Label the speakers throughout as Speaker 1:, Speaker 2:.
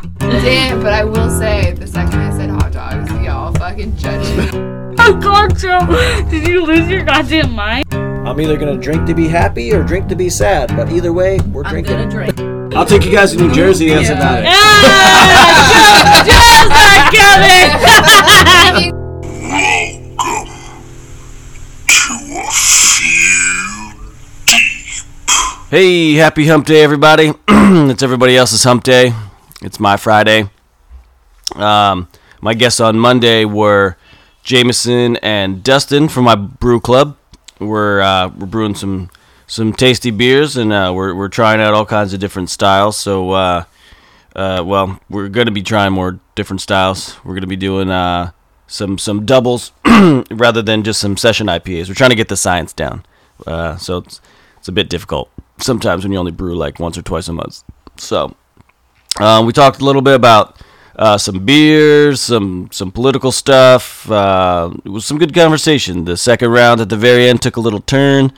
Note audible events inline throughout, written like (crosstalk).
Speaker 1: didn't, but I will say the second I said hot dogs, y'all fucking judged me.
Speaker 2: Clock Joe, did you lose your goddamn mind?
Speaker 3: I'm either gonna drink to be happy or drink to be sad, but either way, we're
Speaker 4: I'm
Speaker 3: drinking.
Speaker 4: gonna drink.
Speaker 5: I'll take you guys to New Jersey. That's
Speaker 4: Yeah.
Speaker 5: about it.
Speaker 2: Ah, Joe, Joe's not coming.
Speaker 5: Hey, happy hump day, everybody. (clears throat) it's everybody else's hump day. It's my Friday. Um, my guests on Monday were Jameson and Dustin from my brew club. We're, uh, we're brewing some some tasty beers and uh, we're, we're trying out all kinds of different styles. So, uh, uh, well, we're going to be trying more different styles. We're going to be doing uh, some some doubles (clears throat) rather than just some session IPAs. We're trying to get the science down. Uh, so it's, it's a bit difficult sometimes when you only brew like once or twice a month. So um, we talked a little bit about uh, some beers, some some political stuff. Uh, it was some good conversation. The second round at the very end took a little turn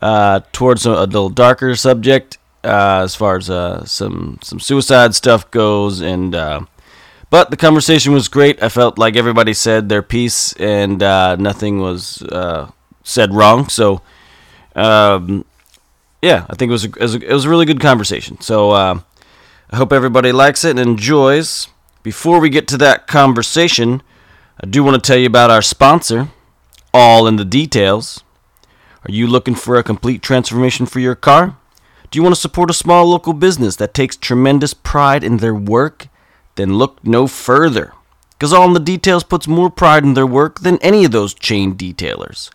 Speaker 5: uh, towards a, a little darker subject uh, as far as uh, some some suicide stuff goes, and uh, but the conversation was great. I felt like everybody said their piece and uh, nothing was uh, said wrong. So. Um, yeah, I think it was a, it was a, it was a really good conversation. So uh, I hope everybody likes it and enjoys. Before we get to that conversation, I do want to tell you about our sponsor, All in the Details. Are you looking for a complete transformation for your car? Do you want to support a small local business that takes tremendous pride in their work? Then look no further. Because All in the Details puts more pride in their work than any of those chain detailers.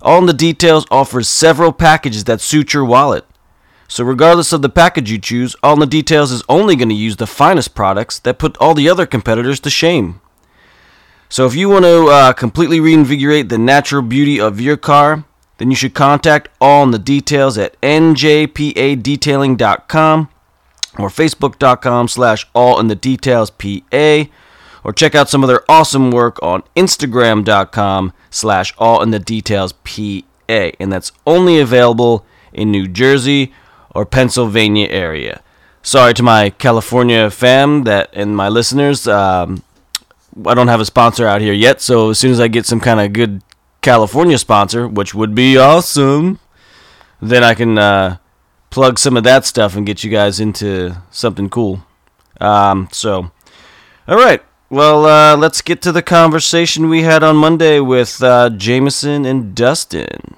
Speaker 5: All in the Details offers several packages that suit your wallet. So, regardless of the package you choose, All in the Details is only going to use the finest products that put all the other competitors to shame. So, if you want to uh, completely reinvigorate the natural beauty of your car, then you should contact All in the Details at njpadetailing.com or facebook.com slash all in the details pa or check out some of their awesome work on instagram.com slash all in the details pa and that's only available in new jersey or pennsylvania area sorry to my california fam that and my listeners um, i don't have a sponsor out here yet so as soon as i get some kind of good california sponsor which would be awesome then i can uh, plug some of that stuff and get you guys into something cool. Um, so, all right. Well, uh, let's get to the conversation we had on Monday with uh, Jameson and Dustin.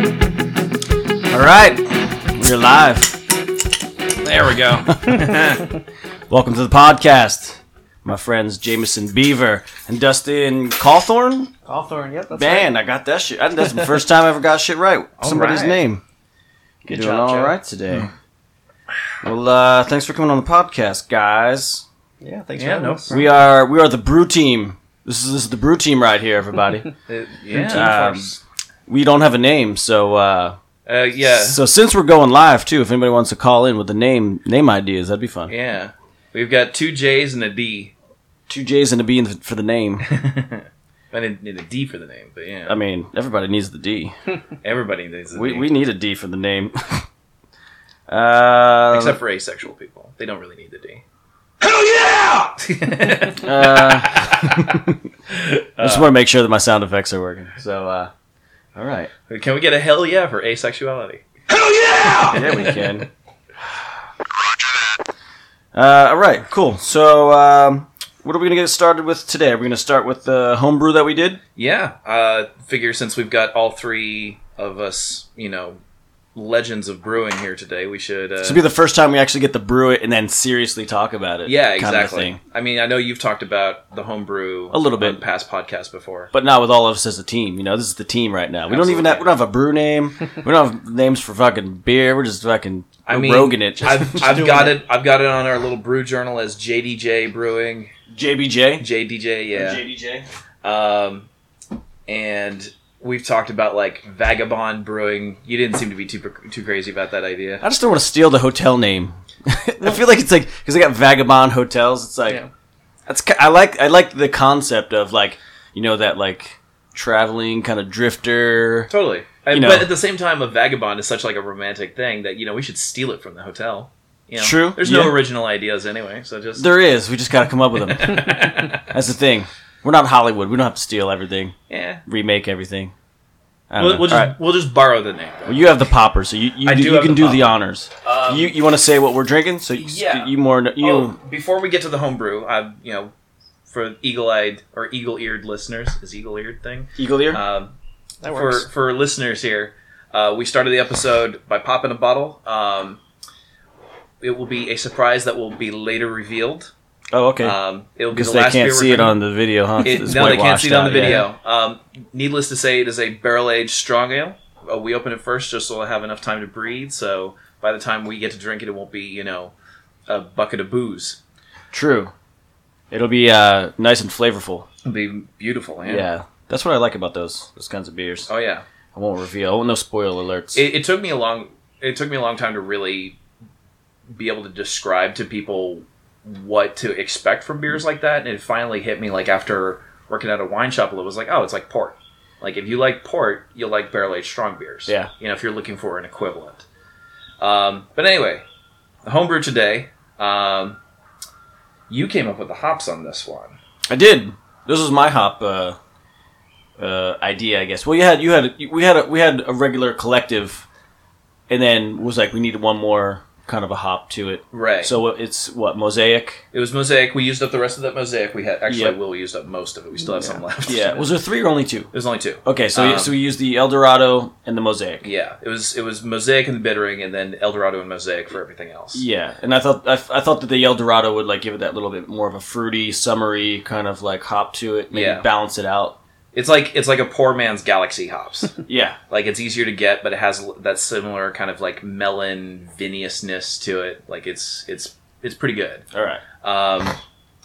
Speaker 5: All right, we're live.
Speaker 6: There we go.
Speaker 5: (laughs) Welcome to the podcast, my friends Jameson Beaver and Dustin Cawthorn.
Speaker 3: Hawthorne, yep, that's
Speaker 5: Man, I got that shit. I- That's the first time I ever got shit right. Somebody's
Speaker 6: right.
Speaker 5: name. Good Doing
Speaker 6: job,
Speaker 5: all right
Speaker 6: Joe. Hmm.
Speaker 5: today. Well, uh, thanks for coming on the podcast, guys.
Speaker 3: Yeah, thanks
Speaker 6: Yeah,
Speaker 3: for having
Speaker 6: no
Speaker 3: us.
Speaker 5: We uh, are we are the brew team. This is, this is the brew team right
Speaker 6: (laughs)
Speaker 5: here, everybody.
Speaker 6: yeah.
Speaker 5: Um, we don't have a name, so uh,
Speaker 6: uh, yeah.
Speaker 5: So since we're going live too, if anybody wants to call in with the name name ideas, that'd be fun.
Speaker 6: Yeah. We've got two J's and a D.
Speaker 5: Two J's and a B in the, for the name.
Speaker 6: I didn't need a D for the name, but yeah.
Speaker 5: I mean, everybody needs the D.
Speaker 6: Everybody needs a
Speaker 5: We
Speaker 6: D.
Speaker 5: we need a D for the name. (laughs) Uh,
Speaker 6: Except for asexual people. They don't really need the D. Hell yeah!
Speaker 5: Uh, I just want to make sure that my sound effects are working. So, uh, all right.
Speaker 6: (laughs) Can we get a hell yeah for asexuality?
Speaker 5: (laughs) Yeah, we can.
Speaker 6: (laughs)
Speaker 5: Uh, all right, cool. So, um, what are we gonna get started with today? Are we gonna start with the homebrew that we did?
Speaker 6: Yeah. Uh, figure since we've got all three of us, you know, legends of brewing here today, we should. Uh,
Speaker 5: This will be the first time we actually get to brew it and then seriously talk about it.
Speaker 6: yeah,
Speaker 5: kind of
Speaker 6: exactly.
Speaker 5: thing.
Speaker 6: I mean, I know you've talked about the homebrew
Speaker 5: A little
Speaker 6: on
Speaker 5: bit.
Speaker 6: past podcasts before.
Speaker 5: But not with all of us as a team. You know, this is the team right now. We don't
Speaker 6: Absolutely.
Speaker 5: even
Speaker 7: (laughs)
Speaker 5: have, we don't have a brew name. we don't have names for fucking beer. We're just fucking
Speaker 7: I mean,
Speaker 5: Rogan it.
Speaker 7: I've,
Speaker 5: (laughs) Just
Speaker 7: I've
Speaker 5: doing
Speaker 7: got it. I've got it on our little brew journal as JDJ Brewing.
Speaker 5: JBJ.
Speaker 7: JDJ, yeah.
Speaker 5: JBJ.
Speaker 7: Um, and we've talked about like Vagabond Brewing. You didn't seem to be too too crazy about that idea.
Speaker 5: I just don't want to steal the hotel name. (laughs) I feel like it's like because I got vagabond hotels. It's like
Speaker 7: Yeah.
Speaker 5: that's ki- I like I like the concept of like you know that like traveling kind of drifter.
Speaker 7: (laughs) Totally. And,
Speaker 5: know.
Speaker 7: But at the same time, a vagabond is such like a romantic thing that you know we should steal it from the hotel. You know?
Speaker 5: True,
Speaker 7: There's no
Speaker 5: yeah.
Speaker 7: original ideas anyway, so just
Speaker 5: There is. We just got to come up with them. That's the thing. We're not Hollywood. We don't have to steal everything,
Speaker 7: (laughs) yeah.
Speaker 5: remake everything. I don't
Speaker 7: We'll,
Speaker 5: know.
Speaker 7: we'll just
Speaker 5: All right.
Speaker 7: we'll just borrow the name.
Speaker 5: Well, you have the popper, so you you,
Speaker 7: I
Speaker 5: do,
Speaker 7: do
Speaker 5: you
Speaker 7: have
Speaker 5: can
Speaker 7: the
Speaker 5: do the
Speaker 7: popper.
Speaker 5: honors. you you want to say what we're drinking? So you,
Speaker 7: Yeah.
Speaker 5: you more know- you
Speaker 7: Oh, before we get to the homebrew, I you know, for eagle-eyed or eagle-eared listeners, is eagle-eared thing.
Speaker 5: eagle ear.
Speaker 7: Um,
Speaker 8: That
Speaker 7: for
Speaker 8: works.
Speaker 7: for listeners here, uh, we started the episode by popping a bottle. Um, it will be a surprise that will be later revealed.
Speaker 5: oh, okay.
Speaker 7: Um, it'll be
Speaker 5: Because
Speaker 7: the
Speaker 5: they
Speaker 7: last beer
Speaker 5: can't
Speaker 7: we're
Speaker 5: see it
Speaker 7: drinking.
Speaker 5: on the video, huh?
Speaker 7: It,
Speaker 5: It's
Speaker 7: no, they can't
Speaker 5: whitewashed
Speaker 7: see it on the
Speaker 5: out, yeah.
Speaker 7: video. Um, needless to say, it is a barrel aged strong ale. Uh, we open it first just so I have enough time to breathe. So by the time we get to drink it, it won't be you know a bucket of booze.
Speaker 5: True. It'll be uh, nice and flavorful.
Speaker 7: It'll be beautiful.
Speaker 5: Yeah. That's what I like about those those kinds of beers.
Speaker 7: Oh yeah.
Speaker 5: I won't reveal. I want no spoiler alerts.
Speaker 7: It, it took me a long. It took me a long time to really be able to describe to people what to expect from beers like that, and it finally hit me like after working at a wine shop. It was like, oh, it's like port. Like if you like port, you'll like barrel aged strong beers.
Speaker 5: Yeah.
Speaker 7: You know, if you're looking for an equivalent. Um, but anyway, the homebrew today. Um, you came up with the hops on this one.
Speaker 5: I did. This was my hop uh, uh, idea, I guess. Well, you had you had we had a, we had a regular collective, and then was like we needed one more kind of a hop to it.
Speaker 7: Right.
Speaker 5: So uh, it's what
Speaker 7: (laughs)
Speaker 5: mosaic.
Speaker 7: It was mosaic. We used up the rest of that mosaic. We had actually
Speaker 5: Yep.
Speaker 7: Will used up most of it. We still have some left.
Speaker 5: Yeah. Was there three or only two?
Speaker 7: There's only two.
Speaker 5: Okay, so
Speaker 7: Um,
Speaker 5: so we used the Eldorado and the mosaic.
Speaker 7: Yeah, it was it was Mosaic and the Bittering, and then Eldorado and Mosaic for everything else.
Speaker 5: Yeah, and I thought I, I thought that the El Dorado would like give it that little bit more of a fruity, summery kind of like hop to it, maybe
Speaker 7: Yeah.
Speaker 5: balance it out.
Speaker 7: It's like it's like a poor man's Galaxy
Speaker 5: (laughs)
Speaker 7: hops.
Speaker 5: Yeah,
Speaker 7: like it's easier to get, but it has l- that similar kind of like melon viniousness to it. Like it's it's it's pretty good.
Speaker 5: all right.
Speaker 7: Um,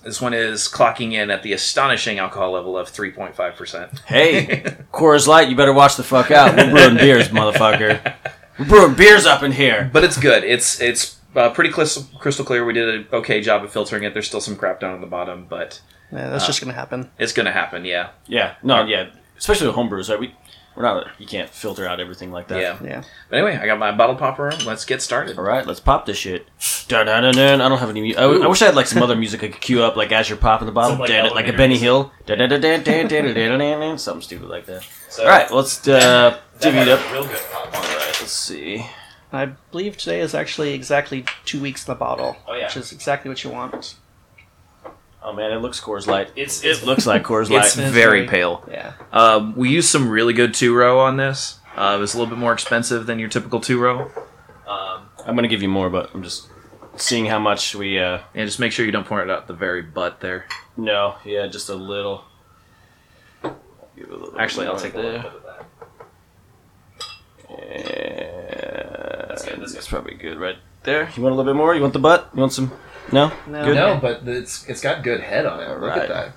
Speaker 7: this one is clocking in at the astonishing alcohol level of three point five percent.
Speaker 5: Hey, Coors Light, you better watch the fuck out. We're brewing beers, motherfucker. We're brewing beers up in here.
Speaker 7: But it's good. It's it's uh, pretty crystal, crystal clear. We did a okay job of filtering it. There's still some crap down at the bottom, but
Speaker 8: Yeah, that's just gonna happen.
Speaker 7: it's gonna happen. Yeah,
Speaker 5: Yeah, no, yeah, especially with homebrews, right? We we're not you can't filter out everything like that.
Speaker 7: yeah.
Speaker 8: Yeah.
Speaker 7: But anyway, I got my bottle popper. on. Let's get started.
Speaker 5: All right, let's pop this shit. Dun, dun, dun, dun. I don't have any. mu- I, I wish I had like some other music I could cue up, like as you're popping the bottle,
Speaker 9: Some, like,
Speaker 5: Dun, like a
Speaker 9: elevators.
Speaker 5: Benny Hill, Dun, dun, dun, dun, dun, dun, dun, dun, dun, dun, something stupid like that.
Speaker 7: So,
Speaker 5: All right, let's uh, divvy it up.
Speaker 9: Real good pop on that.
Speaker 5: Let's see.
Speaker 8: I believe today is actually exactly two weeks in the bottle,
Speaker 5: Oh, yeah.
Speaker 8: which is exactly what you want.
Speaker 5: Oh man, it looks Coors Light.
Speaker 9: It's
Speaker 5: It looks like Coors Light.
Speaker 7: It's very pale.
Speaker 8: Yeah.
Speaker 7: Um, we used some really good two row on this. Uh, it's a little bit more expensive than your typical two row.
Speaker 5: I'm gonna give you more, but I'm just seeing how much we. uh
Speaker 7: And just make sure you don't pour it out the very butt there.
Speaker 5: No, yeah, just a little. Give it a little
Speaker 7: Actually,
Speaker 5: more
Speaker 7: I'll take a little
Speaker 5: there.
Speaker 7: bit of that.
Speaker 5: Yeah, that's, probably good right there. You want a little bit more? You want the butt? You want some? No.
Speaker 8: No.
Speaker 5: Good.
Speaker 7: No, but it's it's got good head on it. Look
Speaker 5: Alright.
Speaker 7: at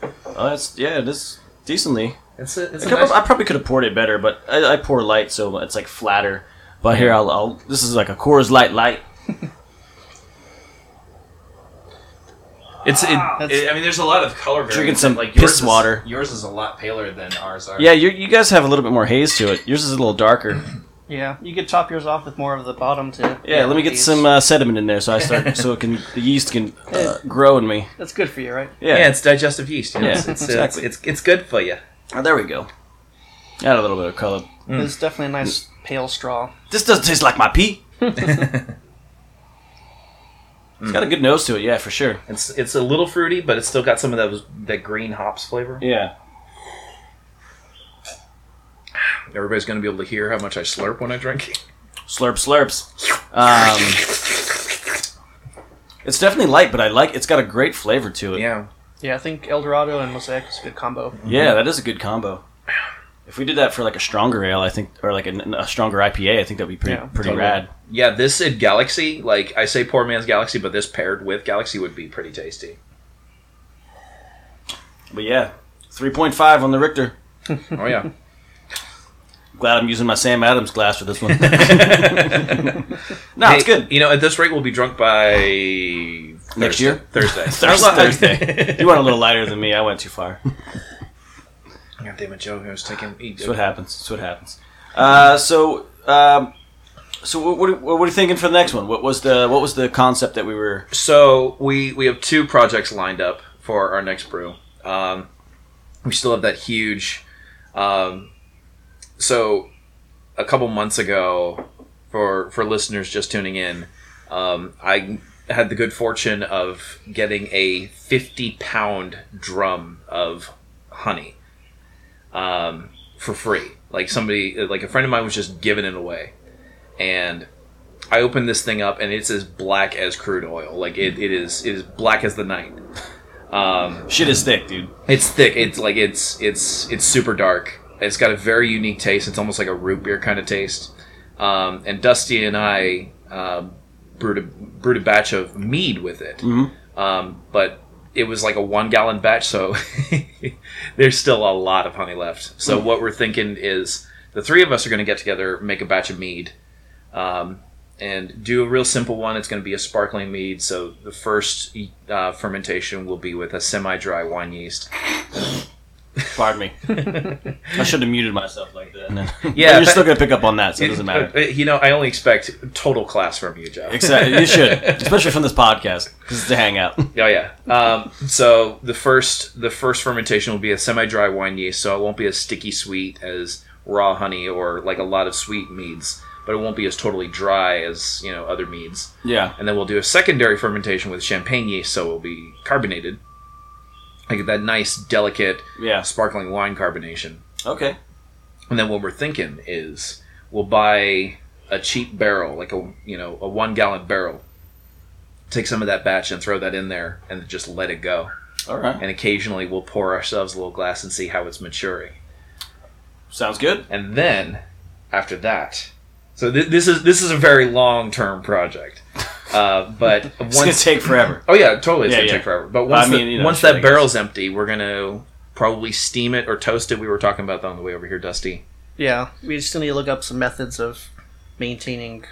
Speaker 7: that.
Speaker 5: Oh, that's yeah. It is decently.
Speaker 7: It's a, it's
Speaker 5: A
Speaker 7: a
Speaker 5: couple,
Speaker 7: nice,
Speaker 5: I probably could have poured it better, but I, I pour light, so it's like flatter. But here, I'll, I'll. This is like a Coors Light (laughs) light.
Speaker 7: it's it, it-
Speaker 9: I mean, there's a lot of color.
Speaker 5: Drinking
Speaker 9: variants,
Speaker 5: some
Speaker 9: like
Speaker 5: piss
Speaker 9: yours is-
Speaker 5: water.
Speaker 9: Yours is a lot paler than ours are.
Speaker 5: Yeah, you you guys have a little bit more haze to it. Yours is a little darker.
Speaker 8: Yeah. You could top yours off with more of the bottom too.
Speaker 5: Yeah, let me get
Speaker 8: these.
Speaker 5: some uh, sediment in there, so I start, so it can the yeast can uh, grow in me.
Speaker 8: That's good for you, right?
Speaker 5: Yeah.
Speaker 7: yeah. it's digestive yeast. you know,
Speaker 5: Yeah,
Speaker 7: it's, it's,
Speaker 5: exactly.
Speaker 7: it's, it's it's good for you.
Speaker 5: Oh, there we go. Add a little bit of color.
Speaker 8: It's definitely a nice pale straw.
Speaker 5: This doesn't taste like my pee. It's got a good nose to it, yeah, for sure.
Speaker 7: It's it's a little fruity, but it's still got some of those that green hops flavor.
Speaker 5: Yeah.
Speaker 7: Everybody's gonna be able to hear how much I slurp when I drink.
Speaker 5: Slurp slurps. Um, it's definitely light, but I like it's got a great flavor to it.
Speaker 7: yeah,
Speaker 8: Yeah, I think Eldorado and Mosaic is a good combo.
Speaker 5: Yeah, that is a good combo. If we did that for like a stronger ale, I think, or like a, a stronger IPA, I think that'd be pretty
Speaker 10: Yeah,
Speaker 5: pretty
Speaker 10: totally.
Speaker 5: rad.
Speaker 7: Yeah, this in Galaxy, like I say, poor man's Galaxy, but this paired with Galaxy would be pretty tasty.
Speaker 5: But yeah, three point five on the Richter.
Speaker 7: Oh
Speaker 5: (laughs)
Speaker 7: yeah,
Speaker 5: Glad I'm using my Sam Adams glass for this
Speaker 7: (laughs)
Speaker 5: one. no, it's
Speaker 7: Hey,
Speaker 5: good.
Speaker 7: You know, at this rate, we'll be drunk by Thursday,
Speaker 5: Next year? (laughs)
Speaker 7: Thursday.
Speaker 5: Thursday, Thursday. You went a little lighter than me. I went too far.
Speaker 7: (laughs) God damn it, Joe! I was taking.
Speaker 5: That's what happens. That's what happens. Uh, so, um, so what, what, are- what are you thinking for the next one? What was the what was the concept that we were?
Speaker 7: So we we have two projects lined up for our next brew. Um, we still have that huge. Um, so a couple months ago, for for listeners just tuning in, um, I had the good fortune of getting a fifty pound drum of honey um, for free. Like somebody, like a friend of mine was just giving it away, and I opened this thing up and it's as black as crude oil. Like it, it is it is black as the night. Um,
Speaker 5: Shit is thick, dude.
Speaker 7: it's thick. It's like it's it's it's super dark. It's got a very unique taste. It's almost like a root beer kind of taste. Um, and Dusty and I uh, brewed a brewed a batch of mead with it. Um, but it was like a one gallon batch, so (laughs) there's still a lot of honey left. So what we're thinking is the three of us are going to get together, make a batch of mead, um, and do a real simple one. It's going to be a sparkling mead. So the first uh, fermentation will be with a semi dry wine yeast.
Speaker 5: Pardon me. I should have muted myself like that. (laughs)
Speaker 7: Yeah,
Speaker 5: yeah, you're
Speaker 7: but-
Speaker 5: still gonna pick up on that, so it doesn't matter.
Speaker 7: Uh, You know, I only expect total class from you, Joe.
Speaker 5: Exactly. You should, especially from this podcast, because it's a hangout.
Speaker 7: Oh (laughs) yeah. Um, so the first the first fermentation will be a semi dry wine yeast, so it won't be as sticky sweet as raw honey or like a lot of sweet meads, but it won't be as totally dry as you know other meads.
Speaker 5: Yeah.
Speaker 7: And then we'll do a secondary fermentation with champagne yeast, so it'll be carbonated. I get that nice, delicate,
Speaker 5: Yeah.
Speaker 7: sparkling wine carbonation.
Speaker 5: Okay.
Speaker 7: And then what we're thinking is we'll buy a cheap barrel, like a you know a one gallon barrel. Take some of that batch and throw that in there, and just let it go.
Speaker 5: All right.
Speaker 7: And occasionally we'll pour ourselves a little glass and see how it's maturing.
Speaker 5: Sounds good.
Speaker 7: And then after that, so th- this is this is a very long term project.
Speaker 5: (laughs)
Speaker 7: Uh, but
Speaker 5: It's gonna
Speaker 7: once
Speaker 5: take forever.
Speaker 7: oh yeah, totally, it's
Speaker 5: Yeah,
Speaker 7: gonna
Speaker 5: yeah.
Speaker 7: take forever. But
Speaker 5: Well, I
Speaker 7: once the-
Speaker 5: mean, you know,
Speaker 7: once
Speaker 5: shit, I
Speaker 7: that
Speaker 5: guess.
Speaker 7: barrel's empty, we're gonna probably steam it or toast it. We were talking about that on the way over here, Dusty.
Speaker 8: Yeah, we just need to look up some methods of maintaining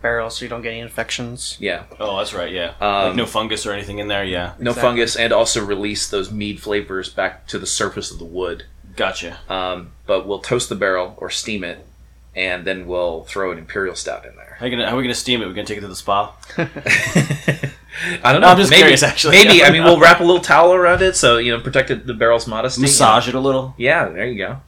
Speaker 8: barrels so you don't get any infections.
Speaker 7: Yeah,
Speaker 5: Oh, that's right. Yeah. like
Speaker 7: Um,
Speaker 5: no fungus or anything in there. Yeah.
Speaker 7: no
Speaker 8: Exactly.
Speaker 7: fungus, and also release those mead flavors back to the surface of the wood.
Speaker 5: Gotcha.
Speaker 7: Um, but we'll toast the barrel or steam it, and then we'll throw an imperial stout in
Speaker 5: (laughs)
Speaker 7: there.
Speaker 5: How, you gonna, how are we gonna steam it? we gonna take it to the spa?
Speaker 7: I
Speaker 5: No,
Speaker 7: don't know.
Speaker 5: I'm just
Speaker 7: maybe,
Speaker 5: curious, actually.
Speaker 7: Maybe
Speaker 5: Yeah.
Speaker 7: I mean we'll wrap a little towel around it, so you know protect it- the barrel's modesty.
Speaker 5: Massage it a little.
Speaker 7: Yeah, there you go.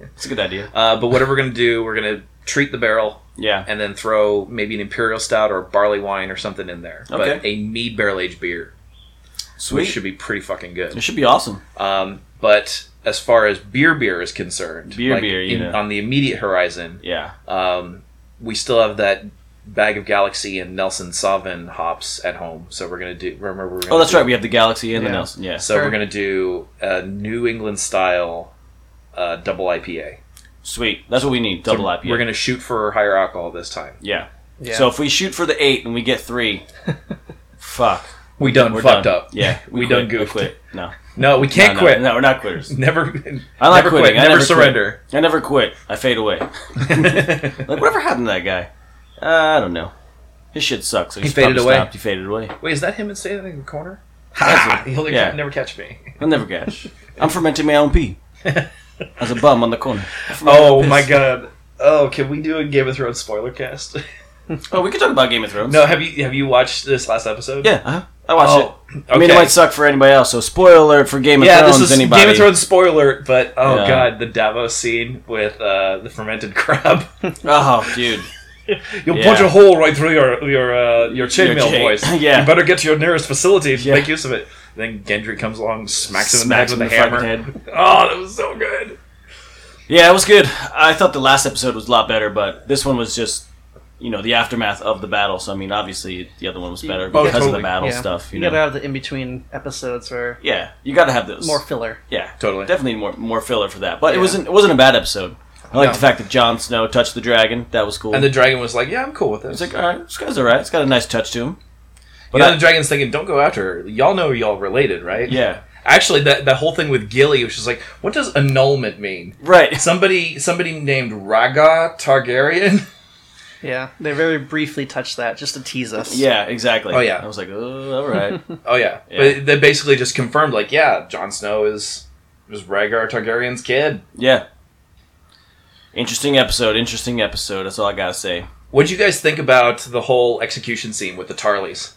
Speaker 5: It's a good idea.
Speaker 7: Uh, but whatever we're gonna do, we're gonna treat the barrel
Speaker 5: Yeah.
Speaker 7: and then throw maybe an imperial stout or a barley wine or something in there. But
Speaker 5: Okay.
Speaker 7: a mead barrel aged beer,
Speaker 5: Sweet.
Speaker 7: which should be pretty fucking good.
Speaker 5: it should be awesome.
Speaker 7: Um, but as far as beer beer is concerned,
Speaker 5: Beer beer, you
Speaker 7: in-
Speaker 5: know.
Speaker 7: on the immediate horizon,
Speaker 5: Yeah.
Speaker 7: um, we still have that bag of Galaxy and Nelson Sauvin hops at home. So we're gonna do. Remember, we're gonna
Speaker 5: Oh, that's
Speaker 7: do-
Speaker 5: right. We have the Galaxy and the
Speaker 8: Yeah.
Speaker 5: Nelson. Yeah.
Speaker 7: So we're gonna do a New England style uh, double IPA.
Speaker 5: Sweet. That's what we need. Double IPA.
Speaker 7: We're gonna shoot for higher alcohol this time.
Speaker 5: Yeah.
Speaker 8: Yeah.
Speaker 5: So if we shoot for the eight and we get
Speaker 7: (laughs)
Speaker 5: three, fuck.
Speaker 7: We done
Speaker 5: We're
Speaker 7: fucked
Speaker 5: done.
Speaker 7: up.
Speaker 5: Yeah.
Speaker 7: (laughs) we, done
Speaker 5: quit. We
Speaker 7: goofed.
Speaker 5: quit. No.
Speaker 7: No, we can't
Speaker 5: no, no,
Speaker 7: quit.
Speaker 5: No, we're not quitters.
Speaker 7: (laughs) Never.
Speaker 5: I like
Speaker 7: never
Speaker 5: quitting.
Speaker 7: Quit.
Speaker 5: I
Speaker 7: Never,
Speaker 5: quit.
Speaker 7: surrender.
Speaker 5: I never quit. I fade away. (laughs) Like whatever happened to that guy? Uh, I don't know. His shit sucks. He,
Speaker 7: faded
Speaker 5: probably
Speaker 7: away?
Speaker 5: Stopped. He faded away.
Speaker 7: (laughs) Wait, is that him and standing in the corner?
Speaker 5: That's it.
Speaker 7: (laughs) He'll
Speaker 5: Yeah.
Speaker 7: never catch me.
Speaker 5: I'll never catch. I'm fermenting my own
Speaker 7: (laughs)
Speaker 5: pee. As a bum on the corner.
Speaker 7: Oh my god. Oh, can we do a Game of Thrones spoiler cast?
Speaker 5: Oh, we could talk about Game of Thrones.
Speaker 7: no, have you have you watched this last episode?
Speaker 5: Yeah. Uh-huh. I watched
Speaker 7: Oh,
Speaker 5: it. I mean, it
Speaker 7: okay.
Speaker 5: might suck for anybody else. So spoiler alert for Game of
Speaker 7: yeah,
Speaker 5: Thrones.
Speaker 7: this is
Speaker 5: anybody?
Speaker 7: Game of Thrones spoiler, alert, but oh
Speaker 5: Yeah.
Speaker 7: god, the Davos scene with uh, the fermented crab. (laughs)
Speaker 5: Oh, dude.
Speaker 7: You'll
Speaker 5: Yeah.
Speaker 7: punch a hole right through your your uh, your chainmail
Speaker 5: chain.
Speaker 7: boys.
Speaker 5: (laughs) Yeah.
Speaker 7: you better get to your nearest facility to
Speaker 5: Yeah.
Speaker 7: make use of it. Then Gendry comes along, smacks him in the head
Speaker 5: Smacks
Speaker 7: with
Speaker 5: him
Speaker 7: a
Speaker 5: in the fucking
Speaker 7: hammer. (laughs) Oh, that was so good.
Speaker 5: Yeah, it was good. I thought the last episode was a lot better, but this one was just you know the aftermath of the battle. So I mean, obviously the other one was better
Speaker 11: Oh,
Speaker 5: because of
Speaker 11: totally.
Speaker 5: the battle
Speaker 8: Yeah.
Speaker 5: stuff. You,
Speaker 8: You
Speaker 5: know,
Speaker 8: gotta have the in between episodes or
Speaker 5: yeah, you got to have those.
Speaker 8: more filler.
Speaker 5: yeah,
Speaker 7: Totally.
Speaker 5: Definitely more more filler for that. But it
Speaker 8: Yeah.
Speaker 5: wasn't it wasn't a bad episode. I like
Speaker 7: No.
Speaker 5: the fact that Jon Snow touched the dragon. That was cool.
Speaker 7: And the dragon was like, "Yeah, I'm cool with
Speaker 5: it's
Speaker 7: this."
Speaker 5: like all right, this guy's all right. It's got a nice touch to him.
Speaker 7: but now the dragon's thinking, "Don't go after her. Y'all know y'all related, right?"
Speaker 5: Yeah,
Speaker 7: Actually, that that whole thing with Gilly, which is like, what does annulment mean?
Speaker 5: right. (laughs)
Speaker 7: Somebody somebody named Raga Targaryen. (laughs)
Speaker 8: Yeah, they very briefly touch that just to tease us.
Speaker 5: Yeah, exactly.
Speaker 7: Oh, yeah.
Speaker 5: I was like, oh, all right.
Speaker 7: Oh yeah,
Speaker 5: Yeah.
Speaker 7: but they basically just confirmed, like, yeah, Jon Snow is is Rhaegar Targaryen's kid.
Speaker 5: yeah. Interesting episode. Interesting episode. That's all I gotta say.
Speaker 7: What'd you guys think about the whole execution scene with the Tarleys?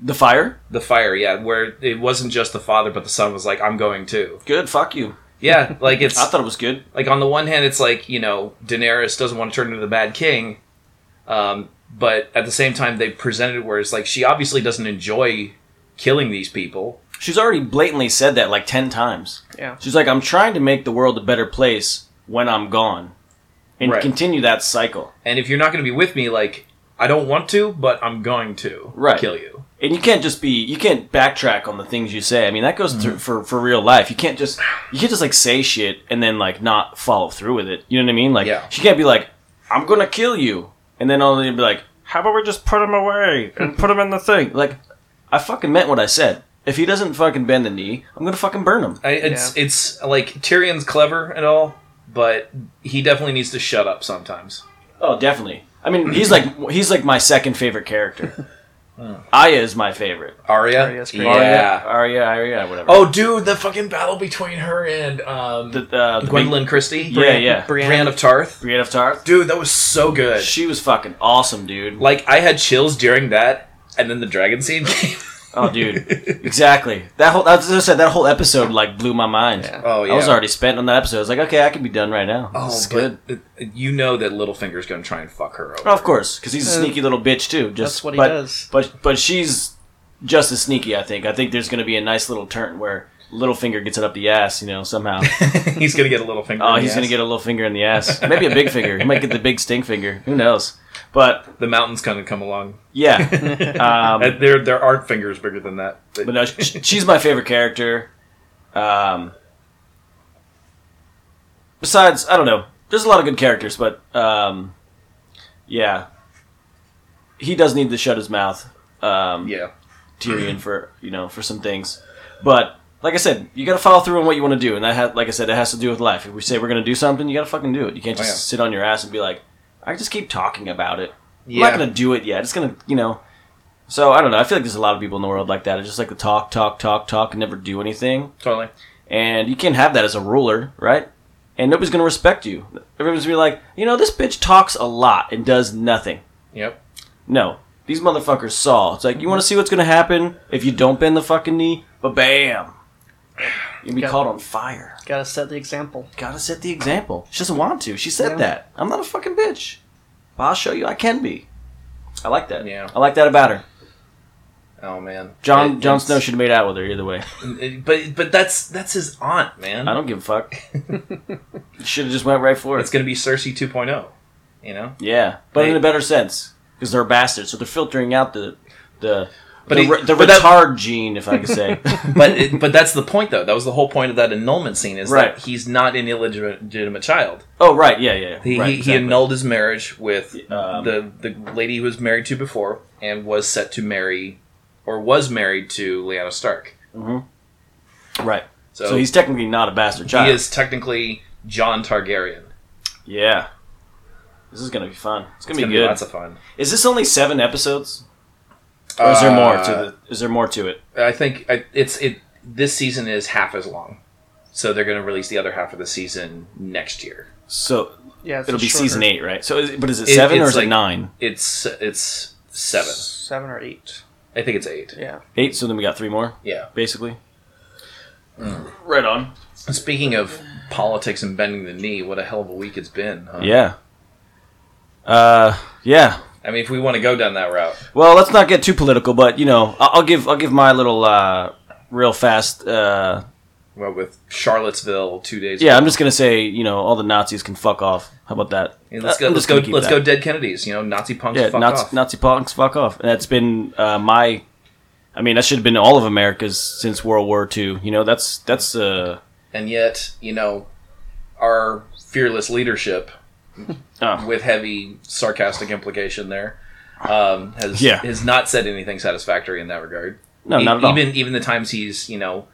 Speaker 5: The fire.
Speaker 7: The fire, yeah, where it wasn't just the father, but the son was like, "I'm going too."
Speaker 5: Good. Fuck you.
Speaker 7: Yeah, like it's
Speaker 5: (laughs) I thought it was good.
Speaker 7: like on the one hand, it's like you know Daenerys doesn't want to turn into the Mad King, um, but at the same time, they presented it where it's like she obviously doesn't enjoy killing these people.
Speaker 5: She's already blatantly said that like ten times.
Speaker 8: Yeah.
Speaker 5: She's like, I'm trying to make the world a better place when I'm gone, and
Speaker 7: Right.
Speaker 5: continue that cycle.
Speaker 7: And if you're not going to be with me, like I don't want to, but I'm going to
Speaker 5: Right.
Speaker 7: kill you.
Speaker 5: And you can't just be you can't backtrack on the things you say. I mean, that goes
Speaker 7: Mm.
Speaker 5: through for for real life. You can't just you can't just like say shit and then like not follow through with it. You know what I mean? Like
Speaker 7: Yeah.
Speaker 5: she can't be like, I'm gonna kill you, and then only be like, How about we just put him away and put him in the thing? Like, I fucking meant what I said. If he doesn't fucking bend the knee, I'm gonna fucking burn him.
Speaker 7: I, it's it's like Tyrion's clever and all, but he definitely needs to shut up sometimes.
Speaker 5: Oh, definitely. I mean, he's like he's like my second favorite
Speaker 7: (laughs)
Speaker 5: character. Aya is my favorite.
Speaker 7: Arya,
Speaker 8: Arya's great.
Speaker 7: yeah.
Speaker 5: Arya, Arya, whatever.
Speaker 7: Oh, dude, the fucking battle between her and um,
Speaker 5: the, uh, the
Speaker 7: Gwendolyn Christie,
Speaker 5: Big, yeah, yeah.
Speaker 8: Brienne.
Speaker 7: Bran of Tarth.
Speaker 5: Brienne of Tarth.
Speaker 7: Dude, that was so good.
Speaker 5: She was fucking awesome, dude.
Speaker 7: (laughs) Like I had chills during that, and then the dragon scene came.
Speaker 5: Oh, dude, exactly. That whole as I said, that whole episode like blew my mind.
Speaker 8: Yeah.
Speaker 7: (laughs) Oh yeah,
Speaker 5: I was already spent on that episode. I was like, okay, I can be done right now.
Speaker 7: Oh,
Speaker 5: this is
Speaker 7: but
Speaker 5: good.
Speaker 7: it- you know that Littlefinger's gonna try and fuck her over.
Speaker 5: Oh, of course, because he's a
Speaker 8: Uh,
Speaker 5: sneaky little bitch too. Just
Speaker 8: that's what he
Speaker 5: but,
Speaker 8: does.
Speaker 5: But but she's just as sneaky. I think. I think there's going to be a nice little turn where Littlefinger gets it up the ass. You know, somehow.
Speaker 7: (laughs) he's gonna get a Littlefinger.
Speaker 5: Oh,
Speaker 7: in the
Speaker 5: he's gonna
Speaker 7: ass.
Speaker 5: get a little finger in the ass. Maybe a big finger. He might get the big stink finger. Who knows? But
Speaker 7: the mountain's gonna come along.
Speaker 5: yeah,
Speaker 7: Uh,
Speaker 5: um,
Speaker 7: there, there aren't fingers bigger than that. But-
Speaker 5: but no, sh- she's my favorite character. Um, besides, I don't know. There's a lot of good characters, but um, yeah, he does need to shut his mouth. Um,
Speaker 7: (laughs) yeah,
Speaker 5: Tyrion for you know for some things, but like I said, you got to follow through on what you want to do, and that ha- like I said, it has to do with life. If we say we're gonna do something, you got to fucking do it. You can't
Speaker 7: Oh,
Speaker 5: just
Speaker 7: yeah.
Speaker 5: sit on your ass and be like, I just keep talking about it. I'm
Speaker 7: Yeah.
Speaker 5: not gonna do it yet. It's gonna you know. So I don't know. I feel like there's a lot of people in the world like that. It's just like the talk, talk, talk, talk, and never do anything.
Speaker 7: totally.
Speaker 5: And you can't have that as a ruler, right? And nobody's gonna respect you. Everybody's gonna be like, you know, this bitch talks a lot and does nothing.
Speaker 7: Yep.
Speaker 5: No. These motherfuckers saw. It's like, you want to see what's going to happen if you don't bend the fucking knee? But bam! You'll be
Speaker 8: Yeah.
Speaker 5: caught on fire.
Speaker 8: Gotta set the example.
Speaker 5: Gotta set the example. She doesn't want to. She said
Speaker 8: Yeah.
Speaker 5: that. I'm not a fucking bitch. But I'll show you I can be. I like that.
Speaker 7: Yeah.
Speaker 5: I like that about her.
Speaker 7: Oh man,
Speaker 5: John
Speaker 7: It-
Speaker 5: John
Speaker 7: it's-
Speaker 5: Snow should have made out with her either way.
Speaker 7: it- but but that's that's his aunt, man.
Speaker 5: I don't give a
Speaker 7: (laughs)
Speaker 5: fuck. should have just went right for
Speaker 7: It's
Speaker 5: it.
Speaker 7: gonna be Cersei 2.0. You know.
Speaker 5: Yeah, but
Speaker 7: They-
Speaker 5: in a better sense because they're bastards, so they're filtering out the the
Speaker 7: But
Speaker 5: the,
Speaker 7: he-
Speaker 5: re- the
Speaker 7: but
Speaker 5: retard
Speaker 7: that-
Speaker 5: gene, if I could say.
Speaker 7: (laughs) but it, but that's the point though. That was the whole point of that annulment scene is
Speaker 5: Right.
Speaker 7: that he's not an illegitimate legitimate child.
Speaker 5: oh right, yeah, yeah. yeah.
Speaker 7: He,
Speaker 5: right,
Speaker 7: he,
Speaker 5: exactly.
Speaker 7: he annulled his marriage with
Speaker 5: Um,
Speaker 7: the the lady he was married to before and was set to marry or was married to Lyanna Stark.
Speaker 5: Right.
Speaker 7: So,
Speaker 5: So, he's technically not a bastard
Speaker 7: he
Speaker 5: child.
Speaker 7: is technically John Targaryen.
Speaker 5: Yeah. This is gonna be fun. It's gonna,
Speaker 7: It's gonna
Speaker 5: be
Speaker 7: be
Speaker 5: good.
Speaker 7: lots of fun.
Speaker 5: is this only seven episodes? Or is there more to the, Is there more to it?
Speaker 7: Uh, I think I, it's it. This season is half as long, so they're going to release the other half of the season next year.
Speaker 5: So
Speaker 8: Yeah, it's
Speaker 5: it'll be
Speaker 8: shorter-
Speaker 5: season eight, right? So, is it, but is it
Speaker 7: It-
Speaker 5: seven or
Speaker 7: it's
Speaker 5: is
Speaker 7: like-
Speaker 5: it nine?
Speaker 7: It's it's seven.
Speaker 8: Seven or eight.
Speaker 7: I think it's eight.
Speaker 8: Yeah.
Speaker 5: Eight. So then we got three more,
Speaker 7: Yeah.
Speaker 5: basically. Hmm. Right on.
Speaker 7: Speaking of politics and bending the knee, what a hell of a week it's been. Huh?
Speaker 5: Yeah. Uh, yeah.
Speaker 7: I mean, if we want to go down that route,
Speaker 5: Well, let's not get too political, but you know, I- I'll give I'll give my little uh, real fast uh,
Speaker 7: Well, with Charlottesville two days.
Speaker 5: Yeah,
Speaker 7: ago.
Speaker 5: I'm just gonna say, you know, all the Nazis can fuck off. How about that?
Speaker 7: And let's
Speaker 5: Uh,
Speaker 7: go.
Speaker 5: I'm
Speaker 7: Let's
Speaker 5: just
Speaker 7: go.
Speaker 5: gonna keep
Speaker 7: Let's
Speaker 5: that.
Speaker 7: go. Dead Kennedys. You know, Nazi punks.
Speaker 5: Yeah,
Speaker 7: fuck
Speaker 5: Nazi,
Speaker 7: off.
Speaker 5: Nazi punks, fuck off. And that's been uh, my. I mean, that should have been all of America's since World War II. You know, that's that's uh,
Speaker 7: and yet, you know, our fearless leadership,
Speaker 5: Oh.
Speaker 7: with heavy sarcastic implication there, um, has
Speaker 5: Yeah.
Speaker 7: has not said anything satisfactory in that regard.
Speaker 5: no,
Speaker 7: E-
Speaker 5: not at all.
Speaker 7: Even even the times he's you know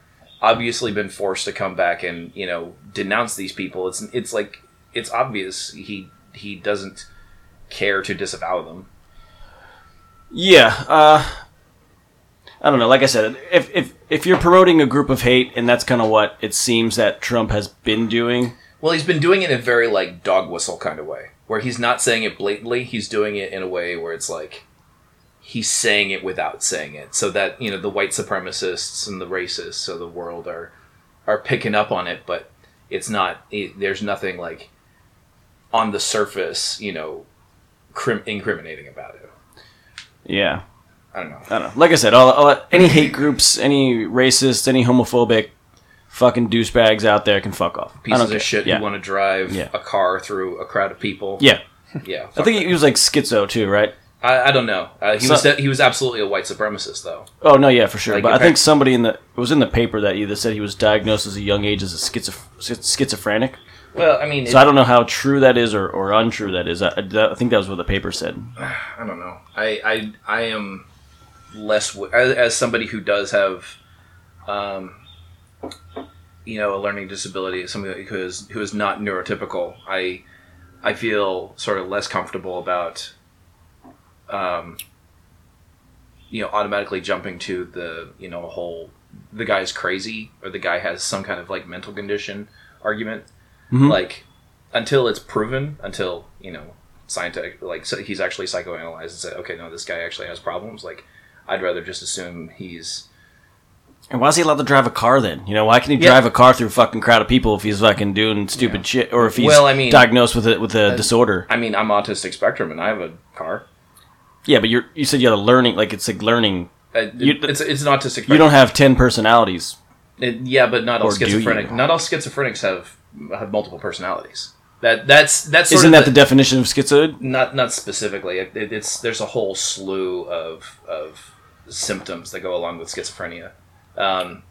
Speaker 7: obviously been forced to come back and you know denounce these people. It's it's like it's obvious he he doesn't care to disavow them.
Speaker 5: Yeah, uh, I don't know. Like I said, if if if you're promoting a group of hate, and that's kind of what it seems that Trump has been doing.
Speaker 7: Well, he's been doing it in a very like dog whistle kind of way, where he's not saying it blatantly. He's doing it in a way where it's like he's saying it without saying it, so that you know the white supremacists and the racists of the world are are picking up on it, but it's not. It, there's nothing like on the surface, you know, crim- incriminating about it.
Speaker 5: Yeah,
Speaker 7: I don't know.
Speaker 5: I don't know. Like I said, all, all any hate groups, any racists, any homophobic, fucking douchebags out there can fuck off. I
Speaker 7: Pieces
Speaker 5: don't
Speaker 7: of
Speaker 5: care.
Speaker 7: shit
Speaker 5: Yeah.
Speaker 7: who want to drive
Speaker 5: Yeah.
Speaker 7: a car through a crowd of people.
Speaker 5: yeah,
Speaker 7: yeah.
Speaker 5: I
Speaker 7: fuck
Speaker 5: think
Speaker 7: that.
Speaker 5: he was like schizo too, right?
Speaker 7: I, I don't know. Uh, he
Speaker 5: So-
Speaker 7: was de- he was absolutely a white supremacist though.
Speaker 5: Oh no, yeah, for sure.
Speaker 7: Like,
Speaker 5: but
Speaker 7: in
Speaker 5: I think
Speaker 7: fact-
Speaker 5: somebody in the it was in the paper that either said he was diagnosed as a young age as a schizo, schizophrenic.
Speaker 7: Well, I mean, it-
Speaker 5: So I don't know how true that is or, or untrue that is. I, I- that- I think that was what the paper said.
Speaker 7: I don't know. I I, I am less w- as, as somebody who does have, um, you know, a learning disability, somebody who is who is not neurotypical. I I feel sort of less comfortable about, um, you know, automatically jumping to the you know whole the guy's crazy or the guy has some kind of like mental condition argument,
Speaker 5: Mhm.
Speaker 7: like until it's proven, until you know scientific like so he's actually psychoanalyzed and said okay no this guy actually has problems like i'd rather just assume he's
Speaker 5: And why is he allowed to drive a car then? You know, why can he
Speaker 7: Yeah.
Speaker 5: drive a car through a fucking crowd of people if he's fucking doing stupid shit or if he's
Speaker 7: Well, I mean-
Speaker 5: diagnosed with a with a disorder?
Speaker 7: i mean i'm autistic spectrum and i have a car
Speaker 5: Yeah, but you are you said you had a learning like it's like learning.
Speaker 7: Uh, it-
Speaker 5: You-
Speaker 7: it's, it's an autistic
Speaker 5: You
Speaker 7: spectrum.
Speaker 5: don't have ten personalities.
Speaker 7: It- yeah but not all
Speaker 5: Or do you?
Speaker 7: schizophrenic not all schizophrenics have have multiple personalities that that's that's sort
Speaker 5: Isn't that
Speaker 7: of
Speaker 5: the definition of schizoid?
Speaker 7: not not specifically it, it- it's there's a whole slew of of symptoms that go along with schizophrenia um,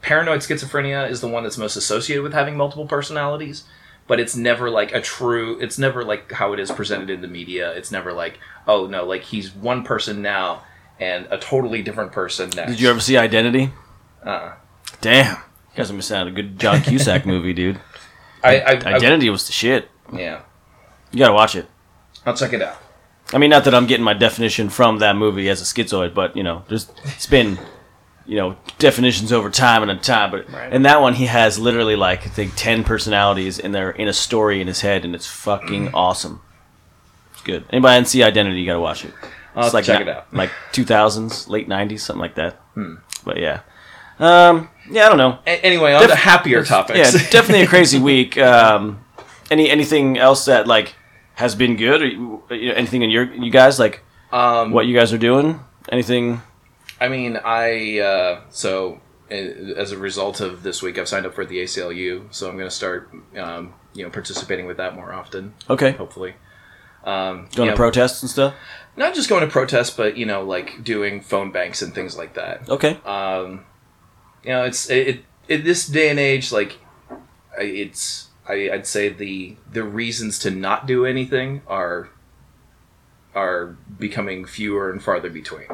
Speaker 7: paranoid schizophrenia is the one that's most associated with having multiple personalities but it's never like a true it's never like how it is presented in the media it's never like oh no like he's one person now and a totally different person next
Speaker 5: Did you ever see Identity?
Speaker 7: Uh-uh.
Speaker 5: Damn, you guys are missing out on a good John Cusack movie, dude.
Speaker 7: I, I, I-
Speaker 5: Identity was the shit.
Speaker 7: yeah
Speaker 5: You gotta watch it.
Speaker 7: i'll check it out
Speaker 5: I mean, not that I'm getting my definition from that movie as a schizoid, but you know, there's it's been you know definitions over time and time. But in that one, he has literally like I think ten personalities, and they're in a story in his head, and it's
Speaker 7: Mm-hmm.
Speaker 5: fucking awesome. It's good. Anybody didn't see Identity? You gotta watch it.
Speaker 7: I'll
Speaker 5: it's like
Speaker 7: check
Speaker 5: ni-
Speaker 7: it out. Hmm.
Speaker 5: Like 2000s, late 90s, something like that. But yeah, um, yeah, I don't know.
Speaker 7: A- anyway on
Speaker 5: Def-
Speaker 7: to happier topics
Speaker 5: (laughs) Yeah, definitely a crazy week. Um, any anything else that like has been good, or you- you know, anything in your you guys like?
Speaker 7: um,
Speaker 5: what you guys are doing? Anything?
Speaker 7: I mean, I uh, so uh, as a result of this week, I've signed up for the ACLU, so I'm going to start, um, you know, participating with that more often,
Speaker 5: Okay.
Speaker 7: hopefully.
Speaker 5: Going
Speaker 7: Um, you
Speaker 5: to
Speaker 7: know,
Speaker 5: protests and stuff?
Speaker 7: Not just going to protest, but you know, like doing phone banks and things like that
Speaker 5: Okay.
Speaker 7: um, you know, it's it, it, in this day and age, like I- it's I, I'd say the the reasons to not do anything are are becoming fewer and farther between.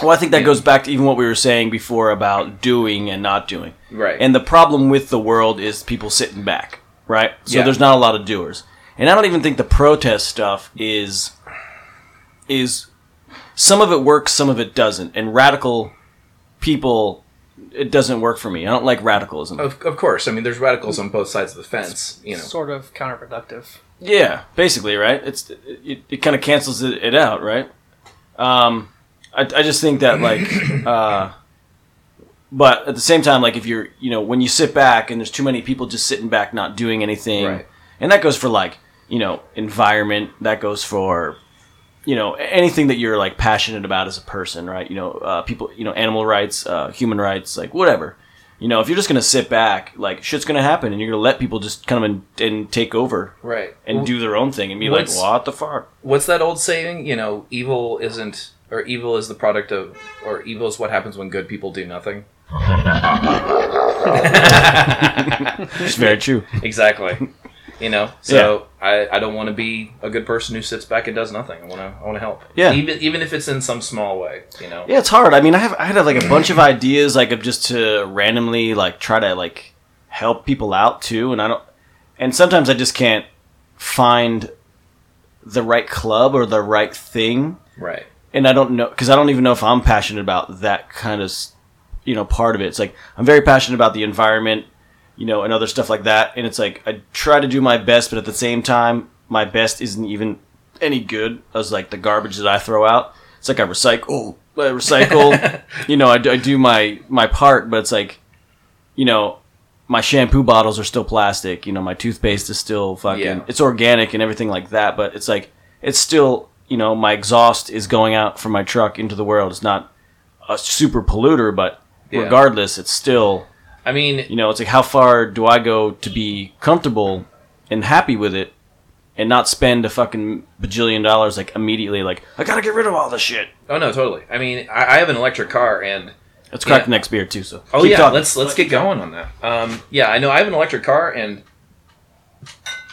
Speaker 5: Well, I think that
Speaker 7: yeah.
Speaker 5: goes back to even what we were saying before about doing and not doing.
Speaker 7: Right.
Speaker 5: And the problem with the world is people sitting back, right? So
Speaker 7: Yeah.
Speaker 5: there's not a lot of doers. And I don't even think the protest stuff is is some of it works, some of it doesn't. And radical people it doesn't work for me. I don't like radicalism.
Speaker 7: of, of course, I mean, there's radicals on both sides of the fence. You know,
Speaker 8: Sort of
Speaker 5: Mm.
Speaker 8: counterproductive.
Speaker 5: Yeah, basically, right? It's it, it kind of cancels it, it out, right? Um, I, I just think that like, uh, but at the same time, like if you're you know when you sit back and there's too many people just sitting back not doing anything,
Speaker 7: Right.
Speaker 5: and that goes for like you know environment, that goes for you know anything that you're like passionate about as a person, right? You know uh, people, you know animal rights, uh, human rights, like whatever. You know, if you're just gonna sit back, like shit's gonna happen, and you're gonna let people just come and, and take over
Speaker 7: Right.
Speaker 5: and do their own thing and be like,
Speaker 7: What's-
Speaker 5: what the fuck?
Speaker 7: what's that old saying? You know, evil isn't, or evil is the product of, or evil is what happens when good people do
Speaker 5: (laughs)
Speaker 7: nothing.
Speaker 5: It's (laughs) very true.
Speaker 7: Exactly. You know, so I, I don't want to be a good person who sits back and does nothing. I want to I want to help.
Speaker 5: Yeah.
Speaker 7: Even even if it's in some small way. You know.
Speaker 5: Yeah, it's hard. I mean, I have I had like a (clears throat) bunch of ideas like of just to randomly like try to like help people out too, and I don't. And sometimes I just can't find the right club or the right thing,
Speaker 7: Right.
Speaker 5: and I don't know because I don't even know if I'm passionate about that kind of s- you know part of it. It's like I'm very passionate about the environment, you know, and other stuff like that. And it's like I try to do my best, but at the same time, my best isn't even any good as like the garbage that I throw out. It's like I recycle, I recycle, you know, I, do- I do my my part, but it's like, you know. My shampoo bottles are still plastic, you know. My toothpaste is still fucking.
Speaker 7: Yeah.
Speaker 5: It's organic and everything like that, but it's like it's still you know my exhaust is going out from my truck into the world. It's not a super polluter, but
Speaker 7: Yeah.
Speaker 5: regardless, it's still
Speaker 7: I mean,
Speaker 5: you know it's like how far do I go to be comfortable and happy with it, and not spend a fucking bajillion dollars like immediately like I gotta get rid of all this shit.
Speaker 7: oh no, totally. I mean, I, I have an electric car and
Speaker 5: Let's crack
Speaker 7: Yeah.
Speaker 5: the next beer too. So
Speaker 7: Oh
Speaker 5: keep
Speaker 7: yeah,
Speaker 5: talking.
Speaker 7: let's let's get going on that. Um, yeah, I know I have an electric car and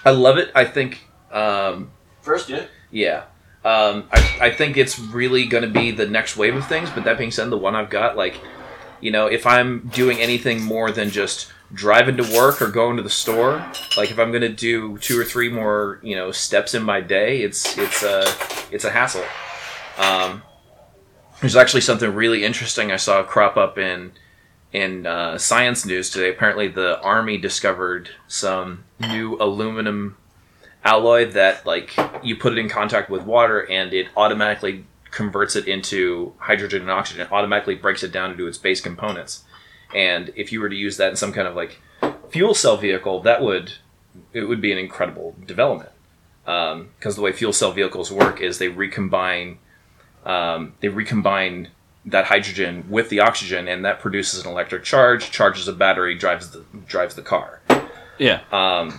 Speaker 7: I love it. I think um,
Speaker 12: First, yeah.
Speaker 7: yeah, um, I, I think it's really going to be the next wave of things. But that being said, the one I've got, like, you know, if I'm doing anything more than just driving to work or going to the store, like if I'm going to do two or three more, you know, steps in my day, it's it's a it's a hassle. Um, there's actually something really interesting I saw crop up in in uh, science news today. Apparently, the army discovered some new aluminum alloy that, like, you put it in contact with water and it automatically converts it into hydrogen and oxygen. It automatically breaks it down into its base components. And if you were to use that in some kind of like fuel cell vehicle, that would it would be an incredible development. Because the way fuel cell vehicles work is they recombine um, they recombine that hydrogen with the oxygen, and that produces an electric charge, charges a battery, drives the drives the car.
Speaker 5: yeah.
Speaker 12: Uh,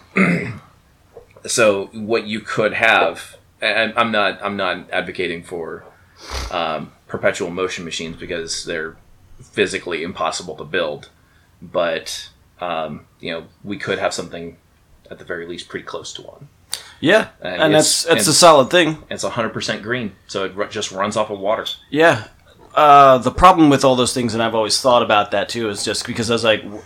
Speaker 7: So what you could have, and I'm not I'm not advocating for um, perpetual motion machines because they're physically impossible to build, but um, you know we could have something at the very least pretty close to one.
Speaker 5: yeah,
Speaker 7: Uh,
Speaker 5: and
Speaker 7: it's-
Speaker 5: that's that's
Speaker 7: and-
Speaker 5: a solid thing.
Speaker 7: And it's 100% green, so it ru- just runs off of water.
Speaker 5: Yeah. Uh, the problem with all those things, and I've always thought about that too, is just because I was like, w-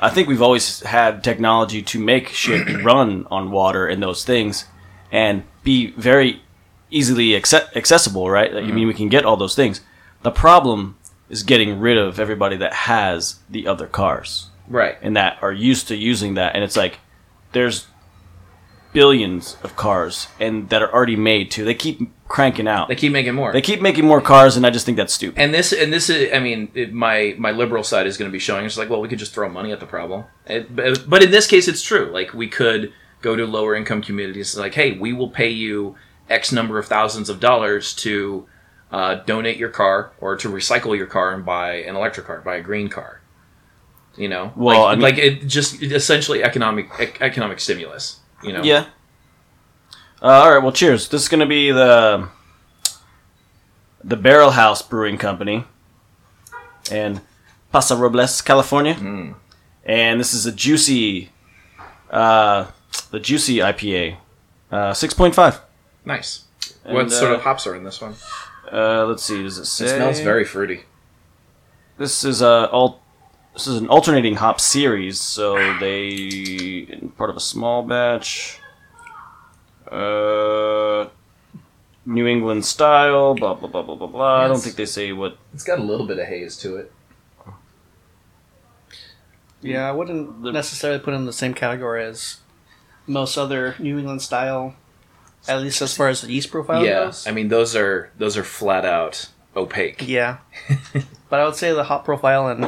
Speaker 5: I think we've always had technology to make shit run on water and those things and be very easily acce- accessible, right? Like, I mean, we can get all those things. The problem is getting rid of everybody that has the other cars
Speaker 7: Right.
Speaker 5: and that are used to using that and it's like there's billions of cars and that are already made too they keep cranking out
Speaker 7: They keep making more.
Speaker 5: they keep making more cars, and I just think that's stupid.
Speaker 7: And this, and this is, I mean, it, my my liberal side is going to be showing. It's like, well, we could just throw money at the problem. It, but but in this case, it's true. Like we could go to lower income communities. Like, hey, we will pay you X number of thousands of dollars to uh, donate your car or to recycle your car and buy an electric car, buy a green car. You know,
Speaker 5: Well,
Speaker 7: like,
Speaker 5: I mean-
Speaker 7: like it just essentially economic ec- economic stimulus. You know,
Speaker 5: Yeah. Uh, all right. Well, cheers. This is going to be the the Barrel House Brewing Company in Paso Robles, California, and this is a juicy, uh, the juicy IPA, uh, six point five.
Speaker 7: nice.
Speaker 5: And,
Speaker 7: what sort
Speaker 5: uh,
Speaker 7: of hops are in this one?
Speaker 5: Uh, let's see. Does it say?
Speaker 7: It smells very fruity.
Speaker 5: This is a all. This is an alternating hop series, so they part of a small batch. Uh, New England style, blah blah blah blah blah blah. I don't
Speaker 7: Yes.
Speaker 5: think they say what.
Speaker 7: It's got a little bit of haze to it.
Speaker 8: Yeah, I wouldn't
Speaker 5: The-
Speaker 8: necessarily put it in the same category as most other New England style, at least as far as the yeast profile
Speaker 7: yeah,
Speaker 8: goes.
Speaker 7: I mean those are those are flat out
Speaker 5: (laughs)
Speaker 7: opaque.
Speaker 8: yeah. but I would say the hop profile and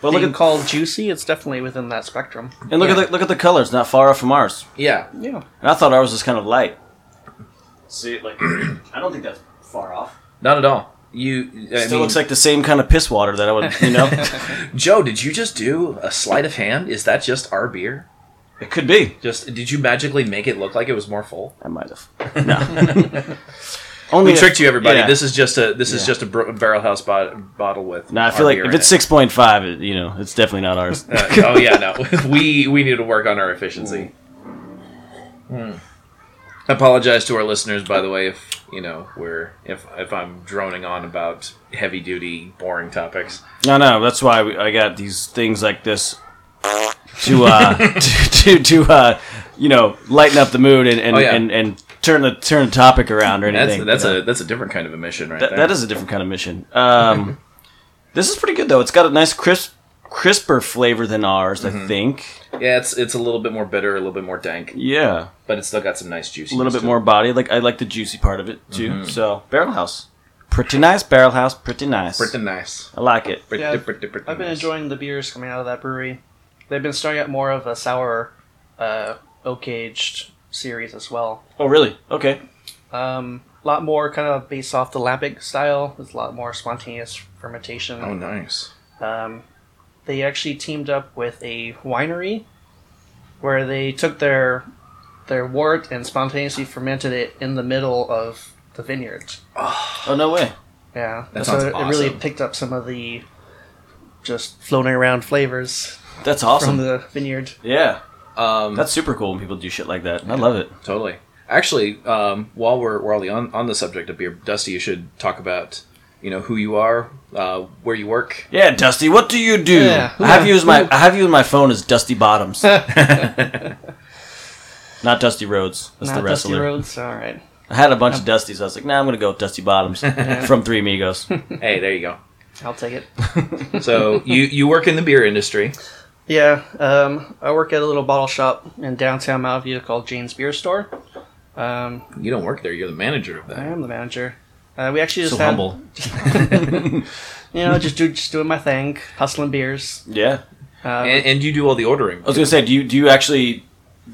Speaker 5: But
Speaker 8: being
Speaker 5: look at
Speaker 8: called juicy, it's definitely within that spectrum.
Speaker 5: and look at the look at the colors, not far off from ours.
Speaker 7: Yeah,
Speaker 8: Yeah.
Speaker 5: And I thought ours was kind of light. See, like I don't think that's far off.
Speaker 7: not at all. You I
Speaker 5: Still
Speaker 7: mean,
Speaker 5: looks like the same kind of piss water that I would, you know.
Speaker 7: (laughs) Joe, did you just do a sleight of hand? Is that just our beer?
Speaker 5: it could be.
Speaker 7: Just did you magically make it look like it was more full?
Speaker 5: I might have.
Speaker 7: (laughs)
Speaker 5: No. Only
Speaker 7: We tricked you, everybody.
Speaker 5: Oh, yeah.
Speaker 7: This is just a this is
Speaker 5: Yeah.
Speaker 7: just a br- barrel house bo- bottle with.
Speaker 5: No, I
Speaker 7: our
Speaker 5: feel like
Speaker 7: beer
Speaker 5: if
Speaker 7: in
Speaker 5: it's
Speaker 7: it.
Speaker 5: six point five, it, you know, it's definitely not
Speaker 7: (laughs)
Speaker 5: ours.
Speaker 7: Uh, oh yeah, no, we we need to work on our efficiency.
Speaker 5: Mm.
Speaker 7: I apologize to our listeners, by the way, if you know we're if if I'm droning on about heavy duty, boring topics.
Speaker 5: No, no, that's why we, I got these things like this to
Speaker 7: (laughs)
Speaker 5: uh (laughs) to to, to uh you know lighten up the mood and and,
Speaker 7: Oh, yeah.
Speaker 5: and, and turn the turn the topic around or
Speaker 7: That's
Speaker 5: anything.
Speaker 7: that's
Speaker 5: you know.
Speaker 7: a that's a different kind of a mission, right
Speaker 5: That-
Speaker 7: there.
Speaker 5: that is a different kind of mission. Um,
Speaker 7: (laughs)
Speaker 5: this is pretty good though. It's got a nice crisp crisper flavor than ours,
Speaker 7: Mm-hmm.
Speaker 5: I think.
Speaker 7: yeah, it's it's a little bit more bitter, a little bit more dank,
Speaker 5: Yeah,
Speaker 7: but it's still got some nice juice.
Speaker 5: a little bit more body. Like I like the juicy part of it too.
Speaker 7: Mm-hmm.
Speaker 5: So barrel house, pretty nice. Barrel house, pretty nice.
Speaker 7: pretty nice.
Speaker 5: I like it.
Speaker 7: Pretty,
Speaker 8: Yeah, I've-
Speaker 7: pretty, pretty
Speaker 8: I've been
Speaker 7: nice.
Speaker 8: enjoying the beers coming out of that brewery. They've been starting out more of a sour, uh, oak aged series as well.
Speaker 5: Oh really? Okay.
Speaker 8: Um, a lot more kind of based off the lambic style. There's a lot more spontaneous fermentation.
Speaker 7: Oh, nice.
Speaker 8: Um, they actually teamed up with a winery where they took their their wort and spontaneously fermented it in the middle of the vineyard.
Speaker 5: Oh no way.
Speaker 8: Yeah,
Speaker 7: That
Speaker 8: so
Speaker 7: sounds
Speaker 8: it really
Speaker 7: awesome.
Speaker 8: picked up some of the just floating around flavors
Speaker 5: That's awesome.
Speaker 8: from the vineyard.
Speaker 5: yeah,
Speaker 7: Um,
Speaker 5: that's super cool when people do shit like that. I love it.
Speaker 7: Totally. Actually, um, while we're we're already on, on the subject of beer, Dusty, you should talk about you know who you are, uh, where
Speaker 5: (laughs)
Speaker 7: you work.
Speaker 5: Yeah, Dusty, what do you do?
Speaker 8: Yeah,
Speaker 5: I have you as my I have you in my phone as Dusty
Speaker 8: (laughs)
Speaker 5: Bottoms. (laughs) Not Dusty Rhodes. That's the
Speaker 8: Not
Speaker 5: wrestler.
Speaker 8: Dusty Roads. All right.
Speaker 5: I had a bunch of Dusties. I was like, nah, I'm gonna go with Dusty
Speaker 8: (laughs)
Speaker 5: Bottoms from Three Amigos.
Speaker 7: Hey, there you go.
Speaker 8: I'll take it.
Speaker 7: So you you work in the beer industry.
Speaker 8: (laughs) Yeah, um, I work at a little bottle shop in downtown Mountain View called Jane's Beer Store. Um,
Speaker 7: You don't work there. You're the manager of
Speaker 8: I
Speaker 7: that.
Speaker 8: am the manager. Uh, we actually just
Speaker 5: so
Speaker 8: had,
Speaker 5: humble.
Speaker 8: you know,
Speaker 5: (laughs)
Speaker 8: just do just doing my thing, hustling beers.
Speaker 5: Yeah.
Speaker 8: Um,
Speaker 7: And, and you do all the ordering.
Speaker 5: I was gonna say, do you do you actually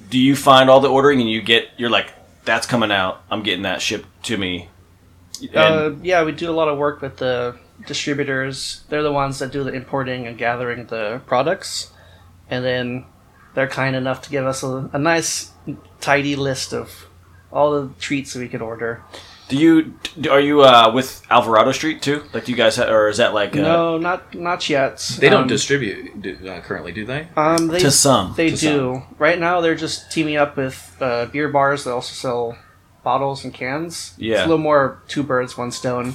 Speaker 5: do you find all the ordering and you get you're like, that's coming out, I'm getting that shipped to me. And,
Speaker 8: uh, yeah, we do a lot of work with the distributors. They're the ones that do the importing and gathering the products, and then they're kind enough to give us a, a nice, tidy list of all the treats that we could order.
Speaker 5: do you d- are you uh, with Alvarado Street too? Like, do you guys ha- or is that like uh,
Speaker 8: No, not not yet.
Speaker 7: They don't
Speaker 8: Um,
Speaker 7: distribute do, uh, currently, do they?
Speaker 8: Um, they
Speaker 5: to some?
Speaker 8: They
Speaker 7: to
Speaker 8: do. Right now, they're just teaming up with uh, beer bars that also sell bottles and cans.
Speaker 5: Yeah.
Speaker 8: It's a little more two birds, one stone.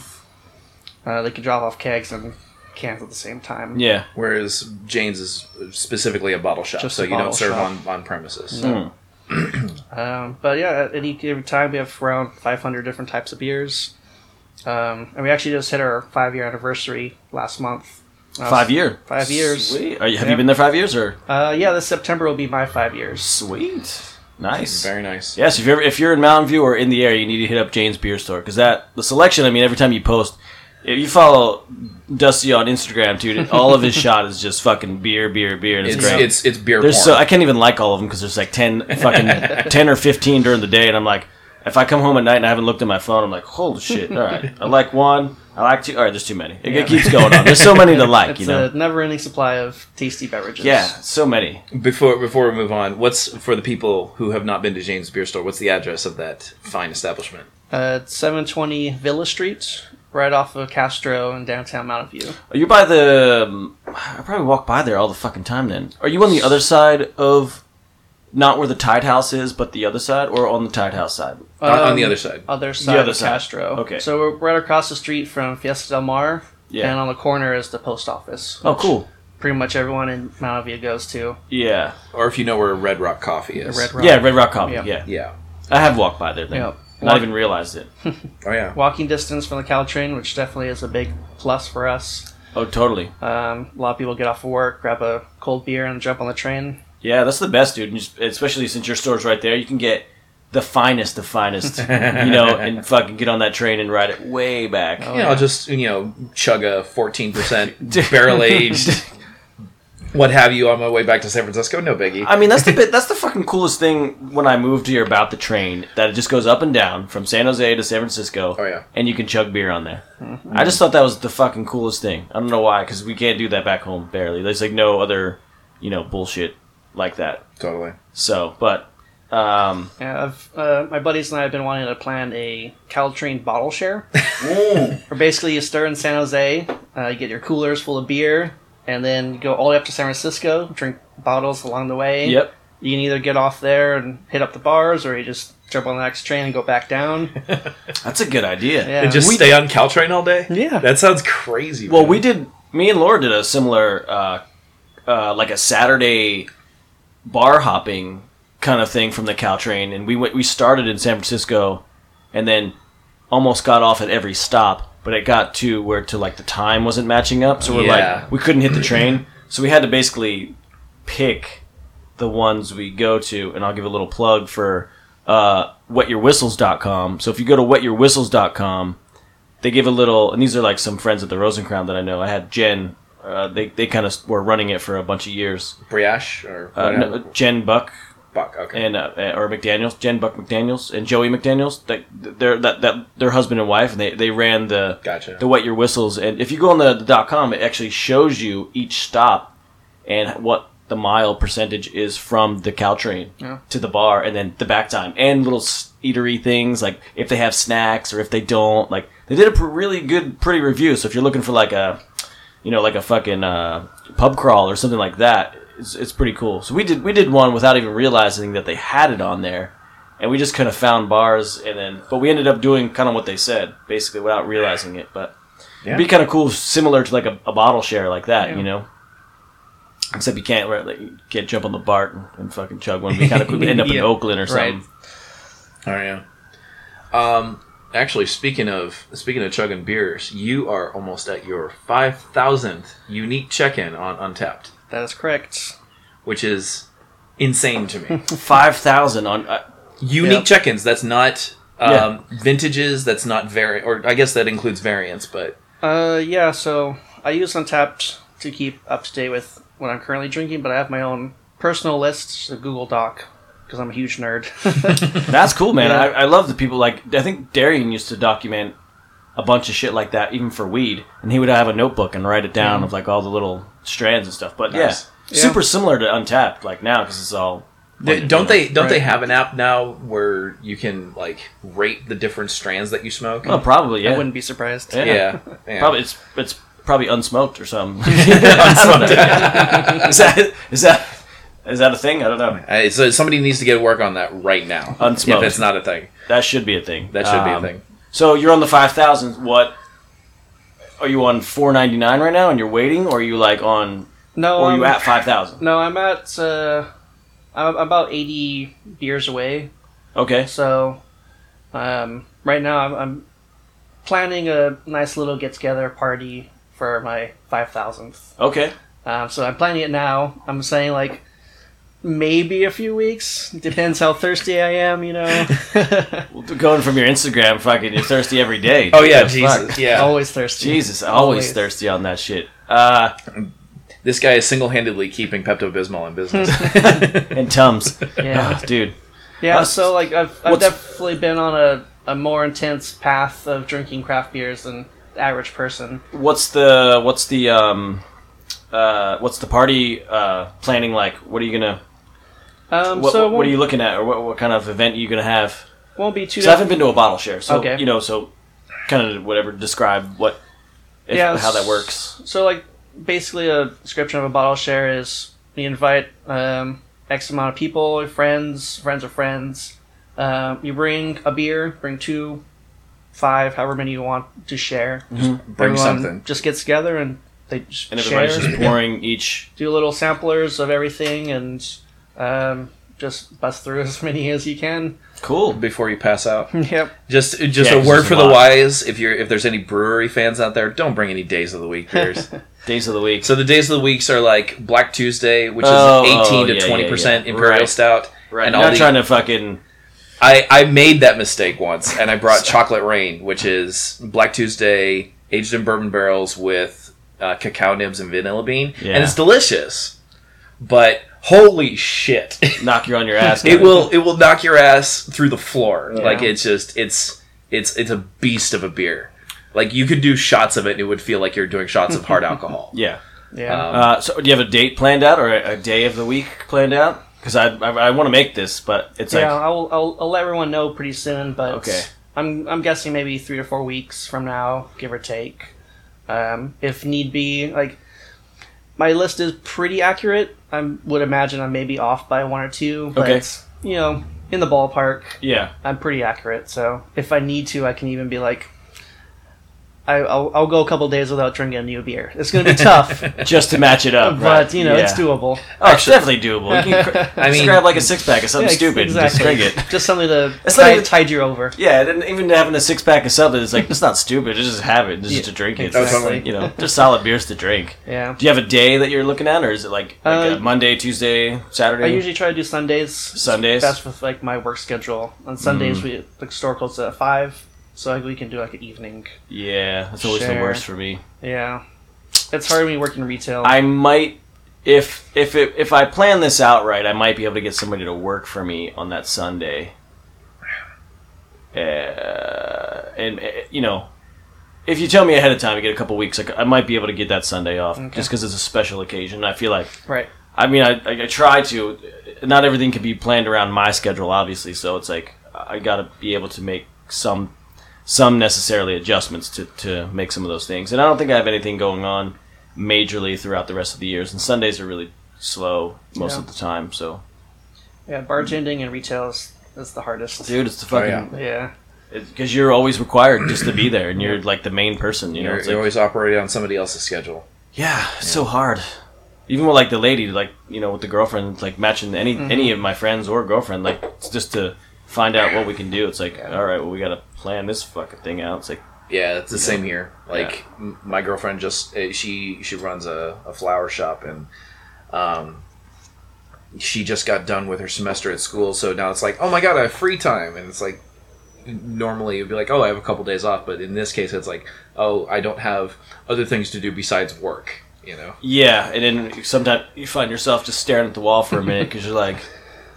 Speaker 8: Uh, they can drop off kegs and cans at the same time.
Speaker 5: yeah.
Speaker 7: Whereas Jane's is specifically a bottle shop,
Speaker 8: Just
Speaker 7: so
Speaker 8: a
Speaker 7: you don't
Speaker 8: bottle
Speaker 7: serve
Speaker 8: shop.
Speaker 7: on on premises.
Speaker 8: Um, but yeah, at any given time, we have around 500 different types of beers. Um, and we actually just hit our five year anniversary last month. Uh,
Speaker 5: Five year.
Speaker 8: Five years.
Speaker 5: Sweet. Are you, have
Speaker 8: Yeah.
Speaker 5: you been there five years or?
Speaker 8: Uh, yeah, this September will be my five years.
Speaker 5: Sweet. Nice.
Speaker 7: Very nice.
Speaker 5: Yes, if you're if you're in Mountain View or in the area, you need to hit up Jane's Beer Store because that the selection. I mean, every time you post, if you follow Dusty on Instagram, dude, all of his (laughs) shot is just fucking beer, beer, beer. And it's,
Speaker 7: It's,
Speaker 5: great.
Speaker 7: it's it's beer
Speaker 5: there's
Speaker 7: porn.
Speaker 5: so
Speaker 8: uh,
Speaker 5: I can't even like all of them because there's like (laughs) ten fucking ten or fifteen during the day, and I'm like, if I come home at night and I haven't looked at my phone, I'm like, holy shit! All right, (laughs) I like one, I like two. All right, there's too many. It, it keeps going on. There's so many to like,
Speaker 8: It's
Speaker 5: you know.
Speaker 8: a never ending supply of tasty beverages.
Speaker 5: yeah, so many.
Speaker 7: Before before we move on, what's for the people who have not been to Jane's Beer Store? What's the address of that fine establishment?
Speaker 8: Uh, it's 720 Villa Street, right off of Castro in downtown Mountain View.
Speaker 5: Are you by the? Um, I probably walk by there all the fucking time. Then are you on the other side of, not where the Tide House is, but the other side, or on the Tide House side?
Speaker 7: On- on
Speaker 8: Um,
Speaker 7: the other side.
Speaker 8: Other side
Speaker 5: other
Speaker 8: of
Speaker 5: side.
Speaker 8: Castro.
Speaker 5: Okay.
Speaker 8: So we're right across the street from Fiesta Del Mar,
Speaker 5: Yeah.
Speaker 8: and on the corner is the post office.
Speaker 5: Oh, cool.
Speaker 8: Pretty much everyone in Mountain View goes to
Speaker 5: Yeah,
Speaker 7: Or if you know where Red Rock Coffee
Speaker 8: the
Speaker 7: is.
Speaker 8: Red Rock.
Speaker 5: yeah, Red Rock Coffee. Yeah.
Speaker 8: Yeah.
Speaker 7: Yeah.
Speaker 5: I have walked by there. Then.
Speaker 8: Yeah.
Speaker 5: Not even realized it.
Speaker 7: Oh yeah.
Speaker 8: Walking distance from the Caltrain, which definitely is a big plus for us.
Speaker 5: Oh, totally.
Speaker 8: Um, a lot of people get off of work, grab a cold beer, and jump on the train.
Speaker 5: Yeah, that's the best, dude. And just- especially since your store's right there, you can get the finest, the finest, you know, and fucking get on that train and ride it way
Speaker 8: Oh,
Speaker 7: Oh,
Speaker 5: back.
Speaker 8: (laughs)
Speaker 7: you know, just you know, chug a fourteen percent barrel aged what have you on my way back to San Francisco. No biggie.
Speaker 5: I mean, that's the bit. That's the fucking coolest thing when I moved here about the train that it just goes up and down from San Jose to San Francisco.
Speaker 7: Oh, yeah.
Speaker 5: and you can chug beer on there. I just thought that was the fucking coolest thing. I don't know why, because we can't do that back home. Barely. There's like no other, you know, bullshit like that.
Speaker 7: totally.
Speaker 5: So, but um,
Speaker 8: Yeah, I've, uh, my buddies and I have been wanting to plan a Caltrain bottle share. (laughs) Where basically you start in San Jose, uh, you get your coolers full of beer, and then you go all the way up to San Francisco, drink bottles along the way.
Speaker 5: yep.
Speaker 8: You can either get off there and hit up the bars, or you just jump on the next train and go back down.
Speaker 5: That's a good idea.
Speaker 8: Yeah.
Speaker 7: And just
Speaker 5: We-
Speaker 7: stay on Caltrain all day.
Speaker 8: Yeah.
Speaker 7: that sounds crazy.
Speaker 5: Well,
Speaker 7: man.
Speaker 5: we did. Me and Laura did a similar, uh, uh, like a Saturday bar hopping kind of thing from the Caltrain, and we went. We started in San Francisco, and then almost got off at every stop. But it got to where to like the time wasn't matching up, so we're
Speaker 7: Yeah.
Speaker 5: like we couldn't hit the train, so we had to basically pick the ones we go to. And I'll give a little plug for uh, wetyourwhistles.com. So if you go to wetyourwhistles.com, they give a little, and these are like some friends at the Rosencrown that I know. I had Jen. Uh, they they kind of were running it for a bunch of years.
Speaker 7: Briash or
Speaker 5: Uh,
Speaker 7: whatever.
Speaker 5: no, Jen Buck
Speaker 7: Fuck, okay.
Speaker 5: and uh, or McDaniel's, Jen Buck McDaniel's, and Joey McDaniel's. That they're that, that their husband and wife, and they, they ran the
Speaker 7: Gotcha.
Speaker 5: the wet your whistles. And if you go on the, the dot com, it actually shows you each stop and what the mile percentage is from the Caltrain
Speaker 8: Yeah.
Speaker 5: to the bar, and then the back time and little s- eatery things like if they have snacks or if they don't. Like they did a pr- really good, pretty review. So if you're looking for like a you know, like a fucking uh, pub crawl or something like that. It's, it's pretty cool. So we did we did one without even realizing that they had it on there, and we just kind of found bars and then, but we ended up doing kind of what they said basically without realizing it. But it'd be kind of cool, similar to like a, a bottle share like that, you know. Except you can't like, you can't jump on the BART and, and fucking chug one. We kind of
Speaker 8: (laughs)
Speaker 5: could end up in
Speaker 8: Yeah.
Speaker 5: Oakland or something.
Speaker 8: Right.
Speaker 7: Oh yeah. Um, actually, speaking of speaking of chugging beers, you are almost at your five thousandth unique check-in on Untapped,
Speaker 8: that is correct.
Speaker 7: which is insane to (laughs) me.
Speaker 5: Five thousand on uh,
Speaker 7: unique
Speaker 8: Yeah.
Speaker 7: check-ins. That's not um, vintages. That's not vari or I guess that includes variants, but
Speaker 8: Uh, yeah, so I use Untapped to keep up to date with what I'm currently drinking, but I have my own personal list, the Google Doc, because I'm a huge nerd. (laughs)
Speaker 5: That's cool, man.
Speaker 8: Yeah.
Speaker 5: I, I love the people like I think Darian used to document a bunch of shit like that, even for weed, and he would have a notebook and write it down of like all the little strands and stuff. But
Speaker 7: Nice.
Speaker 5: yeah,
Speaker 8: Yeah.
Speaker 5: super similar to Untapped, like now because it's all
Speaker 7: They- don't they don't they
Speaker 8: Right.
Speaker 7: have an app now where you can like rate the different strands that you smoke?
Speaker 5: well, probably yeah,
Speaker 8: I wouldn't be surprised.
Speaker 5: Oh, yeah.
Speaker 7: yeah, yeah. (laughs)
Speaker 5: probably (laughs) it's it's probably unsmoked or something. (laughs) I don't
Speaker 7: (laughs)
Speaker 5: know. is that is that is that a thing? I don't know.
Speaker 7: Uh, so somebody needs to get to work on that right now.
Speaker 5: Unsmoked.
Speaker 7: If it's not a thing,
Speaker 5: That should be a thing.
Speaker 7: that should be a
Speaker 5: Um,
Speaker 7: thing.
Speaker 5: So you're on the five thousand. What are you on four ninety nine right now, and you're waiting, or are you like on?
Speaker 8: No,
Speaker 5: Or are you
Speaker 8: um,
Speaker 5: at five thousand?
Speaker 8: No, I'm at uh, I'm about 80 beers away.
Speaker 5: Okay.
Speaker 8: So, um, right now I'm, I'm planning a nice little get together party for my 5,000th.
Speaker 5: Okay.
Speaker 8: Um, so I'm planning it now. I'm saying like maybe a few weeks. Depends how thirsty I am, you
Speaker 5: (laughs)
Speaker 8: know.
Speaker 5: Going from your Instagram, fucking, you're thirsty every day.
Speaker 7: (laughs) Oh yeah,
Speaker 5: Fuck.
Speaker 7: Jesus, yeah.
Speaker 8: Always thirsty.
Speaker 5: Jesus, always,
Speaker 8: Always.
Speaker 5: thirsty on that shit. Uh,
Speaker 7: This guy is single-handedly keeping Pepto Bismol in business. (laughs)
Speaker 5: and Tums.
Speaker 8: (laughs) Yeah.
Speaker 5: Ah, dude.
Speaker 8: Yeah,
Speaker 5: Uh,
Speaker 8: so like I've, I've
Speaker 5: what's-
Speaker 8: definitely been on a, a more intense path of drinking craft beers than the average person.
Speaker 5: What's the, what's the, um, uh, what's the party, uh, planning like? What are you gonna,
Speaker 8: Um,
Speaker 5: what,
Speaker 8: so
Speaker 5: what, what
Speaker 8: it
Speaker 5: are
Speaker 8: won't-
Speaker 5: you looking at, or what, what kind of event are you gonna have?
Speaker 8: won't be too
Speaker 5: Because I haven't been to a bottle share, so,
Speaker 8: Okay.
Speaker 5: you know, so kind of whatever, describe what, if,
Speaker 8: Yeah,
Speaker 5: how that
Speaker 8: s-
Speaker 5: works.
Speaker 8: So, like, basically, a description of a bottle share is you invite um, X amount of people, friends, friends of friends. Um, you bring a beer, bring two, five, however many you want to share.
Speaker 7: Bring
Speaker 8: Everyone
Speaker 7: something.
Speaker 8: Just gets together and they just
Speaker 5: And
Speaker 8: share,
Speaker 5: everybody's just pouring each,
Speaker 8: do little samplers of everything, and um, just bust through (laughs) as many as you can.
Speaker 5: cool.
Speaker 7: Before you pass out,
Speaker 8: Yep.
Speaker 7: just just
Speaker 5: Yeah,
Speaker 7: a
Speaker 5: 'cause
Speaker 7: word
Speaker 5: there's
Speaker 7: for
Speaker 5: a
Speaker 7: the
Speaker 5: lot.
Speaker 7: wise. If you're if there's any brewery fans out there, don't bring any days of the
Speaker 5: (laughs)
Speaker 7: week beers.
Speaker 5: Days of the week.
Speaker 7: so the days of the weeks are like Black Tuesday, which
Speaker 5: Oh,
Speaker 7: is
Speaker 5: oh,
Speaker 7: eighteen
Speaker 5: yeah,
Speaker 7: to
Speaker 5: yeah,
Speaker 7: twenty percent
Speaker 5: yeah.
Speaker 7: imperial
Speaker 5: Right.
Speaker 7: stout.
Speaker 5: Right.
Speaker 7: And
Speaker 5: I'm
Speaker 7: all
Speaker 5: not
Speaker 7: the,
Speaker 5: trying to fucking,
Speaker 7: I, I made that mistake once, and I brought Chocolate Rain, which is Black Tuesday aged in bourbon barrels with uh, cacao nibs and vanilla bean,
Speaker 5: Yeah.
Speaker 7: and it's delicious. but holy shit, (laughs)
Speaker 5: knock you on your ass.
Speaker 7: it
Speaker 5: kinda.
Speaker 7: will it will knock your ass through the floor.
Speaker 8: Yeah.
Speaker 7: Like it's just it's it's it's a beast of a beer. Like you could do shots of it, and it would feel like you're doing shots of
Speaker 5: (laughs)
Speaker 7: hard alcohol.
Speaker 5: Yeah.
Speaker 8: Yeah.
Speaker 7: Um,
Speaker 5: Uh, so, do you have a date planned out or a, a day of the week planned out? Because I I, I want to make this, but it's
Speaker 8: yeah,
Speaker 5: like
Speaker 8: I'll, I'll I'll let everyone know pretty soon, but
Speaker 5: Okay.
Speaker 8: I'm I'm guessing maybe three or four weeks from now, give or take, um, if need be. Like my list is pretty accurate. I would imagine I'm maybe off by one or two, but
Speaker 5: Okay.
Speaker 8: you know, in the ballpark,
Speaker 5: yeah.
Speaker 8: I'm pretty accurate. So if I need to, I can even be like. I, I'll, I'll go a couple days without drinking a new beer. It's
Speaker 5: (laughs)
Speaker 8: going to be tough,
Speaker 5: just to match it up.
Speaker 8: but you know
Speaker 5: Oh, yeah.
Speaker 8: it's doable.
Speaker 5: Oh, it's definitely doable. You
Speaker 8: (laughs)
Speaker 5: can cr-
Speaker 7: I
Speaker 5: just
Speaker 7: mean,
Speaker 5: grab like a six pack of something
Speaker 8: Yeah,
Speaker 5: stupid and just drink it.
Speaker 8: Just something to
Speaker 5: It's not
Speaker 8: tide,
Speaker 5: even-
Speaker 8: tide you over.
Speaker 5: Yeah, and even having a six pack of something, it's like it's not stupid. It's just have it, it's just to drink it. It's
Speaker 8: exactly.
Speaker 5: just, like, you know, just solid beers to drink.
Speaker 8: Yeah.
Speaker 5: Do you have a day that you're looking at, or is it like, like
Speaker 8: Uh,
Speaker 5: a Monday, Tuesday, Saturday?
Speaker 8: I ually try to do Sundays.
Speaker 5: Sundays? Mm.
Speaker 8: That's with like my work schedule. On Sundays, we the store closes at five, so like, we can do like an evening.
Speaker 5: yeah, that's always the
Speaker 8: Sure.
Speaker 5: worst for me.
Speaker 8: Yeah, it's hard when you work in retail.
Speaker 5: I might if if it, if I plan this out right, I might be able to get somebody to work for me on that Sunday. Uh, and uh, you know, if you tell me ahead of time, you get a couple weeks. Like I might be able to get that Sunday off just 'cause just because it's a special occasion. I feel like
Speaker 8: right.
Speaker 5: I mean, I, I, I try to. Not everything can be planned around my schedule, obviously. So it's like I gotta be able to make some some necessarily adjustments to to make some of those things. And I don't think I have anything going on majorly throughout the rest of the years. And Sundays are really slow most
Speaker 8: Yeah.
Speaker 5: of the time. So
Speaker 8: Yeah, bartending and retail is, is the hardest.
Speaker 5: dude, it's the
Speaker 7: Oh,
Speaker 5: fucking
Speaker 8: Yeah.
Speaker 5: because you're always required just to be there, and you're like the main person. You know,
Speaker 7: You're,
Speaker 5: it's
Speaker 7: you
Speaker 5: like,
Speaker 7: always operate on somebody else's schedule.
Speaker 5: Yeah, it's so hard. Even with like the lady, like you know, with the girlfriend, like matching any any of my friends or girlfriend, like it's just to find out what we can do. It's like, all right, well, we gotta plan this fucking thing out. It's like,
Speaker 7: Yeah, it's the same here. Like m- my girlfriend just uh, she she runs a, a flower shop and um she just got done with her semester at school, so now it's like, "Oh my god, I have free time." And it's like normally it'd be like, "Oh, I have a couple days off," but in this case it's like, "Oh, I don't have other things to do besides work." You know,
Speaker 5: yeah, and then sometimes you find yourself just staring at the wall for a minute because you're like,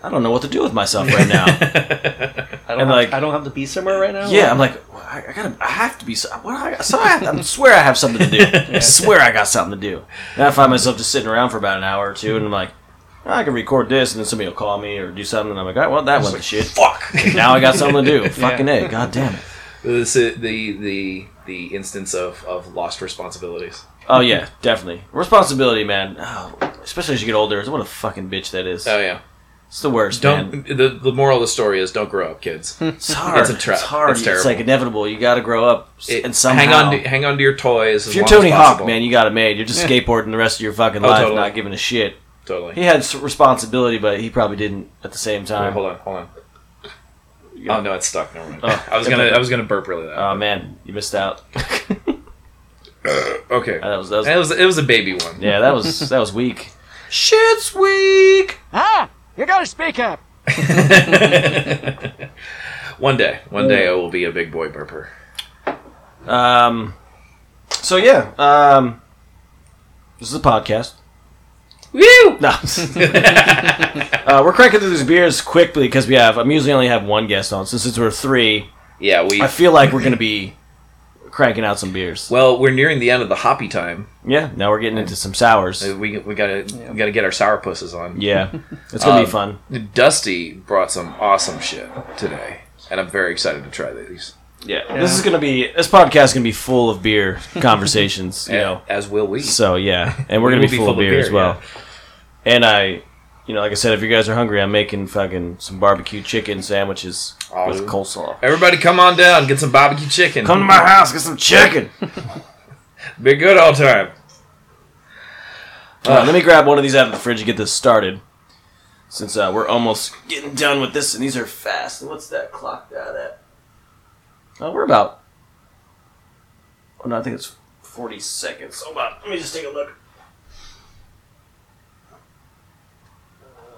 Speaker 5: I don't know what to do with myself right (laughs) now.
Speaker 8: I don't
Speaker 5: And,
Speaker 8: have,
Speaker 5: like-
Speaker 8: I don't have to be somewhere right
Speaker 7: Oh,
Speaker 8: now.
Speaker 5: yeah, I'm like, well, I, I gotta, I have to be. so- What I, so I, have, I swear I have something to do.
Speaker 7: (laughs)
Speaker 5: I swear I got something to do. And I find myself just sitting around for about an hour or two, and I'm like. I can record this, and then somebody will call me or do something, and I'm like, "All right, well, that went to shit." (laughs)
Speaker 7: (laughs) fuck.
Speaker 5: now I got something
Speaker 7: (laughs)
Speaker 5: to do. Fucking it. God damn it.
Speaker 7: this is the the the instance of of lost responsibilities.
Speaker 5: Oh, yeah, definitely. Responsibility, man. Oh, especially as you get older. What a fucking bitch that is.
Speaker 7: Oh yeah,
Speaker 5: It's the worst, man.
Speaker 7: don't. The, the moral of the story is don't grow up, kids.
Speaker 5: It's hard.
Speaker 7: (laughs) It's a trap.
Speaker 5: hard.
Speaker 7: It's
Speaker 5: It's,
Speaker 7: terrible.
Speaker 5: like inevitable. You got to grow up. s-
Speaker 7: It-
Speaker 5: and somehow.
Speaker 7: hang on, to, hang on to your toys.
Speaker 5: if
Speaker 7: as
Speaker 5: you're
Speaker 7: long
Speaker 5: Tony
Speaker 7: as
Speaker 5: Hawk,
Speaker 7: possible.
Speaker 5: man, you got it made. You're just skateboarding the rest of your fucking
Speaker 7: Oh,
Speaker 5: life,
Speaker 7: totally.
Speaker 5: not giving a shit.
Speaker 7: totally.
Speaker 5: He had s- responsibility, but he probably didn't at the same
Speaker 7: Wait,
Speaker 5: time.
Speaker 7: hold on, hold on.
Speaker 5: Yeah.
Speaker 7: Oh no, it's stuck. Never mind.
Speaker 5: Oh.
Speaker 7: I was gonna, I was gonna burp really loud.
Speaker 5: Oh, man. You missed
Speaker 7: (laughs)
Speaker 5: out.
Speaker 7: okay,
Speaker 5: That was, Oh. Uh, that was,
Speaker 7: it was it was a baby one.
Speaker 5: yeah, that was, that was weak. Shit's weak.
Speaker 7: (laughs) one day, one day I will be a big boy burper.
Speaker 5: Um, so yeah, um, this is a podcast. (laughs) Woo!
Speaker 7: (laughs)
Speaker 5: No, uh, we're cranking through these beers quickly because we have. I'm usually only have one guest on, so since we're three,
Speaker 7: Yeah, we.
Speaker 5: I feel like we're gonna be cranking out some beers.
Speaker 7: well, we're nearing the end of the hoppy time.
Speaker 5: Yeah, now we're getting into some sours.
Speaker 7: Uh, We, we gotta we gotta get our sourpusses on.
Speaker 5: Yeah, it's gonna be
Speaker 7: Um,
Speaker 5: fun.
Speaker 7: Dusty brought some awesome shit today, and I'm very excited to try these.
Speaker 5: Yeah. this is gonna be this podcast is gonna be full of (laughs) beer conversations. you know,
Speaker 7: as will we.
Speaker 5: So yeah, and we're gonna
Speaker 7: We'll
Speaker 5: be, full, of beer, as well.
Speaker 7: yeah.
Speaker 5: And I, you know, like I said, if you guys are hungry, I'm making fucking some barbecue chicken sandwiches
Speaker 7: Oh,
Speaker 5: with
Speaker 7: dude.
Speaker 5: coleslaw.
Speaker 7: Everybody, come on down, get some barbecue chicken.
Speaker 5: Come to my house, get some chicken.
Speaker 7: be good all time.
Speaker 5: Uh, let me grab one of these out of the fridge and get this started, since uh, we're almost getting done with this, and these are fast. And what's that clock out at? Uh, we're about. Oh no, I think it's forty seconds. Hold on, let me just take a look. Uh,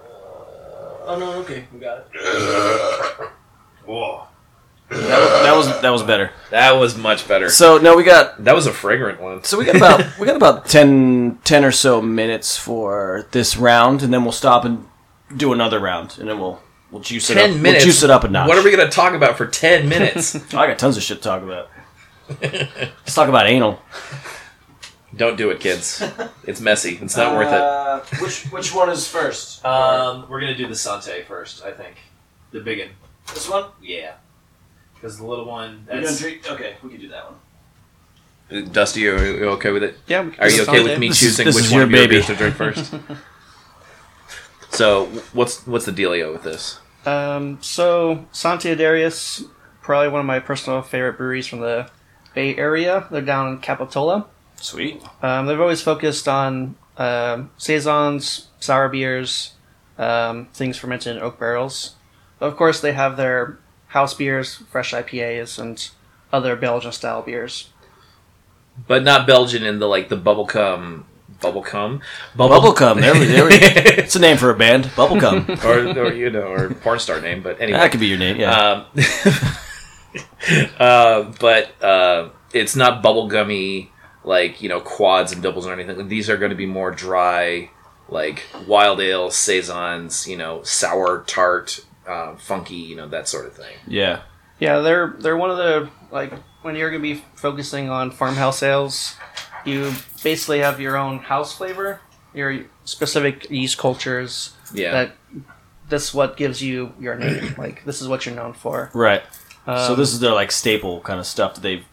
Speaker 5: oh no, okay, we got it.
Speaker 13: Whoa.
Speaker 5: That was, that was that was better.
Speaker 7: That was much better.
Speaker 5: So no, we got
Speaker 7: that was a fragrant one.
Speaker 5: So we got about we got about 10, 10 or so minutes for this round, and then we'll stop and do another round, and then we'll we'll (laughs) juice it up.
Speaker 7: Ten minutes.
Speaker 5: We'll juice it up a notch. Oh,
Speaker 7: What are we going to talk about for ten (laughs) minutes?
Speaker 5: I got tons of shit to talk about. Let's talk about anal.
Speaker 7: Don't do it, kids. It's messy. It's not worth it. Uh,
Speaker 5: Uh, which which one is first?
Speaker 14: Um, we're gonna do the Sante first, I think. The big one.
Speaker 5: This one.
Speaker 14: Yeah. Because the little one.
Speaker 5: We're
Speaker 14: That's,
Speaker 5: doing tre- okay, we can do that one.
Speaker 7: Uh, Dusty, are you okay with it?
Speaker 8: Yeah. we can
Speaker 7: Are you
Speaker 8: just
Speaker 7: okay
Speaker 8: on
Speaker 7: with
Speaker 8: it.
Speaker 7: me
Speaker 5: This is-
Speaker 7: choosing
Speaker 5: this
Speaker 7: which
Speaker 5: is
Speaker 7: one
Speaker 5: your
Speaker 7: of your
Speaker 5: baby.
Speaker 7: beers to
Speaker 5: (laughs)
Speaker 7: drink first? so what's what's the dealio with this?
Speaker 8: Um, so Santa Darius, probably one of my personal favorite breweries from the Bay Area. They're down in Capitola.
Speaker 5: Sweet.
Speaker 8: Um, they've always focused on um saisons, sour beers, um, things fermented in oak barrels. Of course, they have their house beers, fresh IPAs, and other Belgian style beers.
Speaker 7: But not Belgian in the like the bubblegum bubblegum
Speaker 5: Bubblegum. There we there we. It's a name for a band. Bubblegum.
Speaker 7: (laughs) or, or you know or porn star name, but anyway.
Speaker 5: that could be your name. Ah, Yeah.
Speaker 7: Um, (laughs) uh, but uh, it's not bubblegummy like you know quads and doubles or anything. These are going to be more dry, like wild ale, saisons, you know, sour, tart, uh, funky, you know, that sort of thing.
Speaker 5: yeah.
Speaker 8: Yeah, they're they're one of the like when you're gonna be focusing on farmhouse ales, you basically have your own house flavor, your specific yeast cultures.
Speaker 7: Yeah,
Speaker 8: That this what gives you your name. like this is what you're known for.
Speaker 5: Right.
Speaker 7: uh,
Speaker 5: so
Speaker 8: Um,
Speaker 5: this is their like staple kind of stuff that they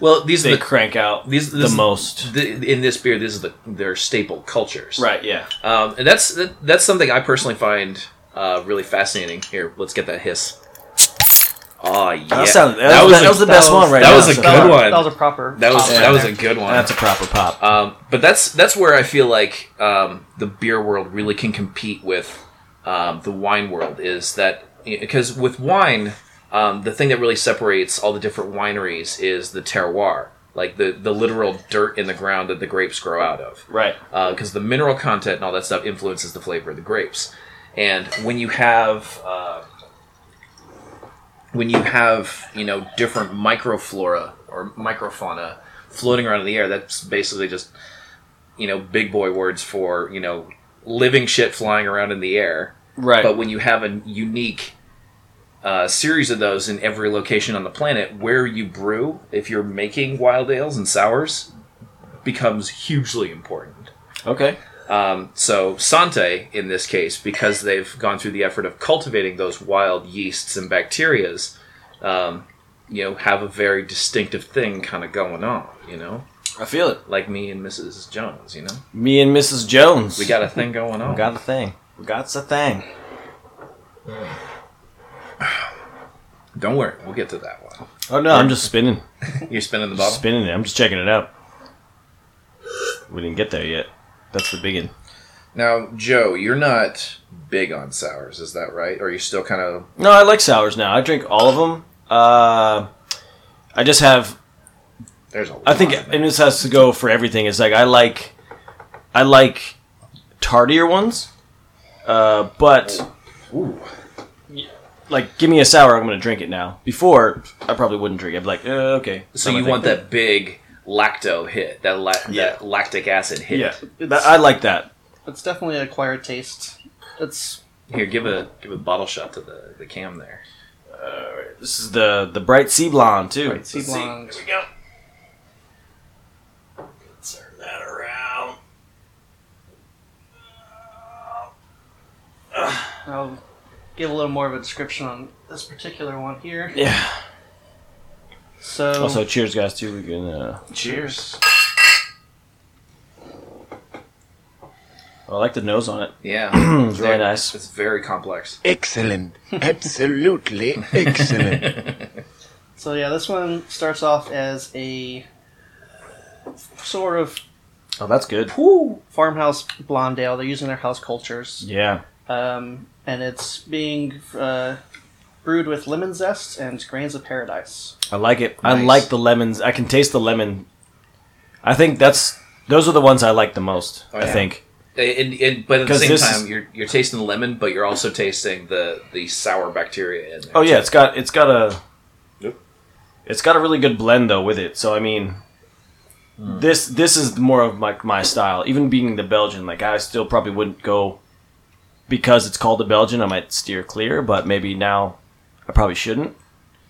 Speaker 7: Well, these
Speaker 5: they
Speaker 7: are the,
Speaker 5: crank out
Speaker 7: these
Speaker 5: the
Speaker 7: this-
Speaker 5: most.
Speaker 7: The, in this beer, this is the their staple cultures,
Speaker 5: Right. Yeah.
Speaker 7: Um, and that's that, that's something I personally find uh, really fascinating. Here, let's get that hiss. Oh yeah,
Speaker 5: That, sounded, that,
Speaker 7: That
Speaker 5: was,
Speaker 7: was
Speaker 5: that
Speaker 7: a-
Speaker 5: was the best
Speaker 8: that was-
Speaker 5: one right
Speaker 7: that
Speaker 5: now.
Speaker 7: was a
Speaker 5: so
Speaker 7: good
Speaker 5: far.
Speaker 7: one.
Speaker 8: That was a proper.
Speaker 7: that was
Speaker 8: pop
Speaker 7: that was
Speaker 8: there.
Speaker 7: a good one.
Speaker 5: That's a proper pop.
Speaker 7: Um, but that's that's where I feel like um, the beer world really can compete with um, the wine world is that because with wine, um, the thing that really separates all the different wineries is the terroir, like the the literal dirt in the ground that the grapes grow out of
Speaker 5: Right.
Speaker 7: because Uh, the mineral content and all that stuff influences the flavor of the grapes. And when you have uh, when you have you know different microflora or microfauna floating around in the air, that's basically just you know big boy words for you know living shit flying around in the air.
Speaker 5: Right.
Speaker 7: But when you have a unique uh, series of those in every location on the planet, where you brew, if you're making wild ales and sours, becomes hugely important.
Speaker 5: okay.
Speaker 7: Um, so Sante, in this case, because they've gone through the effort of cultivating those wild yeasts and bacterias, um, you know, have a very distinctive thing kind of going on. You know,
Speaker 5: I feel it.
Speaker 7: like me and Mrs. Jones. You know,
Speaker 5: Me and Mrs. Jones.
Speaker 7: we got a
Speaker 5: (laughs)
Speaker 7: thing going on.
Speaker 5: We got the thing. We got the thing.
Speaker 7: Don't worry, we'll get to that one.
Speaker 5: Oh no, I'm just spinning.
Speaker 7: You're spinning the
Speaker 5: Just
Speaker 7: bottle.
Speaker 5: spinning it. I'm just checking it out. We didn't get there yet. That's the big one.
Speaker 7: now, Joe, you're not big on sours, is that right? Or are you still kind of
Speaker 5: No, I like sours now. I drink all of them. Uh, I just have.
Speaker 7: there's a lot
Speaker 5: I think,
Speaker 7: in there.
Speaker 5: and this has to go for everything. It's like I like, I like tardier ones, uh, but
Speaker 7: Ooh.
Speaker 5: like give me a sour, I'm gonna drink it now. Before I probably wouldn't drink. it. I'd be like, uh, okay.
Speaker 7: So
Speaker 5: I'm
Speaker 7: you
Speaker 5: gonna
Speaker 7: want
Speaker 5: think-
Speaker 7: that big lacto hit, that, la-
Speaker 5: Yeah.
Speaker 7: that lactic acid hit.
Speaker 5: Yeah, That- I like that.
Speaker 8: It's definitely an acquired taste. It's
Speaker 7: Here, give a give a bottle shot to the, the cam there.
Speaker 5: Uh, This is the the bright sea blonde too.
Speaker 8: bright sea blonde.
Speaker 14: Here we go. Turn that around.
Speaker 8: I'll give a little more of a description on this particular one here.
Speaker 5: Yeah.
Speaker 8: So
Speaker 5: Also, cheers, guys. Too. We can. Uh,
Speaker 8: cheers.
Speaker 5: I like the nose on it.
Speaker 7: Hmm, Yeah,
Speaker 5: (clears throat) It's really nice.
Speaker 7: It's very complex.
Speaker 15: Excellent. Absolutely excellent.
Speaker 8: So yeah, this one starts off as a sort of
Speaker 5: Oh, that's good.
Speaker 8: farmhouse blonde ale. They're using their house cultures,
Speaker 5: Yeah.
Speaker 8: um, and it's being uh, brewed with lemon zest and grains of paradise.
Speaker 5: I like it. I
Speaker 7: Nice.
Speaker 5: like the lemons. I can taste the lemon. I think that's those are the ones I like the most.
Speaker 7: Oh,
Speaker 5: I
Speaker 7: yeah.
Speaker 5: think.
Speaker 7: And, and but at the
Speaker 5: 'Cause
Speaker 7: same
Speaker 5: this
Speaker 7: time,
Speaker 5: is-
Speaker 7: you're you're tasting the lemon, but you're also tasting the the sour bacteria in there.
Speaker 5: Oh yeah, it's got it's got a.
Speaker 7: Nope.
Speaker 5: It's got a really good blend though with it. So I mean,
Speaker 7: Hmm.
Speaker 5: this this is more of my my style. Even being the Belgian, like I still probably wouldn't go because it's called the Belgian. I might steer clear, but maybe now I probably shouldn't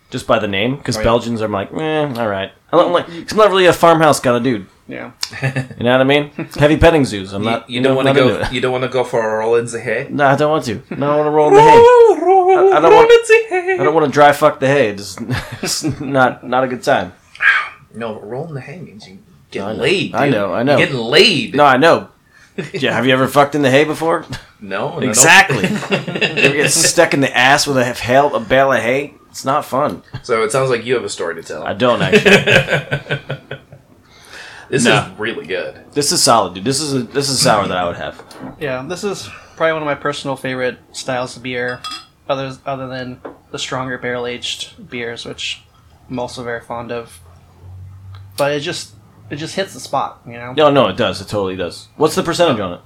Speaker 5: just by the name because
Speaker 7: Right.
Speaker 5: Belgians are like, eh, all right. I don't like. i I'm not really a farmhouse kind of dude.
Speaker 8: Yeah.
Speaker 5: You know what I
Speaker 7: (laughs)
Speaker 5: mean? Heavy petting zoos. I'm
Speaker 7: You,
Speaker 5: not.
Speaker 7: you don't want to
Speaker 5: not into
Speaker 7: go. (laughs)
Speaker 5: it.
Speaker 7: You don't want to go for a roll in the hay.
Speaker 5: No, I don't want to. No, I want to roll in the hay. I don't want- I don't want to dry fuck the hay. Just, it's (laughs) not not a good time.
Speaker 7: No, rolling the hay means you get
Speaker 5: I know.
Speaker 7: laid.
Speaker 5: I
Speaker 7: dude.
Speaker 5: know, I know.
Speaker 7: You're getting laid.
Speaker 5: No, I know. Yeah, have you ever fucked in the hay (laughs) before?
Speaker 7: no,
Speaker 5: (laughs)
Speaker 7: no,
Speaker 5: Exactly. You
Speaker 7: No.
Speaker 5: get stuck in the ass with a hail, a bale of hay. It's not fun.
Speaker 7: (laughs) so it sounds like you have a story to
Speaker 5: I
Speaker 7: tell.
Speaker 5: don't actually.
Speaker 7: This
Speaker 5: No.
Speaker 7: is really good.
Speaker 5: (laughs) This is solid, dude. This is a, this is sour that I would have.
Speaker 8: Yeah, this is probably one of my personal favorite styles of beer, other other than the stronger barrel aged beers, which I'm also very fond of. But it just it just hits the spot, you know.
Speaker 5: No, no, it does. It totally does. What's the percentage on it?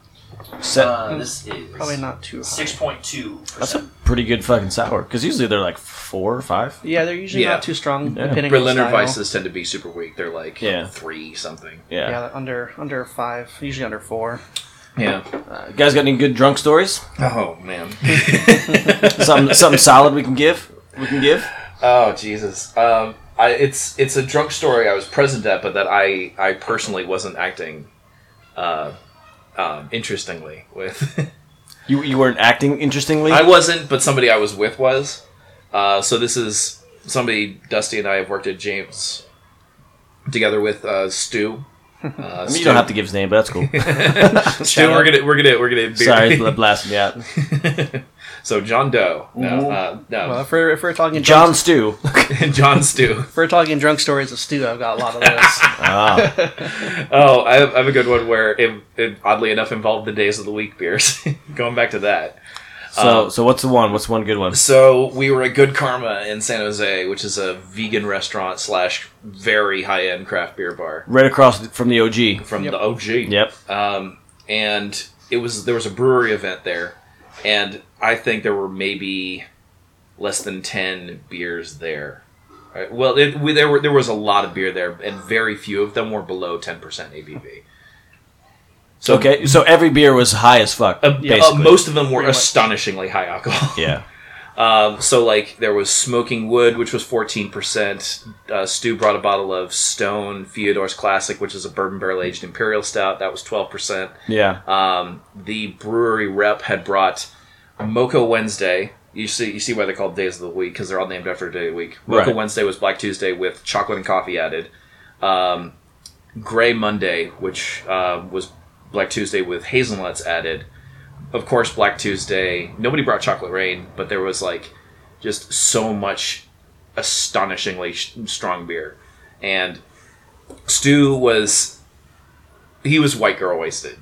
Speaker 5: Se-
Speaker 16: Uh, this is
Speaker 8: Probably not too high.
Speaker 16: Six point two.
Speaker 5: that's a pretty good fucking sour. Because usually they're like four or five.
Speaker 8: Yeah, they're usually
Speaker 7: Yeah.
Speaker 8: not too strong,
Speaker 5: Yeah.
Speaker 8: depending
Speaker 7: Berliner
Speaker 8: on the style.
Speaker 7: Weisses tend to be super weak. They're like
Speaker 5: Yeah.
Speaker 7: three something.
Speaker 5: Yeah.
Speaker 8: Yeah, they're under under five, usually under four.
Speaker 7: Yeah.
Speaker 5: You guys got any good drunk stories?
Speaker 7: Oh man. (laughs)
Speaker 5: Something something solid we can give. We can give.
Speaker 7: Oh Jesus! Um, I, it's it's a drunk story. I was present at, but that I I personally wasn't acting. Uh, um, interestingly, with (laughs)
Speaker 5: You you weren't acting interestingly.
Speaker 7: I wasn't, but somebody I was with was. Uh, so this is somebody Dusty and I have worked at James together with uh,
Speaker 5: (laughs)
Speaker 7: Stu. Uh,
Speaker 5: I mean, you don't have to give his name, but that's (laughs) cool.
Speaker 7: Stu, we're gonna we're gonna we're gonna. be- (laughs)
Speaker 5: Sorry, bl- blast me out.
Speaker 7: so John Doe, no, uh,
Speaker 5: Oh.
Speaker 8: Well,
Speaker 7: no,
Speaker 8: if we're, if we're talking
Speaker 5: John
Speaker 8: drunk,
Speaker 5: Stew.
Speaker 7: (laughs) John Stu.
Speaker 8: if we're talking drunk stories of stew, I've got a lot
Speaker 5: (laughs)
Speaker 8: of those.
Speaker 5: Ah,
Speaker 7: Oh, I have, I have a good one where it, it oddly enough involved the days of the week beers. (laughs) Going back to that. Um,
Speaker 5: so so what's the one? What's one good one?
Speaker 7: So we were at Good Karma in San Jose, which is a vegan restaurant slash very high end craft beer bar
Speaker 5: Right across from the OG.
Speaker 7: from the OG.
Speaker 5: Yep.
Speaker 7: Um, and it was there was a brewery event there, and I think there were maybe less than ten beers there. Uh, Well, it, we, there were there was a lot of beer there, and very few of them were below ten percent ABV. So
Speaker 5: Okay, so every beer was high as fuck.
Speaker 7: Uh,
Speaker 5: basically.
Speaker 7: uh, most of them were
Speaker 8: Pretty much.
Speaker 7: astonishingly high alcohol. (laughs)
Speaker 5: Yeah.
Speaker 7: Um, so like there was smoking wood, which was fourteen percent. Uh, Stu brought a bottle of Stone Feodor's Classic, which is a bourbon barrel aged imperial stout. That was twelve percent.
Speaker 5: Yeah.
Speaker 7: Um, the brewery rep had brought Mocha Wednesday. You see, you see why they're called days of the week because they're all named after a day of the week. Mocha
Speaker 5: Right.
Speaker 7: Wednesday was Black Tuesday with chocolate and coffee added. Um, Gray Monday, which uh, was Black Tuesday with hazelnuts added. Of course, Black Tuesday. Nobody brought chocolate rain, but there was like just so much astonishingly sh- strong beer, and Stu was he was white girl wasted.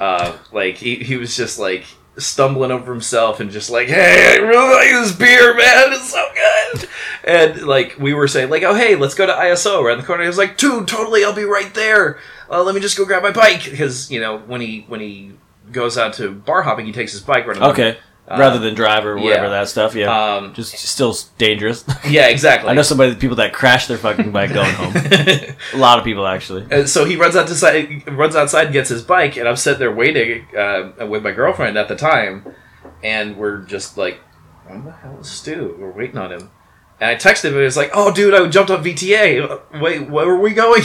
Speaker 7: Uh, like he, he was just like stumbling over himself and just like, hey, I really like this beer, man. It's so good. And like we were saying, like, oh hey, let's go to ISO around the corner. He was like, dude, totally, I'll be right there. Uh, let me just go grab my bike because you know when he when he goes out to bar hopping, he takes his bike running.
Speaker 5: Okay. Rather than drive or whatever
Speaker 7: uh, yeah.
Speaker 5: that stuff. Yeah.
Speaker 7: Um,
Speaker 5: Just still s- dangerous. (laughs)
Speaker 7: yeah, exactly.
Speaker 5: I know somebody people that crash their fucking bike going home.
Speaker 7: (laughs)
Speaker 5: a lot of people actually.
Speaker 7: And so he runs out to side, runs outside, and gets his bike, and I'm sitting there waiting uh, with my girlfriend at the time, and we're just like, "What the hell is Stu? We're waiting on him." And I texted him, and he's like, "Oh, dude, I jumped on VTA. Wait, where were we going?"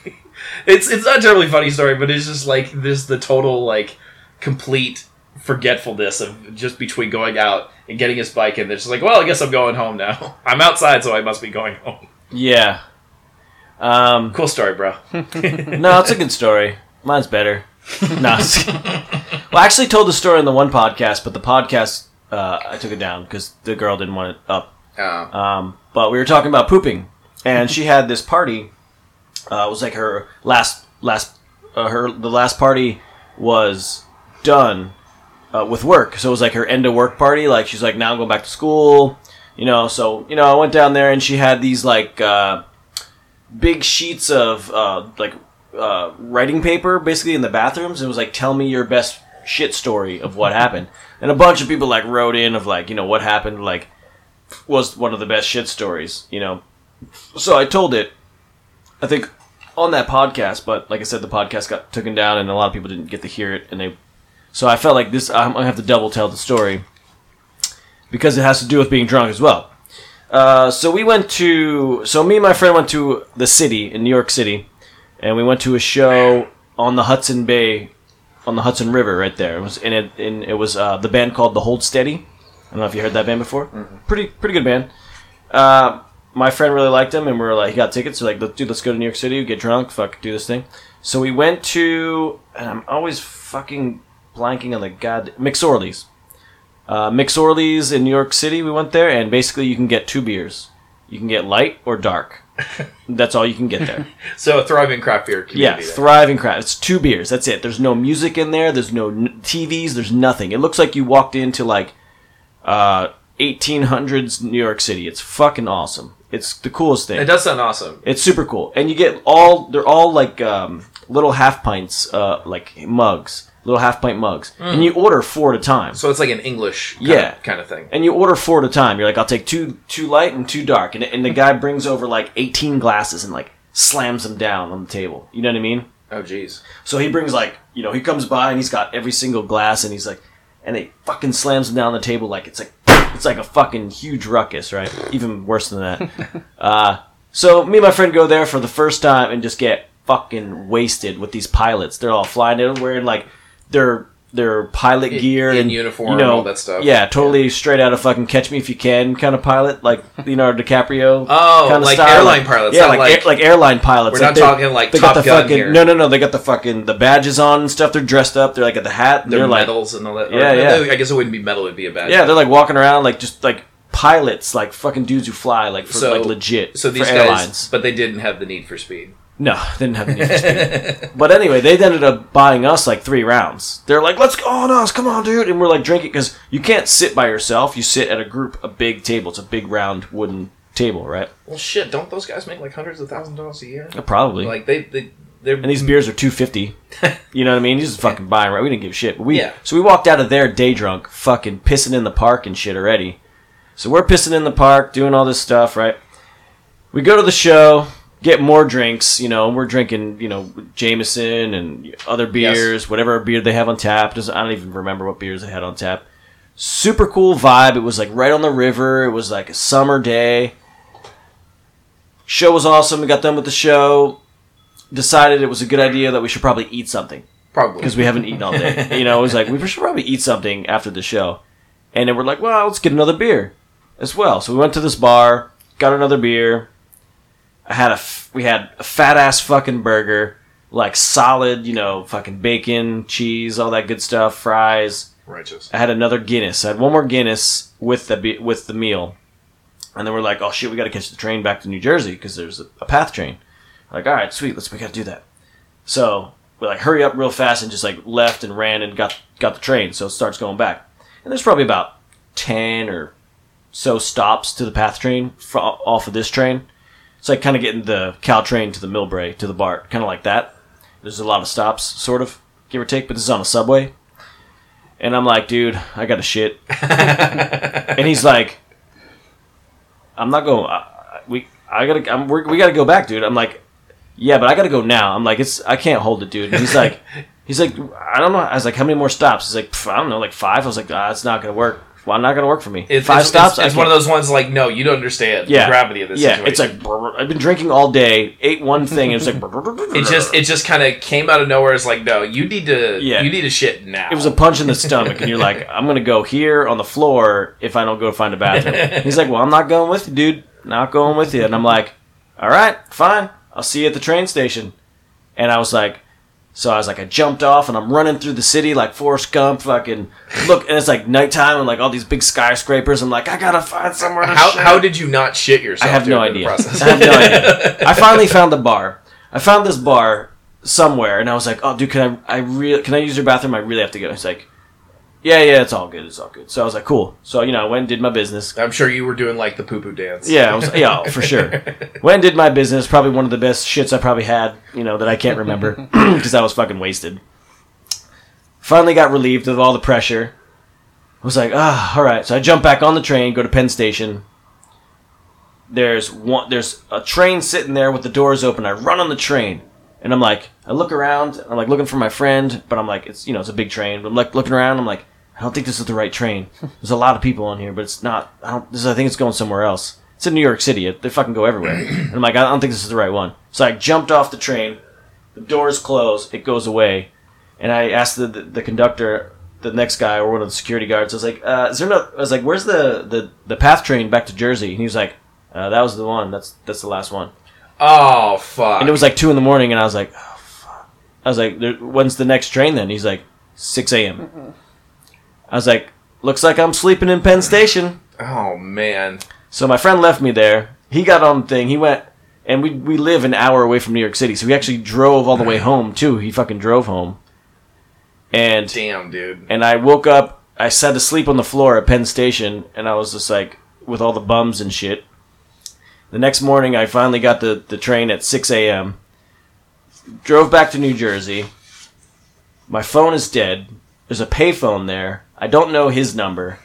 Speaker 7: (laughs) it's it's not a terribly funny story, but it's just like this the total like complete forgetfulness of just between going out and getting his bike, and they're just like, "Well, I guess I'm going home now. (laughs) I'm outside, so I must be going home."
Speaker 5: Yeah. Um,
Speaker 7: Cool story, bro.
Speaker 5: no, it's a good story. Mine's
Speaker 7: (laughs)
Speaker 5: better. no. it's- well, I actually told the story on the one podcast, but the podcast uh, I took it down because the girl didn't want it up.
Speaker 7: Um,
Speaker 5: Um, but we were talking about pooping, and she had this party. Uh, it was like her last last uh, her the last party was done uh, with work, so it was like her end of work party. Like she's like, now I'm going back to school, you know. So you know, I went down there, and she had these like uh, big sheets of uh, like uh, writing paper, basically in the bathrooms. It was like, tell me your best shit story of what happened, and a bunch of people like wrote in of like, you know, what happened, like was one of the best shit stories, you know. So I told it, I think, on that podcast. But like I said, the podcast got taken down, and a lot of people didn't get to hear it. And they, so I felt like this. I'm gonna have to double tell the story because it has to do with being drunk as well. Uh, so we went to. So me and my friend went to the city in New York City, and we went to a show on the Hudson Bay, on the Hudson River, right there. It was and it and it was uh, the band called the Hold Steady. I don't know if you heard that band before. Pretty pretty good band. Uh, my friend really liked him, and we were like, he got tickets. So like, "Let's- dude, let's go to New York City, get drunk, fuck, do this thing. So we went to, and I'm always fucking blanking on the god McSorley's. Uh, McSorley's in New York City. We went there, and basically you can get two beers. You can get light or dark. That's all you can get there.
Speaker 6: So a thriving craft beer
Speaker 5: yeah,
Speaker 6: community. then.
Speaker 5: thriving crowd. It's two beers. That's it. There's no music in there. There's no n- TVs. There's nothing. It looks like you walked into like uh, 1800s New York City. It's fucking awesome. It's the coolest thing.
Speaker 6: it does sound awesome.
Speaker 5: It's super cool, and you get all they're all like um, little half pints, uh, like mugs, little half pint mugs, and you order four at a time.
Speaker 6: Mm. So it's like an English kind
Speaker 5: Yeah.
Speaker 6: of, kind of thing.
Speaker 5: and you order four at a time. You're like, I'll take two, two light and two dark, and and the guy brings over like eighteen glasses and like slams them down on the table. You know what I mean?
Speaker 6: Oh jeez.
Speaker 5: So he brings like you know he comes by and he's got every single glass and he's like, and he fucking slams them down on the table like it's like it's like a fucking huge ruckus, right? Even worse than that.
Speaker 6: (laughs)
Speaker 5: uh, so me and my friend go there for the first time and just get fucking wasted with these pilots. They're all flying. They're wearing like their their pilot gear
Speaker 6: in
Speaker 5: and
Speaker 6: uniform,
Speaker 5: you know,
Speaker 6: all that stuff.
Speaker 5: Yeah, totally straight out of fucking Catch Me If You Can kind of pilot,
Speaker 6: (laughs)
Speaker 5: like Leonardo DiCaprio.
Speaker 6: Oh,
Speaker 5: kinda
Speaker 6: like airline pilots,
Speaker 5: Yeah,
Speaker 6: not
Speaker 5: like
Speaker 6: like-
Speaker 5: air- like airline pilots.
Speaker 6: We're
Speaker 5: like
Speaker 6: not
Speaker 5: they-
Speaker 6: talking like
Speaker 5: they
Speaker 6: Top
Speaker 5: got the
Speaker 6: Gun
Speaker 5: fucking
Speaker 6: here.
Speaker 5: no no no they got the fucking the badges on and stuff they're dressed up they're like at the hat and
Speaker 6: They're,
Speaker 5: they're like
Speaker 6: metals and all that.
Speaker 5: Yeah,
Speaker 6: or-
Speaker 5: yeah.
Speaker 6: no, I guess it wouldn't be metal; it'd be a bad.
Speaker 5: yeah they're like walking around like just like pilots like fucking dudes who fly like for
Speaker 6: So
Speaker 5: like legit
Speaker 6: So these
Speaker 5: for
Speaker 6: guys,
Speaker 5: airlines
Speaker 6: but they didn't have the need for
Speaker 5: (laughs)
Speaker 6: speed.
Speaker 5: no they didn't have any
Speaker 6: (laughs)
Speaker 5: speed. but anyway they ended up buying us like three rounds they're like let's go on us come on dude and we're like drinking because you can't sit by yourself you sit at a group a big table it's a big round wooden table right
Speaker 6: Well, shit! Don't those guys make like hundreds of thousands of dollars a year?
Speaker 5: Yeah, probably
Speaker 6: Like they, they they're
Speaker 5: and these beers are two fifty. You know what I mean? He's just fucking buying right. We didn't give a shit. But we
Speaker 6: Yeah.
Speaker 5: so we walked out of there day drunk, fucking pissing in the park and shit already. So we're pissing in the park, doing all this stuff, right? We go to the show, get more drinks. You know, we're drinking, you know, Jameson and other beers, whatever beer they have on tap. Doesn't I don't even remember what beers they had on tap. Super cool vibe. It was like right on the river. It was like a summer day. Show was awesome. We got done with the show. Decided it was a good idea that we should probably eat something
Speaker 6: probably.
Speaker 5: because we haven't eaten all day. you know, it was like we should probably eat something after the show. And then we're like, well, let's get another beer as well. So we went to this bar, got another beer. I had a f- we had a fat ass fucking burger, like solid, you know, fucking bacon, cheese, all that good stuff, fries.
Speaker 15: Righteous.
Speaker 5: I had another Guinness. I had one more Guinness with the be- with the meal, and then we're like, "Oh shit, we got to catch the train back to New Jersey because there's a, a path train." Like, all right, sweet, let's we got to do that. So we like hurry up real fast and just like left and ran and got got the train. So it starts going back, and there's probably about ten or so stops to the path train fro off of this train. It's like kind of getting the Caltrain to the Millbrae to the BART, kind of like that. There's a lot of stops, sort of give or take, but this is on a subway. And I'm like, dude, I got
Speaker 6: (laughs)
Speaker 5: to shit. and he's like, I'm not going. I, I- we, I gotta. I'm, we're, we gotta go back, dude. I'm like, yeah, but I gotta go now. I'm like, it's. I can't hold it, dude. And he's like, he's like, I don't know. I was like, how many more stops? He's like, "Pff, I don't know, like five. I was like, ah, it's not gonna work. Well, not gonna work for me.
Speaker 6: It-
Speaker 5: five
Speaker 6: it's,
Speaker 5: stops.
Speaker 6: It's, it's
Speaker 5: I
Speaker 6: one of
Speaker 5: can't-
Speaker 6: those ones like, no, you don't understand
Speaker 5: Yeah.
Speaker 6: the gravity of this.
Speaker 5: Yeah,
Speaker 6: situation.
Speaker 5: it's like brr, I've been drinking all day. Ate one thing. and It's like
Speaker 6: it just it just kind of came out of nowhere. It's like, no, you need to
Speaker 5: Yeah.
Speaker 6: you need to shit now.
Speaker 5: it was a punch in the stomach, and you're
Speaker 6: (laughs)
Speaker 5: like, I'm gonna go here on the floor if I don't go find a bathroom. He's like, Well, I'm not going with you, dude. Not going with you. And I'm like, All right, fine. I'll see you at the train station. And I was like, So I was like, I jumped off and I'm running through the city like Forrest Gump. Fucking look, and it's like nighttime and like all these big skyscrapers. I'm like, I gotta find somewhere to (laughs)
Speaker 6: how
Speaker 5: shit.
Speaker 6: how did you not shit yourself?
Speaker 5: I have no
Speaker 6: during the
Speaker 5: idea. I
Speaker 6: process?
Speaker 5: have no idea.
Speaker 6: (laughs)
Speaker 5: I finally found the bar. I found this bar somewhere, and I was like, "Oh, dude, can I? I really can I use your bathroom? I really have to go." He's like, "Yeah, yeah, it's all good. It's all good." So I was like, "Cool." So you know, I went and did my business.
Speaker 6: I'm sure you were doing like the poo poo dance.
Speaker 5: Yeah, I was, yeah, for sure. Went and did my business. Probably one of the best shits I probably had. You know that I can't remember because I was fucking wasted. Finally got relieved of all the pressure. I was like, ah, all right. So I jump back on the train, go to Penn Station. There's one. There's a train sitting there with the doors open. I run on the train, and I'm like, I look around. I'm like looking for my friend, but I'm like, it's you know, it's a big train. But I'm like looking around. I'm like, I don't think this is the right train. There's a lot of people on here, but it's not. I don't. This is, I think it's going somewhere else. It's in New York City. It, they fucking go everywhere. And I'm like, I don't think this is the right one. So I jumped off the train. The doors close. It goes away. And I asked the, the, the conductor, the next guy, or one of the security guards. I was like, uh, "Is there no?" I was like, "Where's the, the, the path train back to Jersey?" And he was like, uh, "That was the one. That's that's the last one."
Speaker 6: (laughs) Oh fuck!
Speaker 5: And it was like two in the morning, and I was like, oh, fuck. I was like, there, when's the next train then? He's like, 6 a.m. I was like, looks like I'm sleeping in Penn Station.
Speaker 6: oh man.
Speaker 5: So my friend left me there. He got on the thing. He went, and we, we live an hour away from New York City, so we actually drove all the way home, too. He fucking drove home. And
Speaker 6: Damn, dude.
Speaker 5: and I woke up. I sat to sleep on the floor at Penn Station, and I was just like with all the bums and shit. The next morning, I finally got the, the train at 6 a.m. Drove back to New Jersey. My phone is dead. There's a payphone there. I don't know his number.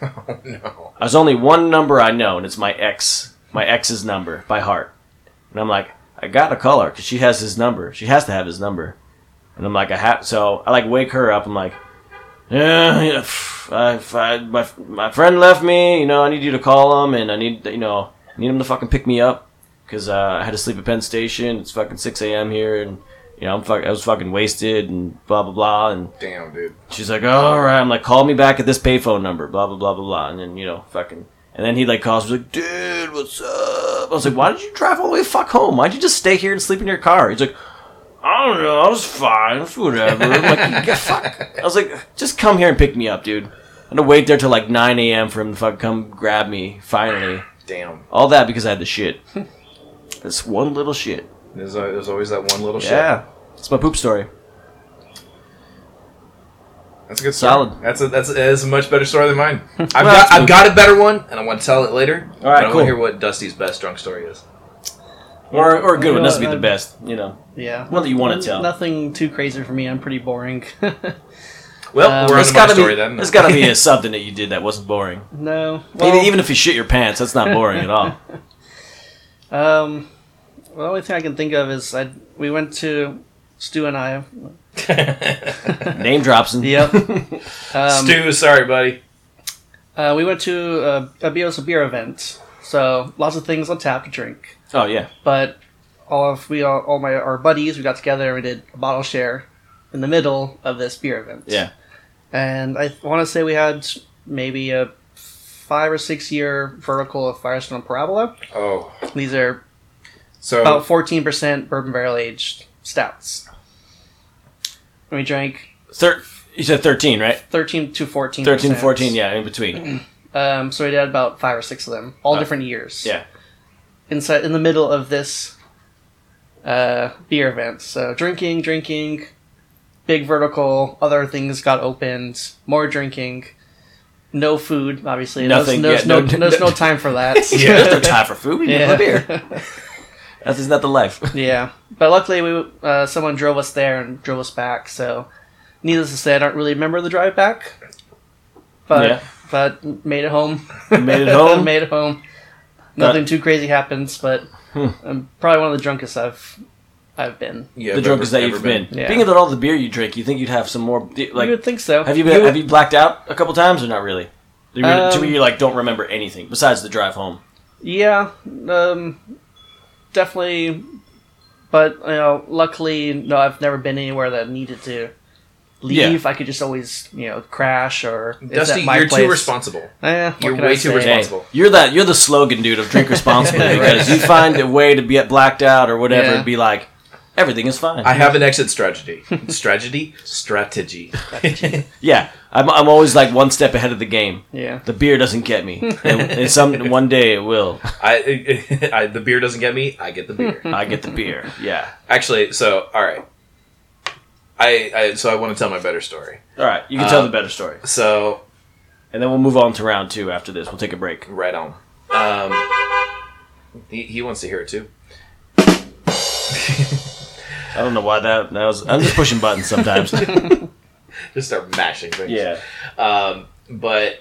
Speaker 6: No.
Speaker 5: There's only one number I know, and it's my ex, my ex's number by heart. And I'm like, I gotta call her because she has his number. She has to have his number. And I'm like, I have. So I like wake her up. I'm like, yeah, yeah pff, I, if I, my my friend left me. You know, I need you to call him, and I need you know, I need him to fucking pick me up because uh, I had to sleep at Penn Station. It's fucking 6 a.m. here, and you know, I'm fuck, I was fucking wasted and blah blah blah. And
Speaker 6: Damn, dude.
Speaker 5: She's like, all right. I'm like, call me back at this payphone number, blah, blah, blah, blah, blah. And then, you know, fucking. And then he, like, calls me, like, dude, what's up? I was like, why did you drive all the way fuck home? Why'd you just stay here and sleep in your car? He's like, I don't know. I was fine. It's whatever. I'm like, "Yeah, fuck. I was like, just come here and pick me up, dude. I'm going to wait there till, like, 9 a.m. for him to fuck come grab me, finally.
Speaker 6: Damn.
Speaker 5: All that because I had the shit. This one little shit.
Speaker 6: There's, a, there's uh, always that one little
Speaker 5: Yeah. It's my poop story.
Speaker 6: shit. That's a good story.
Speaker 5: Solid.
Speaker 6: That's a that's a, that's a much better story than
Speaker 5: (laughs)
Speaker 6: mine. I've got
Speaker 5: that's
Speaker 6: I've
Speaker 5: good.
Speaker 6: got a better one, and I want to tell it later. All
Speaker 5: right,
Speaker 6: I want
Speaker 5: cool.
Speaker 6: to hear what Dusty's best drunk story is.
Speaker 5: Or, or a good one. This would be the
Speaker 8: Uh,
Speaker 5: best, you know.
Speaker 8: Yeah.
Speaker 5: One that you want to tell.
Speaker 8: Nothing too crazy for me. I'm pretty boring. (laughs)
Speaker 6: Well,
Speaker 8: Um,
Speaker 6: we're on
Speaker 5: It's
Speaker 6: to my
Speaker 5: gotta,
Speaker 6: story
Speaker 5: be,
Speaker 6: then.
Speaker 5: it's gotta
Speaker 8: (laughs)
Speaker 5: be something that you did that wasn't boring.
Speaker 8: no.
Speaker 5: even, even if you shit your pants, that's not boring at
Speaker 8: (laughs)
Speaker 5: all.
Speaker 8: Um, well, the only thing I can think of is I we went to Stu and I.
Speaker 6: (laughs)
Speaker 5: Name drops and
Speaker 8: Yep. (laughs) um,
Speaker 6: Stu, sorry, buddy.
Speaker 8: uh, we went to a, a Bios beer event, so lots of things on tap to drink.
Speaker 5: Oh yeah,
Speaker 8: But all of we all, all my our buddies we got together and we did a bottle share in the middle of this beer event.
Speaker 5: yeah.
Speaker 8: and I want to say we had maybe a five or six year vertical of Firestone Parabola.
Speaker 6: Oh,
Speaker 8: These are
Speaker 6: so
Speaker 8: about fourteen percent bourbon barrel aged stouts. And we drank
Speaker 5: Thir- you said thirteen, right?
Speaker 8: thirteen to fourteen.
Speaker 5: 13, 14, yeah, in
Speaker 8: (laughs)
Speaker 5: between.
Speaker 8: Um, so we did about five or six of them, all
Speaker 5: Uh,
Speaker 8: different years.
Speaker 5: yeah.
Speaker 8: Inside, in the middle of this uh, beer event, so drinking, drinking, big vertical. Other things got opened, more drinking, no food, obviously. There's-
Speaker 5: Nothing,
Speaker 8: There's,
Speaker 5: yeah,
Speaker 8: no,
Speaker 5: no- no-
Speaker 8: there's no time for that.
Speaker 5: (laughs) Yeah, there's no time for food. We need
Speaker 8: (laughs) Yeah.
Speaker 5: a
Speaker 8: (laughs)
Speaker 5: beer. That is not the life.
Speaker 8: Yeah, but luckily we uh, someone drove us there and drove us back. So, needless to say, I don't really remember the drive back, but
Speaker 5: Yeah.
Speaker 8: but made it home. (laughs)
Speaker 5: made it home?
Speaker 8: made it home.
Speaker 5: Got- Hmm.
Speaker 8: Nothing too crazy happens, but I'm probably one of the drunkest I've I've been.
Speaker 6: yeah,
Speaker 5: the
Speaker 6: I've
Speaker 5: drunkest that
Speaker 6: ever-
Speaker 5: you've
Speaker 6: ever
Speaker 5: been.
Speaker 8: Yeah.
Speaker 5: Being that all the beer you drink, you think you'd have some more. Like,
Speaker 8: you would think so.
Speaker 5: have you been? have you blacked out a couple times or not really? Do you,
Speaker 8: Um,
Speaker 5: to where you like don't remember anything besides the drive home.
Speaker 8: Yeah, um, definitely. But you know, luckily, no, I've never been anywhere that needed to leave. I could just always you know crash or it's at
Speaker 6: Dusty,
Speaker 8: my
Speaker 6: you're
Speaker 8: place.
Speaker 6: too responsible.
Speaker 8: Eh, what
Speaker 6: You're
Speaker 8: can I
Speaker 6: way too
Speaker 8: say?
Speaker 6: responsible.
Speaker 5: Hey, you're that you're the slogan dude of drink
Speaker 7: (laughs)
Speaker 5: responsibly because you find a way to be blacked out or whatever
Speaker 8: Yeah.
Speaker 5: and be like everything is fine.
Speaker 6: I have an exit
Speaker 5: (laughs)
Speaker 6: strategy. strategy, strategy.
Speaker 5: yeah, I'm, I'm always like one step ahead of the game.
Speaker 8: Yeah.
Speaker 5: The beer doesn't get
Speaker 7: (laughs)
Speaker 5: me, and, and some one day it will.
Speaker 6: I, (laughs) I the beer doesn't get me. I get the beer.
Speaker 5: I get the beer. Yeah.
Speaker 6: Actually, so all right. I, I so I want to tell my better story.
Speaker 5: All right, you can
Speaker 7: Uh,
Speaker 5: tell the better story,
Speaker 6: So
Speaker 5: and then we'll move on to round two after this. We'll take a break.
Speaker 6: right on. Um, he, he wants to hear it too. (laughs)
Speaker 5: I don't know why that that was. I'm just pushing buttons
Speaker 7: (laughs)
Speaker 5: sometimes.
Speaker 6: Just start mashing things.
Speaker 5: yeah.
Speaker 6: Um, but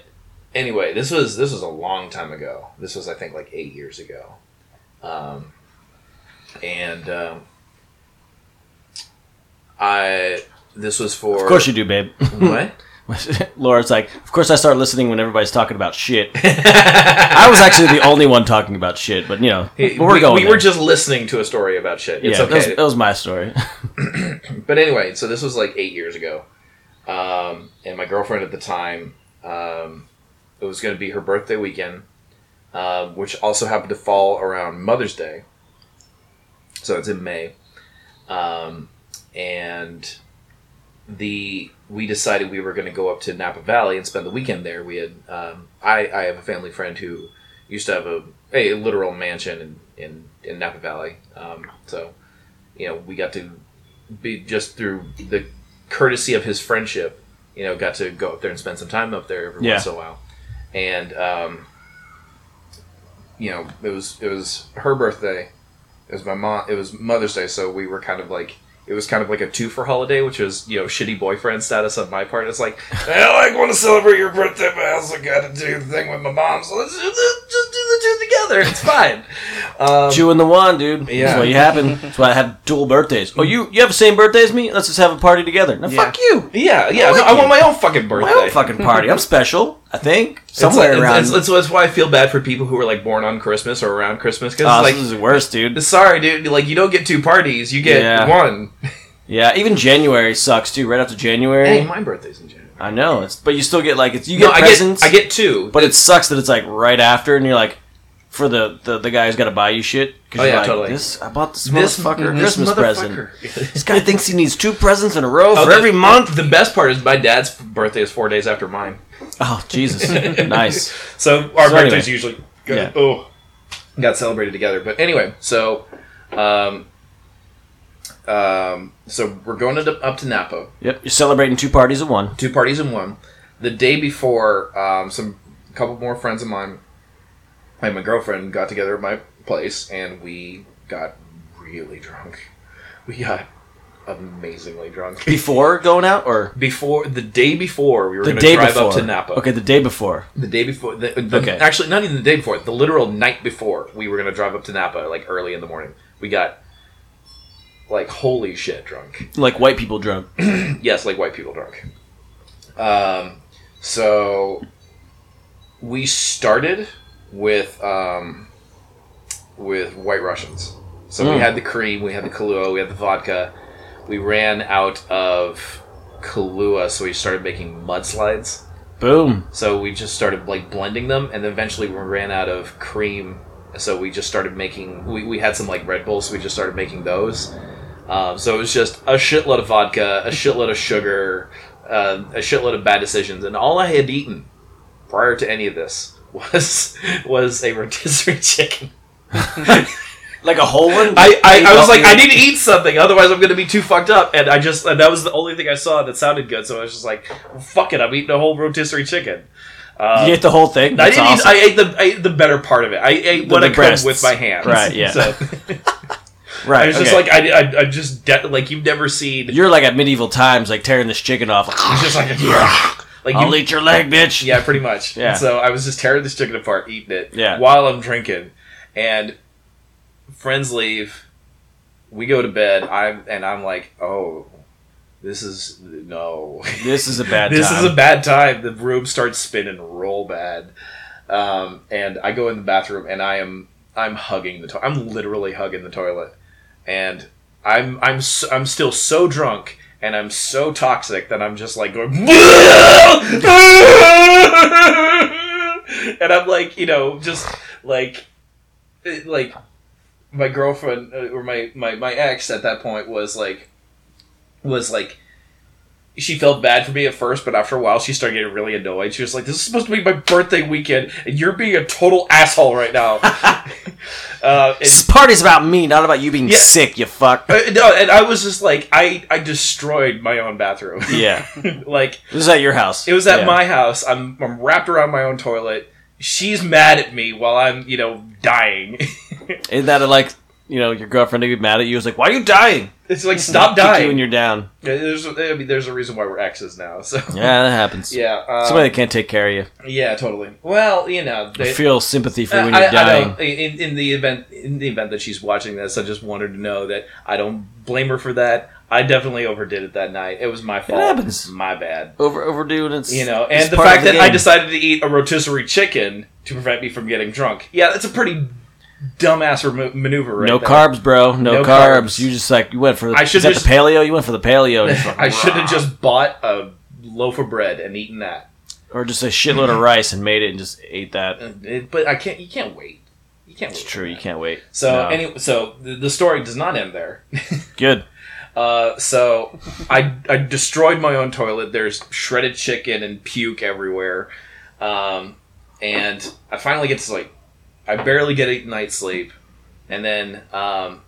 Speaker 6: anyway, this was this was a long time ago. This was I think like eight years ago,
Speaker 7: Um, and um, I this was for
Speaker 5: Of course you do, babe. (laughs)
Speaker 7: what?
Speaker 5: Laura's like, of course I start listening when everybody's talking about
Speaker 7: (laughs)
Speaker 5: shit. I was actually the only one talking about shit, but you know, but we're
Speaker 7: we,
Speaker 5: going.
Speaker 7: we
Speaker 5: there.
Speaker 7: were just listening to a story about shit. It's
Speaker 5: yeah,
Speaker 7: okay.
Speaker 5: that, was, that was my story. (laughs)
Speaker 7: but anyway, so this was like eight years ago, um, and my girlfriend at the time, um, it was going to be her birthday weekend, um, which also happened to fall around Mother's Day, so it's in May, um, and the we decided we were going to go up to Napa Valley and spend the weekend there. We had um, I I have a family friend who used to have a a literal mansion in in, in Napa Valley, um, so you know we got to be just through the courtesy of his friendship, you know, got to go up there and spend some time up there every
Speaker 5: Yeah.
Speaker 7: once in a while. And um, you know, it was it was her birthday. It was my mom. It was Mother's Day, so we were kind of like it was kind of like a two for holiday, which was you know shitty boyfriend status on my part. It's like I like want to celebrate your birthday, but I also got to do the thing with my mom. So let's do the, just do the two together. It's
Speaker 5: (laughs)
Speaker 7: fine. Um,
Speaker 5: Two and the one, dude. That's
Speaker 7: Yeah.
Speaker 5: what you happen. That's why I had dual birthdays. Oh, you you have the same birthday as me? Let's just have a party together. Now, fuck you.
Speaker 7: yeah, yeah. no, I want my own fucking birthday.
Speaker 5: My own fucking party. I'm special. I think somewhere
Speaker 7: it's, like-
Speaker 5: around.
Speaker 7: It's, it's, it's why I feel bad for people who are like born on Christmas or around Christmas because
Speaker 5: Oh,
Speaker 7: like,
Speaker 5: this is worse, dude.
Speaker 7: sorry, dude, like you don't get two parties, you get
Speaker 5: Yeah.
Speaker 7: one.
Speaker 5: Yeah, even January sucks too. Right after January,
Speaker 7: Hey, my birthday's in January.
Speaker 5: I know it's, but you still get like it's you
Speaker 7: No,
Speaker 5: get
Speaker 7: I
Speaker 5: presents.
Speaker 7: get I get two.
Speaker 5: But it sucks that it's like right after, and you're like, for the the, the guy who's got to buy you shit. 'cause
Speaker 7: Oh,
Speaker 5: you're
Speaker 7: yeah,
Speaker 5: like,
Speaker 7: totally.
Speaker 5: This I bought this,
Speaker 7: This-
Speaker 5: motherfucker a
Speaker 7: this
Speaker 5: Christmas present. (laughs)
Speaker 7: motherfucker.
Speaker 5: This guy thinks he needs two presents in a row
Speaker 7: Oh,
Speaker 5: for
Speaker 7: the-
Speaker 5: every month.
Speaker 7: The best part is my dad's birthday is four days after mine,
Speaker 5: Oh Jesus, (laughs) nice.
Speaker 7: so our
Speaker 5: So
Speaker 7: birthdays
Speaker 5: anyway.
Speaker 7: usually got,
Speaker 5: Yeah.
Speaker 7: oh got celebrated together. But anyway, so um, um, so we're going to, up to Napa.
Speaker 5: Yep, you're celebrating two parties at one.
Speaker 7: two parties in one. The day before, um, some couple more friends of mine and my girlfriend got together at my place, and we got really drunk. We got amazingly drunk
Speaker 5: Before going out or
Speaker 7: before the day before we were
Speaker 5: the
Speaker 7: going
Speaker 5: day
Speaker 7: to drive
Speaker 5: before?
Speaker 7: up to Napa.
Speaker 5: Okay, the day before.
Speaker 7: the day before. The, the,
Speaker 5: Okay.
Speaker 7: actually, not even the day before. The literal night before we were going to drive up to Napa, like early in the morning. We got like holy shit drunk.
Speaker 5: Like white people drunk.
Speaker 7: yes, like white people drunk. Um, so we started with um, with White Russians. So we had the cream, we had the Kahlua, we had the vodka. We ran out of Kahlua, so we started making mudslides.
Speaker 5: Boom.
Speaker 7: So we just started like blending them, and then eventually we ran out of cream. So we just started making. We, we had some like Red Bulls. So we just started making those. Um, so it was just a shitload of vodka, a shitload of sugar, uh, a shitload of bad decisions, and all I had eaten prior to any of this was (laughs) was a rotisserie (laughs) chicken.
Speaker 5: Like a whole one.
Speaker 7: I, I, I was like, I need to eat something, otherwise I'm going to be too fucked up. And I just and that was the only thing I saw that sounded good. So I was just like, fuck it, I'm eating a whole rotisserie chicken. Um,
Speaker 5: You ate the whole thing.
Speaker 7: I
Speaker 5: That's
Speaker 7: didn't.
Speaker 5: awesome.
Speaker 7: Eat, I ate the I ate the better part of it. I ate
Speaker 5: The-
Speaker 7: what
Speaker 5: the
Speaker 7: I could
Speaker 5: breasts.
Speaker 7: with my hands.
Speaker 5: Right, yeah.
Speaker 7: So
Speaker 5: (laughs) right.
Speaker 7: I was just
Speaker 5: okay.
Speaker 7: like I, I, I just de- like you've never seen.
Speaker 5: you're like at medieval times, like tearing this chicken off.
Speaker 7: (laughs) it's just
Speaker 5: (laughs)
Speaker 7: like yeah. Like
Speaker 5: I'll
Speaker 7: you,
Speaker 5: eat your leg, bitch.
Speaker 7: (laughs) yeah, pretty much.
Speaker 5: Yeah.
Speaker 7: So I was just tearing this chicken apart, eating it.
Speaker 5: Yeah.
Speaker 7: While I'm drinking, and friends leave, we go to bed. I'm and I'm like, oh, this is no. (laughs)
Speaker 5: This is a bad.
Speaker 7: this
Speaker 5: time.
Speaker 7: is a bad time. The room starts spinning real bad, um, and I go in the bathroom and I am I'm hugging the toilet. I'm literally hugging the toilet, and I'm I'm s I'm still so drunk and I'm so toxic that I'm just like going. (laughs) And I'm like, you know, just like, it- like, my girlfriend uh, or my, my my ex at that point was like, was like, she felt bad for me at first, but after a while, she started getting really annoyed. She was like, "This is supposed to be my birthday weekend, and you're being a total asshole
Speaker 5: (laughs)
Speaker 7: right now." uh, and,
Speaker 5: This party's about me, not about you being
Speaker 7: Yeah.
Speaker 5: sick, you fuck.
Speaker 7: uh, no, and I was just like, I I destroyed my own bathroom.
Speaker 5: Yeah.
Speaker 7: (laughs) like
Speaker 5: This is at your house.
Speaker 7: it was at
Speaker 5: Yeah.
Speaker 7: my house. I'm I'm wrapped around my own toilet. She's mad at me while I'm you know dying. (laughs)
Speaker 5: Isn't that like you know your girlfriend to be mad at you. It's like, why are you dying?
Speaker 7: It's like stop
Speaker 5: Kick you when
Speaker 7: dying.
Speaker 5: you're down.
Speaker 7: Yeah, There's, I mean, there's a reason why we're exes now. So
Speaker 5: Yeah, that happens.
Speaker 7: (laughs) yeah, um,
Speaker 5: Somebody that can't take care of you.
Speaker 7: yeah, totally. Well, you know,
Speaker 5: I
Speaker 7: they, uh,
Speaker 5: feel sympathy for you when
Speaker 7: I-
Speaker 5: you're
Speaker 7: I
Speaker 5: dying.
Speaker 7: don't- in, in the event, in the event that she's watching this, I just want her to know that I don't blame her for that. I definitely overdid it that night. It was my fault.
Speaker 5: happens.
Speaker 7: My bad.
Speaker 5: Over, overdue, and it's
Speaker 7: You know,
Speaker 5: it's
Speaker 7: and the
Speaker 5: part of
Speaker 7: fact that I
Speaker 5: game.
Speaker 7: decided to eat a rotisserie chicken to prevent me from getting drunk. Yeah, that's a pretty dumbass remo- maneuver, right?
Speaker 5: no
Speaker 7: there.
Speaker 5: carbs, bro. No,
Speaker 7: No
Speaker 5: carbs.
Speaker 7: carbs.
Speaker 5: You just like you went for the,
Speaker 7: I
Speaker 5: I should
Speaker 7: should've
Speaker 5: that
Speaker 7: just-
Speaker 5: the paleo. You went for the paleo,
Speaker 7: (laughs)
Speaker 5: just
Speaker 7: (laughs) I
Speaker 5: fucking-
Speaker 7: should have just bought a loaf of bread and eaten that.
Speaker 5: or just a shitload of rice and made it and just ate that.
Speaker 7: Uh, it- but I can't. You can't wait. You can't.
Speaker 5: It's
Speaker 7: wait
Speaker 5: true.
Speaker 7: for
Speaker 5: You
Speaker 7: that.
Speaker 5: can't wait.
Speaker 7: So
Speaker 5: No.
Speaker 7: anyway, so the, the story does not end there. (laughs)
Speaker 5: good.
Speaker 7: Uh, so I I destroyed my own toilet. There's shredded chicken and puke everywhere, um, and I finally get to sleep. I barely get a night's sleep, and then um,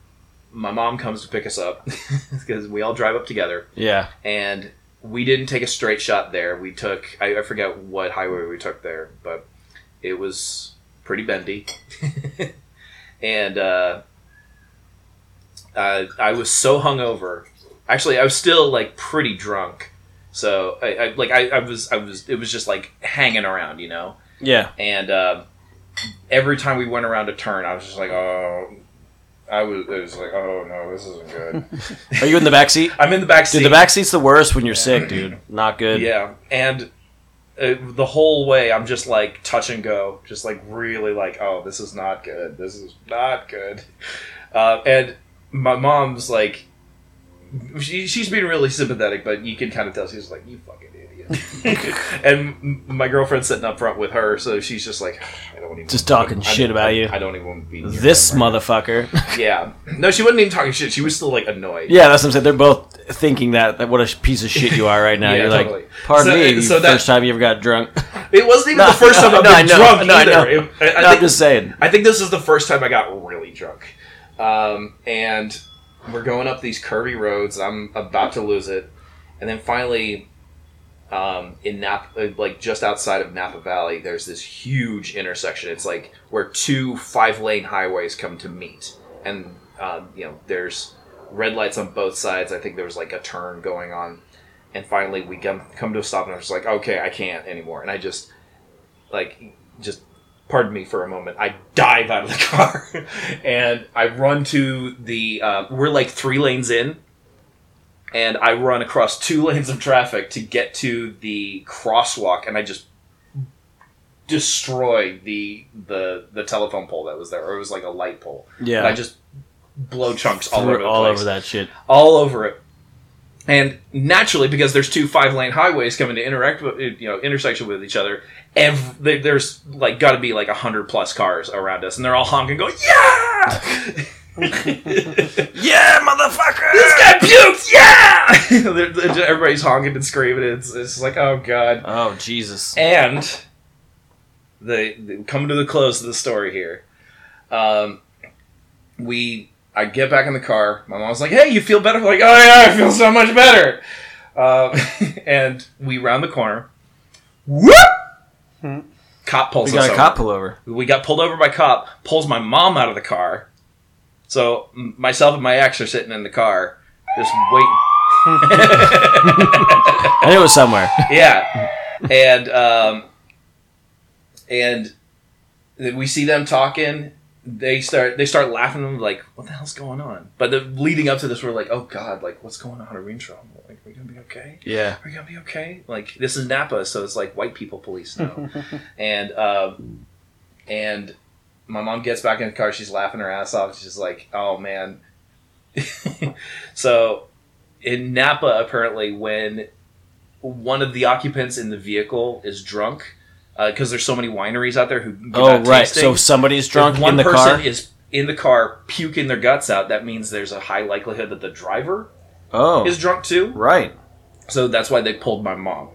Speaker 7: my mom comes to pick us up (laughs) because we all drive up together,
Speaker 5: Yeah.
Speaker 7: and we didn't take a straight shot there. We took I, I forget what highway we took there, but it was pretty bendy, (laughs) and uh, uh, I was so hungover. Actually, I was still like pretty drunk, so I, I like I, I was I was it was just like hanging around, you know.
Speaker 5: Yeah.
Speaker 7: And uh, every time we went around a turn, I was just like, oh. I was, it was like, oh no, this isn't good.
Speaker 5: Are you in the back
Speaker 7: (laughs)
Speaker 5: seat?
Speaker 7: I'm in the back seat.
Speaker 5: Dude, the back seat's the worst when you're sick, dude. Not good.
Speaker 7: Yeah, and uh, the whole way I'm just like touch and go, just like really like, oh, this is not good. This is not good. Uh, and my mom's like, she, she's being really sympathetic, but you can kind of tell she's like, you fucking
Speaker 5: (laughs)
Speaker 7: idiot. and m- my girlfriend's sitting up front with her, so she's just like, I don't even
Speaker 5: Just talking shit about you.
Speaker 7: I don't even want to be near
Speaker 5: This
Speaker 7: them right
Speaker 5: motherfucker. (laughs)
Speaker 7: now. Yeah, no, she wasn't even talking shit. She was still like annoyed.
Speaker 5: yeah, that's what I'm saying. They're both thinking that, that what a piece of shit you are right now.
Speaker 7: (laughs) Yeah,
Speaker 5: you're like,
Speaker 7: totally.
Speaker 5: pardon
Speaker 7: So-
Speaker 5: me, you
Speaker 7: so that-
Speaker 5: first time you ever got
Speaker 7: (laughs)
Speaker 5: drunk.
Speaker 7: It wasn't
Speaker 5: (laughs)
Speaker 7: even
Speaker 5: No,
Speaker 7: the first time
Speaker 5: no,
Speaker 7: I've
Speaker 5: no, I
Speaker 7: been
Speaker 5: know,
Speaker 7: drunk
Speaker 5: no, I
Speaker 7: either.
Speaker 5: know.
Speaker 7: It- I- I
Speaker 5: No, I'm
Speaker 7: think-
Speaker 5: just saying.
Speaker 7: I think this is the first time I got really drunk. Um, and we're going up these curvy roads. I'm about to lose it. And then finally, um, in Napa, like just outside of Napa Valley, there's this huge intersection. It's like where two five lane highways come to meet. And, um, you know, there's red lights on both sides. I think there was like a turn going on. And finally, we come, come to a stop, and I was like, okay, I can't anymore. And I just, like, just pardon me for a moment i dive out of the (laughs) car and i run to the uh, we're like three lanes in and i run across two (laughs) lanes of traffic to get to the crosswalk and i just destroy the the the telephone pole that was there or it was like a light pole
Speaker 5: Yeah.
Speaker 7: and i just blow chunks all
Speaker 5: all
Speaker 7: over the
Speaker 5: all
Speaker 7: place
Speaker 5: over that shit.
Speaker 7: all over it. And naturally, because there's two five lane highways coming to interact with you know intersection with each other, ev- there- there's like got to be like a hundred plus cars around us, and they're all honking, going, "Yeah, (laughs) yeah, motherfucker, this guy puked, yeah!" (laughs) They're- they're just- Everybody's honking and screaming. It's it's like, oh god.
Speaker 5: Oh, Jesus.
Speaker 7: And the, the coming to the close of the story here. Um, we I get back in the car. My mom's like, "Hey, you feel better?" I'm like, "Oh yeah, I feel so much better." Um, (laughs) and we round the corner. Whoop! Cop pulls
Speaker 5: Hmm. We
Speaker 7: us
Speaker 5: got a
Speaker 7: over.
Speaker 5: cop pullover.
Speaker 7: We got pulled over by cop. Pulls my mom out of the car. So m- myself and my ex are sitting in the car, just waiting.
Speaker 5: (laughs)
Speaker 7: (laughs)
Speaker 5: I knew it was somewhere.
Speaker 7: yeah and um and then we see them talking they start they start laughing and like what the hell's going on but the leading up to this we're like oh god like what's going on are we in trouble like are we gonna be okay
Speaker 5: Yeah.
Speaker 7: are we gonna be okay like this is napa so it's like white people police now and um and my mom gets back in the car she's laughing her ass off she's like oh man (laughs) so in napa apparently when one of the occupants in the vehicle is drunk because there's so many wineries out there who give
Speaker 5: Oh,
Speaker 7: out
Speaker 5: right.
Speaker 7: tasting.
Speaker 5: So somebody's drunk
Speaker 7: If one
Speaker 5: in the
Speaker 7: person
Speaker 5: car.
Speaker 7: is in the car puking their guts out that means there's a high likelihood that the driver
Speaker 5: oh,
Speaker 7: is drunk too
Speaker 5: right.
Speaker 7: so that's why they pulled my mom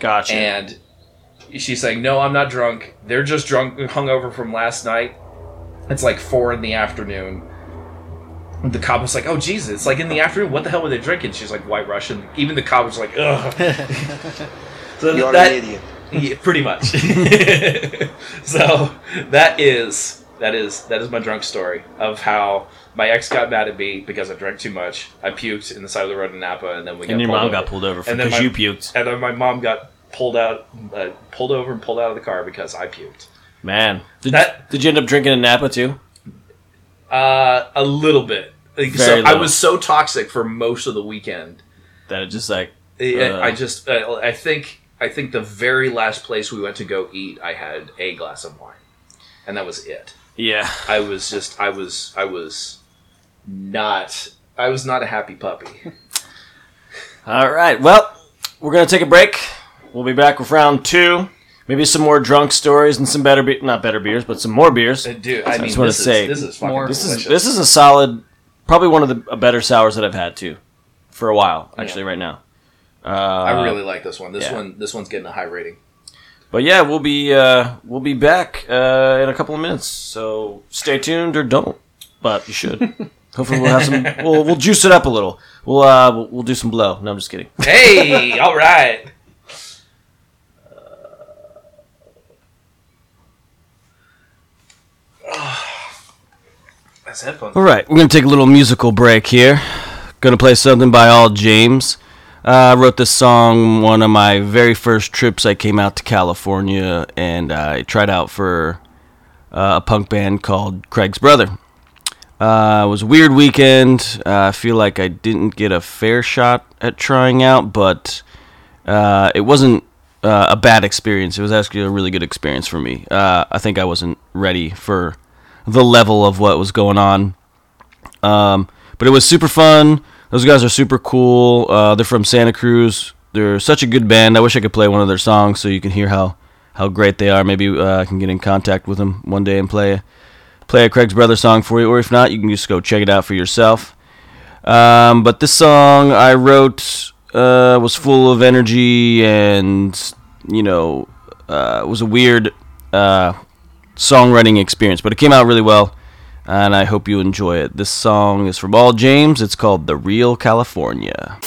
Speaker 5: Gotcha.
Speaker 7: and she's saying, "No, I'm not drunk. They're just drunk, hungover from last night. It's like four in the afternoon." And The cop was like, "Oh Jesus! It's like in the afternoon. What the hell were they drinking?" She's like, "White Russian." Even the cop was like, "Ugh." so (laughs)
Speaker 17: You're
Speaker 7: that (laughs)
Speaker 17: an idiot.
Speaker 7: yeah, pretty much. so that is That is that is my drunk story of how my ex got mad at me because I drank too much. I puked in the side of the road in Napa, and then we
Speaker 5: And
Speaker 7: got
Speaker 5: your
Speaker 7: pulled
Speaker 5: mom
Speaker 7: over.
Speaker 5: got pulled over
Speaker 7: And then
Speaker 5: because
Speaker 7: my-
Speaker 5: you puked.
Speaker 7: and then my mom got pulled out, uh, pulled over, and pulled out of the car because I puked.
Speaker 5: Man, did,
Speaker 7: That-
Speaker 5: did you end up drinking a Napa too?
Speaker 7: Uh, a little bit. Like,
Speaker 5: Very
Speaker 7: so I
Speaker 5: little.
Speaker 7: was so toxic for most of the weekend.
Speaker 5: That it just like
Speaker 7: I-
Speaker 5: Uh.
Speaker 7: I just, uh, I think, I think the very last place we went to go eat, I had a glass of wine, and that was it.
Speaker 5: yeah.
Speaker 7: I was just, I was, I was not, I was not a happy puppy.
Speaker 5: All right. Well, we're gonna take a break. We'll be back with round two. Maybe some more drunk stories and some better, be- not better beers, but some more beers.
Speaker 7: (laughs) Dude, I, mean,
Speaker 5: just wanna
Speaker 7: this
Speaker 5: say,
Speaker 7: is, this is fucking
Speaker 8: more-
Speaker 5: This is
Speaker 7: delicious.
Speaker 5: this is a solid, probably one of the a better sours that I've had too, for a while actually right now. Uh,
Speaker 7: I really like this one. This
Speaker 5: yeah.
Speaker 7: one, this one's getting a high rating.
Speaker 5: But yeah, we'll be uh, we'll be back uh, in a couple of minutes. So stay tuned or don't, but you
Speaker 7: (laughs)
Speaker 5: should. Hopefully we'll have some. We'll, we'll juice it up a little. We'll uh, we'll, we'll do some blow. No, I'm just kidding.
Speaker 7: Hey, all right. That's headphones.
Speaker 5: All right, we're gonna take a little musical break here. Gonna play something by All James. Uh, I wrote this song one of my very first trips. I came out to California and I tried out for uh, a punk band called Craig's Brother. Uh, it was a weird weekend. Uh, I feel like I didn't get a fair shot at trying out, but uh, it wasn't uh, a bad experience. It was actually a really good experience for me. Uh, I think I wasn't ready for the level of what was going on. Um, but it was super fun. Those guys are super cool. Uh, they're from Santa Cruz. They're such a good band. I wish I could play one of their songs so you can hear how, how great they are. Maybe uh, I can get in contact with them one day and play play a Craig's Brother song for you. Or if not, you can just go check it out for yourself. Um, but this song I wrote uh, was full of energy and you know uh, was a weird uh, songwriting experience, but it came out really well, and I hope you enjoy it. This song is from All James. It's called "The Real California."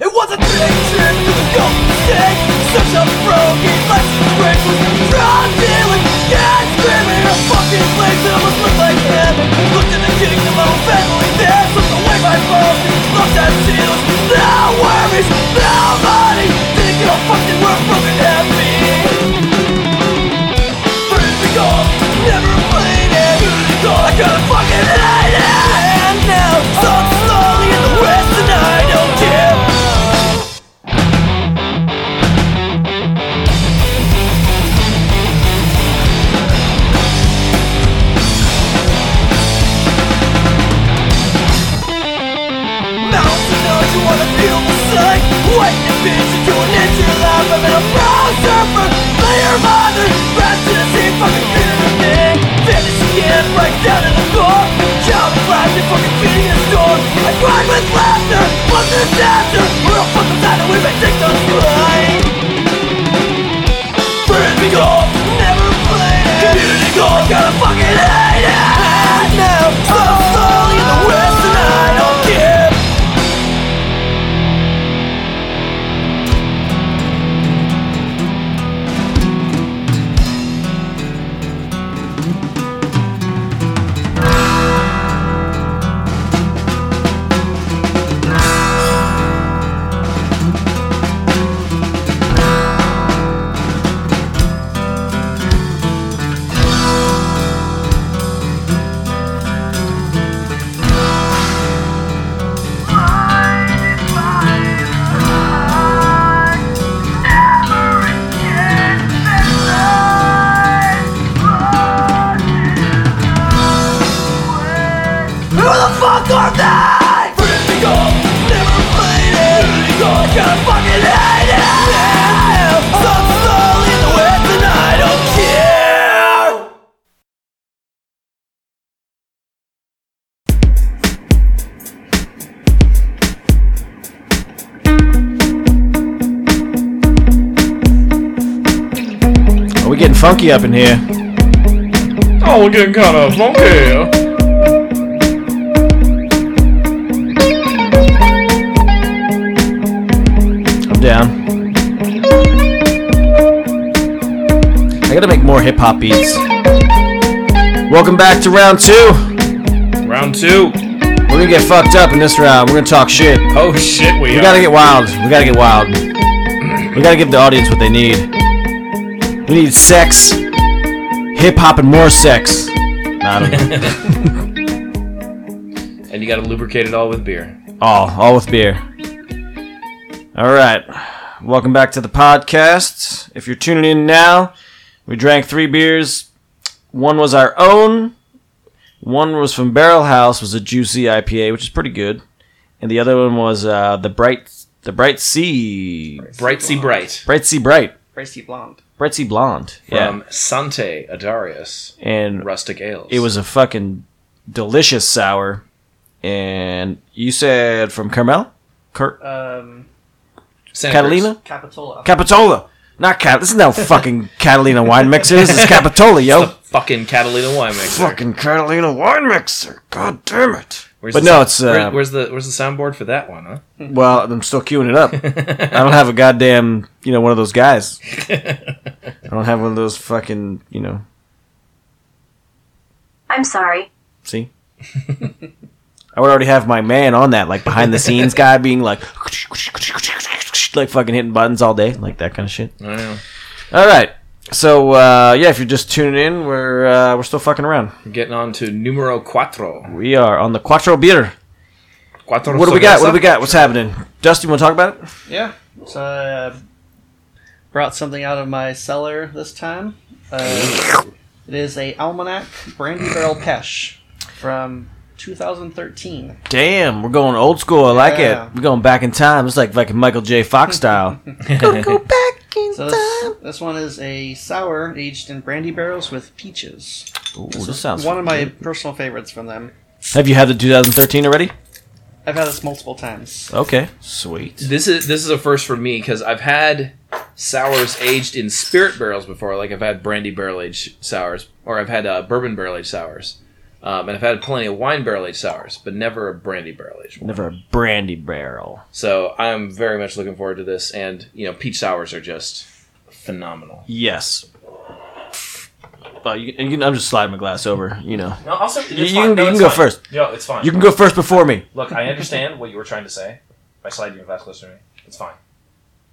Speaker 18: It was a big trip to the Gulf State Such a broken life Break with strong feeling Yeah, it's screaming a fucking place that almost looked like heaven Looked at the kingdom of a family there Slipped away my bones Lost at seals No worries, no money Didn't give a fuck that we're broken happy Right down in the floor, child flash and fucking feeding the storm. I cried with laughter, was disaster. We're all fucking tired, we've been dicked on flight. Friendly golf, never played it. Community golf, gotta fucking hate it. Now, so slowly in the west, and I don't care. Who the fuck are they? Pretty gold, never played it. Pretty gold, gotta fucking hate it. Some soul in the west and I don't care.
Speaker 19: funky up in here.
Speaker 7: Oh, we're getting kind of funky.
Speaker 19: I'm down. I gotta make more hip hop beats.
Speaker 5: Welcome back to round two.
Speaker 7: Round two.
Speaker 5: We're gonna get fucked up in this round. We're gonna talk shit.
Speaker 7: Oh shit, we,
Speaker 5: We
Speaker 7: are.
Speaker 5: gotta get wild. We gotta get wild. We gotta give the audience what they need. We need sex, hip hop, and more sex. Nah, I don't know.
Speaker 7: and you gotta lubricate it all with beer.
Speaker 5: all, all with beer. All right. Welcome back to the podcast. If you're tuning in now, we drank three beers. One was our own. One was from Barrel House, was a juicy IPA, which is pretty good. And the other one was uh, the bright, the bright sea,
Speaker 7: Bright Sea Bright
Speaker 5: bright sea bright.
Speaker 8: Racy blonde.
Speaker 5: Bright Sea Blonde.
Speaker 7: from Sante Adarius
Speaker 5: And
Speaker 7: Rustic Ales.
Speaker 5: it was a fucking delicious sour. And you said from Carmel? Cur-
Speaker 8: Um,
Speaker 7: Sanders.
Speaker 5: Catalina?
Speaker 8: Capitola.
Speaker 5: Capitola. Not Cat. This is no fucking (laughs) Catalina wine mixer. This is Capitola, yo.
Speaker 7: Fucking Catalina wine mixer.
Speaker 5: fucking Catalina wine mixer. God damn it.
Speaker 7: Where's
Speaker 5: But
Speaker 7: the
Speaker 5: no,
Speaker 7: sou-
Speaker 5: it's, uh,
Speaker 7: where- where's the where's the soundboard for that one, huh?
Speaker 5: Well, I'm still queuing it up. I don't have a goddamn, you know, one of those (laughs) guys. I don't have one of those fucking, you know,
Speaker 18: I'm sorry.
Speaker 5: see? I would already have my man on that, like behind the scenes guy being like, like fucking hitting buttons all day, like that kind of shit.
Speaker 7: I don't know.
Speaker 5: All right. So uh, yeah, if you're just tuning in, we're uh, we're still fucking around.
Speaker 7: We're getting on to numero cuatro.
Speaker 5: We are on the Quattro Beer.
Speaker 7: Cuatro
Speaker 5: What do we got?
Speaker 7: cerveza.
Speaker 5: What do we got? What's happening? Dusty, want to talk about it?
Speaker 8: Yeah. So I uh, brought something out of my cellar this time. Uh, it is a almanac brandy barrel pesh from 2013.
Speaker 5: Damn, we're going old school. I like
Speaker 8: Yeah.
Speaker 5: it. We're going back in time. It's like fucking Michael J. Fox style.
Speaker 7: (laughs)
Speaker 8: So this, this one is a sour aged in brandy barrels with peaches.
Speaker 5: Ooh,
Speaker 8: This
Speaker 5: this
Speaker 8: is
Speaker 5: sounds.
Speaker 8: one of my personal favorites from them.
Speaker 5: Have you had the 2013 already?
Speaker 8: I've had this multiple times.
Speaker 5: Okay, sweet.
Speaker 7: This is this is a first for me because I've had sours aged in spirit barrels before. Like I've had brandy barrel aged sours, or I've had uh, bourbon barrel aged sours, um, and I've had plenty of wine barrel aged sours, but never a brandy barrel aged.
Speaker 5: Never a brandy barrel.
Speaker 7: So I'm very much looking forward to this, and you know, peach sours are just phenomenal.
Speaker 5: Yes. Well, you, and you can, I'm just sliding my glass over. You know,
Speaker 7: No, also
Speaker 5: You- you can- you can go first.
Speaker 7: No, it's fine.
Speaker 5: you can go first before me.
Speaker 7: Look, I understand what you were trying to say by sliding your glass closer to me.
Speaker 5: (laughs)
Speaker 7: It's fine.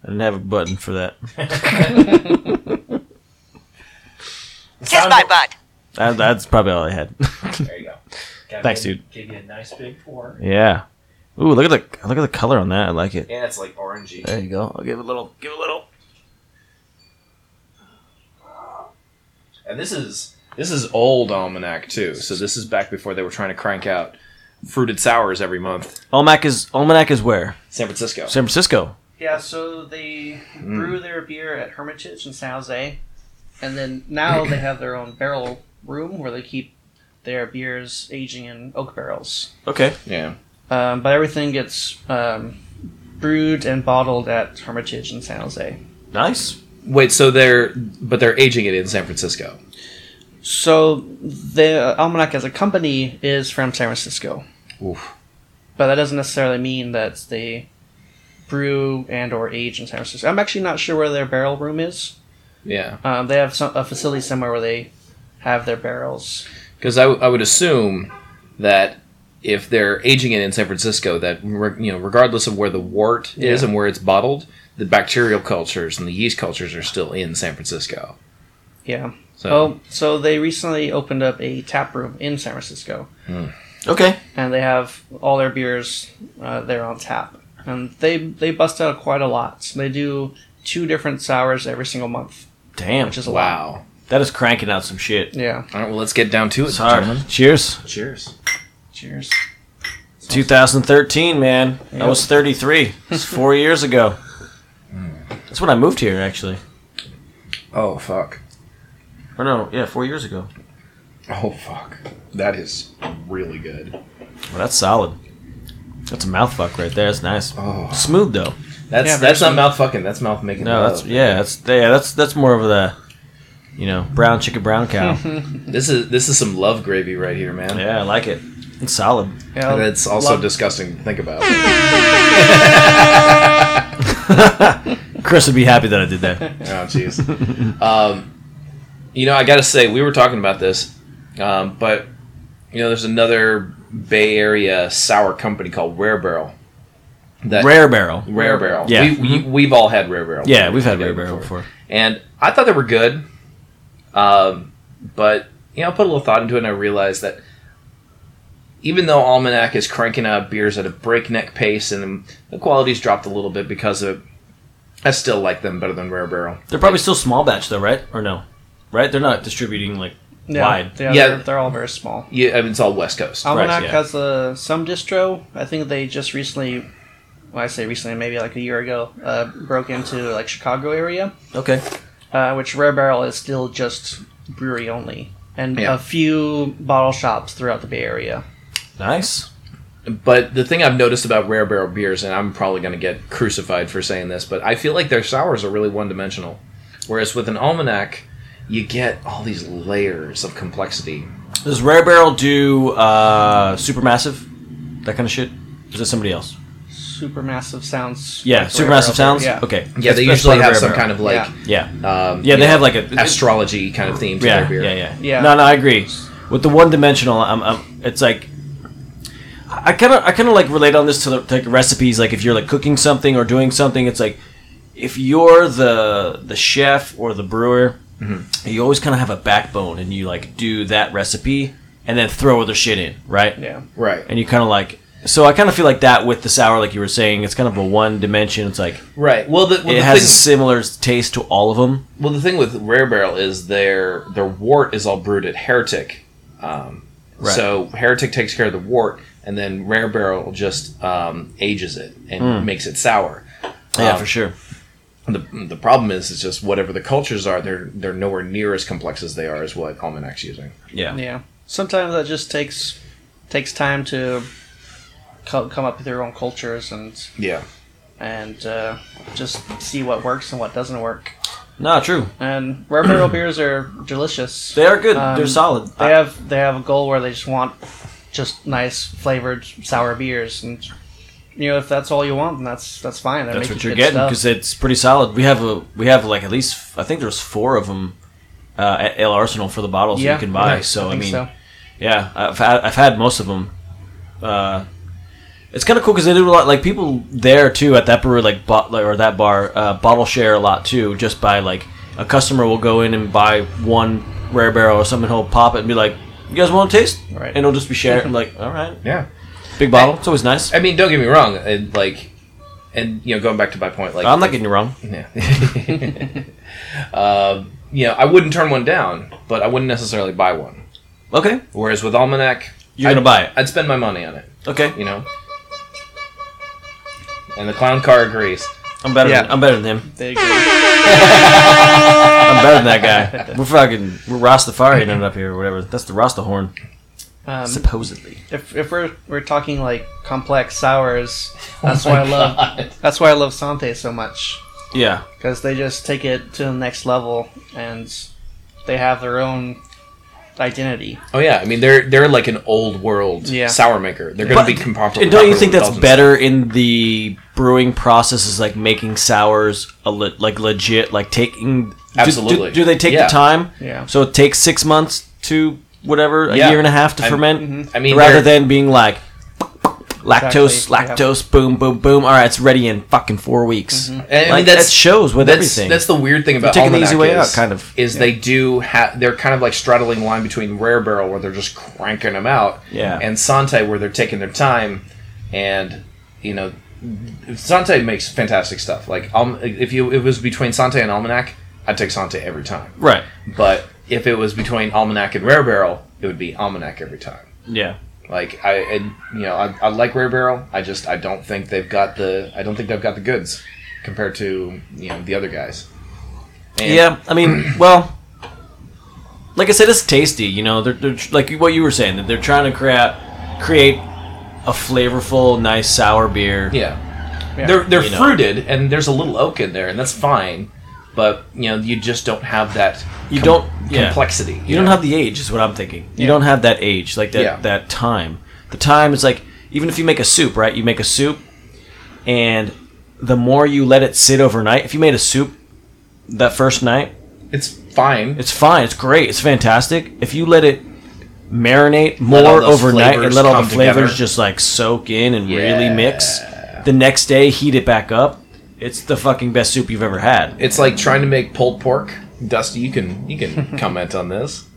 Speaker 5: I didn't have a button for that.
Speaker 18: Kiss my butt.
Speaker 5: that that's probably all I had. (laughs)
Speaker 7: There you go.
Speaker 5: Thanks, dude.
Speaker 7: Give you a nice big pour.
Speaker 5: Yeah. Ooh, look at the look at the color on that. I like it.
Speaker 7: And it's like orangey.
Speaker 5: There you go. I'll give it a little. Give it a little.
Speaker 7: And this is this is old almanac too. So this is back before they were trying to crank out fruited sours every month.
Speaker 5: Almanac is Almanac is where
Speaker 7: San Francisco.
Speaker 5: San Francisco.
Speaker 8: Yeah, so they brew their beer at Hermitage in San Jose, and then now they have their own barrel room where they keep their beers aging in oak barrels.
Speaker 5: Okay.
Speaker 7: Yeah.
Speaker 8: Um, but everything gets um, brewed and bottled at Hermitage in San Jose.
Speaker 5: Nice.
Speaker 7: Wait, so they're but they're aging it in San Francisco.
Speaker 8: So the Almanac as a company is from San Francisco,
Speaker 7: Oof.
Speaker 8: but that doesn't necessarily mean that they brew and or age in San Francisco. I'm actually not sure where their barrel room is.
Speaker 7: Yeah.
Speaker 8: Um, they have some, a facility somewhere where they have their barrels.
Speaker 7: Because I, w- I would assume that if they're aging it in San Francisco, that re- you know, regardless of where the wort is and where it's bottled, the bacterial cultures and the yeast cultures are still in San Francisco.
Speaker 8: Yeah.
Speaker 7: So
Speaker 8: Oh, so they recently opened up a tap room in San Francisco,
Speaker 5: Okay.
Speaker 8: and they have all their beers uh, there on tap. And they they bust out quite a lot. So they do two different sours every single month,
Speaker 5: Damn.
Speaker 8: which is a lot.
Speaker 7: wow!
Speaker 5: That is cranking out some shit.
Speaker 8: Yeah.
Speaker 7: All right, well, let's get down to it, gentlemen.
Speaker 5: Cheers.
Speaker 7: Cheers.
Speaker 8: Cheers.
Speaker 5: 2013, man. I was 33. It's four years ago. That's when I moved here, actually.
Speaker 20: Oh fuck!
Speaker 5: Or no, yeah, four years ago.
Speaker 20: Oh fuck! That is really good.
Speaker 5: Well, that's solid. That's a mouthfuck right there. That's nice. Smooth though.
Speaker 7: That's
Speaker 8: Yeah,
Speaker 7: that's not mouth fucking. That's mouth making.
Speaker 5: No,
Speaker 7: love.
Speaker 5: that's yeah, that's yeah, that's that's more of the You know, brown chicken, brown
Speaker 8: (laughs)
Speaker 5: cow.
Speaker 7: this is this is some love gravy right here, man.
Speaker 5: Yeah, I like it. It's solid.
Speaker 8: Yeah,
Speaker 7: and it's also
Speaker 8: love-
Speaker 7: disgusting to think about. Oh,
Speaker 5: Chris would be happy that I did that.
Speaker 7: Oh, jeez. um, you know, I got to say, we were talking about this, um, but you know, there's another Bay Area sour company called Rare Barrel. That
Speaker 5: Rare Barrel.
Speaker 7: Rare Barrel.
Speaker 5: Yeah. Mm-hmm.
Speaker 7: We, we, we've all had Rare Barrel.
Speaker 5: Yeah, we've had Rare Barrel before.
Speaker 7: And I thought they were good, um, but you know, I put a little thought into it, and I realized that even though Almanac is cranking out beers at a breakneck pace, and the quality's dropped a little bit because of it, I still like them better than Rare Barrel.
Speaker 5: They're probably still small batch though, right? Or no? Right? They're not distributing like
Speaker 8: Yeah,
Speaker 5: wide.
Speaker 8: yeah,
Speaker 7: Yeah.
Speaker 8: They're, they're all very small.
Speaker 7: Yeah, I mean, it's all West Coast.
Speaker 8: Almanac
Speaker 5: yeah.
Speaker 8: has uh, some distro. I think they just recently, well, I say recently, maybe like a year ago, uh, broke into like Chicago area,
Speaker 5: Okay.
Speaker 8: uh, which Rare Barrel is still just brewery only, and
Speaker 7: Yeah.
Speaker 8: a few bottle shops throughout the Bay Area.
Speaker 5: Nice.
Speaker 7: But the thing I've noticed about Rare Barrel beers, and I'm probably going to get crucified for saying this, but I feel like their sours are really one dimensional. Whereas with an almanac, you get all these layers of complexity.
Speaker 5: Does Rare Barrel do uh Supermassive? That kind of shit? Or is it somebody else?
Speaker 8: Supermassive sounds.
Speaker 5: Yeah,
Speaker 8: like Rare
Speaker 5: Supermassive
Speaker 8: Barrel.
Speaker 5: Sounds?
Speaker 8: Yeah.
Speaker 5: Okay.
Speaker 7: Yeah,
Speaker 5: That's-
Speaker 7: they
Speaker 5: that's
Speaker 7: usually
Speaker 5: part
Speaker 7: have
Speaker 5: Rare
Speaker 7: some
Speaker 5: Barrel.
Speaker 7: kind of like
Speaker 5: Yeah.
Speaker 7: um,
Speaker 5: Yeah,
Speaker 7: you
Speaker 5: they have like a-
Speaker 7: astrology kind of theme to
Speaker 5: yeah,
Speaker 7: their beer.
Speaker 5: Yeah, yeah,
Speaker 8: Yeah.
Speaker 5: No, no, I agree. With the one dimensional, I'm, I'm, it's like I kind of, I kind of like relate on this to the to like recipes. Like if you're like cooking something or doing something, it's like if you're the the chef or the brewer,
Speaker 7: Mm-hmm.
Speaker 5: you always kind of have a backbone, and you like do that recipe and then throw other shit in, right?
Speaker 8: Yeah.
Speaker 7: Right,
Speaker 5: And you kind of like. So I kind of feel like that with the sour, like you were saying, it's kind of a one dimension. It's like
Speaker 7: right. Well, the, well,
Speaker 5: it
Speaker 7: the
Speaker 5: has a
Speaker 7: thing,
Speaker 5: similar taste to all of them.
Speaker 7: well, the thing with Rare Barrel is their their wort is all brewed at Heretic. Um,
Speaker 5: Right.
Speaker 7: So Heretic takes care of the wort, and then Rare Barrel just um, ages it and makes it sour.
Speaker 5: Hmm. Yeah,
Speaker 7: Um,
Speaker 5: for sure.
Speaker 7: the, the problem is it's just whatever the cultures are they're they're nowhere near as complex as they are as what almanac's using
Speaker 5: Yeah,
Speaker 8: Yeah. Sometimes that just takes takes time to co- come up with your own cultures and
Speaker 7: yeah
Speaker 8: and uh, just see what works and what doesn't work.
Speaker 5: no, true.
Speaker 8: And rare
Speaker 5: (clears throat)
Speaker 8: barrel beers are delicious.
Speaker 5: They are good.
Speaker 8: Um,
Speaker 5: They're solid.
Speaker 8: They have they have a goal where they just want just nice flavored sour beers, and you know if that's all you want, then that's that's fine. They
Speaker 5: That's
Speaker 8: make
Speaker 5: what
Speaker 8: you
Speaker 5: you're
Speaker 8: good
Speaker 5: getting
Speaker 8: stuff.
Speaker 5: because it's pretty solid. We have a we have like at least I think there's four of them uh, at Ale Arsenal for the bottles
Speaker 8: Yeah,
Speaker 5: you can buy.
Speaker 8: nice.
Speaker 5: So I,
Speaker 8: think
Speaker 5: mean,
Speaker 8: so.
Speaker 5: yeah, I've had, I've had most of them. Uh, it's kind of cool because they do a lot like people there too at that brewery like bot like, or that bar uh, bottle share a lot too. Just by like a customer will go in and buy one rare barrel or something, he'll pop it and be like, "You guys want to taste?"
Speaker 8: Right.
Speaker 5: And it'll just be
Speaker 8: (laughs)
Speaker 5: shared. I'm like, all right,
Speaker 7: yeah
Speaker 5: big bottle. It's always nice.
Speaker 7: i mean don't get me wrong and like and you know going back to my point like
Speaker 5: I'm not getting you wrong.
Speaker 7: yeah. (laughs) um, you know i wouldn't turn one down but i wouldn't necessarily buy one
Speaker 5: Okay,
Speaker 7: whereas with almanac
Speaker 5: you're
Speaker 7: I'd-
Speaker 5: gonna buy it.
Speaker 7: i'd spend my money on it
Speaker 5: Okay,
Speaker 7: you know and the clown car agrees
Speaker 5: I'm better.
Speaker 8: Yeah.
Speaker 5: Than, I'm better than him.
Speaker 8: They agree.
Speaker 5: I'm better than that
Speaker 8: (laughs)
Speaker 5: guy. We're fucking we're Rastafarian up here, or whatever. That's the Rasta horn,
Speaker 8: Um,
Speaker 5: supposedly.
Speaker 8: if, if we're we're talking like complex
Speaker 5: (laughs)
Speaker 8: sours,
Speaker 5: Oh
Speaker 8: that's
Speaker 7: Oh
Speaker 8: why I love that's why I love Sante so much
Speaker 5: Yeah,
Speaker 8: because they just take it to the next level and they have their own identity.
Speaker 7: oh yeah i mean they're they're like an old world
Speaker 8: Yeah.
Speaker 7: sour maker they're going to be comparable
Speaker 5: and don't you think that's better in the brewing process? Is like making sours a le- like legit, like taking. do- do-
Speaker 7: Absolutely.
Speaker 5: Do, they take
Speaker 7: Yeah.
Speaker 5: the time?
Speaker 8: Yeah.
Speaker 5: So it takes six months to whatever, a
Speaker 7: Yeah.
Speaker 5: year and a half to
Speaker 7: I-
Speaker 5: ferment.
Speaker 8: Mm-hmm.
Speaker 7: I mean,
Speaker 5: rather
Speaker 7: they're-
Speaker 5: than being like. Lactose,
Speaker 8: Exactly, yeah.
Speaker 5: lactose, boom, boom, boom. All right, it's ready in fucking four weeks.
Speaker 7: I mean,
Speaker 5: Like,
Speaker 7: Mm-hmm. that's-
Speaker 5: that shows with
Speaker 7: that's,
Speaker 5: everything.
Speaker 7: That's the weird thing about
Speaker 5: taking the
Speaker 7: Almanac
Speaker 5: easy way
Speaker 7: is,
Speaker 5: out, kind of.
Speaker 7: is they do have they're kind of like straddling the line between Rare Barrel where they're just cranking them out,
Speaker 5: Yeah.
Speaker 7: and Sante where they're taking their time, and you know, Sante makes fantastic stuff. Like um, if you if it was between Sante and Almanac, I'd take Sante every time.
Speaker 5: right.
Speaker 7: But if it was between Almanac and Rare Barrel, it would be Almanac every time.
Speaker 5: Yeah.
Speaker 7: Like I, and, you know, I, I like Rare Barrel. I just I don't think they've got the I don't think they've got the goods compared to you know the other guys. And-
Speaker 5: Yeah, I mean, (clears throat) well, like I said, it's tasty. You know, they're, they're tr- like what you were saying that they're trying to create create a flavorful, nice sour beer.
Speaker 7: Yeah. They're they're
Speaker 5: You know.
Speaker 7: fruited and there's a little oak in there and that's fine. but you know you just don't have that
Speaker 5: You
Speaker 7: com-
Speaker 5: don't yeah.
Speaker 7: complexity.
Speaker 5: You don't have the age, is what I'm thinking. You
Speaker 7: Yeah.
Speaker 5: don't have that age, like that
Speaker 7: Yeah.
Speaker 5: that time. The time is like even if you make a soup, right? You make a soup, and the more you let it sit overnight, if you made a soup that first night,
Speaker 7: it's fine.
Speaker 5: It's fine. It's great. It's fantastic. If you let it marinate more
Speaker 21: all those
Speaker 5: overnight and
Speaker 21: flavors
Speaker 5: let all
Speaker 21: come
Speaker 5: the flavors
Speaker 21: together.
Speaker 5: just like soak in and really mix, the next day heat it back up. It's the fucking best soup you've ever had.
Speaker 8: It's like trying to make pulled pork. Dusty, you can
Speaker 5: (laughs)
Speaker 8: you can comment on this.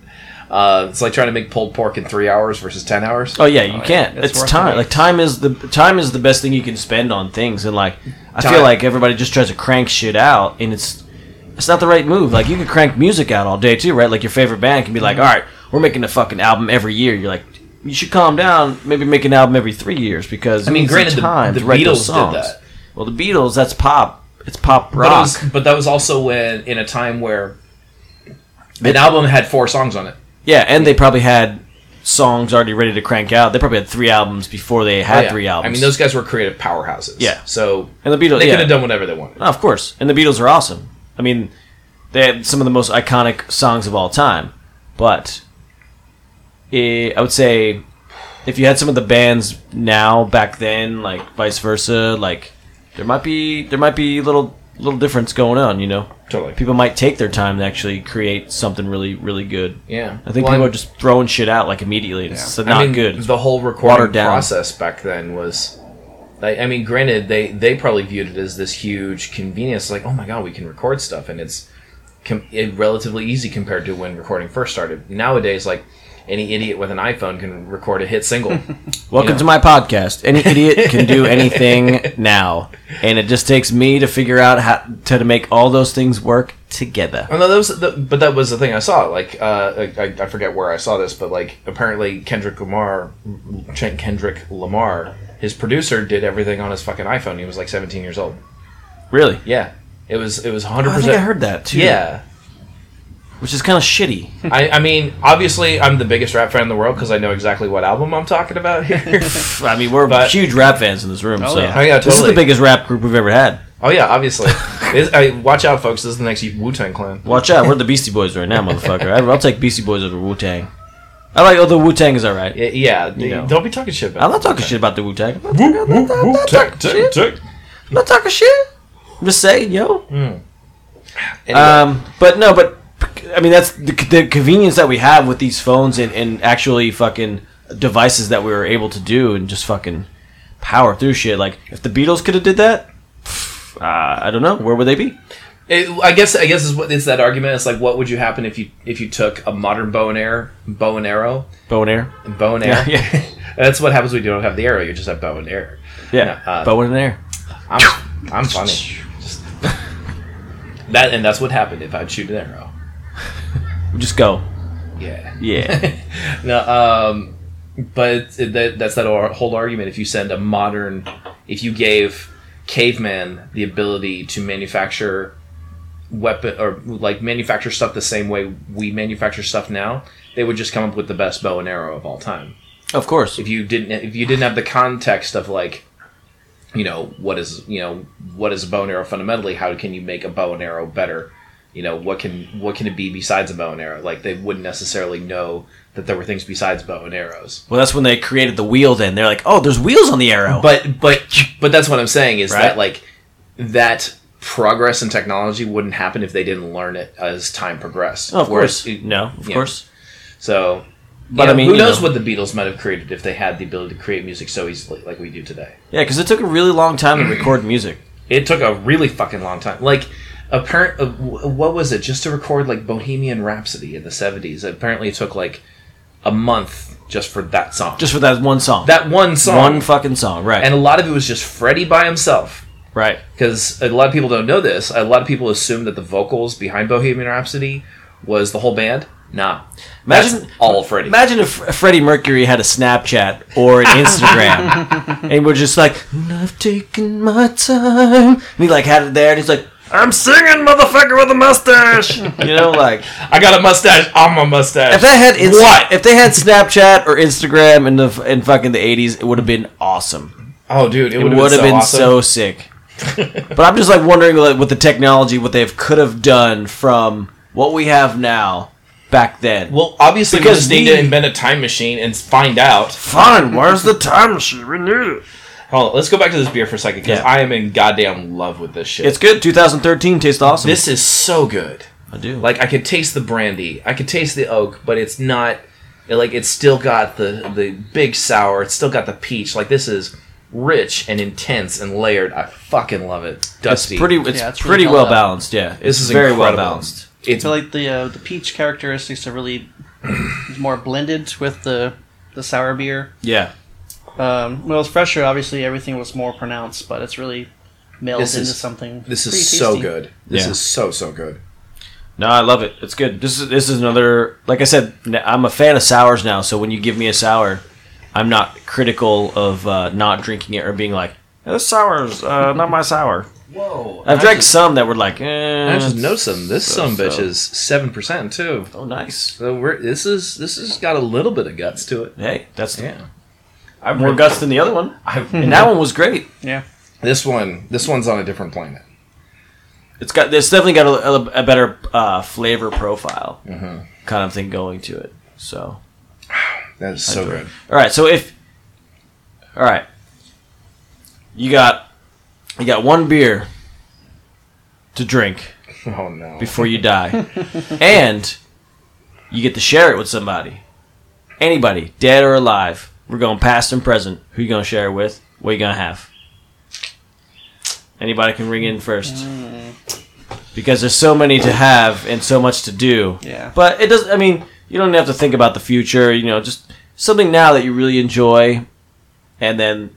Speaker 8: Uh, it's like trying to make pulled pork in three hours versus ten hours.
Speaker 5: Oh yeah, you can't.
Speaker 8: It's
Speaker 5: It's,
Speaker 8: worth
Speaker 5: time.
Speaker 8: it.
Speaker 5: Like time is the time is the best thing you can spend on things. And like I
Speaker 8: Time.
Speaker 5: feel like everybody just tries to crank shit out, and it's it's not the right move. Like you could crank music out all day too, right? Like your favorite band can be like, all right, we're making a fucking album every year. You're like, you should calm down. Maybe make an album every three years because
Speaker 7: I
Speaker 5: you
Speaker 7: mean,
Speaker 5: need some
Speaker 7: granted, the-
Speaker 5: time
Speaker 7: the
Speaker 5: to write those
Speaker 7: Beatles did
Speaker 5: songs.
Speaker 7: that.
Speaker 5: Well, the Beatles, that's pop. It's pop
Speaker 7: But, it
Speaker 5: rock.
Speaker 7: was- but that was also when in a time where an album had four songs on it.
Speaker 5: Yeah, and they probably had songs already ready to crank out. They probably had three albums before they had
Speaker 8: Oh, yeah.
Speaker 5: three albums.
Speaker 8: I mean, those guys were creative powerhouses.
Speaker 5: Yeah.
Speaker 8: So
Speaker 5: And the Beatles,
Speaker 8: they
Speaker 5: yeah.
Speaker 8: could have done whatever they wanted.
Speaker 5: Oh, of course. And the Beatles are awesome. I mean, they had some of the most iconic songs of all time. But eh, I would say if you had some of the bands now back then, like vice versa, like there might be there might be little little difference going on. You know,
Speaker 8: totally.
Speaker 5: People might take their time to actually create something really really good.
Speaker 8: Yeah.
Speaker 5: I think
Speaker 8: Well,
Speaker 5: people
Speaker 8: I'm-
Speaker 5: are just throwing shit out like immediately. It's
Speaker 8: I
Speaker 5: not
Speaker 8: mean,
Speaker 5: good. It's
Speaker 8: The whole
Speaker 5: watered
Speaker 8: recording
Speaker 5: down.
Speaker 8: process back then was. I, I mean, granted, they they probably viewed it as this huge convenience, like, oh my god, we can record stuff, and it's com- it relatively easy compared to when recording first started. Nowadays, like any idiot with an iPhone can record a hit single.
Speaker 5: (laughs) Welcome to my podcast.
Speaker 8: (laughs)
Speaker 5: Any idiot can do anything now, and it just takes me to figure out how to, to make all those things work together.
Speaker 8: Oh, no, that was the, but that was the thing I saw. Like, uh, I- I, I forget where I saw this, but like, apparently Kendrick Lamar, Ch- Kendrick Lamar, his producer did everything on his fucking iPhone. He was like 17 years old.
Speaker 5: Really?
Speaker 8: Yeah. It was. It was 100.
Speaker 5: Oh, I think I heard that, too.
Speaker 8: Yeah.
Speaker 5: Which is kind of shitty.
Speaker 8: I, I mean, obviously, I'm the biggest rap fan in the world because I know exactly what album I'm talking
Speaker 5: (laughs)
Speaker 8: about here.
Speaker 5: I mean, we're huge rap fans in this room,
Speaker 8: Oh,
Speaker 5: so
Speaker 8: yeah. Oh, yeah,
Speaker 5: this is the
Speaker 8: totally.
Speaker 5: biggest rap group we've ever had.
Speaker 8: oh yeah, obviously. This- I, watch out, folks. This is the next Wu Tang Clan.
Speaker 5: Watch out, we're the Beastie Boys right now,
Speaker 8: (laughs)
Speaker 5: motherfucker. I, I'll take Beastie Boys over Wu Tang. I like, although Wu Tang is all right.
Speaker 8: Yeah,
Speaker 5: You know.
Speaker 8: don't be talking shit. About
Speaker 5: I'm not talking shit about the Wu Tang.
Speaker 8: Wu Wu Wu Tang Tang Tang.
Speaker 5: I'm not talking shit. I'm just saying, yo.
Speaker 8: Anyway.
Speaker 5: Um, but no, but I mean that's the, the convenience that we have with these phones and, and actually fucking devices that we were able to do and just fucking power through shit. Like if the Beatles could have did that, pff, uh, I don't know where would they be.
Speaker 7: It, I guess I guess is what it's that argument. It's like what would you happen if you if you took a modern bow and air bow and arrow
Speaker 5: Bow and air,
Speaker 7: bow and air.
Speaker 5: Yeah,
Speaker 7: (laughs) That's what happens when you don't have the arrow. You just have bow and air.
Speaker 5: yeah,
Speaker 7: No, uh,
Speaker 5: bow and air.
Speaker 7: I'm, I'm funny. Just- (laughs) that and that's what happened if I'd shoot an arrow.
Speaker 5: Just go.
Speaker 7: Yeah. (laughs)
Speaker 5: Yeah.
Speaker 7: no, um, but that, that's that ar- whole argument. If you send a modern, if you gave caveman the ability to manufacture weapon or like manufacture stuff the same way we manufacture stuff now, they would just come up with the best bow and arrow of all time.
Speaker 5: Of course.
Speaker 7: If you didn't, if you didn't have the context of like, you know, what is you know what is a bow and arrow fundamentally? How can you make a bow and arrow better? You know, what can what can it be besides a bow and arrow? Like they wouldn't necessarily know that there were things besides bow and arrows.
Speaker 5: Well, that's when they created the wheel. Then they're like, oh, there's wheels on the arrow.
Speaker 7: But but but that's what I'm saying is
Speaker 5: Right.
Speaker 7: that like that progress in technology wouldn't happen if they didn't learn it as time progressed.
Speaker 5: Oh, of
Speaker 7: Whereas
Speaker 5: course.
Speaker 7: it-
Speaker 5: No, of
Speaker 7: yeah.
Speaker 5: course.
Speaker 7: So,
Speaker 5: But
Speaker 7: but
Speaker 5: I mean,
Speaker 7: who
Speaker 5: you
Speaker 7: knows
Speaker 5: know.
Speaker 7: what the Beatles might have created if they had the ability to create music so easily, like we do today.
Speaker 5: Yeah, because it took a really long time to record music.
Speaker 7: It took a really fucking long time. Like, apparent, uh, wh- what was it? Just to record like Bohemian Rhapsody in the seventies. Apparently, it took like a month just for that song.
Speaker 5: Just for that one song.
Speaker 7: That one song.
Speaker 5: One fucking song, right?
Speaker 7: and a lot of it was just Freddie by himself.
Speaker 5: Right.
Speaker 7: Because a lot of people don't know this. A lot of people assume that the vocals behind Bohemian Rhapsody was the whole band. Nah.
Speaker 5: Imagine-
Speaker 7: That's all Freddie.
Speaker 5: Imagine if Freddie Mercury had a Snapchat or an Instagram, and we're just like, and I've taken my time. And he like had it there, and he's like, I'm singing, motherfucker, with a mustache.
Speaker 7: (laughs)
Speaker 5: you know, like
Speaker 8: I got a mustache. I'm a mustache.
Speaker 5: if they had Inst- if they had Snapchat or Instagram in the f- in fucking the 80s, it would have been awesome.
Speaker 8: Oh, dude, it
Speaker 5: It
Speaker 8: would have
Speaker 5: would have been
Speaker 8: awesome.
Speaker 5: so sick. but I'm just like wondering like, with the technology what they could have done from what we have now back then.
Speaker 7: Well, obviously, we just need to invent a time machine and find out.
Speaker 5: Fine, where's the time machine? We need it.
Speaker 7: Hold on, let's go back to this beer for a second because I am in goddamn love with this shit.
Speaker 5: It's good. 2013 tastes awesome.
Speaker 7: This is so good.
Speaker 5: I do.
Speaker 7: Like I could taste the brandy, I could taste the oak, but it's not it- like it's still got the the big sour. It's still got the peach. Like this is rich and intense and layered. I fucking love it. Dusty.
Speaker 5: pretty- it's Yeah, it's pretty pretty well well balanced, yeah.
Speaker 7: this
Speaker 5: It's
Speaker 7: is
Speaker 5: very well
Speaker 7: incredible.
Speaker 5: balanced.
Speaker 7: It's
Speaker 8: I feel like the uh, the peach characteristics
Speaker 5: (clears throat)
Speaker 8: are really more blended with the the sour beer.
Speaker 5: Yeah.
Speaker 8: Um, when it was fresher, obviously everything was more pronounced, but it's really melded
Speaker 7: This
Speaker 8: into
Speaker 7: is-
Speaker 8: something.
Speaker 7: this is
Speaker 8: pretty
Speaker 7: so
Speaker 8: tasty.
Speaker 7: good. This
Speaker 5: Yeah.
Speaker 7: is so so good.
Speaker 5: No, I love it. It's good. This is this is another. Like I said, n- I'm a fan of sours now. So when you give me a sour, I'm not critical of uh, not drinking it or being like, "This sour's uh, not my sour."
Speaker 7: Whoa!
Speaker 5: I've drank some that were like, eh,
Speaker 7: I just noticed them. This
Speaker 5: so-
Speaker 7: some bitch
Speaker 5: so.
Speaker 7: is seven percent too.
Speaker 5: Oh, nice.
Speaker 7: So we're this is this has got a little bit of guts to it.
Speaker 5: Hey, that's the,
Speaker 7: yeah.
Speaker 5: I have more guts than the other one, and that one was great.
Speaker 8: Yeah.
Speaker 7: (laughs) This one, this one's on a different planet.
Speaker 5: It's got. It's definitely got a, a- a better uh, flavor profile kind of thing going to it. So
Speaker 7: That is
Speaker 5: I
Speaker 7: so
Speaker 5: enjoy
Speaker 7: good.
Speaker 5: it. All right, so if all right, you got you got one beer to drink
Speaker 7: (laughs) Oh no!
Speaker 5: before you die, and you get to share it with somebody, anybody, dead or alive. We're going past and present. Who you gonna share it with? What you gonna have? Anybody can ring in first. Because there's so many to have and so much to do.
Speaker 8: Yeah.
Speaker 5: But it does. I mean, you don't have to think about the future. You know, just something now that you really enjoy, and then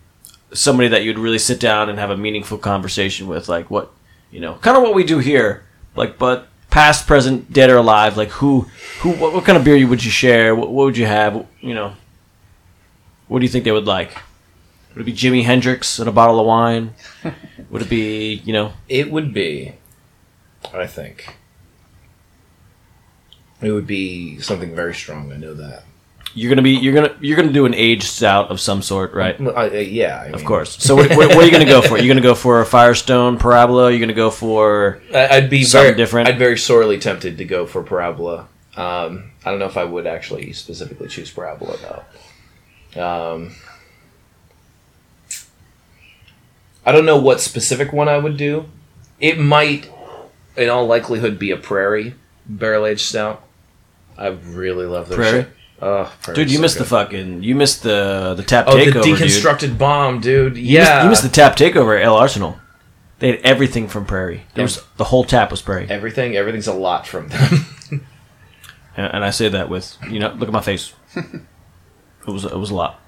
Speaker 5: somebody that you'd really sit down and have a meaningful conversation with, like what you know, kind of what we do here. Like, but past, present, dead or alive. Like, who, who, what, what kind of beer you would you share? What, what would you have? You know, what do you think they would like? Would it be Jimi Hendrix and a bottle of wine? Would it be you know?
Speaker 7: It would be, I think, it would be something very strong. I know that.
Speaker 5: You're gonna be you're gonna you're gonna do an aged stout of some sort, right?
Speaker 7: Well, I- I- yeah, I
Speaker 5: Of
Speaker 7: mean,
Speaker 5: course. So what, what, what are you going to go for? You're going to go for a Firestone Parabola. You're going to go for
Speaker 7: I- I'd be
Speaker 5: something
Speaker 7: very
Speaker 5: different.
Speaker 7: I'd very sorely tempted to go for Parabola. Um, I don't know if I would actually specifically choose Parabola though. Um, I don't know what specific one I would do. It might, in all likelihood, be a Prairie barrel aged stout. I really love their
Speaker 5: Prairie?
Speaker 7: shit. Oh, Prairie's
Speaker 5: dude, you
Speaker 7: so
Speaker 5: missed
Speaker 7: good.
Speaker 5: the fucking you missed the the tap
Speaker 7: oh the
Speaker 5: takeover, dude.
Speaker 7: deconstructed bomb, dude.
Speaker 5: You missed-
Speaker 7: Yeah,
Speaker 5: you missed the tap takeover at El Arsenal. They had everything from Prairie. There was
Speaker 7: Yeah.
Speaker 5: the whole tap was Prairie,
Speaker 7: everything. Everything's a lot from them. (laughs)
Speaker 5: and, and I say that with you know, look at my
Speaker 7: (laughs)
Speaker 5: face. it was it was a lot.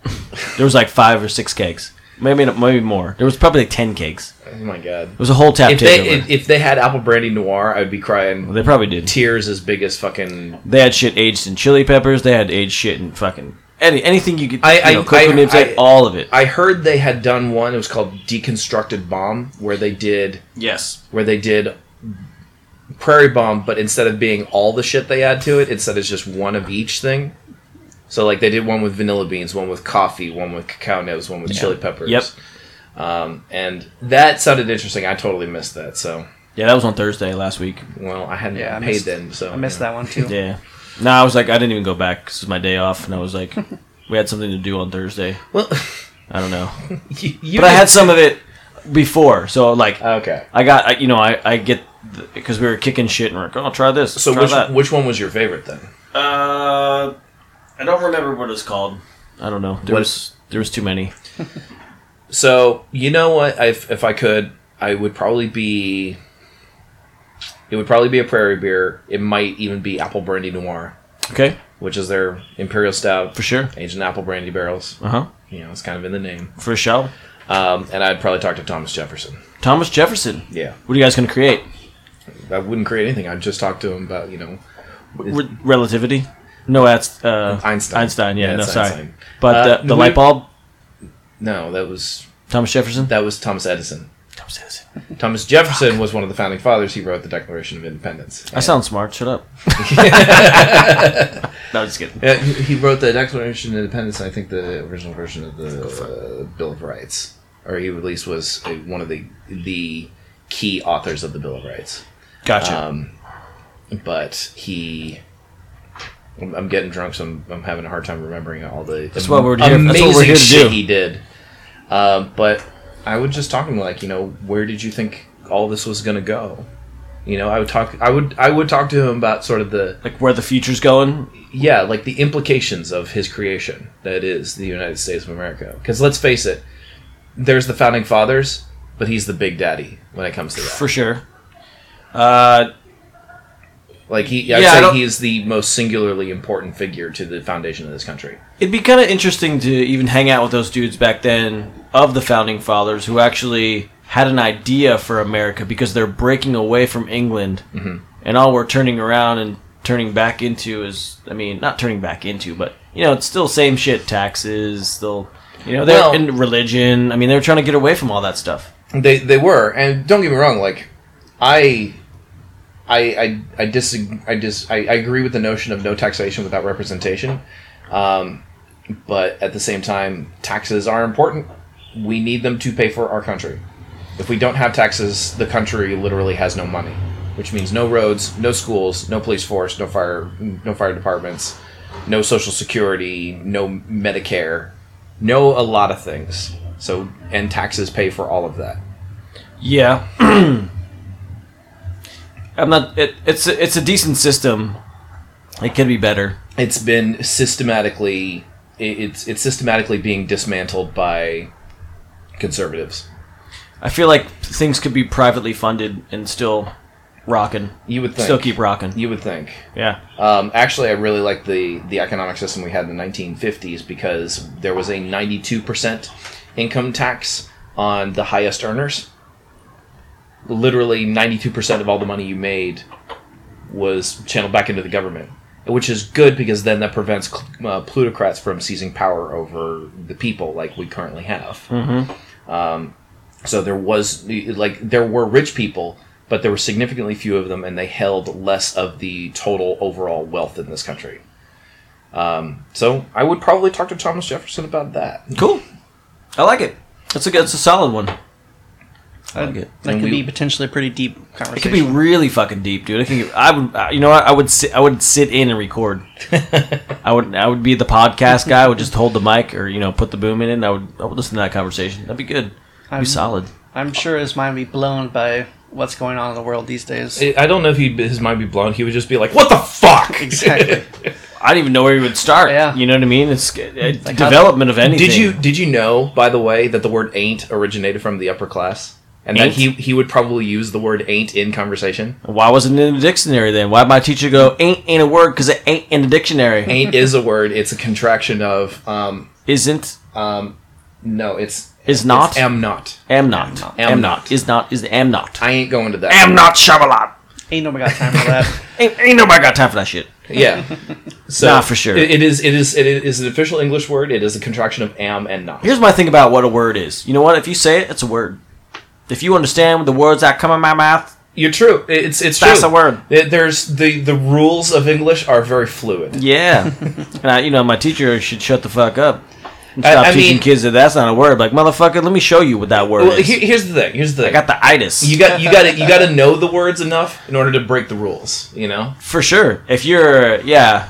Speaker 5: There was like five or six cakes, maybe maybe more. There was probably like ten cakes.
Speaker 7: oh my god.
Speaker 5: It was a whole tap
Speaker 7: if
Speaker 5: takeover.
Speaker 7: they if, if they had apple brandy noir, I'd be crying
Speaker 5: they probably did.
Speaker 7: tears as big as fucking.
Speaker 5: They had shit aged in chili peppers. They had aged shit in fucking any, anything you could.
Speaker 7: I- I-
Speaker 5: you know, cocoa
Speaker 7: I-
Speaker 5: nibs, they
Speaker 7: I-
Speaker 5: had all of it.
Speaker 7: I heard they had done one. It was called Deconstructed Bomb, where they did
Speaker 5: yes.
Speaker 7: where they did Prairie Bomb, but instead of being all the shit they add to it, instead it's just one of each thing. So like they did one with vanilla beans, one with coffee, one with cacao nibs, one with chili peppers.
Speaker 5: Yep.
Speaker 7: Um, and that sounded interesting. I totally missed that. So
Speaker 5: Yeah, that was on Thursday last week.
Speaker 7: well, I hadn't
Speaker 8: Yeah, I
Speaker 7: paid
Speaker 8: missed-
Speaker 7: then. So
Speaker 8: I missed that one too.
Speaker 5: Yeah. No, I was like, I didn't even go back 'cause it was my day off, and I was
Speaker 7: (laughs)
Speaker 5: like, we had something to do on Thursday.
Speaker 7: Well, (laughs)
Speaker 5: I don't know,
Speaker 7: you, you
Speaker 5: but I
Speaker 7: did-
Speaker 5: had some of it before, so like,
Speaker 7: okay.
Speaker 5: I got, I, you know, I I get because we were kicking shit and we're like, oh, try this,
Speaker 7: So
Speaker 5: try
Speaker 7: which
Speaker 5: that.
Speaker 7: which one was your favorite then?
Speaker 5: uh, I don't remember what it's called. I don't know. There
Speaker 7: What-
Speaker 5: was there was too many.
Speaker 7: So you know what? If if I could, I would probably be. It would probably be a prairie beer. It might even be apple brandy noir,
Speaker 5: Okay,
Speaker 7: which is their imperial stout,
Speaker 5: for sure.
Speaker 7: aged in apple brandy barrels.
Speaker 5: Uh huh.
Speaker 7: You know, it's kind of in the name.
Speaker 5: For show.
Speaker 7: Um, and I'd probably talk to Thomas Jefferson.
Speaker 5: Thomas Jefferson.
Speaker 7: Yeah,
Speaker 5: What are you guys gonna create?
Speaker 7: I wouldn't create anything. I'd just talk to him about you know
Speaker 5: Re- relativity. No, that's uh,
Speaker 7: Einstein.
Speaker 5: Einstein. Yeah,
Speaker 7: Yeah,
Speaker 5: no,
Speaker 7: it's
Speaker 5: sorry.
Speaker 7: Einstein.
Speaker 5: But
Speaker 7: Uh,
Speaker 5: the, the
Speaker 7: we-
Speaker 5: light bulb.
Speaker 7: no that was
Speaker 5: Thomas Jefferson.
Speaker 7: that was Thomas Edison.
Speaker 5: Thomas Edison.
Speaker 7: Thomas Jefferson was one of the founding fathers. He wrote the Declaration of Independence.
Speaker 5: I sound smart. Shut
Speaker 7: (laughs)
Speaker 5: up. (laughs) no, I'm just kidding.
Speaker 7: Yeah, he he wrote the Declaration of Independence. and I think the original version of the uh, Bill of Rights. or he at least was uh, one of the the key authors of the Bill of Rights.
Speaker 5: Gotcha.
Speaker 7: Um, but he, I'm, I'm getting drunk, so I'm, I'm having a hard time remembering all the.
Speaker 5: That's
Speaker 7: the
Speaker 5: what we're here- that's what we're
Speaker 7: amazing
Speaker 5: here to
Speaker 7: shit
Speaker 5: do.
Speaker 7: He did. Um, but I would just talk to him like, you know, where did you think all this was going to go? You know, I would talk. I would. I would talk to him about sort of the
Speaker 5: like where the future's going.
Speaker 7: Yeah, like the implications of his creation that is the United States of America. Because let's face it, there's the founding fathers, but he's the big daddy when it comes to that. For
Speaker 5: sure. Uh,
Speaker 7: like he, I'd
Speaker 5: yeah, I
Speaker 7: say
Speaker 5: don't-
Speaker 7: he is the most singularly important figure to the foundation of this country.
Speaker 5: It'd be kind of interesting to even hang out with those dudes back then of the founding fathers who actually had an idea for America because they're breaking away from England,
Speaker 7: Mhm.
Speaker 5: and all we're turning around and turning back into is, I mean, not turning back into, but you know, it's still same shit, taxes, still, you know, they're
Speaker 7: Well-
Speaker 5: in religion. I mean, they're trying to get away from all that stuff.
Speaker 7: They they were, and don't get me wrong. Like, I, I, I, I disagree. I dis. I, I agree with the notion of no taxation without representation, um, but at the same time, taxes are important. We need them to pay for our country. If we don't have taxes, the country literally has no money, which means no roads, no schools, no police force, no fire, no fire departments, no social security, no Medicare, no a lot of things. So and taxes pay for all of that.
Speaker 5: (clears throat) Yeah. I'm not. It, it's a, it's a decent system. It could be better.
Speaker 7: It's been systematically it- it's it's systematically being dismantled by conservatives.
Speaker 5: I feel like things could be privately funded and still rocking.
Speaker 7: You would think.
Speaker 5: still keep rocking.
Speaker 7: You would think.
Speaker 5: Yeah.
Speaker 7: Um, actually, I really like the the economic system we had in the 1950s because there was a 92 percent income tax on the highest earners. Literally, 92 percent of all the money you made was channeled back into the government, which is good because then that prevents cl- uh, plutocrats from seizing power over the people like we currently have.
Speaker 5: Mhm.
Speaker 7: Um, so there was like there were rich people, but there were significantly few of them, and they held less of the total overall wealth in this country. Um, so I would probably talk to Thomas Jefferson about that.
Speaker 5: Cool. I like it. That's a good. That's a solid one. I like it.
Speaker 8: That could be potentially a pretty deep conversation.
Speaker 5: It could be really fucking deep, dude. I can. I would. I- You know what? I would sit. I would sit in and record. I would. I would be the podcast guy. I would just hold the mic or you know put the boom in it. And I would. I would listen to that conversation. That'd be good. That'd
Speaker 8: I'm-
Speaker 5: be solid.
Speaker 8: I'm sure his mind would be blown by what's going on in the world these days.
Speaker 7: I I don't know if he'd, his mind would be blown. He would just be like, "What the (laughs) fuck?"
Speaker 8: Exactly.
Speaker 5: I don't even know where he would start. Yeah. You know what I mean? It's uh, development of anything.
Speaker 7: Did you did you know, by the way, that the word "ain't" originated from the upper class, and
Speaker 5: Ain't? Oh.
Speaker 7: that he he would probably use the word "ain't" in conversation.
Speaker 5: Why wasn't it in the dictionary then? Why'd my teacher go, ain't ain't a word because it ain't in the dictionary?
Speaker 7: Ain't is a word. It's a contraction of um,
Speaker 5: isn't.
Speaker 7: Um, no, it's
Speaker 5: Is not?
Speaker 7: it's am not.
Speaker 5: Am not.
Speaker 7: Am
Speaker 5: Am not. Is not. Is am not.
Speaker 7: I ain't going to that.
Speaker 5: Am not Shyamalan.
Speaker 8: Ain't nobody got time
Speaker 5: (laughs)
Speaker 8: for that.
Speaker 5: ain't, ain't nobody got time for that shit.
Speaker 7: Yeah.
Speaker 5: (laughs)
Speaker 7: So
Speaker 5: Nah, for sure.
Speaker 7: It, it is. It is. It is an official English word. It is a contraction of am and not.
Speaker 5: Here's my thing about what a word is. You know what? If you say it, it's a word. If you understand the words that come in my mouth,
Speaker 7: you're true. It's it's
Speaker 5: that's
Speaker 7: true.
Speaker 5: a word.
Speaker 7: There- There's the the rules of English are very fluid.
Speaker 5: Yeah, and I, you know, my teacher should shut the fuck up and
Speaker 7: I-
Speaker 5: stop
Speaker 7: I
Speaker 5: teaching
Speaker 7: mean-
Speaker 5: kids that that's not a word. Like motherfucker, let me show you what that word
Speaker 7: Well,
Speaker 5: is.
Speaker 7: here, here's the thing. Here's the thing.
Speaker 5: I got the itis.
Speaker 7: you got you got to you
Speaker 5: (laughs)
Speaker 7: got to know the words enough in order to break the rules. You know.
Speaker 5: for sure. If you're, yeah,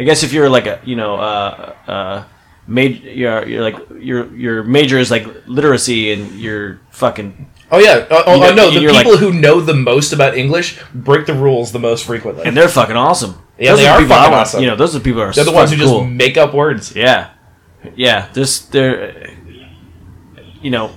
Speaker 5: I guess if you're like a, you know, uh, uh, major, you're, you're like your your major is like literacy, and you're fucking.
Speaker 7: Oh yeah. Oh, oh,
Speaker 5: You know-
Speaker 7: oh, no. The
Speaker 5: you're
Speaker 7: people
Speaker 5: like-
Speaker 7: who know the most about English break the rules the most frequently.
Speaker 5: And they're fucking awesome.
Speaker 7: Yeah, they
Speaker 5: the
Speaker 7: are
Speaker 5: people I
Speaker 7: fucking
Speaker 5: want-
Speaker 7: awesome.
Speaker 5: You know, those are the people who are.
Speaker 7: They're the ones who
Speaker 5: fucking
Speaker 7: just
Speaker 5: cool.
Speaker 7: make up words.
Speaker 5: Yeah, yeah. This they're, uh, you know,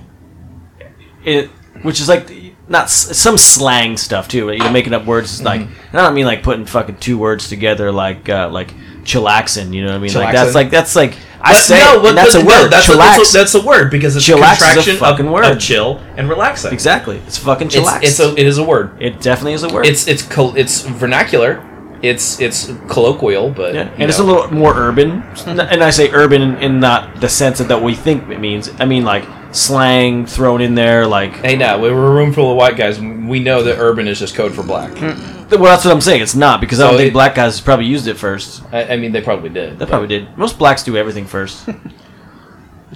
Speaker 5: it which is like not s- some slang stuff too. You know, making up words is like,
Speaker 7: Mm-hmm.
Speaker 5: and I don't mean like putting fucking two words together like uh, like chillaxing. You know what I mean? Like that's
Speaker 7: Chillaxing.
Speaker 5: like that's like I
Speaker 7: But
Speaker 5: say
Speaker 7: no,
Speaker 5: it,
Speaker 7: but-
Speaker 5: and that's
Speaker 7: but
Speaker 5: a
Speaker 7: no,
Speaker 5: word.
Speaker 7: that's, a,
Speaker 5: chillax.
Speaker 7: that's, a, that's a word because it's
Speaker 5: Chillax
Speaker 7: a
Speaker 5: is a
Speaker 7: contraction
Speaker 5: fucking
Speaker 7: of,
Speaker 5: word.
Speaker 7: of chill and relaxing.
Speaker 5: exactly. It's fucking
Speaker 7: It's,
Speaker 5: chillax.
Speaker 7: it's a, it is a word.
Speaker 5: it definitely is a word.
Speaker 7: It's it's col- it's vernacular. It's it's colloquial, but
Speaker 5: Yeah,
Speaker 7: you
Speaker 5: and it's a
Speaker 7: know.
Speaker 5: little more
Speaker 7: (laughs)
Speaker 5: urban. And I say urban in, in not the sense that, that we think it means. I mean, like slang thrown in there, like.
Speaker 7: Hey, now we were a room full of white guys. and We know that urban is just code for black.
Speaker 5: Well, that's what I'm saying. It's not because I don't
Speaker 7: So
Speaker 5: think
Speaker 7: it-
Speaker 5: black guys probably used it first.
Speaker 7: I, I mean, they probably did.
Speaker 5: They probably did. Most blacks do everything first.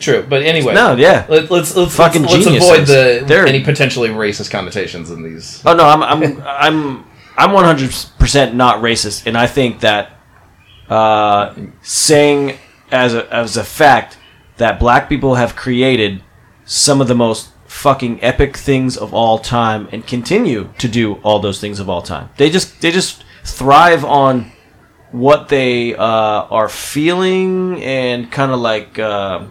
Speaker 7: True, but anyway.
Speaker 5: No, yeah.
Speaker 7: Let, let's let's
Speaker 5: Fucking
Speaker 7: let's, let's avoid
Speaker 5: geniuses.
Speaker 7: the
Speaker 5: They're-
Speaker 7: any potentially racist connotations in these.
Speaker 5: Oh no, I'm I'm I'm I'm 100% not racist, and I think that uh, saying as a as a fact that black people have created some of the most fucking epic things of all time and continue to do all those things of all time. They just they just thrive on what they uh, are feeling and kind of like uh,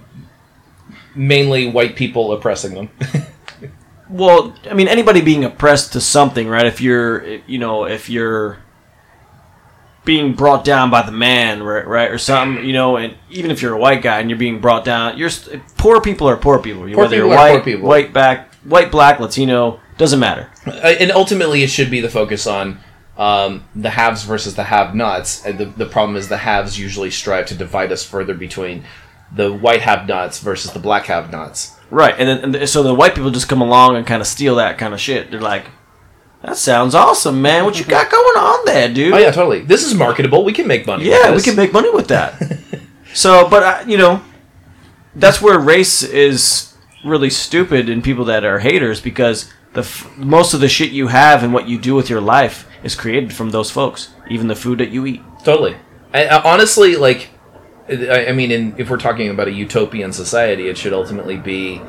Speaker 7: mainly white people oppressing them. (laughs)
Speaker 5: well, I mean, anybody being oppressed to something, right? If you're, you know, if you're being brought down by the man, right, right, or something, you know, and even if you're a white guy and you're being brought down, you're st- poor people are poor people.
Speaker 7: Poor
Speaker 5: Whether you're
Speaker 7: people are
Speaker 5: white,
Speaker 7: poor people.
Speaker 5: white back, white, black, Latino, doesn't matter.
Speaker 7: Uh, and ultimately it should be the focus on um, the haves versus the have-nots and the, the problem is the haves usually strive to divide us further between the white have-nots versus the black have-nots
Speaker 5: Right, and then and th- so the white people just come along and kind of steal that kind of shit. They're like, "That sounds awesome, man! What you got going on there, dude?"
Speaker 7: oh yeah totally this is marketable we can make money
Speaker 5: Yeah,
Speaker 7: with
Speaker 5: we
Speaker 7: this.
Speaker 5: can make money with (laughs) that. so, but I, you know, that's where race is really stupid in people that are haters because the f- most of the shit you have and what you do with your life is created from those folks, even the food that you eat.
Speaker 7: totally I, I, honestly like I, I mean in, if we're talking about a utopian society it should ultimately be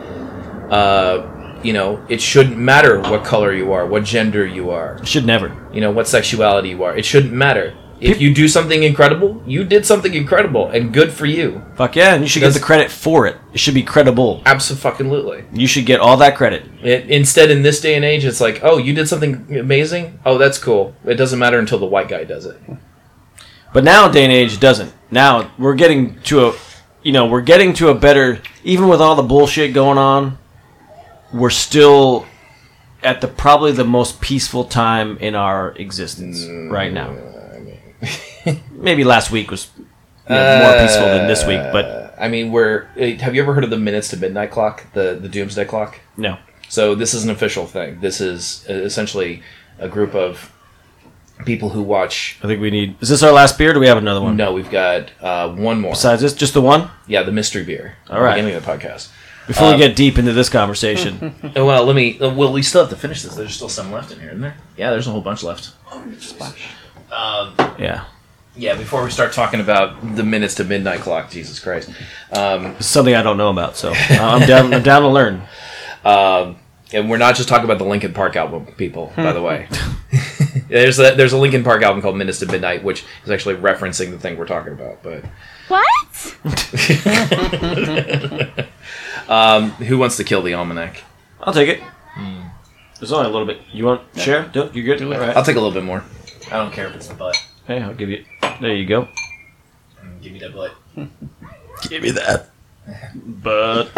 Speaker 7: uh, you know it shouldn't matter what color you are what gender you are
Speaker 5: Should never.
Speaker 7: you know what sexuality you are it shouldn't matter if you do something incredible you did something incredible and good for you
Speaker 5: Fuck yeah, and you should
Speaker 7: Does-
Speaker 5: get the credit for it. It should be credible.
Speaker 7: absolutely
Speaker 5: You should get all that credit.
Speaker 7: it, instead in this day and age it's like oh you did something amazing oh that's cool it doesn't matter until the white guy does it
Speaker 5: But now, day and age, it doesn't. Now we're getting to a, you know, we're getting to a better. Even with all the bullshit going on, we're still at the probably the most peaceful time in our existence right now. Maybe last week was you know, more peaceful than this week, but
Speaker 7: i mean we're eh, have you ever heard of the minutes to midnight clock the, the doomsday clock
Speaker 5: no.
Speaker 7: So this is an official thing. This is uh, essentially a group of people who watch.
Speaker 5: I think we need. Is this our last beer? Or do we have another one?
Speaker 7: No, we've got uh, one more.
Speaker 5: Besides this, just the one.
Speaker 7: yeah, the mystery beer.
Speaker 5: All right.
Speaker 7: At the beginning of the podcast.
Speaker 5: Before
Speaker 7: Uh,
Speaker 5: we get deep into this conversation,
Speaker 7: (laughs) Oh, well, let me. uh, Well, we still have to finish this. There's still some left in here, isn't there? Yeah, there's a whole bunch left. Um,
Speaker 5: yeah,
Speaker 7: yeah. Before we start talking about the minutes to midnight clock, Jesus Christ. Um,
Speaker 5: it's something I don't know about, so uh,
Speaker 7: (laughs)
Speaker 5: I'm down. I'm down to learn.
Speaker 7: Um, and we're not just talking about the Linkin Park album, people. By the way,
Speaker 5: Hmm. (laughs)
Speaker 7: (laughs) there's a there's a Linkin Park album called Minutes to Midnight, which is actually referencing the thing we're talking about. But
Speaker 2: What?
Speaker 7: um, who wants to kill the almanac?
Speaker 5: I'll take it. There's Hmm. only a little bit. You want share? Do, you good? All right.
Speaker 7: I'll take a little bit more.
Speaker 6: I don't care if it's the butt.
Speaker 5: Hey, I'll give you. There you go.
Speaker 6: Give me that butt.
Speaker 5: Give me that. But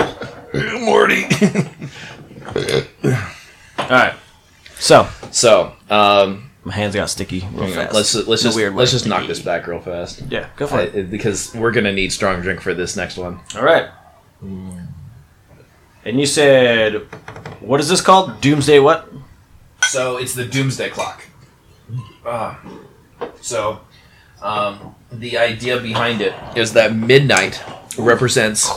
Speaker 7: Morty.
Speaker 5: (laughs) all right. So
Speaker 7: So um,
Speaker 5: my hands got sticky real
Speaker 7: hang on.
Speaker 5: fast.
Speaker 7: let's let's
Speaker 5: In a
Speaker 7: just
Speaker 5: weird way.
Speaker 7: let's just knock this back real fast.
Speaker 5: Yeah, go for it.
Speaker 7: I- because we're gonna need strong drink for this next one.
Speaker 5: All right. And you said, what is this called? Doomsday what?
Speaker 7: So it's the doomsday clock. Uh, so um, the idea behind it is that midnight represents.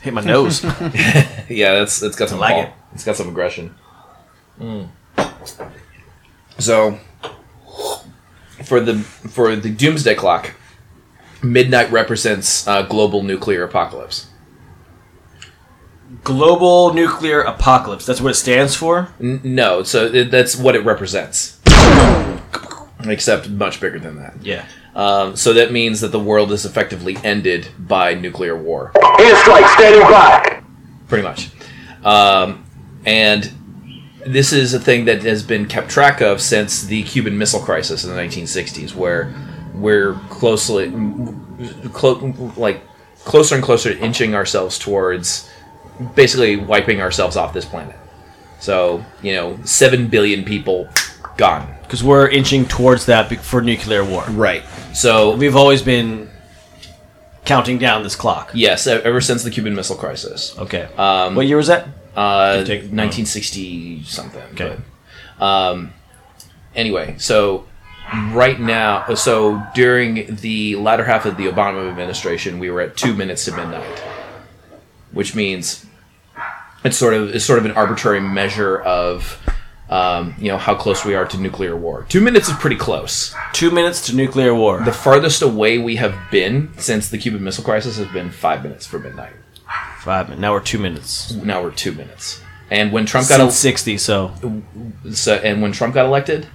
Speaker 5: Hit my
Speaker 7: (laughs)
Speaker 5: nose.
Speaker 7: Yeah, that's that's got some
Speaker 5: like
Speaker 7: like
Speaker 5: it. Hmm.
Speaker 7: It's got some aggression. So for the for the doomsday clock, midnight represents uh, global nuclear apocalypse.
Speaker 5: Global nuclear apocalypse. That's what it stands for.
Speaker 7: N- no, so it, that's what it represents. Except much bigger than that.
Speaker 5: Yeah.
Speaker 7: Um, so that means that the world is effectively ended by nuclear war. Pretty much. Um, and this is a thing that has been kept track of since the Cuban Missile Crisis in the 1960s, where we're closely, clo- like closer and closer to inching ourselves towards basically wiping ourselves off this planet. So you know, seven billion people gone.
Speaker 5: Because we're inching towards that be- for nuclear war.
Speaker 7: Right. So
Speaker 5: We've always been counting down this clock.
Speaker 7: yes, e- ever since the Cuban Missile Crisis.
Speaker 5: Okay.
Speaker 7: Um,
Speaker 5: what year was that?
Speaker 7: Uh,
Speaker 5: Take- oh.
Speaker 7: 1960 something.
Speaker 5: Okay.
Speaker 7: But, um, anyway, so right now, so during the latter half of the Obama administration, we were at two minutes to midnight. which means it's sort of it's sort of an arbitrary measure of um, you know how close we are to nuclear war. Two minutes is pretty close.
Speaker 5: Two minutes to nuclear war.
Speaker 7: The farthest away we have been since the Cuban Missile Crisis has been five minutes from midnight.
Speaker 5: Five minutes. Now we're two minutes.
Speaker 7: Now we're two minutes. And when Trump
Speaker 5: Since
Speaker 7: got el-
Speaker 5: sixty, so
Speaker 7: so, and when Trump got elected,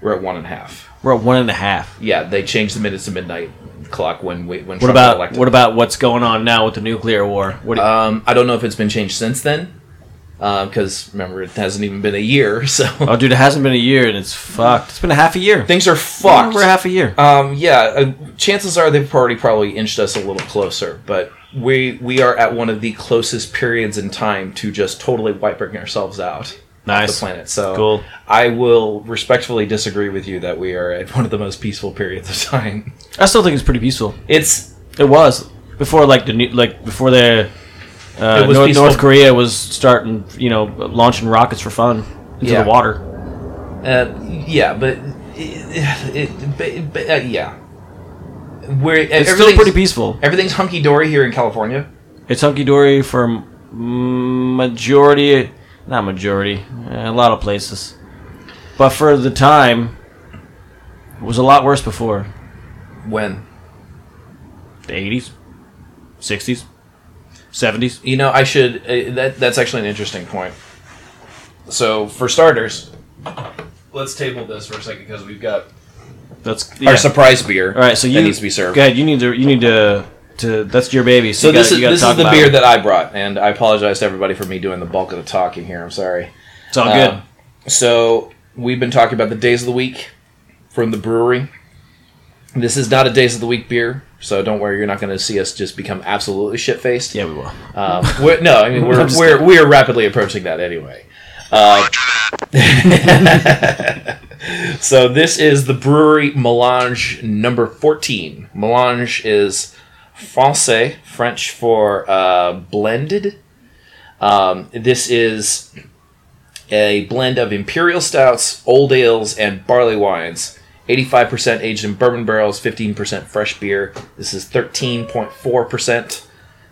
Speaker 7: we're at one and a half.
Speaker 5: we're at one and a half.
Speaker 7: Yeah, they changed the minutes to midnight clock when we,
Speaker 5: What
Speaker 7: when Trump
Speaker 5: about
Speaker 7: got elected.
Speaker 5: what about what's going on now with the nuclear war? What do you-
Speaker 7: Um, I don't know if it's been changed since then, because remember it hasn't even been a year. (laughs) So
Speaker 5: oh, dude, it hasn't been a year and it's fucked. It's been a half a year.
Speaker 7: things are fucked.
Speaker 5: We're half a year.
Speaker 7: Um, yeah, uh, chances are they've already probably inched us a little closer, but we we are at one of the closest periods in time to just totally wiping ourselves out.
Speaker 5: Nice.
Speaker 7: Of the planet. So
Speaker 5: Cool.
Speaker 7: I will respectfully disagree with you that we are at one of the most peaceful periods of time.
Speaker 5: I still think it's pretty peaceful.
Speaker 7: It's
Speaker 5: It was before like the new like before the uh,
Speaker 7: It was
Speaker 5: North,
Speaker 7: peaceful.
Speaker 5: North Korea was starting you know launching rockets for fun into
Speaker 7: Yeah.
Speaker 5: the water.
Speaker 7: Uh, yeah, but it, it, but, but, uh, yeah, we're
Speaker 5: It's still
Speaker 7: everything's-
Speaker 5: pretty peaceful.
Speaker 7: Everything's hunky dory here in California.
Speaker 5: It's hunky dory for m- majority, not majority, a lot of places, but for the time, it was a lot worse before
Speaker 7: When
Speaker 5: the eighties, sixties, seventies.
Speaker 7: you know, I should. Uh, that that's actually an interesting point. So for starters, let's table this for a second because we've got
Speaker 5: That's yeah.
Speaker 7: our surprise beer.
Speaker 5: All right, so you
Speaker 7: that needs to be served.
Speaker 5: Go ahead. You need to. You need to. To that's your baby.
Speaker 7: So
Speaker 5: you
Speaker 7: this
Speaker 5: gotta-
Speaker 7: is
Speaker 5: you gotta
Speaker 7: this
Speaker 5: talk
Speaker 7: is the
Speaker 5: about
Speaker 7: beer
Speaker 5: it.
Speaker 7: that I brought, and I apologize to everybody for me doing the bulk of the talking here. I'm sorry.
Speaker 5: It's all
Speaker 7: Uh,
Speaker 5: good.
Speaker 7: So we've been talking about the days of the week from the brewery. This is not a days of the week beer, so don't worry. You're not going to see us just become absolutely shit faced.
Speaker 5: Yeah, we will. (laughs)
Speaker 7: Um, we're, no, I mean we're
Speaker 5: I'm just
Speaker 7: we're, we're rapidly approaching that anyway. Uh, (laughs) so this is the brewery Melange number fourteen. Melange is Francais, French for uh, blended. Um, this is a blend of imperial stouts, old ales, and barley wines. 85% aged in bourbon barrels, 15% fresh beer. This is 13.4%.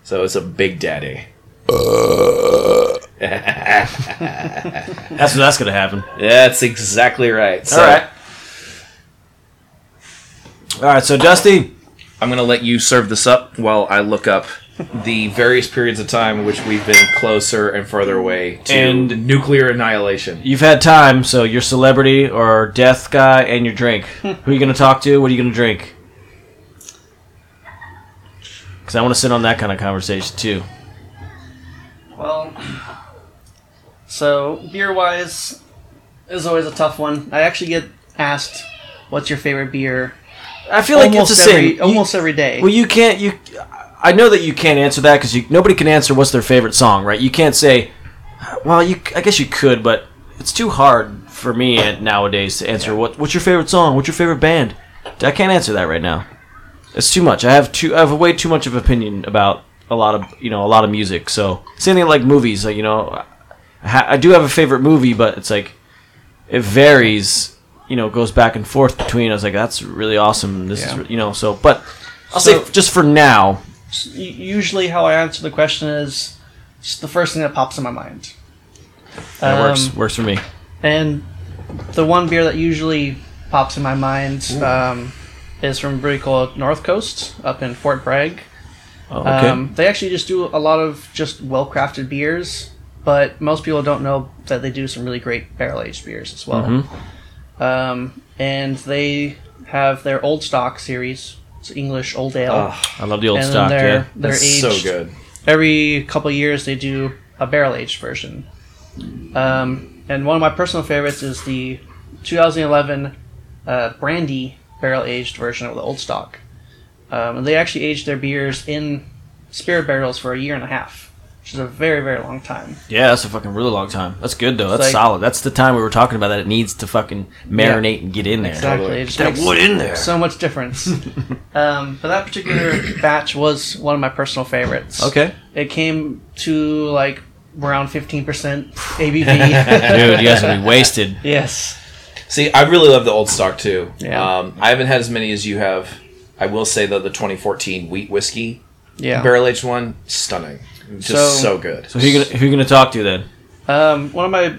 Speaker 7: So it's a big daddy.
Speaker 5: That's that's gonna happen.
Speaker 7: That's exactly right. So
Speaker 5: all right. All right. So Dusty,
Speaker 7: I'm going to let you serve this up while I look up the various periods of time in which we've been closer and further away to
Speaker 5: And-
Speaker 7: nuclear annihilation.
Speaker 5: you've had time. So your celebrity or death guy and your
Speaker 8: (laughs)
Speaker 5: drink. Who are you gonna talk to? What are you gonna drink? Because I want to sit on that kind of conversation too.
Speaker 8: Well, so beer wise is always a tough one. I actually get asked, "What's your favorite beer?"
Speaker 5: I feel like
Speaker 8: almost
Speaker 5: it's the
Speaker 8: every
Speaker 5: same.
Speaker 8: almost every day.
Speaker 5: Well, you can't. You, I know that you can't answer that because nobody can answer what's their favorite song, right? You can't say, well, you. I guess you could, but it's too hard for me at- nowadays to answer what what's your favorite song, what's your favorite band. I can't answer that right now. It's too much. I have too. I have way too much of opinion about a lot of you know a lot of music. So same thing like movies. Like, you know, I, ha- I do have a favorite movie, but it's like it varies. You know, goes back and forth between. I was like, that's really awesome. This is you know. So, but I'll
Speaker 8: So-
Speaker 5: say f- just for now.
Speaker 8: U- usually how I answer the question is just the first thing that pops in my mind.
Speaker 5: That works
Speaker 8: Um,
Speaker 5: works for me.
Speaker 8: And the one beer that usually pops in my mind um, is from a brewery called North Coast up in Fort Bragg.
Speaker 5: Oh, okay.
Speaker 8: Um, they actually just do a lot of just well crafted beers, but most people don't know that they do some really great barrel aged beers as well.
Speaker 5: Mm-hmm.
Speaker 8: Um, and they have their old stock series. It's English old ale.
Speaker 5: I love the Ah, old
Speaker 8: and then
Speaker 5: stock.
Speaker 8: they're,
Speaker 5: Yeah.
Speaker 8: they're aged
Speaker 7: So good.
Speaker 8: every couple of years they do a barrel aged version. Um, and one of my personal favorites is the 2011 uh, brandy barrel aged version of the old stock. Um, and they actually aged their beers in spirit barrels for a year and a half, which is a very very long time.
Speaker 5: Yeah, that's a fucking really long time. That's good though. That's
Speaker 8: like-
Speaker 5: solid. That's the time we were talking about that it needs to fucking marinate and get in there.
Speaker 8: Exactly, it just makes
Speaker 5: in there.
Speaker 8: so
Speaker 5: (laughs)
Speaker 8: much difference. um, but that particular batch was one of my personal favorites.
Speaker 5: Okay.
Speaker 8: it came to like around 15%
Speaker 5: (laughs)
Speaker 8: ABV.
Speaker 5: Dude, you guys
Speaker 8: (laughs)
Speaker 5: would be wasted.
Speaker 8: yes.
Speaker 7: See, I really love the old stock too.
Speaker 8: Yeah.
Speaker 7: Um, I haven't had as many as you have. I will say though, the 2014 wheat whiskey
Speaker 8: Yeah.
Speaker 7: barrel aged one, stunning. Just
Speaker 8: So-
Speaker 7: so good.
Speaker 5: So who you gonna who you gonna talk to then?
Speaker 8: Um, one of my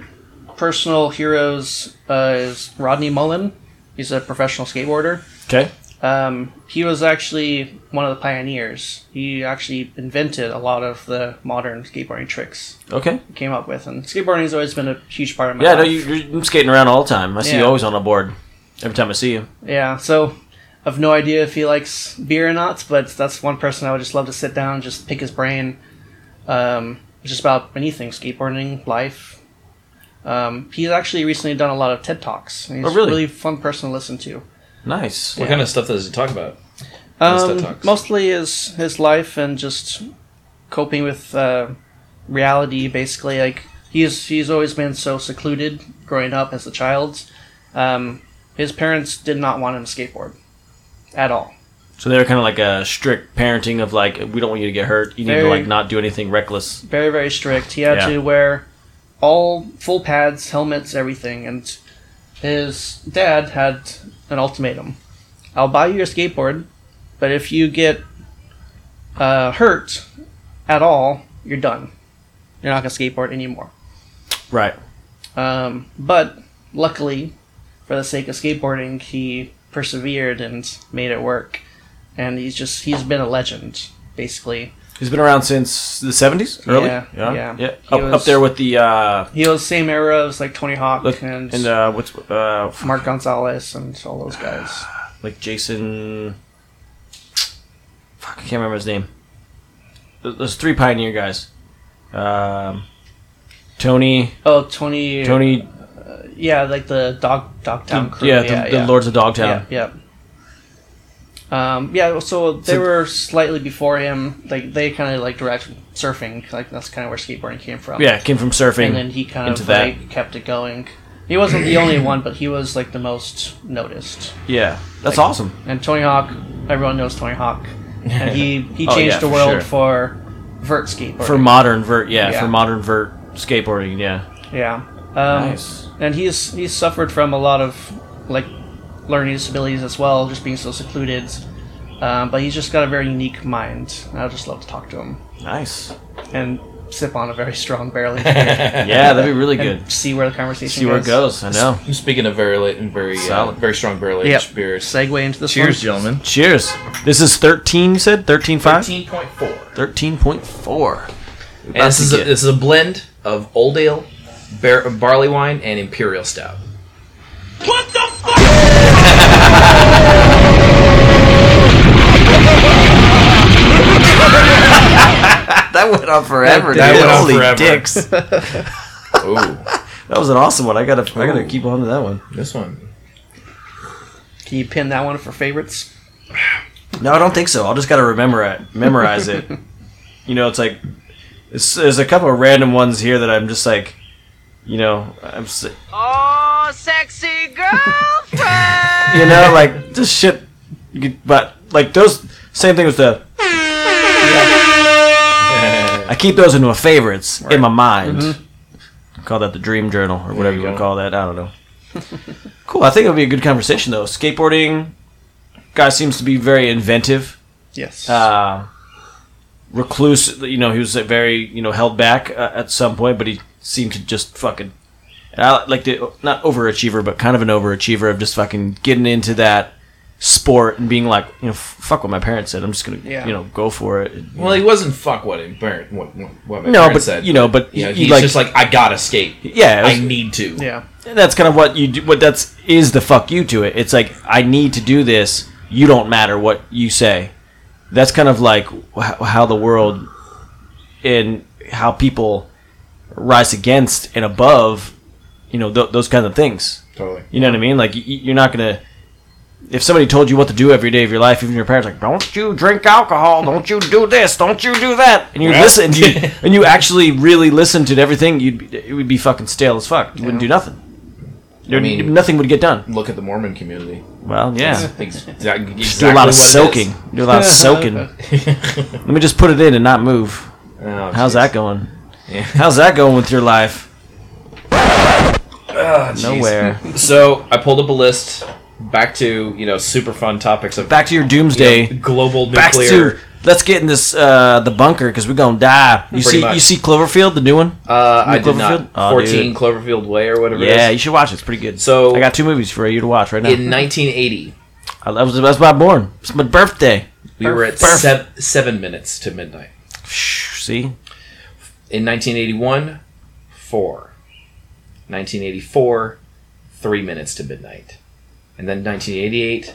Speaker 8: personal heroes uh, is Rodney Mullen. He's a professional skateboarder.
Speaker 5: Okay.
Speaker 8: Um, he was actually one of the pioneers. He actually invented a lot of the modern skateboarding tricks.
Speaker 5: Okay.
Speaker 8: He came up with, and skateboarding has always been a huge part of my
Speaker 5: Yeah,
Speaker 8: life.
Speaker 5: no, you, you're I'm skating around all the time. I see you
Speaker 8: Yeah.
Speaker 5: always on a board. Every time I see you.
Speaker 8: Yeah, so I've no idea if he likes beer or not, but that's one person I would just love to sit down, and just pick his brain, um, just about anything skateboarding, life. Um, he's actually recently done a lot of TED talks. and He's
Speaker 7: Oh, really?
Speaker 8: a really fun person to listen to.
Speaker 5: Nice.
Speaker 7: What
Speaker 8: Yeah.
Speaker 7: kind of stuff does he talk about? in his TED
Speaker 8: Um,
Speaker 7: Talks?
Speaker 8: mostly his his life and just coping with uh, reality. Basically, like he's he's always been so secluded growing up as a child. Um, his parents did not want him to skateboard at all.
Speaker 5: So they're kind of like a strict parenting of like we don't want you to get hurt. You need to
Speaker 8: Very-
Speaker 5: like not do anything reckless.
Speaker 8: Very very strict. He had
Speaker 5: Yeah.
Speaker 8: to wear all full pads, helmets, everything, and his dad had an ultimatum: "I'll buy you a skateboard, but if you get uh, hurt at all, you're done. You're not gonna skateboard anymore."
Speaker 5: Right.
Speaker 8: Um, but luckily, for the sake of skateboarding, he persevered and made it work. And he's just he's been a legend, basically.
Speaker 5: He's been around since the 70s, early.
Speaker 8: Yeah, yeah.
Speaker 5: yeah.
Speaker 8: He
Speaker 5: Up, up
Speaker 8: was-
Speaker 5: there with the uh
Speaker 8: He was same era as like Tony Hawk and,
Speaker 5: and uh what's uh
Speaker 8: Mark Gonzalez and all those guys.
Speaker 5: like Jason Fuck, I can't remember his name. Th- Those three pioneer guys. Um Tony
Speaker 8: Oh, Tony.
Speaker 5: Tony
Speaker 8: Yeah, like the dog Dogtown
Speaker 5: The-
Speaker 8: crew.
Speaker 5: yeah, the- the Lords of Dogtown.
Speaker 8: Yeah. yeah. Um, yeah, so they were slightly before him. Like they kind of like direct surfing. Like that's kind of where skateboarding came from.
Speaker 5: Yeah, it came from surfing
Speaker 8: and then he kind
Speaker 5: into
Speaker 8: of
Speaker 5: that.
Speaker 8: like kept it going. He wasn't the only one, but he was like the most noticed.
Speaker 5: Yeah. That's
Speaker 8: Like-
Speaker 5: awesome.
Speaker 8: And Tony Hawk, everyone knows Tony Hawk, and he
Speaker 5: (laughs)
Speaker 8: he
Speaker 5: Oh,
Speaker 8: changed
Speaker 5: yeah,
Speaker 8: the
Speaker 5: for
Speaker 8: world
Speaker 5: sure.
Speaker 8: for vert skateboarding.
Speaker 5: For modern vert, yeah,
Speaker 8: Yeah.
Speaker 5: for modern vert skateboarding, yeah.
Speaker 8: Yeah. Um,
Speaker 5: Nice.
Speaker 8: And he's he's suffered from a lot of like learning disabilities as well, just being so secluded. Um, but he's just got a very unique mind. I would just love to talk to him.
Speaker 5: Nice.
Speaker 8: And sip on a very strong barrel. of beer.
Speaker 5: (laughs) Yeah, that'd be really
Speaker 8: And
Speaker 5: good.
Speaker 8: See where the conversation
Speaker 5: See where it goes. I know.
Speaker 7: Speaking of very late and very uh,
Speaker 5: Solid.
Speaker 7: very strong barrel aged
Speaker 8: Yep.
Speaker 7: beers.
Speaker 8: Segue into this
Speaker 7: Cheers,
Speaker 8: one.
Speaker 7: gentlemen.
Speaker 5: Cheers. This is 13, you said? 13.5?
Speaker 7: 13.4.
Speaker 5: 13.4.
Speaker 7: And this is a, this is a blend of old ale, bar- barley wine, and imperial stout.
Speaker 5: that went on forever.
Speaker 7: That
Speaker 5: dude.
Speaker 7: went on
Speaker 5: Holy (laughs)
Speaker 7: forever.
Speaker 5: dicks.
Speaker 7: Ooh,
Speaker 5: That was an awesome one. I gotta, I gotta keep on to that one.
Speaker 7: this one.
Speaker 8: Can you pin that one for favorites?
Speaker 5: No, I don't think so. I'll just gotta remember it, memorize
Speaker 8: (laughs)
Speaker 5: it. you know, it's like it's, there's a couple of random ones here that I'm just like, you know, I'm, s-
Speaker 18: Oh, sexy girlfriend!
Speaker 5: (laughs) you know, like just shit. You could, but like those, same thing with
Speaker 18: (laughs)
Speaker 5: the. I keep those into a favorites in my mind. Call that the dream journal or whatever you,
Speaker 7: you
Speaker 5: want to
Speaker 7: go.
Speaker 5: call that. I don't know. cool. I think it'll be a good conversation though. Skateboarding guy seems to be very inventive.
Speaker 8: Yes.
Speaker 5: Uh, recluse, you know, he was uh, very you know held back uh, at some point, but he seemed to just fucking. And I like the not overachiever, but kind of an overachiever of just fucking getting into that sport and being like, you know, f- fuck what my parents said. I'm just gonna,
Speaker 8: Yeah.
Speaker 5: you know, go for it.
Speaker 7: Well, he wasn't fuck what his parent what, what what my
Speaker 5: No,
Speaker 7: parents
Speaker 5: but,
Speaker 7: said.
Speaker 5: you know, but
Speaker 7: you know,
Speaker 5: he-
Speaker 7: he's
Speaker 5: like-
Speaker 7: just like I gotta skate.
Speaker 5: Yeah, it was-
Speaker 7: I need to.
Speaker 8: Yeah.
Speaker 5: And that's kind of what you do. What that's is the fuck you to it. It's like I need to do this. You don't matter what you say. That's kind of like wh- how the world and how people rise against and above. You know th- those kinds of things.
Speaker 7: Totally.
Speaker 5: You know what I mean? Like y- y- you're not gonna. If somebody told you what to do every day of your life, even your parents, like, don't you drink alcohol? Don't you do this? Don't you do that? And you
Speaker 7: Well-
Speaker 5: listen, and you,
Speaker 7: (laughs)
Speaker 5: and you actually really listened to everything. You'd be, it would be fucking stale as fuck. You wouldn't do nothing. There-
Speaker 7: mean-
Speaker 5: nothing would get done.
Speaker 7: Look at the Mormon community.
Speaker 5: Well, yeah.
Speaker 7: Ex- exactly
Speaker 5: Just do a lot
Speaker 7: what it
Speaker 5: of
Speaker 7: is.
Speaker 5: soaking. Do a lot of
Speaker 7: (laughs)
Speaker 5: soaking. Let me just put it in and not move.
Speaker 7: Oh,
Speaker 5: How's
Speaker 7: jeez.
Speaker 5: that going?
Speaker 7: Yeah.
Speaker 5: How's that going with your life?
Speaker 7: Ah, jeez.
Speaker 5: Nowhere.
Speaker 7: So I pulled up a list. Back to you know super fun topics of
Speaker 5: Back to your doomsday.
Speaker 7: global
Speaker 5: Back
Speaker 7: nuclear
Speaker 5: to let's get in this uh, the bunker because we're gonna die. You
Speaker 7: Pretty
Speaker 5: see,
Speaker 7: much.
Speaker 5: you see Cloverfield, the new one.
Speaker 7: Uh,
Speaker 5: New
Speaker 7: I did not.
Speaker 5: Oh, dude.
Speaker 7: 14 Cloverfield Way or whatever it is.
Speaker 5: Yeah, you should watch it. It's pretty good.
Speaker 7: So
Speaker 5: I got two movies for you to watch right now.
Speaker 7: In 1980,
Speaker 5: I, that was that's my born. It's my birthday.
Speaker 7: we were at
Speaker 5: Birth-
Speaker 7: sev- seven minutes to midnight.
Speaker 5: See,
Speaker 7: In 1981, four. 1984, three minutes to midnight. And then 1988,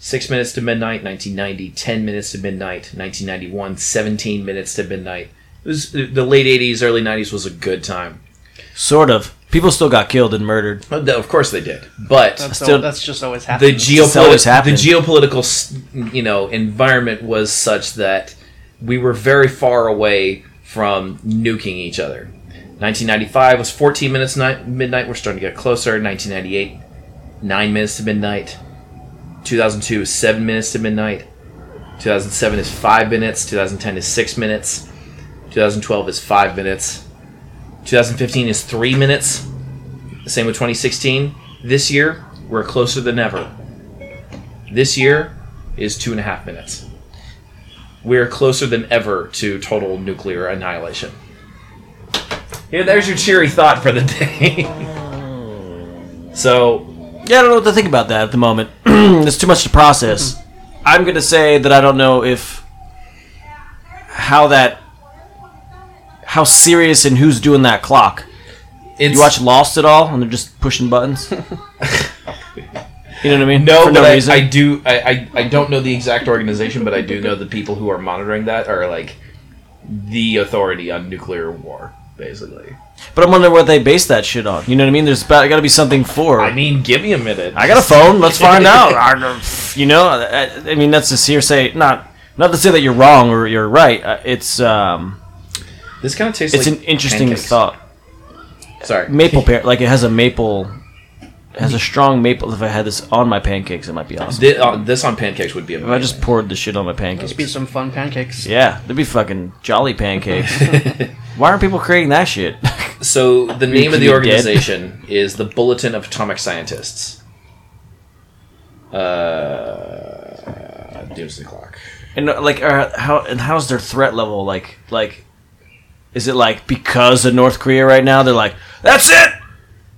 Speaker 7: six minutes to midnight. 1990, 10 minutes to midnight. 1991, 17 minutes to midnight. It was the late 80s, early 90s was a good time.
Speaker 5: sort of. People still got killed and murdered.
Speaker 7: But Of course they did, but
Speaker 8: That's, al- that's just always
Speaker 7: the
Speaker 8: happening.
Speaker 5: just always
Speaker 7: geopolitical the
Speaker 5: happened.
Speaker 7: geopolitical s- you know environment was such that we were very far away from nuking each other. 1995 was 14 minutes night, midnight. We're starting to get closer. 1998, nine minutes to midnight. 2002 is seven minutes to midnight. 2007 is five minutes. 2010 is six minutes. 2012 is five minutes. 2015 is three minutes. Same with 2016. This year, we're closer than ever. This year is two and a half minutes. We're closer than ever to total nuclear annihilation. Here, there's your cheery thought for the day. so,
Speaker 5: Yeah, I don't know what to think about that at the moment. (clears throat) it's too much to process. I'm gonna say that I don't know if how that how serious and who's doing that clock.
Speaker 7: It's-
Speaker 5: you watch Lost at all, and they're just pushing
Speaker 7: (laughs)
Speaker 5: buttons. you know what I mean?
Speaker 7: no,
Speaker 5: For
Speaker 7: but I,
Speaker 5: reason.
Speaker 7: I do. I, I I don't know the exact organization, but I do know the people who are monitoring that are like the authority on nuclear war, basically.
Speaker 5: But I'm wondering what they base that shit on. You know what I mean? There's about got to be something for.
Speaker 7: I mean, give me a minute.
Speaker 5: I got a phone.
Speaker 7: (laughs)
Speaker 5: Let's find out. I don't- you know, I, I mean that's just hearsay. Not not to say that you're wrong or you're right. Uh, It's um,
Speaker 7: This kind of tastes.
Speaker 5: it's
Speaker 7: like
Speaker 5: an interesting
Speaker 7: pancakes.
Speaker 5: thought.
Speaker 7: Sorry, (laughs)
Speaker 5: Maple pear, like it has a maple, it has a strong maple. If I had this on my pancakes, it might be awesome.
Speaker 7: Thi- uh, this on pancakes would be
Speaker 5: If
Speaker 7: amazing.
Speaker 5: I just poured the shit on my pancakes,
Speaker 8: Must be some fun pancakes.
Speaker 5: yeah, they'd be fucking jolly
Speaker 7: (laughs)
Speaker 5: pancakes. Why aren't people creating that shit? (laughs)
Speaker 7: So the name
Speaker 5: Can you
Speaker 7: of the
Speaker 5: dead?
Speaker 7: organization is the Bulletin of Atomic Scientists. Uh, doomsday clock.
Speaker 5: And uh, like, uh, how and how's their threat level? Like, like, is it like because of North Korea right now? They're like, that's it,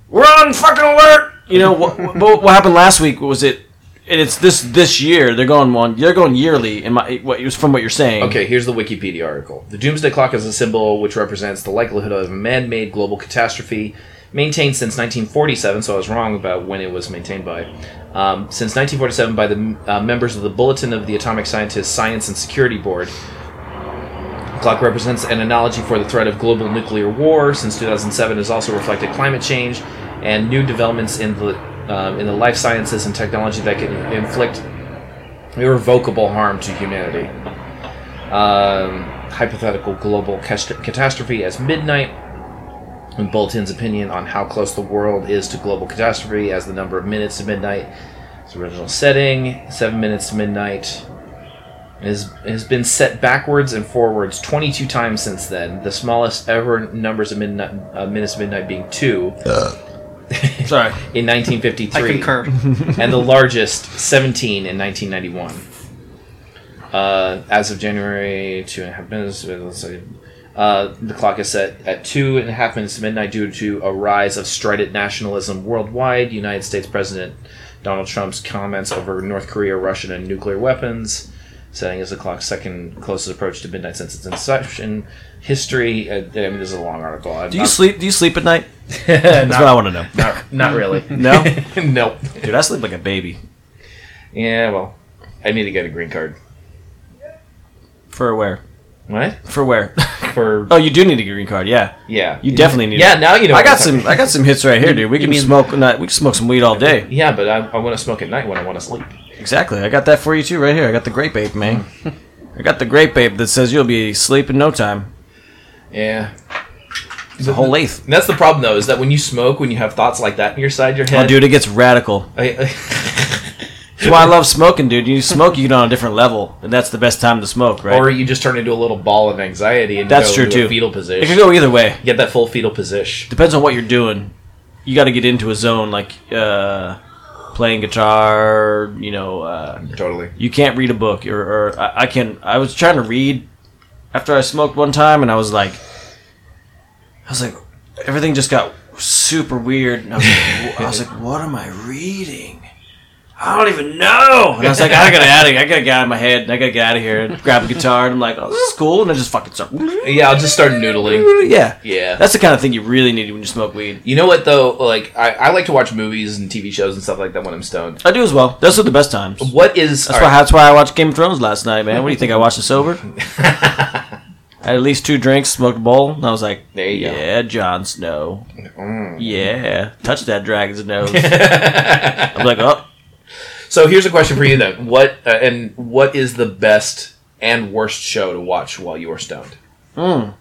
Speaker 5: we're on fucking alert. You know what? what, what happened last week was it? And it's this this year. They're going one. They're going yearly. In my what it was from what you're saying.
Speaker 7: Okay, here's the Wikipedia article. The doomsday clock is a symbol which represents the likelihood of a man-made global catastrophe, maintained since 1947. So I was wrong about when it was maintained by. Um, since 1947, by the uh, members of the Bulletin of the Atomic Scientists Science and Security Board, Clock represents an analogy for the threat of global nuclear war. Since 2007, has also reflected climate change and new developments in the um, in the life sciences and technology that can inflict irrevocable harm to humanity. Um, hypothetical global cas- catastrophe as midnight. And Bolton's opinion on how close the world is to global catastrophe as the number of minutes to midnight. Its original setting, seven minutes to midnight has, has been set backwards and forwards 22 times since then. The smallest ever numbers of midnight, uh, minutes of midnight being two.
Speaker 5: Sorry.
Speaker 7: In 1953.
Speaker 8: I
Speaker 5: (laughs)
Speaker 8: concur.
Speaker 7: and the largest 17 in 1991. Uh, as of January, two and a half minutes. uh, Let's see. Uh, the clock is set at two and a half minutes to midnight due to a rise of strident nationalism worldwide. United States President Donald Trump's comments over North Korea, Russian, and nuclear weapons setting is the clock's second closest approach to midnight since its inception. History. Uh, I mean, this is a long article. I'm
Speaker 5: Do you
Speaker 7: not-
Speaker 5: sleep? Do you sleep at night? That's what I want to know.
Speaker 7: Um, (laughs) Not, not really.
Speaker 5: No,
Speaker 7: (laughs) nope.
Speaker 5: dude, I sleep like a baby.
Speaker 7: Yeah, well, I need to get a green card.
Speaker 5: For where?
Speaker 7: What?
Speaker 5: For where?
Speaker 7: For
Speaker 5: (laughs) oh, you do need a green card. Yeah,
Speaker 7: yeah,
Speaker 5: you definitely need.
Speaker 7: Yeah,
Speaker 5: it.
Speaker 7: now you know.
Speaker 5: I
Speaker 7: what
Speaker 5: got
Speaker 7: I'm talking
Speaker 5: some. I got some hits right here, dude. We can smoke. Not, we can smoke some weed all day.
Speaker 7: about. Yeah, but I, I want to smoke at night when I want to sleep.
Speaker 5: Exactly. I got that for you too, right here. I got the grape ape,
Speaker 7: (laughs)
Speaker 5: man. I got the grape ape that says you'll be asleep in no time.
Speaker 7: Yeah,
Speaker 5: It's a whole eighth.
Speaker 7: And that's the problem though, is that when you smoke, when you have thoughts like that in your side your head,
Speaker 5: Oh, dude, it gets
Speaker 7: (laughs)
Speaker 5: radical.
Speaker 7: I,
Speaker 5: (laughs) That's why I love smoking, dude. You smoke, you get on a different level, and that's the best time to smoke, right?
Speaker 7: or you just turn into a little ball of anxiety and
Speaker 5: that's
Speaker 7: go
Speaker 5: true
Speaker 7: into a
Speaker 5: too.
Speaker 7: fetal
Speaker 5: It could
Speaker 7: position.
Speaker 5: go either way.
Speaker 7: Get
Speaker 5: (laughs)
Speaker 7: that full fetal position.
Speaker 5: Depends on what you're doing. You got to get into a zone, like uh, playing guitar. You know, uh,
Speaker 7: totally.
Speaker 5: You can't read a book, or, or I, I can. I was trying to read after I smoked one time, and I was like, I was like, everything just got super weird. And I (laughs) was like, wh- I was like, what am I reading? I don't even know. And I was like, I gotta out of here. I gotta get out of my head. And I gotta get out of here. And grab a guitar. And I'm like, oh, this is cool. And I just fucking start. (laughs)
Speaker 7: Yeah, I'll just start noodling.
Speaker 5: Yeah.
Speaker 7: Yeah.
Speaker 5: That's the kind of thing you really need when you smoke weed.
Speaker 7: You know what though? Like I, I like to watch movies and TV shows and stuff like that when I'm stoned.
Speaker 5: I do as well. Those are the best times.
Speaker 7: What is
Speaker 5: That's why, that's why I watched Game of Thrones last night, man. What do you think? I watched it
Speaker 7: (laughs)
Speaker 5: sober? I had at least two drinks, smoked a bowl, and I was like,
Speaker 7: there you Mm.
Speaker 5: yeah, Jon Snow. Yeah, touch that dragon's
Speaker 7: (laughs)
Speaker 5: nose. I'm like, oh.
Speaker 7: So here's a question for you then. What uh, and what is the best and worst show to watch while you are stoned?
Speaker 5: Mm.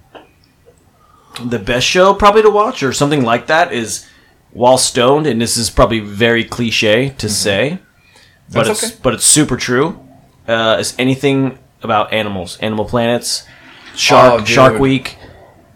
Speaker 5: The best show probably to watch or something like that is while stoned, and this is probably very cliche to say, but
Speaker 7: Mm-hmm. That's
Speaker 5: it's
Speaker 7: okay.
Speaker 5: but it's super true. Uh, is anything about animals, Animal Planets, Shark
Speaker 7: Oh,
Speaker 5: Shark
Speaker 7: dude.
Speaker 5: Week,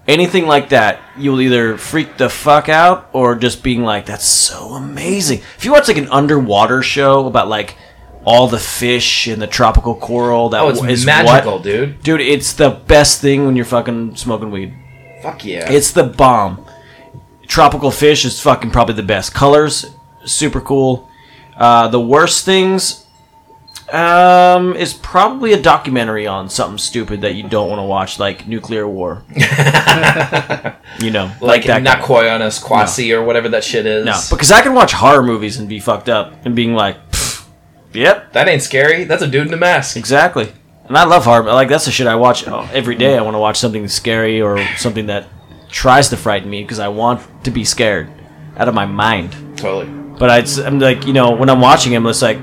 Speaker 5: anything like that? You'll either freak the fuck out or just being like, "That's so amazing." If you watch like an underwater show about like all the fish and the tropical coral, that
Speaker 7: Oh, it's
Speaker 5: w- is what-
Speaker 7: magical, dude.
Speaker 5: Dude, it's the best thing when you're fucking smoking weed.
Speaker 7: Fuck yeah.
Speaker 5: It's the bomb. Tropical fish is fucking probably the best. Colors, super cool. Uh, the worst things um, is probably a documentary on something stupid that you don't want to watch, like nuclear war. you know,
Speaker 7: like,
Speaker 5: that kind of-
Speaker 7: Nakoyanis Kwasi or whatever that shit is.
Speaker 5: No, because I can watch horror movies and be fucked up and being like, "Pfft, "Yep,
Speaker 7: that ain't scary. That's a dude in a mask."
Speaker 5: Exactly. And I love horror. Like that's the shit I watch uh, every day. I want to watch something scary or something that tries to frighten me because I want to be scared out of my mind.
Speaker 7: Totally.
Speaker 5: But I'd, s- I'm like, you know, when I'm watching him, it's like,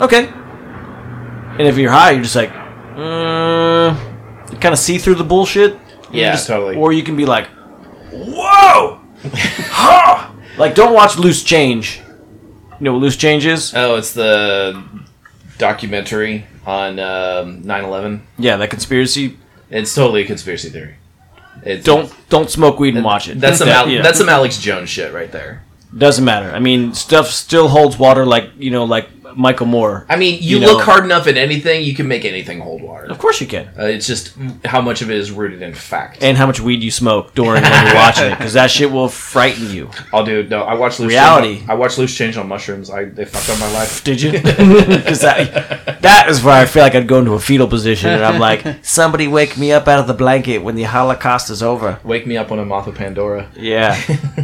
Speaker 5: okay. And if you're high, you're just like, mm, you kind of see through the bullshit. You
Speaker 7: Yeah,
Speaker 5: just-
Speaker 7: totally.
Speaker 5: Or you can be like, whoa, ha! Like, don't watch Loose Change. You know what Loose Change is?
Speaker 7: Oh, it's the documentary on um, 9/11.
Speaker 5: Yeah, that conspiracy.
Speaker 7: It's totally a conspiracy theory. It's,
Speaker 5: Don't don't smoke weed and watch it.
Speaker 7: That's some
Speaker 5: That-
Speaker 7: Al-
Speaker 5: (laughs) yeah.
Speaker 7: that's some Alex Jones shit right there.
Speaker 5: Doesn't matter. I mean, stuff still holds water. Like you know, like Michael Moore.
Speaker 7: I mean, you,
Speaker 5: know.
Speaker 7: look hard enough at anything, you can make anything hold water.
Speaker 5: Of course, you can.
Speaker 7: Uh, it's just how much of it is rooted in fact.
Speaker 5: And how much weed you smoke during when you're watching it, because that shit will frighten you.
Speaker 7: I'll do no. I watched Loose
Speaker 5: Reality.
Speaker 7: Change on- I watched Loose Change on mushrooms. I they fucked up my life.
Speaker 5: Did you? (laughs) 'Cause that, that is where I feel like I'd go into a fetal position, and I'm like, somebody wake me up out of the blanket when the Holocaust is over.
Speaker 7: Wake me up on a moth of Pandora.
Speaker 5: Yeah.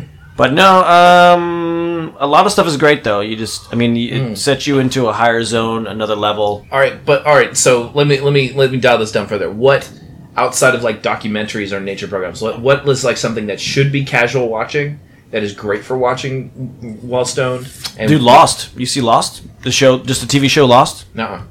Speaker 5: (laughs) but no, um, a lot of stuff is great though. You just, I mean, it sets you into a higher zone, another level.
Speaker 7: All right, but all right. So let me let me let me dial this down further. What outside of like documentaries or nature programs? What what is like something that should be casual watching? That is great for watching while stoned.
Speaker 5: Dude, Lost. You see Lost? The show, just the TV show Lost.
Speaker 7: Nuh-uh.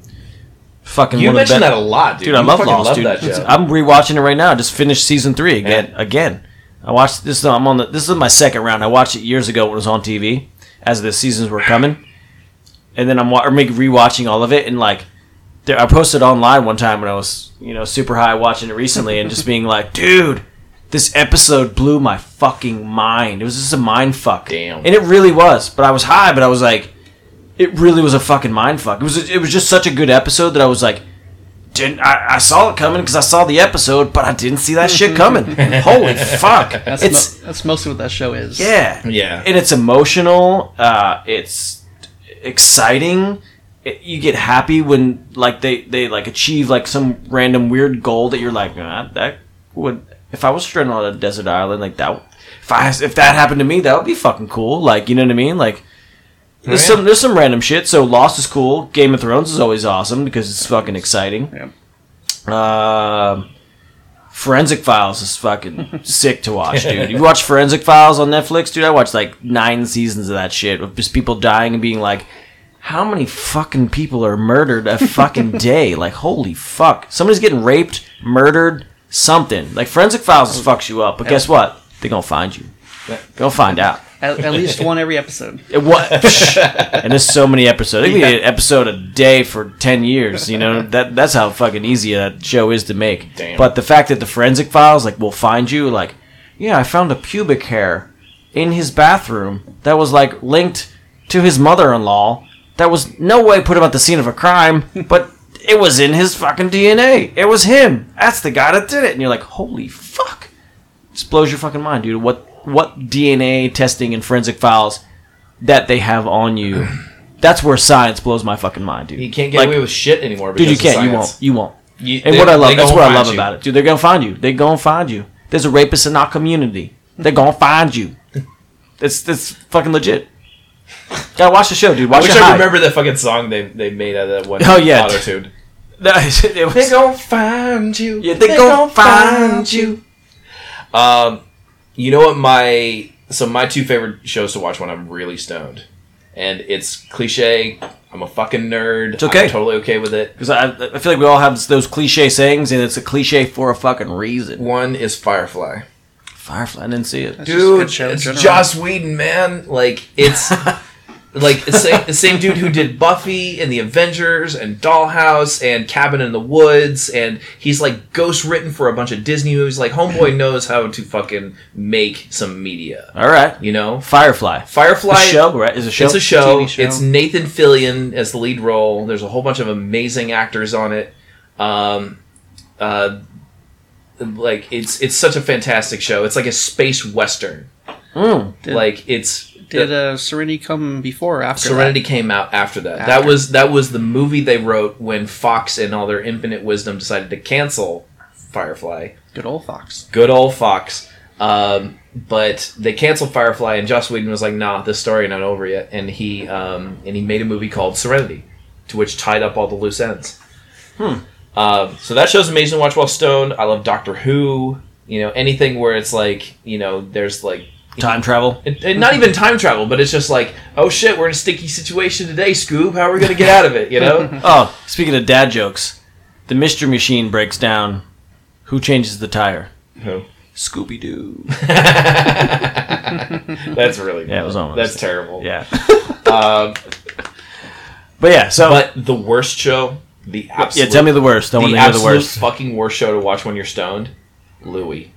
Speaker 5: Fucking.
Speaker 7: You
Speaker 5: one of the
Speaker 7: mentioned
Speaker 5: be-
Speaker 7: that a lot, dude.
Speaker 5: I
Speaker 7: You
Speaker 5: love
Speaker 7: fucking
Speaker 5: Lost,
Speaker 7: love
Speaker 5: dude.
Speaker 7: that show.
Speaker 5: It's- I'm rewatching it right now. I just finished season three again. Again, I watched this. I'm on the. This is my second round. I watched it years ago when it was on TV, as the seasons were coming, and then I'm wa- I'm rewatching all of it and like. There, I posted online one time when I was, you know, super high watching it recently, and just being like, "Dude, this episode blew my fucking mind. It was just a mind fuck. Damn. And it really was. But I was high, but I was like, it really was a fucking mind fuck. It was it was just such a good episode that I was like, didn't I, I saw it coming because I saw the episode, but I didn't see that shit
Speaker 8: (laughs)
Speaker 5: coming. Holy fuck!
Speaker 8: That's,
Speaker 5: it's
Speaker 8: mo- that's mostly what that show is.
Speaker 5: yeah,
Speaker 7: Yeah.
Speaker 5: and it's emotional. Uh, it's exciting. It, you get happy when like they they like achieve like some random weird goal that you're like "Ah, that would if I was stranded on a desert island like that. w- If I if that happened to me, that would be fucking cool. Like you know what I mean? Like there's
Speaker 7: Oh, yeah.
Speaker 5: some there's some random shit. So Lost is cool. Game of Thrones is always awesome because it's fucking exciting. Um, Forensic Files is fucking
Speaker 7: (laughs)
Speaker 5: sick to watch, dude. You watch Forensic Files on Netflix, dude? I watched like nine seasons of that shit of just people dying and being like, how many fucking people are murdered a fucking day? Like, holy fuck. Somebody's getting raped, murdered, something. Like, Forensic Files just fucks you up, but guess what? They're gonna find you. They're gonna find out.
Speaker 8: At, at least one
Speaker 5: (laughs)
Speaker 8: every episode.
Speaker 5: It wa- and there's so many episodes. It could be an episode a day for ten years. You know that that's how fucking easy that show is to make.
Speaker 7: Damn.
Speaker 5: But the fact that the forensic files like will find you, like, yeah, I found a pubic hair in his bathroom that was like linked to his mother-in-law that was no way put him at the scene of a crime, but it was in his fucking DNA. It was him. That's the guy that did it. And you're like, holy fuck! Just blows your fucking mind, dude. What what DNA testing and forensic files that they have on you? That's where science blows my fucking mind, dude.
Speaker 7: You can't get
Speaker 5: Like,
Speaker 7: away with shit anymore.
Speaker 5: dude. You
Speaker 7: because
Speaker 5: can't.
Speaker 7: of
Speaker 5: You won't.
Speaker 7: science.
Speaker 5: You won't.
Speaker 7: You-
Speaker 5: and
Speaker 7: they-
Speaker 5: what I
Speaker 7: they
Speaker 5: love, that's
Speaker 7: gonna
Speaker 5: what I
Speaker 7: find
Speaker 5: love
Speaker 7: you.
Speaker 5: about it, dude. They're gonna find you. They're gonna find you. There's a rapist in our community. They're gonna find
Speaker 7: (laughs)
Speaker 5: you. That's that's fucking legit. Gotta watch the show, dude.
Speaker 7: I
Speaker 5: Watch
Speaker 7: wish
Speaker 5: it
Speaker 7: I
Speaker 5: hide.
Speaker 7: remember that fucking song they they made out of that one.
Speaker 5: Oh, yeah.
Speaker 7: auto tune.
Speaker 5: (laughs) It was-
Speaker 7: gonna find you.
Speaker 5: Yeah, they gon' find
Speaker 7: you. Um, you know what my so my two favorite shows to watch when I'm really stoned, and it's cliche. I'm a fucking nerd.
Speaker 5: It's okay.
Speaker 7: I'm totally okay with it.
Speaker 5: Because I, I feel like we all have those cliche sayings, and it's a cliche for a fucking reason.
Speaker 7: One is Firefly.
Speaker 5: Firefly, I didn't see it.
Speaker 7: Dude, it's Joss Whedon, man. Like
Speaker 5: (laughs)
Speaker 7: it's like it's sa- the same dude who did Buffy and the Avengers and Dollhouse and Cabin in the Woods, and he's like ghost written for a bunch of Disney movies. Like Homeboy knows how to fucking make some media.
Speaker 5: All right,
Speaker 7: You know,
Speaker 5: Firefly.
Speaker 7: Firefly
Speaker 5: The show, right? Is it a show?
Speaker 7: It's a show.
Speaker 5: TV show.
Speaker 7: It's Nathan Fillion as the lead role. There's a whole bunch of amazing actors on it. Um, uh, like it's it's such a fantastic show. It's like a space western.
Speaker 8: Did-
Speaker 7: like it's
Speaker 8: Hmm. Did uh, Serenity come before or after? that?
Speaker 7: Serenity came out after that. That
Speaker 8: After.
Speaker 7: was that was the movie they wrote when Fox and all their infinite wisdom decided to cancel Firefly.
Speaker 8: Good old Fox.
Speaker 7: Good old Fox. Um, but they canceled Firefly, and Joss Whedon was like, "Nah, this story not over yet." And he um, and he made a movie called Serenity, to which tied up all the loose ends.
Speaker 5: Hmm.
Speaker 7: Um, so that show's amazing to watch while stoned. I love Doctor Who. You know anything where it's like you know there's like
Speaker 5: Time travel.
Speaker 7: and, and not even time travel, but it's just like, oh shit, we're in a sticky situation today, Scoob. How are we gonna get out of it?
Speaker 5: (laughs)
Speaker 7: You know?
Speaker 5: Oh, speaking of dad jokes, the mystery machine breaks down. Who changes the tire?
Speaker 7: Who?
Speaker 5: Scooby Doo.
Speaker 7: That's really
Speaker 5: Yeah, it was almost.
Speaker 7: that's terrible.
Speaker 5: Yeah. (laughs)
Speaker 7: (laughs) Um,
Speaker 5: But yeah, so
Speaker 7: but the worst show, the absolute
Speaker 5: yeah, tell me the worst. I want
Speaker 7: the
Speaker 5: to hear the
Speaker 7: absolute
Speaker 5: worst.
Speaker 7: fucking worst show to watch when you're stoned, Louis.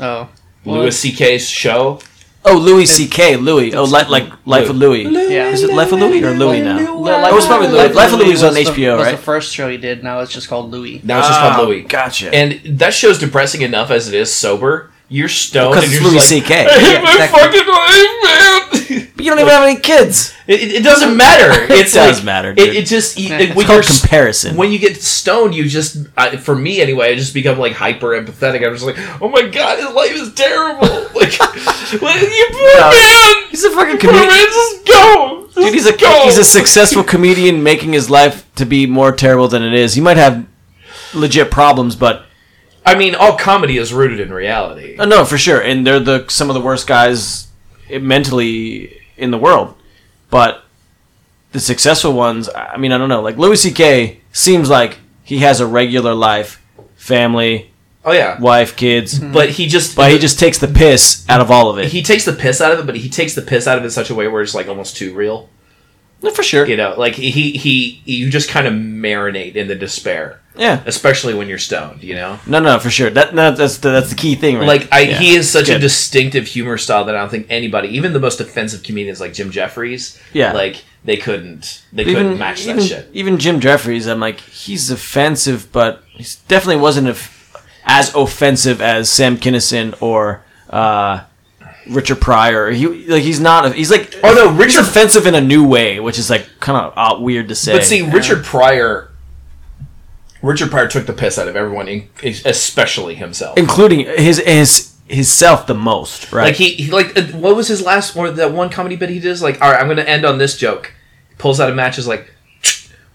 Speaker 8: Oh.
Speaker 7: Louis C.K.'s show.
Speaker 5: Oh, Louis C.K. Louis. Oh, like like Life of Louis.
Speaker 8: Yeah.
Speaker 5: Is it Life of Louis or Louis now?
Speaker 8: Li-
Speaker 5: It was probably Louis. Life of Louis was on
Speaker 8: the-
Speaker 5: HBO,
Speaker 8: was
Speaker 5: right?
Speaker 8: the first show he did. Now it's just called Louis.
Speaker 7: Now it's just
Speaker 5: Ah,
Speaker 7: called Louis.
Speaker 5: Gotcha.
Speaker 7: And that show's depressing enough as it is sober. You're stoned.
Speaker 5: Because
Speaker 7: and
Speaker 5: it's
Speaker 7: you're
Speaker 5: Louis
Speaker 7: just like,
Speaker 5: C.K.
Speaker 7: I hate
Speaker 5: Yeah,
Speaker 7: my
Speaker 5: exactly.
Speaker 7: fucking life, man.
Speaker 5: But you don't even have any kids.
Speaker 7: It, it- it doesn't matter.
Speaker 5: (laughs)
Speaker 7: It's
Speaker 5: It does
Speaker 7: like-
Speaker 5: matter, dude.
Speaker 7: It, it just
Speaker 8: It's
Speaker 7: you- when
Speaker 5: It's called
Speaker 7: you're s-
Speaker 5: comparison.
Speaker 7: when you get stoned, you just I, for me anyway, I just become like hyper empathetic. I'm just like, oh my god, his life is terrible. (laughs) like, what, you poor
Speaker 5: No.
Speaker 7: man.
Speaker 5: He's a fucking
Speaker 7: Poor
Speaker 5: comedian.
Speaker 7: man, just go. Just
Speaker 5: Dude, he's a
Speaker 7: go.
Speaker 5: he's a successful comedian making his life to be more terrible than it is. He might have legit problems, but
Speaker 7: I mean, all comedy is rooted in reality.
Speaker 5: oh, no, for sure. And they're the some of the worst guys eh, mentally in the world. But the successful ones, I I mean, I don't know. Like Louis C.K. seems like he has a regular life, family,
Speaker 7: Oh yeah,
Speaker 5: wife, kids,
Speaker 7: but he just
Speaker 5: but he just takes the piss out of all of it.
Speaker 7: Mm-hmm. he takes the piss out of it, but he takes the piss out of it in such a way where it's like almost too real.
Speaker 5: No, for sure.
Speaker 7: You know, like he he, he you just kind of marinate in the despair,
Speaker 5: Yeah.
Speaker 7: especially when you're stoned. You know.
Speaker 5: No, no, for sure. That no, that's the, that's the key thing, right?
Speaker 7: Like I,
Speaker 5: Yeah.
Speaker 7: he is such a
Speaker 5: Good.
Speaker 7: distinctive humor style that I don't think anybody, even the most offensive comedians like Jim Jeffries,
Speaker 5: Yeah.
Speaker 7: like they couldn't, they couldn't match that
Speaker 5: even,
Speaker 7: shit.
Speaker 5: even Jim Jeffries, I'm like, he's offensive, but he definitely wasn't of- as offensive as Sam Kinison or uh, Richard Pryor. He like he's not. He's like
Speaker 7: Oh, no,
Speaker 5: he's
Speaker 7: Richard-
Speaker 5: offensive in a new way, which is like kind of weird to say.
Speaker 7: But see, Richard Pryor, Richard Pryor took the piss out of everyone, in- especially himself.
Speaker 5: including his his his self the most, right?
Speaker 7: Like he, he like uh, what was his last or that one comedy bit he did? Is like, all right, I'm going to end on this joke. Pulls out a match, is like,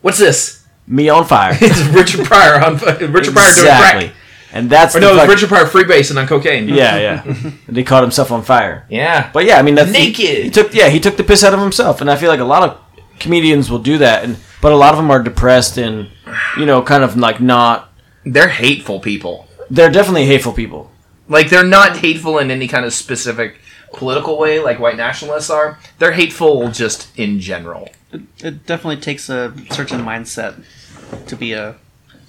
Speaker 7: what's this? (laughs)
Speaker 5: me on fire.
Speaker 7: It's Richard Pryor on (laughs) Richard Pryor doing
Speaker 5: exactly,
Speaker 7: crack.
Speaker 5: and that's
Speaker 7: Or
Speaker 5: the
Speaker 7: no, it's
Speaker 5: fuck-
Speaker 7: Richard Pryor free basing on cocaine.
Speaker 5: Yeah,
Speaker 7: (laughs)
Speaker 5: yeah. and he caught himself on fire.
Speaker 7: yeah.
Speaker 5: But yeah, I mean that's He,
Speaker 7: Naked.
Speaker 5: he took yeah, he took the piss out of himself, and I feel like a lot of comedians will do that, and but a lot of them are depressed and you know kind of like not.
Speaker 7: They're hateful people.
Speaker 5: They're definitely hateful people.
Speaker 7: Like they're not hateful in any kind of specific political way, like white nationalists are. They're hateful just in general.
Speaker 8: It definitely takes a certain mindset to be a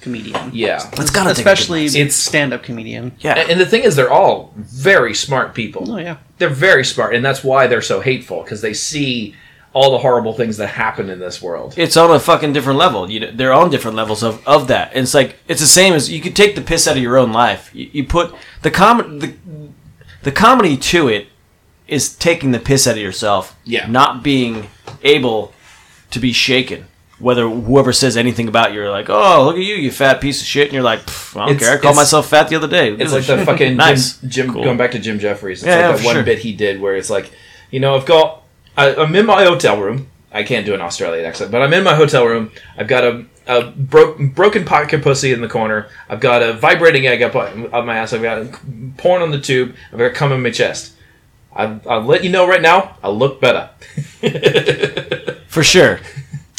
Speaker 8: comedian.
Speaker 7: Yeah.
Speaker 5: It's gotta take a
Speaker 8: especially
Speaker 5: good
Speaker 8: it's stand-up comedian.
Speaker 5: Yeah,
Speaker 7: And the thing is, they're all very smart people.
Speaker 8: Oh yeah.
Speaker 7: They're very smart, and that's why they're so hateful because they see all the horrible things that happen in this world.
Speaker 5: It's on a fucking different level. You know, they're on different levels of, of that. And it's like it's the same as you could take the piss out of your own life. You, you put the com the, the comedy to it is taking the piss out of yourself.
Speaker 7: Yeah.
Speaker 5: Not being able to be shaken. Whether whoever says anything about you, are like, oh, look at you, you fat piece of shit, and you're like, "Pff, I don't
Speaker 7: It's-
Speaker 5: care. I called
Speaker 7: it's-
Speaker 5: myself fat the other day. (laughs)
Speaker 7: It's like the fucking
Speaker 5: nice.
Speaker 7: Jim, Jim
Speaker 5: Cool.
Speaker 7: going back to Jim Jeffries. It's
Speaker 5: Yeah, yeah,
Speaker 7: like that
Speaker 5: for
Speaker 7: one
Speaker 5: sure.
Speaker 7: bit he did where it's like, you know, I've got, I, I'm in my hotel room. I can't do an Australian accent, but I'm in my hotel room. I've got a, a bro- broken pocket pussy in the corner. I've got a vibrating egg up, up my ass. I've got porn on the tube. I've got cum in my chest. I've, I'll let you know right now. I look better. (laughs)
Speaker 5: For sure.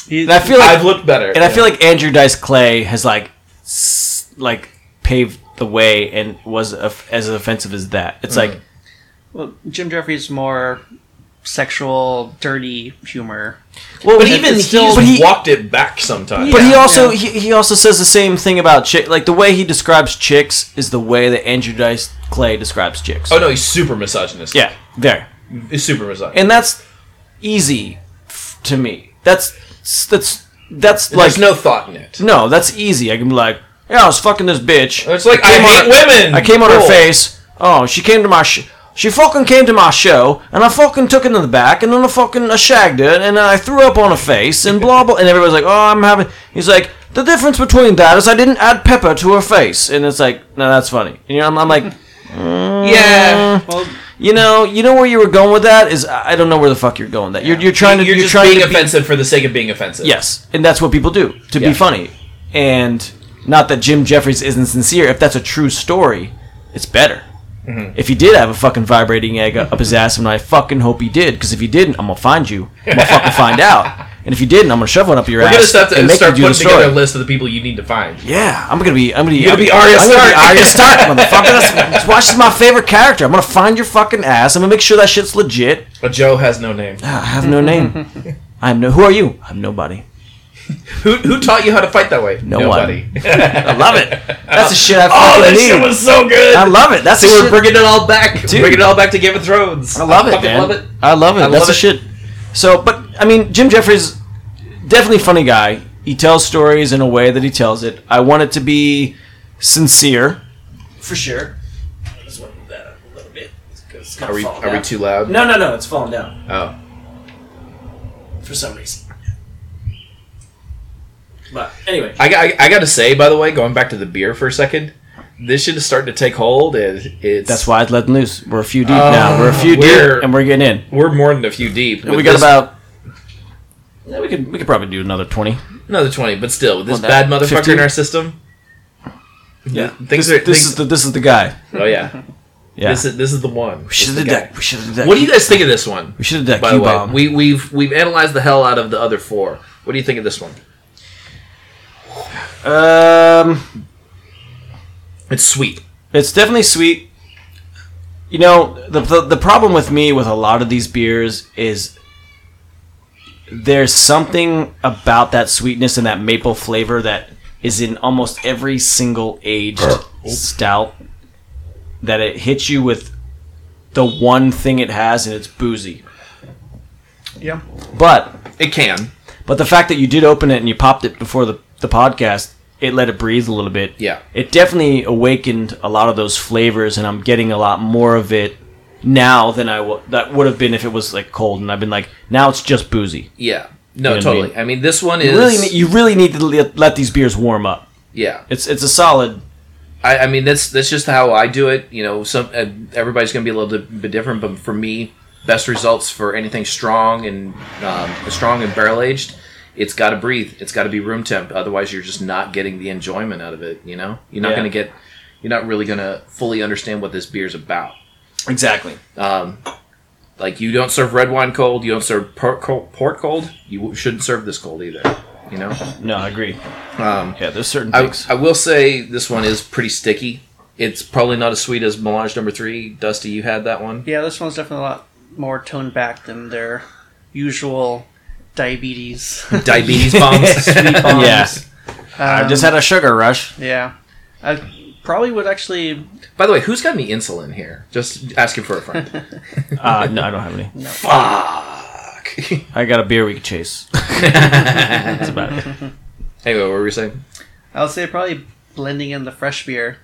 Speaker 5: And I feel like
Speaker 7: I've looked better.
Speaker 5: And I feel like Andrew Dice Clay has like s- like paved the way and was of- as offensive as that. It's like
Speaker 8: Well, Jim Jeffries more sexual, dirty humor.
Speaker 5: well,
Speaker 8: But even
Speaker 5: he's
Speaker 8: he's
Speaker 7: walked it back sometimes.
Speaker 5: But he
Speaker 8: Yeah.
Speaker 5: also
Speaker 8: Yeah.
Speaker 5: he, he also says the same thing about chick. Like the way he describes chicks is the way that Andrew Dice Clay describes chicks.
Speaker 7: Oh no, he's super misogynist.
Speaker 5: Yeah, there,
Speaker 7: he's super misogynist.
Speaker 5: and that's easy f- to me. That's that's that's like
Speaker 7: There's no thought in it.
Speaker 5: No, that's easy. I can be like, yeah, I was fucking this bitch.
Speaker 7: It's like, I
Speaker 5: came on
Speaker 7: hate women.
Speaker 5: I came on her
Speaker 7: Cool.
Speaker 5: face. Oh, she came to my sh- she fucking came to my show, and I fucking took it in the back, and then I fucking I shagged it, and I threw up on her face, and blah blah. And everybody's like, oh, I'm having. He's like, the difference between that is I didn't add pepper to her face, and it's like, no, that's funny. You know, I'm, I'm
Speaker 7: (laughs)
Speaker 5: like.
Speaker 7: Yeah.
Speaker 5: Well, you know, you know where you were going with that is I I don't know where the fuck you're going. with That you're, you're trying to
Speaker 7: You're,
Speaker 5: you're
Speaker 7: just
Speaker 5: trying
Speaker 7: being
Speaker 5: to be-
Speaker 7: offensive for the sake of being offensive.
Speaker 5: Yes, and that's what people do to
Speaker 7: Yeah.
Speaker 5: be funny. And not that Jim Jeffries isn't sincere. If that's a true story, it's better.
Speaker 7: Mhm.
Speaker 5: If he did have a fucking vibrating egg up his ass, and I fucking hope he did, because if he didn't, I'm gonna find you. I'm gonna fucking find out. And if you didn't, I'm gonna shove one up your
Speaker 7: We're
Speaker 5: ass
Speaker 7: gonna start,
Speaker 5: and
Speaker 7: to
Speaker 5: make
Speaker 7: start
Speaker 5: you do the
Speaker 7: putting together a
Speaker 5: story.
Speaker 7: list of the people you need to find.
Speaker 5: Yeah, I'm gonna be. I'm gonna be.
Speaker 7: You're gonna be
Speaker 5: I'm
Speaker 7: Arya
Speaker 5: gonna be
Speaker 7: Stark. (laughs)
Speaker 5: Arya Stark, motherfucker. That's, watch, this is my favorite character. I'm gonna find your fucking ass. I'm gonna make sure that shit's legit.
Speaker 7: But Joe has no name.
Speaker 5: Ah, I have no name.
Speaker 7: (laughs)
Speaker 5: I'm no. Who are you? I'm nobody.
Speaker 7: Who, who taught you how to fight that way?
Speaker 5: No
Speaker 7: Nobody.
Speaker 5: one. I love
Speaker 7: (laughs)
Speaker 5: it. That's the shit I
Speaker 7: Oh,
Speaker 5: fucking
Speaker 7: that
Speaker 5: need.
Speaker 7: shit was so good.
Speaker 5: I love it. That's
Speaker 7: See,
Speaker 5: the
Speaker 7: we're
Speaker 5: shit-
Speaker 7: bringing it all back.
Speaker 5: Dude.
Speaker 7: Bringing it all back to Game of Thrones.
Speaker 5: I love it,
Speaker 7: fucking
Speaker 5: man.
Speaker 7: love it.
Speaker 5: I love it.
Speaker 7: I
Speaker 5: That's
Speaker 7: love
Speaker 5: the
Speaker 7: it.
Speaker 5: shit. So, but I mean, Jim Jeffries, definitely funny guy. He tells stories in a way that he tells it. I want it to be sincere, for sure. I just want to move that up a little bit. It's good. It's gonna
Speaker 7: Are we,
Speaker 5: fall
Speaker 7: are we
Speaker 5: down.
Speaker 7: too loud?
Speaker 5: No, no, no. It's falling down
Speaker 7: Oh.
Speaker 5: for some reason. But anyway,
Speaker 7: I, got- I, I gotta say, by the way, going back to the beer for a second, this shit is starting to take hold. It, it's
Speaker 5: that's why I let them loose. We're a few deep
Speaker 7: Uh,
Speaker 5: now. We're a few
Speaker 7: we're-
Speaker 5: deep, and we're getting in.
Speaker 7: we're more than a few deep.
Speaker 5: And we
Speaker 7: With
Speaker 5: got
Speaker 7: this-
Speaker 5: about. Yeah, we could we could probably do another twenty.
Speaker 7: another twenty, but still, with this
Speaker 5: Well,
Speaker 7: bad
Speaker 5: that-
Speaker 7: motherfucker
Speaker 5: 15.
Speaker 7: in our system.
Speaker 5: Yeah,
Speaker 7: things
Speaker 5: this, this
Speaker 7: are- things-
Speaker 5: is the this is the guy.
Speaker 7: Oh yeah,
Speaker 5: (laughs) Yeah,
Speaker 7: This is this is the one.
Speaker 5: we should have
Speaker 7: This
Speaker 5: did
Speaker 7: is the
Speaker 5: that.
Speaker 7: guy.
Speaker 5: We should have did that.
Speaker 7: What do you guys think of this one?
Speaker 5: We should have did that
Speaker 7: By the
Speaker 5: Q
Speaker 7: way,
Speaker 5: bomb.
Speaker 7: we, we've we've analyzed the hell out of the other four. What do you think of this one?
Speaker 5: Um,
Speaker 7: It's sweet.
Speaker 5: it's definitely sweet. You know, the, the the problem with me with a lot of these beers is there's something about that sweetness and that maple flavor that is in almost every single aged stout that it hits you with the one thing it has and it's boozy.
Speaker 8: Yeah.
Speaker 5: But
Speaker 7: It can.
Speaker 5: But the fact that you did open it and you popped it before the, the podcast, it let it breathe a little bit.
Speaker 7: Yeah.
Speaker 5: It definitely awakened a lot of those flavors, and I'm getting a lot more of it now than I w- that would have been if it was like cold. And I've been like, now it's just boozy.
Speaker 7: Yeah. No,
Speaker 5: You know what I
Speaker 7: totally. I
Speaker 5: mean?
Speaker 7: mean? this one is.
Speaker 5: you really ne- you really need to le- let these beers warm up.
Speaker 7: yeah.
Speaker 5: It's it's a solid.
Speaker 7: I, I mean, that's that's just how I do it. You know, some uh, everybody's going to be a little bit, bit different, but for me, best results for anything strong and um, strong and barrel aged, it's got to breathe. It's got to be room temp. Otherwise, you're just not getting the enjoyment out of it. You know, you're not
Speaker 5: Yeah.
Speaker 7: going to get, you're not really going to fully understand what this beer's about.
Speaker 5: Exactly.
Speaker 7: Um, like you don't serve red wine cold, you don't serve port cold, port cold. You shouldn't serve this cold either. You know.
Speaker 5: No, I agree.
Speaker 7: Um,
Speaker 5: Yeah, there's certain
Speaker 7: I,
Speaker 5: things.
Speaker 7: I will say this one is pretty sticky. It's probably not as sweet as Melange Number Three. Dusty, you had that
Speaker 5: (laughs)
Speaker 7: one.
Speaker 8: Yeah, this one's definitely a lot more toned back than their usual diabetes.
Speaker 7: Diabetes
Speaker 5: (laughs)
Speaker 7: bombs.
Speaker 8: Sweet bombs.
Speaker 5: Oh, Yeah.
Speaker 8: (laughs)
Speaker 7: Um,
Speaker 5: I just had a sugar rush.
Speaker 8: Um, Yeah. I probably would actually.
Speaker 7: By the way, who's got any
Speaker 5: (laughs)
Speaker 7: insulin here? Just asking for a friend.
Speaker 5: Uh, no, I don't have any. (laughs)
Speaker 7: Fuck.
Speaker 5: I got a beer we can chase. That's about it.
Speaker 7: Anyway, what were we saying?
Speaker 8: I would say probably blending in the fresh beer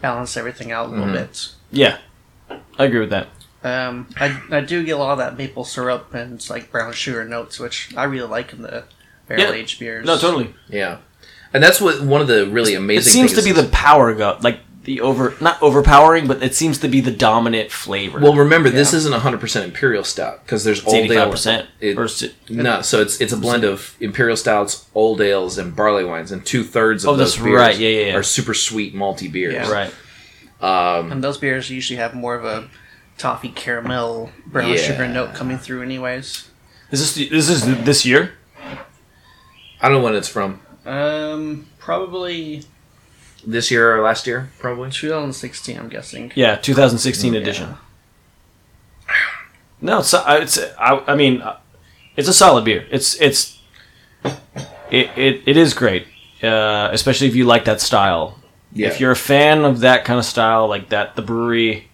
Speaker 8: balanced everything out a little
Speaker 5: Mm-hmm.
Speaker 7: Mhm.
Speaker 8: bit.
Speaker 5: Yeah, I agree with that.
Speaker 8: Um, I, I do get a lot of that maple syrup and it's like brown sugar notes, which I really like in the barrel aged beers.
Speaker 7: Yeah, and that's what one of the really
Speaker 5: It
Speaker 7: amazing.
Speaker 5: seems to
Speaker 7: things
Speaker 5: be
Speaker 7: is-
Speaker 5: the power go like the over not overpowering, but it seems to be the dominant flavor.
Speaker 7: Well, remember this isn't 100 percent imperial stout because there's
Speaker 5: It's
Speaker 7: old ale.
Speaker 5: 85%
Speaker 7: It-
Speaker 5: or si-
Speaker 7: no, so it's it's a blend of imperial stouts, old ales, and barley wines, and two thirds of
Speaker 5: Oh,
Speaker 7: those
Speaker 5: that's
Speaker 7: beers
Speaker 5: right. Yeah, yeah, yeah.
Speaker 7: are super sweet malty beers.
Speaker 8: Yeah. Right.
Speaker 7: Um,
Speaker 8: And those beers usually have more of a toffee caramel brown
Speaker 7: Yeah.
Speaker 8: sugar note coming through, anyways.
Speaker 5: Is this this is this year?
Speaker 7: I don't know when it's from.
Speaker 8: Um, probably
Speaker 7: This year or last year, probably.
Speaker 8: 2016, I'm guessing.
Speaker 5: Yeah, 2016 edition. No, it's, I- it's I, I mean, uh, it's a solid beer. It's it's it it, it is great, uh, especially if you like that style.
Speaker 7: Yeah.
Speaker 5: If you're a fan of that kind of style, like that, the brewery,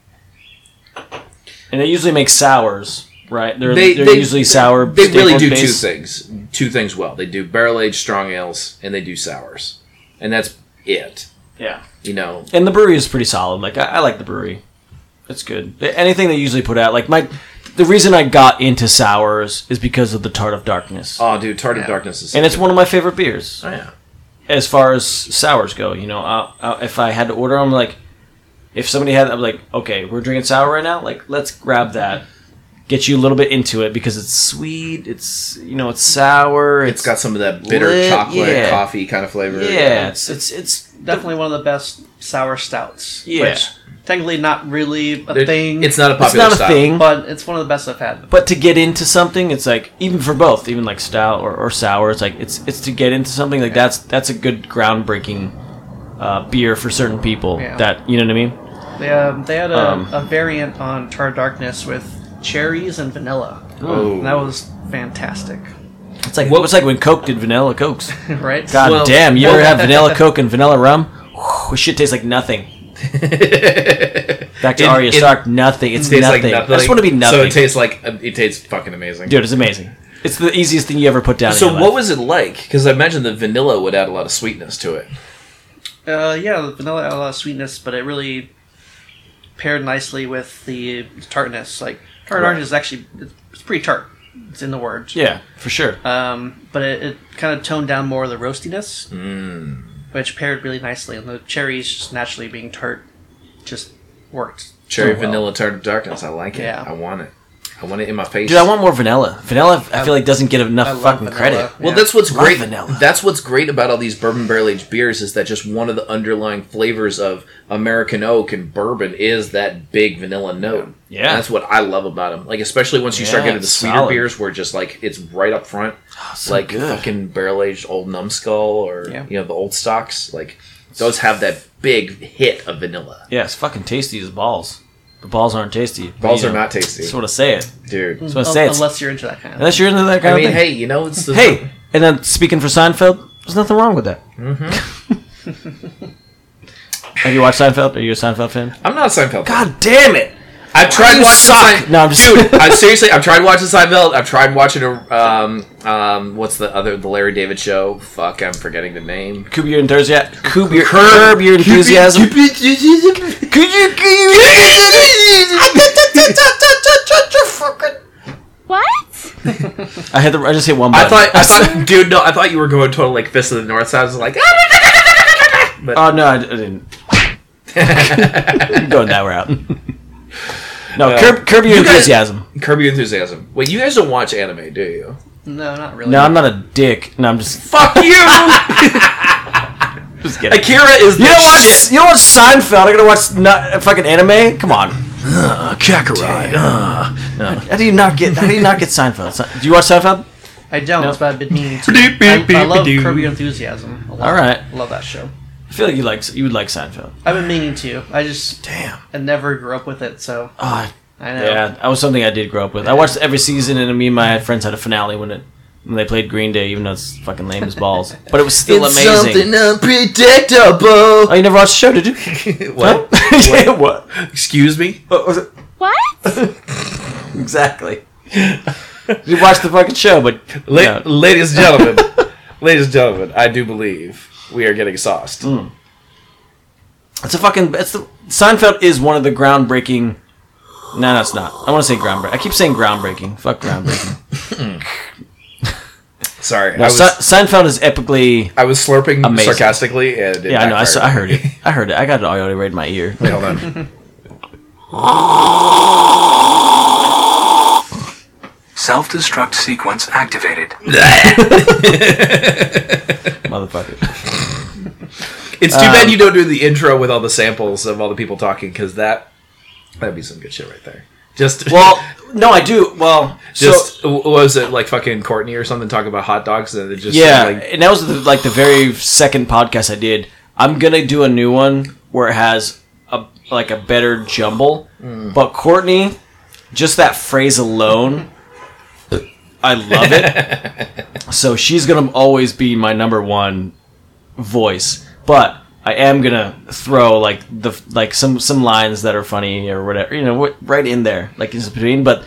Speaker 5: and they usually make sours, right? They're they, are they are usually sour.
Speaker 7: They really do
Speaker 5: staple-based.
Speaker 7: two things, two things well. They do barrel aged strong ales, and they do sours, and that's it.
Speaker 5: Yeah.
Speaker 7: You know,
Speaker 5: And the brewery is pretty solid. Like I, I like the brewery. It's good. Anything they usually put out, like my, the reason I got into sours is because of the Tart of Darkness.
Speaker 7: Oh, dude, Tart of Darkness is.
Speaker 5: and it's one of my favorite beers.
Speaker 7: Oh, yeah.
Speaker 5: As far as sours go, you know, I, I, if I had to order them, like, if somebody had, I'm like, okay, we're drinking sour right now. Like, let's grab that. Get you a little bit into it because it's sweet. It's you know, it's sour.
Speaker 7: it's got some of that bitter
Speaker 5: lit,
Speaker 7: chocolate
Speaker 5: yeah.
Speaker 7: coffee kind of flavor.
Speaker 5: Yeah, it's it's it's
Speaker 8: Definitely one of the best sour stouts.
Speaker 5: Yeah.
Speaker 8: technically not really a
Speaker 7: There-
Speaker 8: thing.
Speaker 7: it's not a
Speaker 5: It's not a
Speaker 7: style.
Speaker 5: thing.
Speaker 8: But it's one of the best I've had.
Speaker 5: but to get into something it's like even for both even like stout or, or sour it's like it's it's to get into something like that's that's a good groundbreaking uh, beer for certain people
Speaker 8: Yeah.
Speaker 5: that you know what i mean
Speaker 8: They, um, they had a,
Speaker 5: Um.
Speaker 8: a variant on Tar Darkness with cherries and vanilla.
Speaker 5: Oh.
Speaker 8: And that
Speaker 7: (laughs)
Speaker 8: was fantastic. (laughs)
Speaker 5: it's like what was like when coke did vanilla cokes
Speaker 8: Right?
Speaker 5: god
Speaker 8: Well-
Speaker 5: damn you ever
Speaker 8: well-
Speaker 7: (laughs)
Speaker 5: have vanilla coke and vanilla rum Whew, shit tastes like nothing back to
Speaker 7: It-
Speaker 5: Arya
Speaker 7: it
Speaker 5: Stark nothing it's
Speaker 7: tastes
Speaker 5: nothing. i just want to be nothing
Speaker 7: So it tastes like uh, it tastes fucking amazing,
Speaker 5: dude it's amazing it's the easiest thing you ever put down in
Speaker 7: So
Speaker 5: your
Speaker 7: what
Speaker 5: life.
Speaker 7: was it like? Because I imagine the vanilla would add a lot of sweetness to it.
Speaker 8: Uh, yeah, the vanilla had a lot of sweetness, but it really paired nicely with the tartness. Like tart
Speaker 5: Right.
Speaker 8: orange is actually it's pretty tart. It's in the word.
Speaker 5: yeah for sure
Speaker 7: Uh,
Speaker 8: Um, but it, it kind of toned down more of the roastiness,
Speaker 5: Mm.
Speaker 8: which paired really nicely. And the cherries just naturally being tart just worked.
Speaker 5: Oh,
Speaker 7: Cherry
Speaker 8: so well.
Speaker 7: vanilla tart of darkness. I like it.
Speaker 8: Yeah.
Speaker 7: I want it. I want it in my face.
Speaker 5: Dude, I want more vanilla. Vanilla, I feel like doesn't get
Speaker 7: I
Speaker 5: enough
Speaker 7: love
Speaker 5: fucking
Speaker 7: vanilla.
Speaker 5: credit.
Speaker 7: Well, that's what's
Speaker 5: Love
Speaker 7: great.
Speaker 5: Vanilla.
Speaker 7: That's what's great about all these bourbon barrel aged beers is that just one of the underlying flavors of American oak and bourbon is that big vanilla note.
Speaker 5: Yeah. Yeah.
Speaker 7: And that's what I love about them. Like especially once you start
Speaker 5: Yeah,
Speaker 7: getting the
Speaker 5: it's
Speaker 7: sweeter
Speaker 5: solid. Oh,
Speaker 7: beers, where just like it's right up front,
Speaker 5: so
Speaker 7: like
Speaker 5: good.
Speaker 7: fucking barrel aged old numbskull or
Speaker 8: Yeah.
Speaker 7: you know the old stocks. Like those have that big hit of vanilla.
Speaker 5: Yeah, it's fucking tasty as balls. But balls aren't tasty.
Speaker 7: Balls
Speaker 5: You
Speaker 7: are
Speaker 5: know,
Speaker 7: not tasty.
Speaker 5: Just want to say it,
Speaker 7: dude.
Speaker 5: Just want to say it.
Speaker 8: Unless you're into that kind of
Speaker 5: Unless you're into that kind
Speaker 7: I mean,
Speaker 5: of
Speaker 7: hey,
Speaker 5: thing.
Speaker 7: you know it's the
Speaker 5: hey, and then speaking for Seinfeld, there's nothing wrong with that.
Speaker 7: Mm-hmm.
Speaker 5: (laughs) Have you watched Seinfeld? Are you a Seinfeld fan?
Speaker 7: I'm not a Seinfeld. fan.
Speaker 5: God damn it!
Speaker 7: I've tried
Speaker 5: you
Speaker 7: watching
Speaker 5: suck?
Speaker 7: Sein-
Speaker 5: No, I'm just-
Speaker 7: dude. I seriously, I've tried watching Seinfeld. I've tried watching a, um um what's the other the Larry David show? Fuck, I'm forgetting the name.
Speaker 5: Curb your enthusiasm. Curb your, curb your enthusiasm. Could you? Could
Speaker 2: What?
Speaker 5: I had the. I just hit one.
Speaker 7: I
Speaker 5: Button.
Speaker 7: thought, I thought, dude, no, I thought you were going total like Fist of the North. So I was
Speaker 5: (laughs)
Speaker 7: like, (laughs)
Speaker 5: Oh no, I, I didn't. I'm going that route. (laughs) no,
Speaker 7: Uh,
Speaker 5: curb, curb your
Speaker 7: you guys-
Speaker 5: enthusiasm.
Speaker 7: Curb Your Enthusiasm. Wait, you guys don't watch anime, do you?
Speaker 8: No, not really.
Speaker 5: No, I'm not a dick. No, I'm just
Speaker 7: Fuck you!
Speaker 5: just kidding.
Speaker 7: (laughs) Akira is the
Speaker 5: You don't watch.
Speaker 7: shit.
Speaker 5: You don't watch Seinfeld. I gotta watch not, fucking anime. Come on. Uh,
Speaker 7: Kakarot.
Speaker 5: How do you not get? How do you not get Seinfeld? Se- Do you watch Seinfeld?
Speaker 8: I don't, but I've been
Speaker 5: (laughs)
Speaker 8: meaning to. I, I love Curb Your Enthusiasm. A lot.
Speaker 5: All right.
Speaker 8: Love that show.
Speaker 5: I feel like you like you would like Seinfeld.
Speaker 8: I've been meaning to. I just
Speaker 5: Damn.
Speaker 8: I never grew up with it, so
Speaker 5: Oh,
Speaker 8: I know.
Speaker 5: yeah, that was something I did grow up with. I watched every season, and me and my friends had a finale when it when they played Green Day, even though it's fucking lame as balls. But it was still amazing.
Speaker 7: unpredictable.
Speaker 5: Oh, you never watched the show, did you?
Speaker 7: What?
Speaker 5: (laughs) Huh? what?
Speaker 7: Excuse me?
Speaker 5: What was it?
Speaker 2: What?
Speaker 5: Exactly. (laughs) you watch the fucking show, but
Speaker 7: La-
Speaker 5: yeah.
Speaker 7: ladies and gentlemen, ladies and gentlemen, I do believe we are getting sauced.
Speaker 5: It's a fucking. It's the Seinfeld is one of the groundbreaking. No, no, it's not. I want to say groundbreaking. I keep saying groundbreaking. Fuck groundbreaking.
Speaker 7: Sorry,
Speaker 5: No,
Speaker 7: I was
Speaker 5: Se- Seinfeld is epically.
Speaker 7: I was slurping
Speaker 5: amazing.
Speaker 7: sarcastically, and it
Speaker 5: yeah, I know. I, saw, I heard
Speaker 7: backfired. (laughs)
Speaker 5: it. I heard it. I got it already right in my ear.
Speaker 7: Wait, hold on.
Speaker 22: Self destruct sequence activated.
Speaker 5: Motherfucker.
Speaker 7: (laughs) It's too
Speaker 5: Um,
Speaker 7: bad you don't do the intro with all the samples of all the people talking because that that'd be some good shit right there. Just (laughs)
Speaker 5: well, (laughs) no, I do. Well,
Speaker 7: just what was it like fucking Courtney or something talking about hot dogs and it just
Speaker 5: yeah,
Speaker 7: like,
Speaker 5: and that was the, like the very second podcast I did. I'm gonna do a new one where it has a like a better jumble,
Speaker 7: Hmm.
Speaker 23: Mm.
Speaker 5: but Courtney, just that phrase alone, I love
Speaker 7: (laughs)
Speaker 5: it. so she's gonna always be my number one voice, but I am gonna throw like the like some some lines that are funny or whatever you know what right in there like in between, but.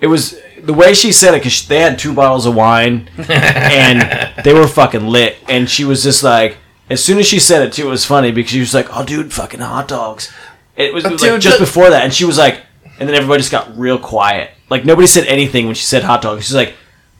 Speaker 5: It was the way she said it because they had two bottles of wine
Speaker 7: (laughs)
Speaker 5: and they were fucking lit. And she was just like, as soon as she said it, too, it was funny because she was like, "Oh, dude, fucking hot dogs." It
Speaker 7: Oh,
Speaker 5: was, it was, like,
Speaker 23: Dude,
Speaker 5: just
Speaker 23: the-
Speaker 5: before that, and she was like, and then everybody just got real quiet. Like nobody said anything when she said hot dogs. She's like,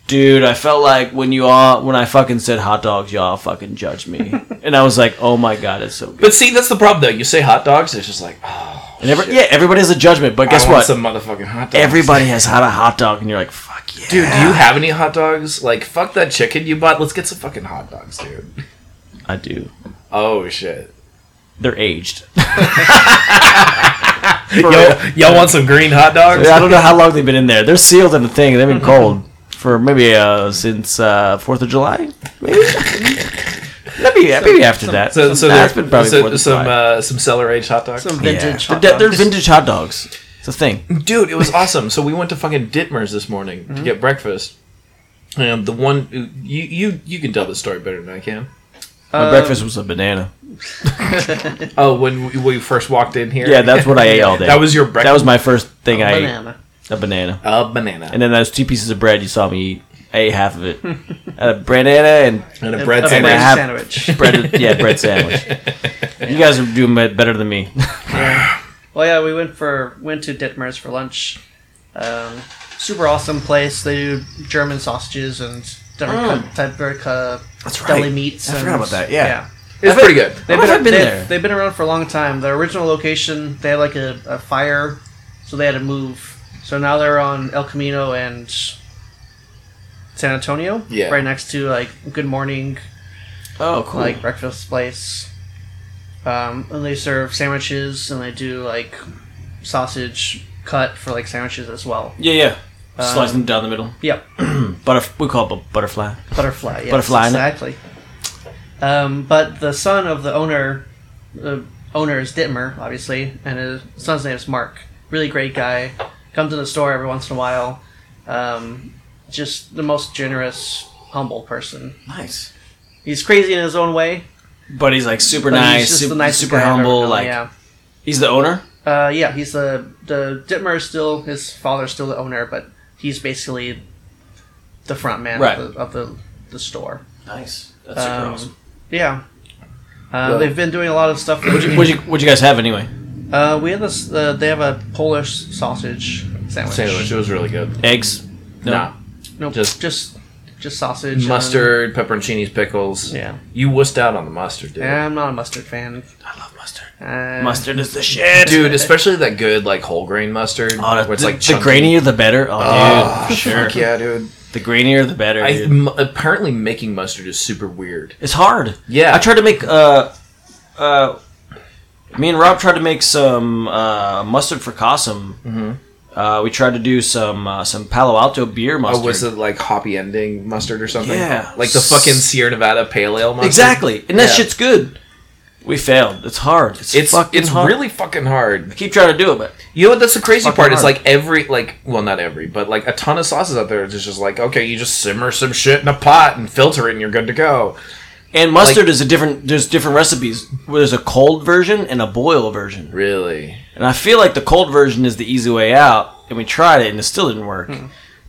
Speaker 5: "Dude, I felt like when you all when I fucking said hot dogs, y'all fucking judged
Speaker 7: (laughs)
Speaker 5: me." and I was like, "Oh my god, it's so good."
Speaker 7: But see, that's the problem though. You say hot dogs, it's just like oh,
Speaker 5: And every, yeah, everybody has a judgment, but
Speaker 7: I
Speaker 5: guess
Speaker 7: want
Speaker 5: what?
Speaker 7: some motherfucking hot dogs.
Speaker 5: Everybody has had a hot dog, and you're like, "Fuck."
Speaker 7: Dude, do you have any hot dogs? Like, fuck that chicken you bought. Let's get some fucking hot dogs, dude.
Speaker 5: I do.
Speaker 7: Oh shit.
Speaker 5: They're
Speaker 7: (laughs)
Speaker 5: aged. (laughs)
Speaker 7: y'all, y'all want some green hot dogs?
Speaker 5: Yeah, I don't
Speaker 7: (laughs)
Speaker 5: know how long they've been in there. They're sealed in the thing. They've been cold for maybe uh, since uh, Fourth of July.
Speaker 7: (laughs)
Speaker 5: Maybe, maybe, maybe after that.
Speaker 7: So, so
Speaker 5: Nah,
Speaker 7: there-
Speaker 5: it's been probably
Speaker 7: so-
Speaker 5: Fourth of
Speaker 7: some
Speaker 5: July.
Speaker 7: uh, some cellar aged hot dogs.
Speaker 8: Some
Speaker 5: Yeah. They're- They're vintage hot dogs. It's a thing.
Speaker 7: Dude, it was (laughs) awesome. So we went to fucking Ditmer's this morning to get breakfast. And the one you you you can tell the story better than I can.
Speaker 8: Uh,
Speaker 7: Uh,
Speaker 5: My breakfast was a banana.
Speaker 7: oh, when we, we first walked in here.
Speaker 5: Yeah, that's what I
Speaker 7: (laughs)
Speaker 5: ate all day.
Speaker 7: That was your breakfast.
Speaker 5: That was my first thing
Speaker 7: A
Speaker 5: I
Speaker 7: banana.
Speaker 5: ate. A banana.
Speaker 7: A banana.
Speaker 5: And then those two pieces of bread you saw me eat. I ate half of it. (laughs) a banana and,
Speaker 7: And a bread
Speaker 5: and
Speaker 7: sandwich.
Speaker 5: half-
Speaker 7: sandwich.
Speaker 5: Bread, yeah, bread
Speaker 7: (laughs)
Speaker 5: sandwich. You guys are doing better than me.
Speaker 8: (laughs) Well, yeah, we went for went to Dittmer's for lunch. Um, super awesome place. They do German sausages and different
Speaker 5: Mm.
Speaker 8: cut, type of uh,
Speaker 5: right.
Speaker 8: deli meats.
Speaker 5: I
Speaker 8: and,
Speaker 5: forgot about that, yeah.
Speaker 7: It's pretty good.
Speaker 5: How long
Speaker 8: They've been,
Speaker 5: have I been
Speaker 8: they've,
Speaker 5: there?
Speaker 8: they've been around for a long time. Their original location, they had like a, a fire, so they had to move. So now they're on El Camino and San Antonio.
Speaker 7: Yeah.
Speaker 8: Right next to like Good Morning.
Speaker 5: Oh, cool.
Speaker 8: Like breakfast place. Um, and they serve sandwiches and they do like sausage cut for like sandwiches as well.
Speaker 5: Yeah, yeah. Slice
Speaker 8: Um,
Speaker 5: them down the middle. (clears throat)
Speaker 8: Yep.
Speaker 5: Butterf- we call it bu- butterfly.
Speaker 8: Butterfly. Yes,
Speaker 5: butterfly. in it.
Speaker 8: Exactly. Um, but the son of the owner, the owner is Dittmer, obviously, and his son's name is Mark. Really great guy. Comes to the store every once in a while. Um, just the most generous, humble person.
Speaker 5: Nice.
Speaker 8: He's crazy in his own way.
Speaker 5: But he's like super
Speaker 8: But he's
Speaker 5: nice,
Speaker 8: just
Speaker 5: sup-
Speaker 8: the nicest
Speaker 5: super
Speaker 8: guy I've ever
Speaker 5: humble.
Speaker 8: known,
Speaker 5: like
Speaker 8: yeah.
Speaker 5: he's the owner.
Speaker 8: Uh, yeah, he's the the Dittmer is still his father's still the owner, but he's basically the front man
Speaker 5: Right.
Speaker 8: of, the, of the the store.
Speaker 5: Nice. That's super awesome.
Speaker 8: Yeah, uh,
Speaker 5: Well-
Speaker 8: they've been doing a lot of stuff.
Speaker 5: What'd you, what'd you, what'd you guys have anyway?
Speaker 8: Uh, we had this. Uh, they have a Polish sausage sandwich.
Speaker 7: Sandwich. It was really good.
Speaker 5: Eggs.
Speaker 7: No. Nah.
Speaker 8: Nope.
Speaker 7: Just-
Speaker 8: Just just just sausage.
Speaker 7: Mustard, pepperoncinis, pickles.
Speaker 8: Yeah.
Speaker 7: You wussed out on the mustard, dude.
Speaker 8: And, yeah, I'm not a mustard fan. I love
Speaker 5: mustard.
Speaker 8: Uh,
Speaker 5: Mustard is the shit.
Speaker 7: Dude, especially that good like whole grain mustard.
Speaker 5: Oh,
Speaker 7: where it's like
Speaker 5: the
Speaker 7: chunky.
Speaker 5: grainier the better. Oh, dude,
Speaker 7: Oh,
Speaker 5: for (laughs) sure.
Speaker 7: fuck yeah, dude.
Speaker 5: The grainier the better.
Speaker 7: I,
Speaker 5: dude.
Speaker 7: m- apparently, making mustard is super weird.
Speaker 5: It's hard.
Speaker 7: Yeah.
Speaker 5: I tried to make uh uh me and Rob tried to make some uh mustard for Cossum.
Speaker 7: Mhm.
Speaker 5: Uh, we tried to do some uh, some Palo Alto beer mustard.
Speaker 7: Oh, was it like hoppy ending mustard or something?
Speaker 5: Yeah.
Speaker 7: like the fucking Sierra Nevada Pale Ale mustard.
Speaker 5: Exactly. And that
Speaker 7: Yeah.
Speaker 5: shit's good. We failed. It's hard. It's
Speaker 7: It's
Speaker 5: fucking
Speaker 7: it's
Speaker 5: hard.
Speaker 7: really fucking hard. I
Speaker 5: keep trying to do it, but
Speaker 7: you know what? That's the crazy
Speaker 5: Fucking
Speaker 7: part. Is
Speaker 5: hard.
Speaker 7: like every like well, not every, but like a ton of sauces out there. It's just like okay, you just simmer some shit in a pot and filter it, and you're good to go.
Speaker 5: And mustard is a different. There's different recipes. There's a cold version and a boil version.
Speaker 7: Really.
Speaker 5: And I feel like the cold version is the easy way out, and we tried it, and it still didn't work.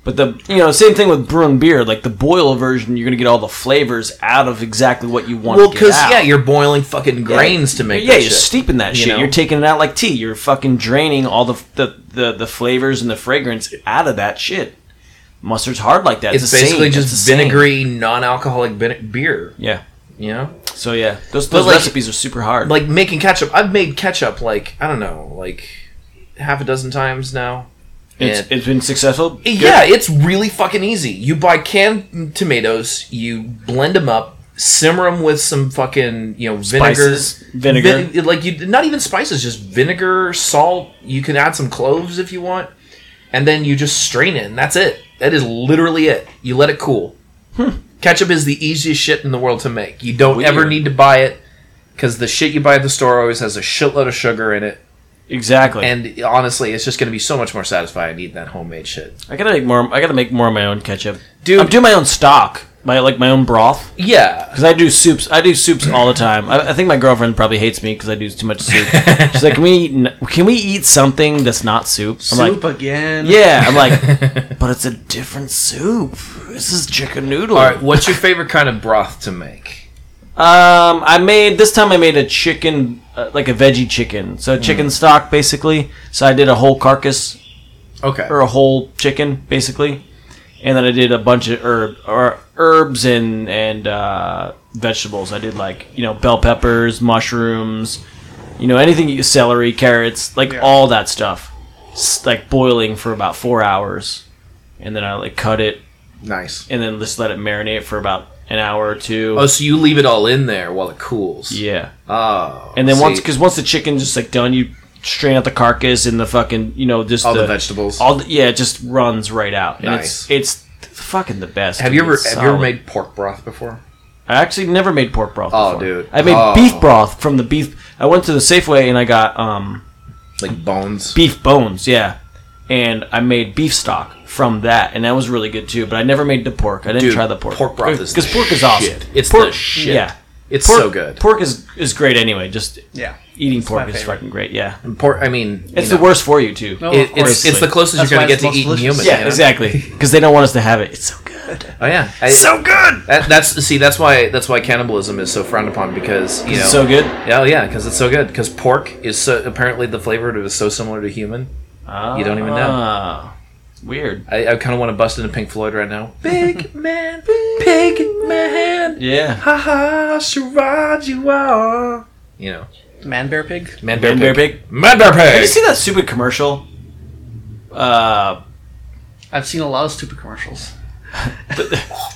Speaker 5: But the you know same thing with brewing beer. Like the boil version, you're gonna get all the flavors out of exactly what you want.
Speaker 7: Well,
Speaker 5: because
Speaker 7: because yeah, you're boiling fucking grains to make.
Speaker 5: Yeah,
Speaker 7: that
Speaker 5: you're
Speaker 7: shit,
Speaker 5: steeping that
Speaker 7: you
Speaker 5: shit.
Speaker 7: know?
Speaker 5: You're taking it out like tea. You're fucking draining all the the, the the flavors and the fragrance out of that shit. Mustard's hard like that.
Speaker 7: It's,
Speaker 5: the same.
Speaker 7: basically
Speaker 5: It's
Speaker 7: just
Speaker 5: the same.
Speaker 7: vinegary, non-alcoholic ben- beer.
Speaker 5: Yeah.
Speaker 7: You know.
Speaker 5: So yeah, those,
Speaker 7: But,
Speaker 5: those
Speaker 7: like-
Speaker 5: recipes are super hard.
Speaker 7: Like making ketchup. I've made ketchup like I don't know, like half a dozen times now.
Speaker 5: It's-
Speaker 7: And-
Speaker 5: it's been successful. Good.
Speaker 7: Yeah, it's really fucking easy. You buy canned tomatoes, you blend them up, simmer them with some fucking you know vinegar,
Speaker 5: Spices, vinegar.
Speaker 7: Vin- like you not even spices, just vinegar, salt. You can add some cloves if you want, and then you just strain it, and that's it. That is literally it. You let it cool. Ketchup is the easiest shit in the world to make. You don't ever
Speaker 5: Hmm. Weird.
Speaker 7: need to buy it because the shit you buy at the store always has a shitload of sugar in it.
Speaker 5: Exactly.
Speaker 7: And honestly, it's just going to be so much more satisfying eating that homemade shit.
Speaker 5: I gotta make more. I gotta make more of my own ketchup.
Speaker 7: Dude.
Speaker 5: I'm doing my own stock. My like my own broth.
Speaker 7: Yeah.
Speaker 5: Because I do soups. I do soups all the time. I, I think my girlfriend probably hates me because I do too much soup. She's like, can we eat, n- can we eat something that's not soup? I'm like,
Speaker 8: Soup again.
Speaker 5: Yeah. I'm
Speaker 7: (laughs)
Speaker 5: like, but it's a different soup. This is chicken noodle.
Speaker 7: All right, what's your favorite kind of broth to make?
Speaker 5: Um, I made this time. I made a chicken, uh, like a veggie chicken,
Speaker 7: Hmm.
Speaker 5: so chicken stock basically. So I did a whole carcass,
Speaker 7: okay,
Speaker 5: or a whole chicken basically, and then I did a bunch of herb or herbs and and uh, vegetables. I did like you know bell peppers, mushrooms, you know anything you celery, carrots, like all that stuff, S- like boiling for about four hours, and then I like cut it.
Speaker 7: Nice.
Speaker 5: And then just let it marinate for about an hour or two.
Speaker 7: Oh, so you leave it all in there while it cools.
Speaker 5: Yeah.
Speaker 7: Oh.
Speaker 5: And then once,
Speaker 7: see.
Speaker 5: because once the chicken's just like done, you strain out the carcass and the fucking, you know, just
Speaker 7: All the vegetables.
Speaker 5: All the, yeah, it just runs right out. And
Speaker 7: Nice.
Speaker 5: It's, it's fucking the best.
Speaker 7: have you
Speaker 5: dude.
Speaker 7: ever
Speaker 5: It's
Speaker 7: have you ever
Speaker 5: solid.
Speaker 7: made pork broth before?
Speaker 5: I actually never made pork broth.
Speaker 7: Oh,
Speaker 5: before.
Speaker 7: dude.
Speaker 5: I made
Speaker 7: Oh.
Speaker 5: beef broth from the beef. I went to the Safeway and I got um,
Speaker 7: like bones,
Speaker 5: beef bones, yeah. And I made beef stock from that, and that was really good too. But I never made the pork. I didn't
Speaker 7: Dude,
Speaker 5: try the pork.
Speaker 7: pork broth is
Speaker 5: because
Speaker 7: the
Speaker 5: pork is awesome.
Speaker 7: shit. It's
Speaker 5: pork,
Speaker 7: the shit.
Speaker 5: Yeah,
Speaker 7: It's
Speaker 5: Pork-
Speaker 7: so good.
Speaker 5: Pork is is great anyway. Just
Speaker 7: Yeah.
Speaker 5: eating
Speaker 7: It's
Speaker 5: pork
Speaker 7: my
Speaker 5: is
Speaker 7: favorite.
Speaker 5: fucking great. Yeah,
Speaker 7: And pork. I mean,
Speaker 5: it's
Speaker 7: you
Speaker 5: the
Speaker 7: know.
Speaker 5: worst for you too.
Speaker 7: No, of It- it's- course. it's the closest That's you're gonna why get it's to most eating delicious. humans,
Speaker 5: Yeah,
Speaker 7: you know?
Speaker 5: exactly. Because they don't want us to have it. It's so good.
Speaker 7: Oh yeah,
Speaker 5: So good.
Speaker 7: That, that's see, that's why that's why cannibalism is so frowned upon because you know
Speaker 5: It's so good?
Speaker 7: Yeah, oh, yeah, because it's so good. Because pork is so apparently the flavor of it is so similar to human. you don't even know.
Speaker 5: Weird.
Speaker 7: I, I kind of want to bust into Pink Floyd right now.
Speaker 24: Big man, pig in my hand.
Speaker 5: Yeah.
Speaker 24: Ha ha, Sharad, you are.
Speaker 7: You know,
Speaker 8: Man bear pig.
Speaker 7: man bear,
Speaker 5: Man
Speaker 7: pig.
Speaker 5: bear pig.
Speaker 7: man bear pig.
Speaker 5: Have (laughs) you seen that stupid commercial? Uh,
Speaker 8: I've seen a lot of stupid commercials.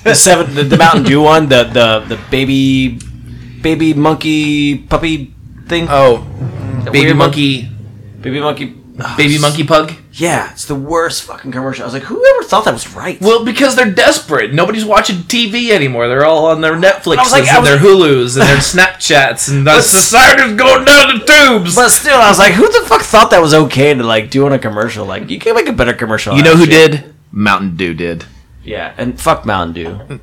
Speaker 5: the seven, the, the Mountain Dew one, the the the baby, baby monkey puppy thing.
Speaker 7: Oh, baby
Speaker 5: weird mon-
Speaker 7: monkey-
Speaker 5: baby monkey,
Speaker 7: (sighs) Baby monkey pug.
Speaker 5: Yeah, it's the worst fucking commercial. I was like, whoever thought that was right.
Speaker 7: Well, because they're desperate. Nobody's watching TV anymore. They're all on their
Speaker 5: I was
Speaker 7: Netflixes
Speaker 5: like- I
Speaker 7: and
Speaker 5: was-
Speaker 7: their Hulus and their Snapchats and the
Speaker 5: But-
Speaker 7: society's going down the tubes.
Speaker 5: But still, I was like, who the fuck thought that was okay to like do on a commercial? Like, you can make a better commercial.
Speaker 7: You
Speaker 5: out
Speaker 7: know
Speaker 5: of
Speaker 7: who
Speaker 5: shit.
Speaker 7: did? Mountain Dew did.
Speaker 5: Yeah, and fuck Mountain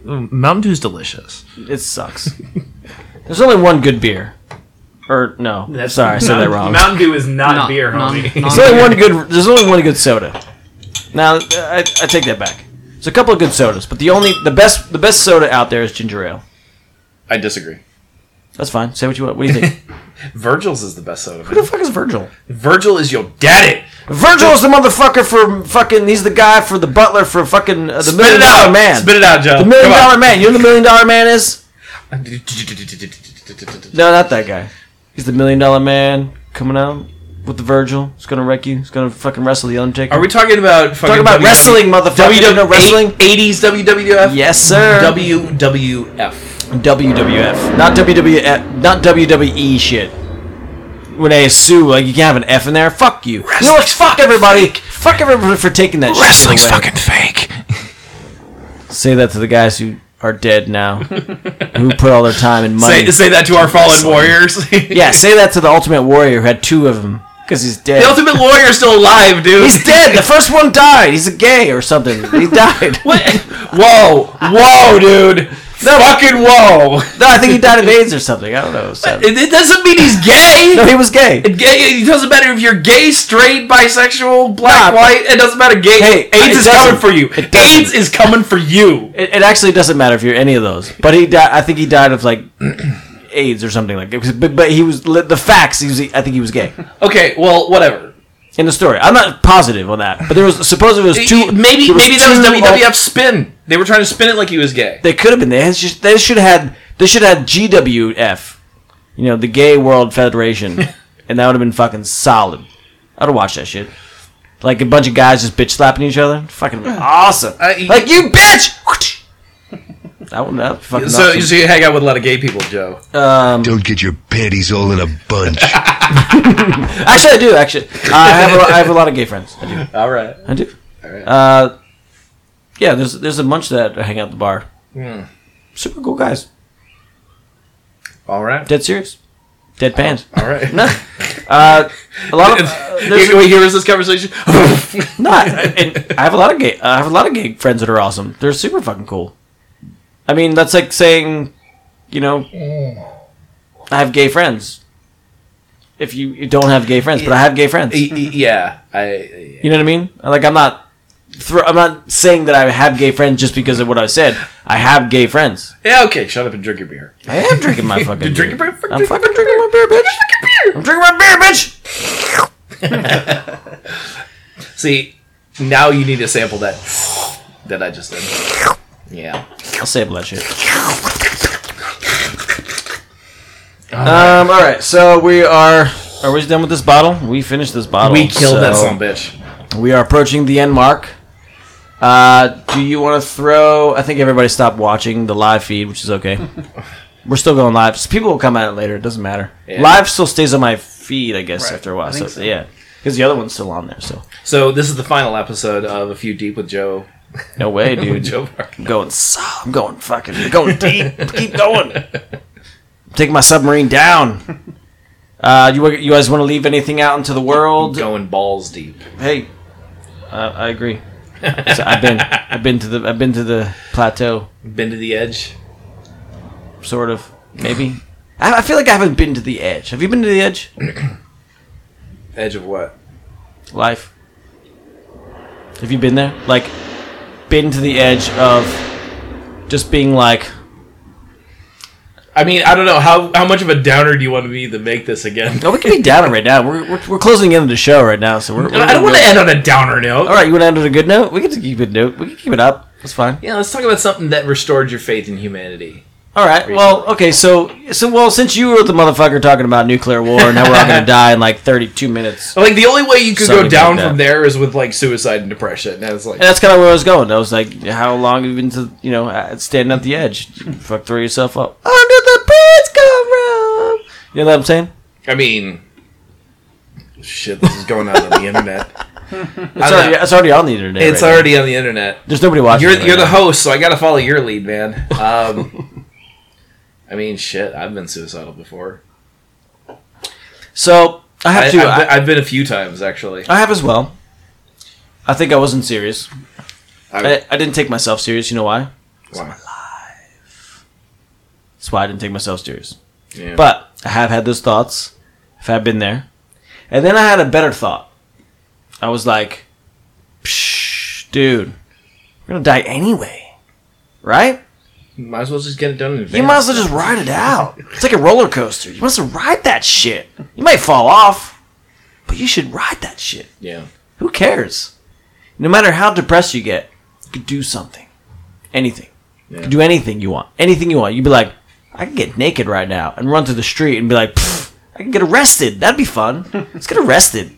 Speaker 7: Dew. Mountain Dew's delicious.
Speaker 5: It sucks. There's only one good beer. Or no, sorry, I said that
Speaker 25: Mountain-
Speaker 5: wrong.
Speaker 25: Mountain Dew is not,
Speaker 5: Not-
Speaker 25: beer, homie.
Speaker 5: There's only one good. There's only one good soda. Now I, I take that back. There's a couple of good sodas, but the only the best the best soda out there is ginger ale.
Speaker 7: I disagree.
Speaker 5: That's fine. Say what you want. What do you think?
Speaker 7: Virgil's is the best soda.
Speaker 5: Who the fuck is Virgil?
Speaker 7: Virgil is your daddy.
Speaker 5: Virgil is the motherfucker for fucking. He's the guy for the butler for fucking uh, the million
Speaker 7: it
Speaker 5: dollar
Speaker 7: out.
Speaker 5: man.
Speaker 7: Spit it out, Joe.
Speaker 5: The million
Speaker 7: Come on.
Speaker 5: dollar man. You know who the million dollar man is? No, not that guy. He's the million dollar man coming out with the Virgil. He's gonna wreck you. He's gonna fucking wrestle the Undertaker.
Speaker 7: Are we talking about fucking
Speaker 5: talking
Speaker 7: E?
Speaker 5: about
Speaker 7: WWE
Speaker 5: wrestling, motherfucker? You know wrestling?
Speaker 7: E? Eighties WWF.
Speaker 5: Yes, sir.
Speaker 7: WWF.
Speaker 5: WWF, not WWF, eh, not WWE shit. When they sue, like you can have an F in there. Fuck you. You know what? Fuck everybody. Fuck everybody for taking that.
Speaker 26: Wrestling's
Speaker 5: shit away.
Speaker 26: fucking fake.
Speaker 5: Say that to the guys who are dead now, who put all their time and money.
Speaker 7: (laughs) Say, say that to our fallen
Speaker 5: Wrestling. (laughs)
Speaker 7: warriors.
Speaker 5: yeah, say that to the Ultimate Warrior who had two of them because he's dead.
Speaker 7: (laughs) The Ultimate Warrior's still alive, dude.
Speaker 5: He's
Speaker 7: (laughs)
Speaker 5: dead. The first one (laughs) died. He's a gay or something. He died.
Speaker 7: Whoa, whoa, dude.
Speaker 5: fucking whoa! No, I think he died of AIDS or something. I don't know. So.
Speaker 7: It, it doesn't mean he's gay.
Speaker 5: (laughs) No, he was gay.
Speaker 7: It, gay. It doesn't matter if you're gay, straight, bisexual, black, white. It doesn't matter. Gay.
Speaker 5: Hey, it
Speaker 7: AIDS is
Speaker 5: doesn't.
Speaker 7: coming for you.
Speaker 5: It doesn't.
Speaker 7: AIDS is coming for you.
Speaker 5: It, it actually doesn't matter if you're any of those. But he died. I think he died of like (clears throat) AIDS or something like. That. But, but he was the facts. He was. I think he was gay.
Speaker 7: Okay. Well, whatever.
Speaker 5: In the story, I'm not positive on that. But there was supposedly there was two.
Speaker 7: Maybe
Speaker 5: there
Speaker 7: maybe that was
Speaker 5: two
Speaker 7: WWF spin. They were trying to spin it like he was gay.
Speaker 5: They could have been. They had- just- they should have had. They should have had GWF, you know, the Gay World
Speaker 7: (laughs)
Speaker 5: Federation, and that would have been fucking solid. I'd have watched that shit. Like a bunch of guys just bitch slapping each other. Fucking awesome. like you bitch. That would that fucking.
Speaker 7: So,
Speaker 5: awesome.
Speaker 7: so you hang out with a lot of gay people, Joe.
Speaker 5: Um,
Speaker 15: Don't get your panties all in a bunch.
Speaker 5: actually, I do. Actually, Uh, I have a, I have a lot of gay friends.
Speaker 7: (laughs)
Speaker 5: I do.
Speaker 7: All right.
Speaker 5: I do.
Speaker 7: All right.
Speaker 5: Uh, yeah, there's there's a bunch that hang out at the bar.
Speaker 7: Hmm.
Speaker 5: Super cool guys.
Speaker 7: All right.
Speaker 5: Dead serious. Dead pants.
Speaker 7: All right. (laughs)
Speaker 5: No. Uh, a lot of uh, there's-
Speaker 7: Wait, here is this conversation. (laughs)
Speaker 5: no, I, and I have a lot of gay. I have a lot of gay friends that are awesome. They're super fucking cool. I mean, that's like saying, you know, I have gay friends. If you, you don't have gay friends, but I have gay friends.
Speaker 7: Y- y- yeah, I.
Speaker 5: You know what I mean? Like I'm not, thro- I'm not saying that I have gay friends just because of what I said. I have gay friends.
Speaker 7: Yeah, okay. Shut up and drink your beer.
Speaker 5: I am drinking my fucking.
Speaker 7: You're drinking
Speaker 5: beer.
Speaker 7: beer?
Speaker 5: I'm fucking drinking my beer, bitch. I'm drinking my beer, bitch.
Speaker 7: See, now you need to sample that that I just did. Yeah.
Speaker 5: I'll sample that shit.
Speaker 7: Uh,
Speaker 5: Um. All right. So we are. Are we done with this bottle? We finished this bottle.
Speaker 7: We killed
Speaker 5: Oh, so
Speaker 7: that son of a bitch.
Speaker 5: We are approaching the end mark. Uh, do you want to throw? I think everybody stopped watching the live feed, which is
Speaker 7: (laughs)
Speaker 5: okay. We're still going live. So people will come at it later. It doesn't matter.
Speaker 7: Yeah.
Speaker 5: Live still stays on my feed, I guess,
Speaker 7: Right.
Speaker 5: after a while.
Speaker 7: I
Speaker 5: So,
Speaker 7: think so.
Speaker 5: yeah, because the other one's still on there. So
Speaker 7: So this is the final episode of A Few Deep
Speaker 5: (laughs)
Speaker 7: with Joe.
Speaker 5: no way, dude.
Speaker 7: with Joe Barker.
Speaker 5: I'm going solid. I'm going fucking. I'm going deep. Keep going. Take my submarine down. Uh, you you guys want to leave anything out into the world?
Speaker 7: Going balls deep.
Speaker 5: Hey, I I agree. So I've been I've been to the I've been to the plateau,
Speaker 7: Been to the edge.
Speaker 5: sort of maybe. I, I feel like I haven't been to the edge. Have you been to the edge?
Speaker 7: Edge of what?
Speaker 5: Life. Have you been there? Like, been to the edge of just being like,
Speaker 7: I mean, I don't know how how much of a downer do you want to be to make
Speaker 5: (laughs)
Speaker 7: this again.
Speaker 5: no, we can be down right now. We're, we're, we're closing in the show right now, so we're. we're
Speaker 7: I don't want to end on a downer note.
Speaker 5: All right, you want to end on a good note? We can keep it note. We can keep it up. That's fine.
Speaker 7: Yeah, let's talk about something that restored your faith in humanity.
Speaker 5: All right. Well, okay. So, so well, since you were the motherfucker talking about nuclear war and how we're all
Speaker 7: (laughs)
Speaker 5: gonna die in like thirty-two minutes,
Speaker 7: Like the only way you could
Speaker 5: Something
Speaker 7: go down
Speaker 5: like that.
Speaker 7: from there is with like suicide and depression. And it's like
Speaker 5: and that's kind of where I was going. I was like, how long have you been to you know uh, standing at the edge? Fuck, throw yourself up. Under the birds come from. You know what I'm saying?
Speaker 7: I mean, shit, this is going out
Speaker 5: (laughs)
Speaker 7: on the internet.
Speaker 5: It's already, it's already on the internet.
Speaker 7: It's
Speaker 5: right now.
Speaker 7: already on the internet.
Speaker 5: There's nobody watching.
Speaker 7: You're
Speaker 5: it right
Speaker 7: you're the
Speaker 5: now.
Speaker 7: host, so I got to follow your lead,
Speaker 5: (laughs)
Speaker 7: man. Um, I mean, shit, I've been suicidal before.
Speaker 5: So I have
Speaker 7: I,
Speaker 5: to.
Speaker 7: have
Speaker 5: I,
Speaker 7: been, I've been a few times actually.
Speaker 5: I have as well. I think I wasn't serious.
Speaker 7: I-
Speaker 5: I, I didn't take myself serious. You know why?
Speaker 7: Why?
Speaker 5: That's why I didn't take myself serious.
Speaker 7: Yeah.
Speaker 5: But I have had those thoughts. If I've been there. And then I had a better thought. I was like, Psh, dude, we're going to die anyway. Right?
Speaker 7: might as well just get it done in advance.
Speaker 5: You might as well just ride it out. It's like a roller coaster. You must ride that shit. You might fall off, but you should ride that shit.
Speaker 7: Yeah.
Speaker 5: Who cares? No matter how depressed you get, you could do something. Anything. You could do anything you want. Anything you want. You'd be like, I can get naked right now and run through the street and be like, "Pfft, I can get arrested. That'd be fun. Let's get arrested.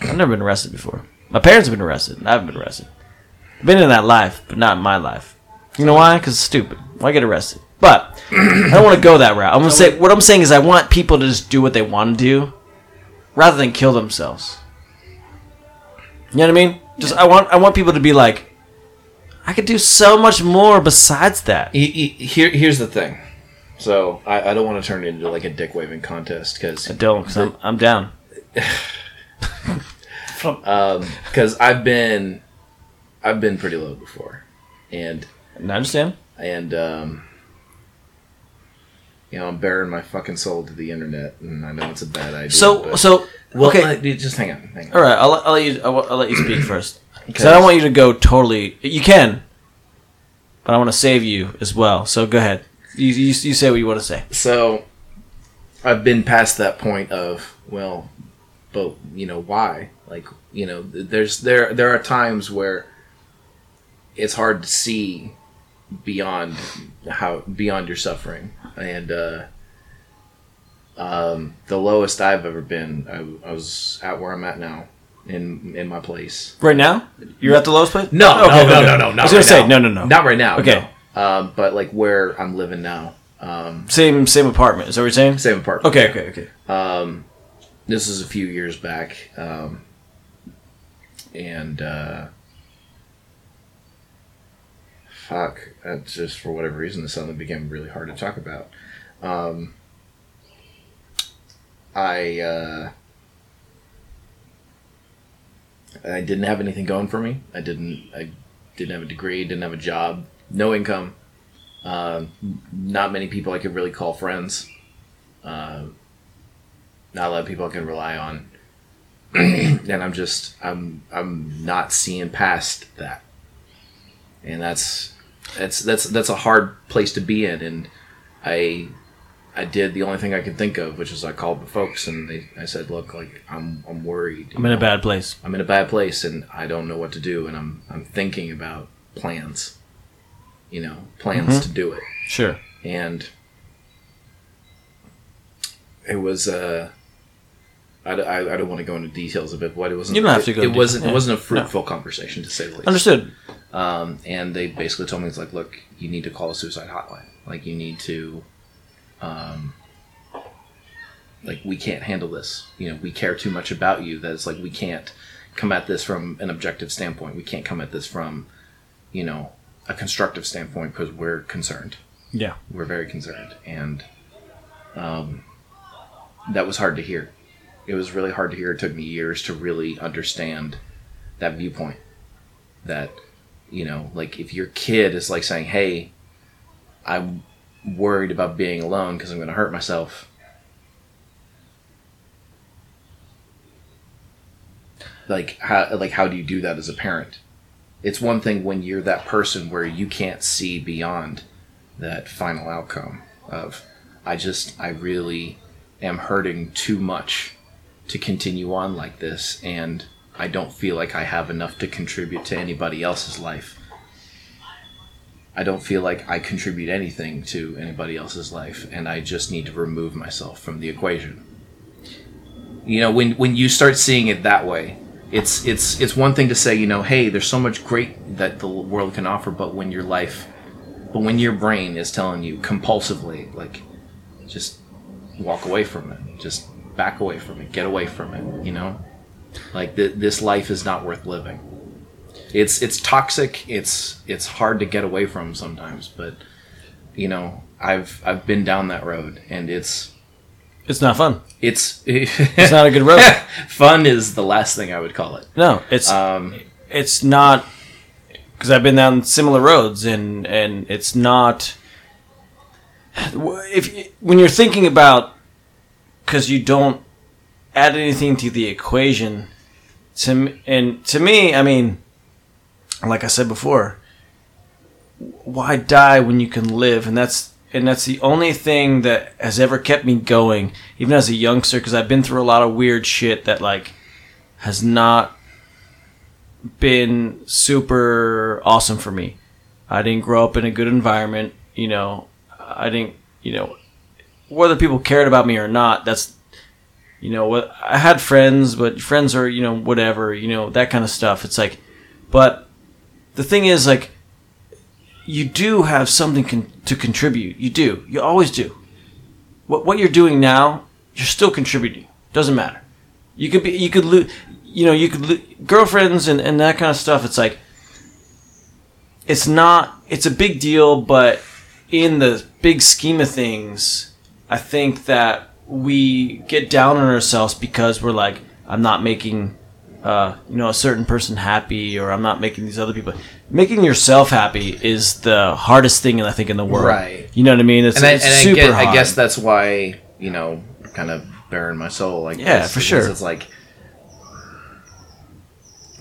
Speaker 5: I've never been arrested before. My parents have been arrested. and I haven't been arrested. I've been in that life, but not in my life. You know why? Because it's stupid. Why get arrested? But I don't want to go that route. I'm gonna say what I'm saying is I want people to just do what they want to do, rather than kill themselves. You know what I mean? Just I want I want people to be like, I could do so much more besides that.
Speaker 7: He- he- here, here's the thing. So I, I don't want to turn it into like a dick waving contest because
Speaker 5: I don't, cause I'm I'm down.
Speaker 7: because um, I've been I've been pretty low before, and
Speaker 5: And I understand.
Speaker 7: and um, you know, I'm bearing my fucking soul to the internet, and I know it's a bad idea.
Speaker 5: So-
Speaker 7: but-
Speaker 5: so,
Speaker 7: well,
Speaker 5: okay.
Speaker 7: uh, dude, just hang on, hang on.
Speaker 5: All right, I'll, let- I'll let you. I'll, I'll let you (clears throat) speak first because I don't want you to go totally. You can, but I want to save you as well. So go ahead. You, you, you say what you want to say.
Speaker 7: So, I've been past that point of well, but you know why? Like you know, th- there's there there are times where it's hard to see beyond how beyond your suffering and uh um the lowest i've ever been i, I was at where i'm at now in in my place
Speaker 5: Right now, you're at the lowest place.
Speaker 7: no,
Speaker 5: Okay,
Speaker 7: no, no,
Speaker 5: okay.
Speaker 7: no, no, no.
Speaker 5: I was gonna
Speaker 7: right
Speaker 5: say
Speaker 7: now.
Speaker 5: no, no, no.
Speaker 7: not right now.
Speaker 5: Okay.
Speaker 7: no. Um, but like where I'm living now. Um,
Speaker 5: same, same apartment. Is that what you're saying?
Speaker 7: Same apartment.
Speaker 5: Okay, okay, okay.
Speaker 7: Um, this is a few years back, um, and uh, fuck, that just for whatever reason, this suddenly became really hard to talk about. Um, I uh, I didn't have anything going for me. I didn't. I didn't have a degree. Didn't have a job. No income. Um, not many people I could really call friends. Um, not a lot of people I can rely on. (clears throat) and I'm just I'm I'm not seeing past that. And that's that's that's that's a hard place to be in and I I did the only thing I could think of, which is I called the folks and they I said, Look, like I'm I'm worried.
Speaker 5: I'm in a bad place.
Speaker 7: I'm in a bad place and I don't know what to do and I'm I'm thinking about plans. You know, plans
Speaker 5: Mhm.
Speaker 7: to do it.
Speaker 5: Sure.
Speaker 7: And it was uh I, d- I- I don't want to go into details of it, but it wasn't.
Speaker 5: You don't have
Speaker 7: it,
Speaker 5: to go
Speaker 7: It
Speaker 5: into
Speaker 7: wasn't.
Speaker 5: detail.
Speaker 7: It wasn't a
Speaker 5: Yeah.
Speaker 7: fruitful conversation to say the least.
Speaker 5: Understood.
Speaker 7: Um, and they basically told me it's like, look, you need to call a suicide hotline. Like you need to, um, like we can't handle this. You know, we care too much about you that it's like we can't come at this from an objective standpoint. We can't come at this from, you know, a constructive standpoint because we're concerned
Speaker 5: Yeah.
Speaker 7: we're very concerned and um, that was hard to hear it was really hard to hear it took me years to really understand that viewpoint that you know like if your kid is like saying hey i'm worried about being alone because i'm going to hurt myself like how like how do you do that as a parent it's one thing when you're that person where you can't see beyond that final outcome of I just I really am hurting too much to continue on like this and I don't feel like I have enough to contribute to anybody else's life. I don't feel like I contribute anything to anybody else's life and I just need to remove myself from the equation. You know, when when you start seeing it that way, it's it's it's one thing to say, you know, hey, there's so much great that the world can offer, but when your life but when your brain is telling you compulsively, like, just walk away from it, just back away from it, get away from it, you know, like th- this life is not worth living. It's it's toxic. It's it's hard to get away from sometimes, but you know, I've I've been down that road, and it's
Speaker 5: It's not fun.
Speaker 7: It's it's
Speaker 5: not a good road.
Speaker 7: (laughs) Fun is the last thing I would call it.
Speaker 5: No, it's it's not because I've been down similar roads, and and it's not if you- when you're thinking about because you don't add anything to the equation. To m- and to me, I mean, like I said before, why die when you can live and that's and that's the only thing that has ever kept me going even as a youngster because i've been through a lot of weird shit that like has not been super awesome for me i didn't grow up in a good environment you know i didn't you know whether people cared about me or not that's you know what i had friends but friends are you know whatever you know that kind of stuff it's like but the thing is like you do have something con- to contribute. You do. You always do. What what you're doing now, you're still contributing. Doesn't matter. You could be. You could lose. You know. You could lo- girlfriends and and that kind of stuff. It's like. It's not. It's a big deal, but in the big scheme of things, I think that we get down on ourselves because we're like, I'm not making uh, you know a certain person happy or I'm not making these other people making yourself happy is the hardest thing I think in the world.
Speaker 7: Right.
Speaker 5: You know what I mean? It's,
Speaker 7: and I,
Speaker 5: it's
Speaker 7: and
Speaker 5: super
Speaker 7: I, get, I
Speaker 5: hard.
Speaker 7: guess that's why you know, kind of bearing my soul. Like
Speaker 5: Yeah,
Speaker 7: this,
Speaker 5: for
Speaker 7: because
Speaker 5: sure.
Speaker 7: It's like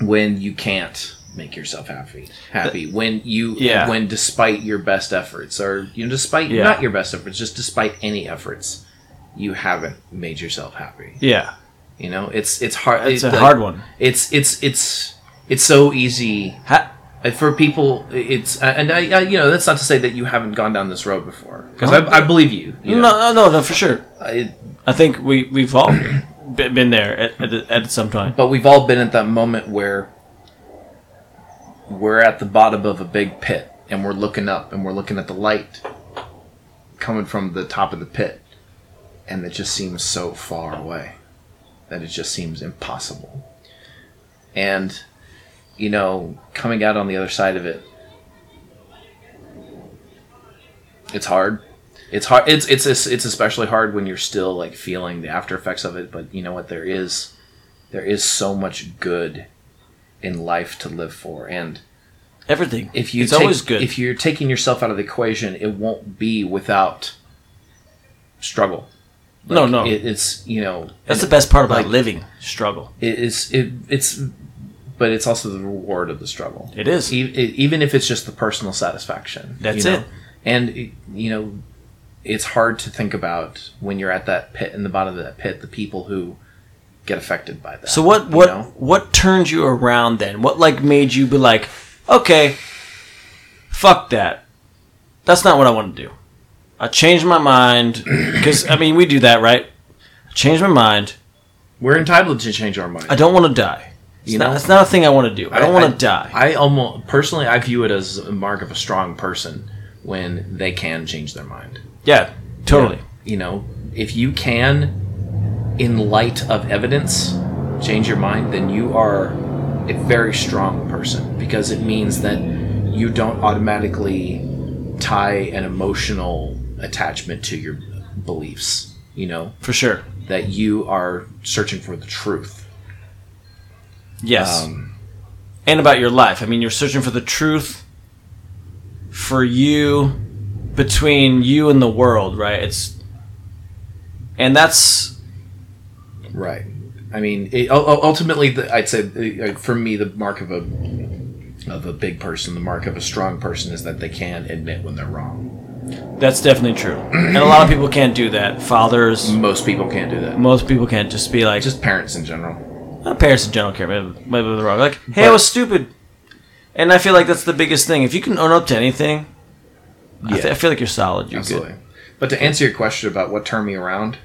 Speaker 7: when you can't make yourself happy, happy when you
Speaker 5: Yeah.
Speaker 7: when despite your best efforts or you know despite
Speaker 5: Yeah.
Speaker 7: not your best efforts, just despite any efforts, you haven't made yourself happy.
Speaker 5: Yeah.
Speaker 7: You know, it's it's hard.
Speaker 5: It's
Speaker 7: it-
Speaker 5: a hard one.
Speaker 7: It's it's it's it's so easy uh, for people. It's uh, and I, I you know that's not to say that you haven't gone down this road before because I, I believe you. you know.
Speaker 5: No, no, no, no, for sure.
Speaker 7: I,
Speaker 5: I think we we've all be- been there at, at, at some time.
Speaker 7: But we've all been at that moment where we're at the bottom of a big pit and we're looking up and we're looking at the light coming from the top of the pit and it just seems so far away that it just seems impossible. And you know, coming out on the other side of it it's hard. It's hard. It's it's it's especially hard when you're still like feeling the after effects of it, but you know what there is there is so much good in life to live for and
Speaker 5: everything
Speaker 7: if you
Speaker 5: It's
Speaker 7: take-
Speaker 5: always good.
Speaker 7: if you're taking yourself out of the equation it won't be without struggle
Speaker 5: No, no.
Speaker 7: it, it's you know
Speaker 5: That's the best part about living struggle
Speaker 7: it is it, it's but it's also the reward of the struggle
Speaker 5: It is.
Speaker 7: E- e- even if it's just the personal satisfaction
Speaker 5: That's
Speaker 7: you know?
Speaker 5: it.
Speaker 7: and you know it's hard to think about when you're at that pit in the bottom of that pit the people who get affected by that
Speaker 5: So what
Speaker 7: you
Speaker 5: what
Speaker 7: know?
Speaker 5: what turned you around then? What like made you be like, okay, fuck that. That's not what I want to do. I changed my mind because I mean we do that right. I changed my mind.
Speaker 7: We're entitled to change our mind.
Speaker 5: I don't want to die. It's
Speaker 7: You
Speaker 5: not,
Speaker 7: know?
Speaker 5: it's not a thing I want to do. I don't want to die.
Speaker 7: I almost personally, I view it as a mark of a strong person when they can change their mind.
Speaker 5: Yeah, totally.
Speaker 7: You know, if you can, in light of evidence, change your mind, then you are a very strong person because it means that you don't automatically tie an emotional attachment to your beliefs. You know,
Speaker 5: for sure
Speaker 7: that you are searching for the truth.
Speaker 5: Yes.
Speaker 7: Um,
Speaker 5: and about your life. I mean, you're searching for the truth for you between you and the world, right? It's and that's
Speaker 7: Right. I mean, it, ul- ul- ultimately, the, I'd say uh, for me, the mark of a of a big person, the mark of a strong person, is that they can admit when they're wrong.
Speaker 5: That's definitely true. And a lot of people can't do that. Fathers.
Speaker 7: Most people can't do that.
Speaker 5: Most people can't just be like.
Speaker 7: Just parents in general.
Speaker 5: Not parents in general care, maybe, maybe they're wrong. Like, hey, I
Speaker 7: But-
Speaker 5: was stupid. And I feel like that's the biggest thing. If you can own up to anything, I,
Speaker 7: Yeah.
Speaker 5: th- I feel like you're solid. You're
Speaker 7: Absolutely.
Speaker 5: good.
Speaker 7: But to answer your question about what turned me around,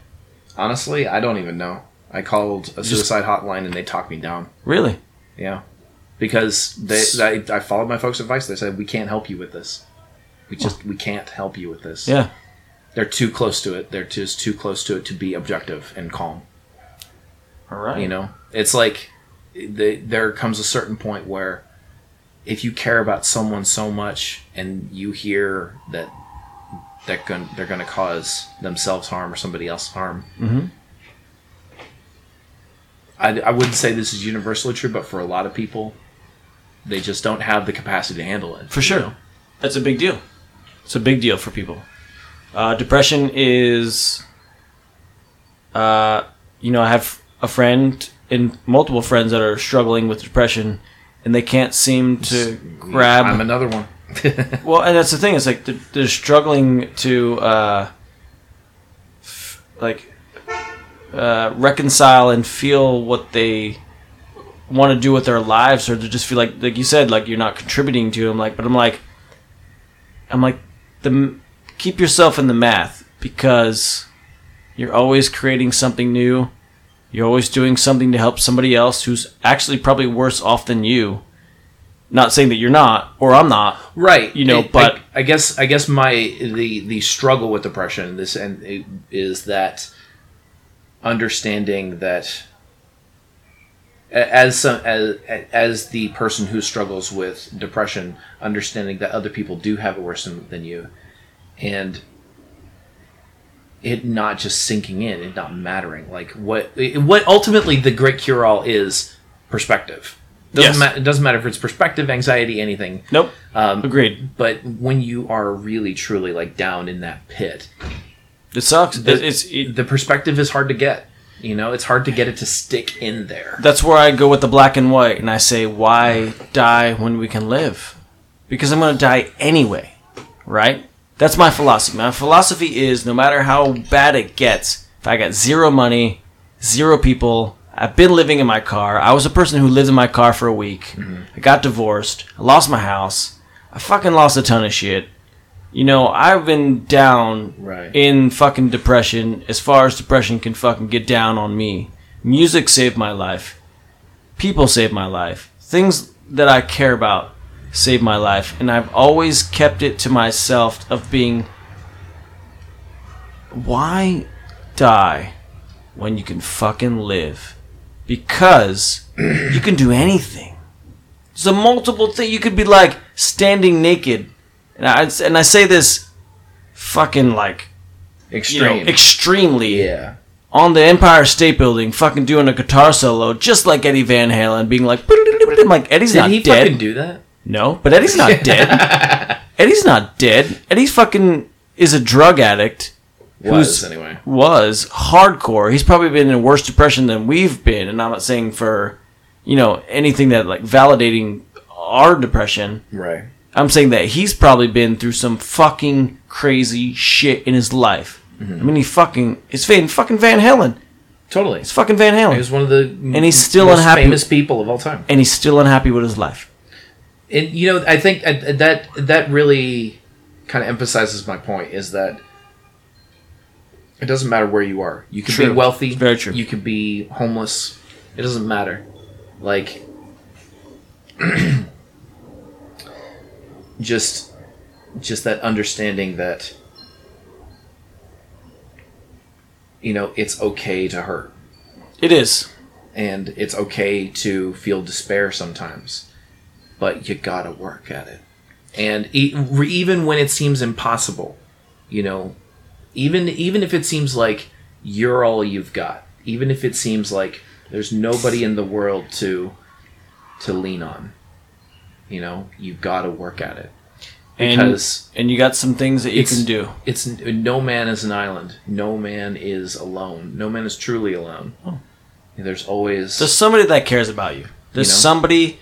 Speaker 7: honestly, I don't even know. I called a suicide hotline and they talked me down.
Speaker 5: Really?
Speaker 7: Yeah, because they, I, I followed my folks' advice. They said we can't help you with this. We just we can't help you with this.
Speaker 5: Yeah.
Speaker 7: they're too close to it. They're just too close to it to be objective and calm.
Speaker 5: All right.
Speaker 7: You know, it's like the, there comes a certain point where if you care about someone so much and you hear that they're going they're going to cause themselves harm or somebody else harm,
Speaker 5: Mm-hmm.
Speaker 27: Mhm.
Speaker 7: I, I wouldn't say this is universally true, but for a lot of people, they just don't have the capacity to handle it.
Speaker 5: For sure. That's a big deal. It's a big deal for people. Uh, depression is, uh, you know, I have a friend and multiple friends that are struggling with depression, and they can't seem to grab.
Speaker 7: I'm another one. (laughs)
Speaker 5: well, and that's the thing. It's like they're, they're struggling to, uh, f- like, uh, reconcile and feel what they want to do with their lives, or to just feel like, like you said, like you're not contributing to them. Like, but I'm like, I'm like, the m- keep yourself in the math because you're always creating something new. You're always doing something to help somebody else who's actually probably worse off than you. Not saying that you're not, or I'm not,
Speaker 7: right
Speaker 5: You know,
Speaker 7: I-
Speaker 5: but-
Speaker 7: I, I guess i guess my the the struggle with depression this and it- is that understanding that a- as some as as the person who struggles with depression understanding that other people do have it worse than, than you and it not just sinking in and not mattering like what what ultimately the great cure all is perspective.
Speaker 5: Yes.
Speaker 7: Doesn't ma- it doesn't matter if it's perspective, anxiety, anything.
Speaker 5: Nope.
Speaker 7: Um,
Speaker 5: Agreed.
Speaker 7: But when you are really truly like down in that pit,
Speaker 5: it sucks.
Speaker 7: The,
Speaker 5: it's
Speaker 7: the perspective is hard to get. You know, it's hard to get it to stick in there.
Speaker 5: That's where I go with the black and white, and I say, why die when we can live? Because I'm going to die anyway, right? That's my philosophy. My philosophy is no matter how bad it gets, if I got zero money, zero people, I've been living in my car. I was a person who lived in my car for a week. I got divorced. I lost my house. I fucking lost a ton of shit. You know, I've been down in fucking depression as far as depression can fucking get down on me. Music saved my life. People saved my life. Things that I care about saved my life. And I've always kept it to myself of being why die when you can fucking live? Because (clears throat) you can do anything. There's a multiple thing. You could be like standing naked, and I and I say this, fucking like, you know,
Speaker 7: Extreme.
Speaker 5: extremely, yeah, on the Empire State Building, fucking doing a guitar solo, just like Eddie Van Halen, being like, (laughs) I'm like Eddie's
Speaker 7: Did
Speaker 5: not
Speaker 7: he
Speaker 5: dead.
Speaker 7: fucking do that?
Speaker 5: No, but Eddie's
Speaker 7: (laughs)
Speaker 5: not dead. Eddie's not dead. Eddie fucking is a drug addict.
Speaker 7: Was, anyway.
Speaker 5: Was hardcore. He's probably been in worse depression than we've been, and I'm not saying for, you know, anything that like validating our depression.
Speaker 7: Right.
Speaker 5: I'm saying that he's probably been through some fucking crazy shit in his life.
Speaker 7: Mm-hmm.
Speaker 5: I mean, he fucking it's Van fucking Van Halen.
Speaker 7: Totally, it's
Speaker 5: fucking Van Halen.
Speaker 7: He was one of the
Speaker 5: and he's still
Speaker 7: most
Speaker 5: unhappy.
Speaker 7: famous people of all time.
Speaker 5: And he's still unhappy with his life.
Speaker 7: and you know i think I- that that really kind of emphasizes my point is that it doesn't matter where you are you can be
Speaker 5: True.
Speaker 7: wealthy
Speaker 5: very true.
Speaker 7: you could be homeless it doesn't matter like (clears throat) just just that understanding that you know it's okay to hurt
Speaker 5: it is
Speaker 7: and it's okay to feel despair sometimes but you gotta work at it and e- re- even when it seems impossible you know even even if it seems like you're all you've got even if it seems like there's nobody in the world to to lean on you know you gotta work at it
Speaker 5: And- and you got some things that you
Speaker 7: it's-
Speaker 5: can do.
Speaker 7: it's no man is an island no man is alone no man is truly alone
Speaker 5: Oh.
Speaker 7: there's always
Speaker 5: There's somebody that cares about you. There's
Speaker 7: You know?
Speaker 5: somebody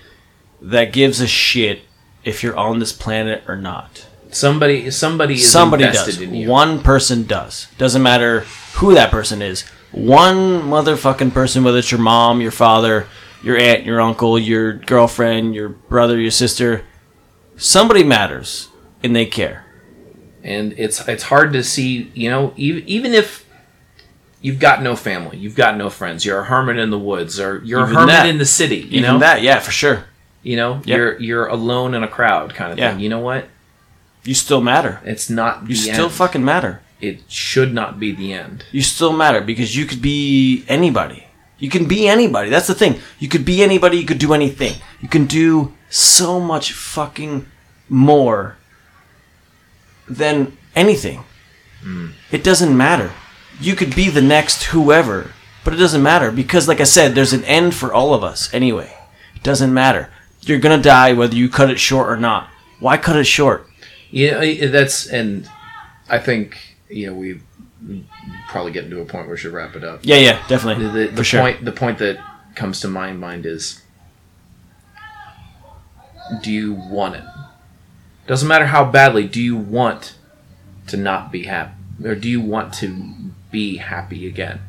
Speaker 5: that gives a shit if you're on this planet or not.
Speaker 7: Somebody, somebody is invested
Speaker 5: does.
Speaker 7: in you.
Speaker 5: One person does. Doesn't matter who that person is. One motherfucking person, whether it's your mom, your father, your aunt, your uncle, your girlfriend, your brother, your sister, somebody matters and they care.
Speaker 7: and it's it's hard to see you know even, even if you've got no family you've got no friends you're a hermit in the woods or you're
Speaker 5: Even
Speaker 7: a hermit
Speaker 5: that.
Speaker 7: in the city you
Speaker 5: Even
Speaker 7: know
Speaker 5: that, yeah, for sure
Speaker 7: you know
Speaker 5: Yeah.
Speaker 7: you're you're alone in a crowd kind of
Speaker 5: Yeah.
Speaker 7: thing you know what
Speaker 5: you still matter
Speaker 7: it's not
Speaker 5: You
Speaker 7: the
Speaker 5: still
Speaker 7: end.
Speaker 5: fucking matter.
Speaker 7: it should not be the end
Speaker 5: You still matter because you could be anybody. You can be anybody. That's the thing. You could be anybody. You could do anything. You can do so much fucking more than anything.
Speaker 7: Hmm.
Speaker 5: It doesn't matter. You could be the next whoever, but it doesn't matter because, like I said, there's an end for all of us anyway. It doesn't matter. You're gonna die whether you cut it short or not. Why cut it short?
Speaker 7: you know I- that's and i think you know we probably get into a point where we should wrap it up
Speaker 5: Yeah, yeah, definitely.
Speaker 7: the, the, the
Speaker 5: For sure.
Speaker 7: point the point that comes to my mind is do you want it doesn't matter how badly do you want to not be happy or do you want to be happy again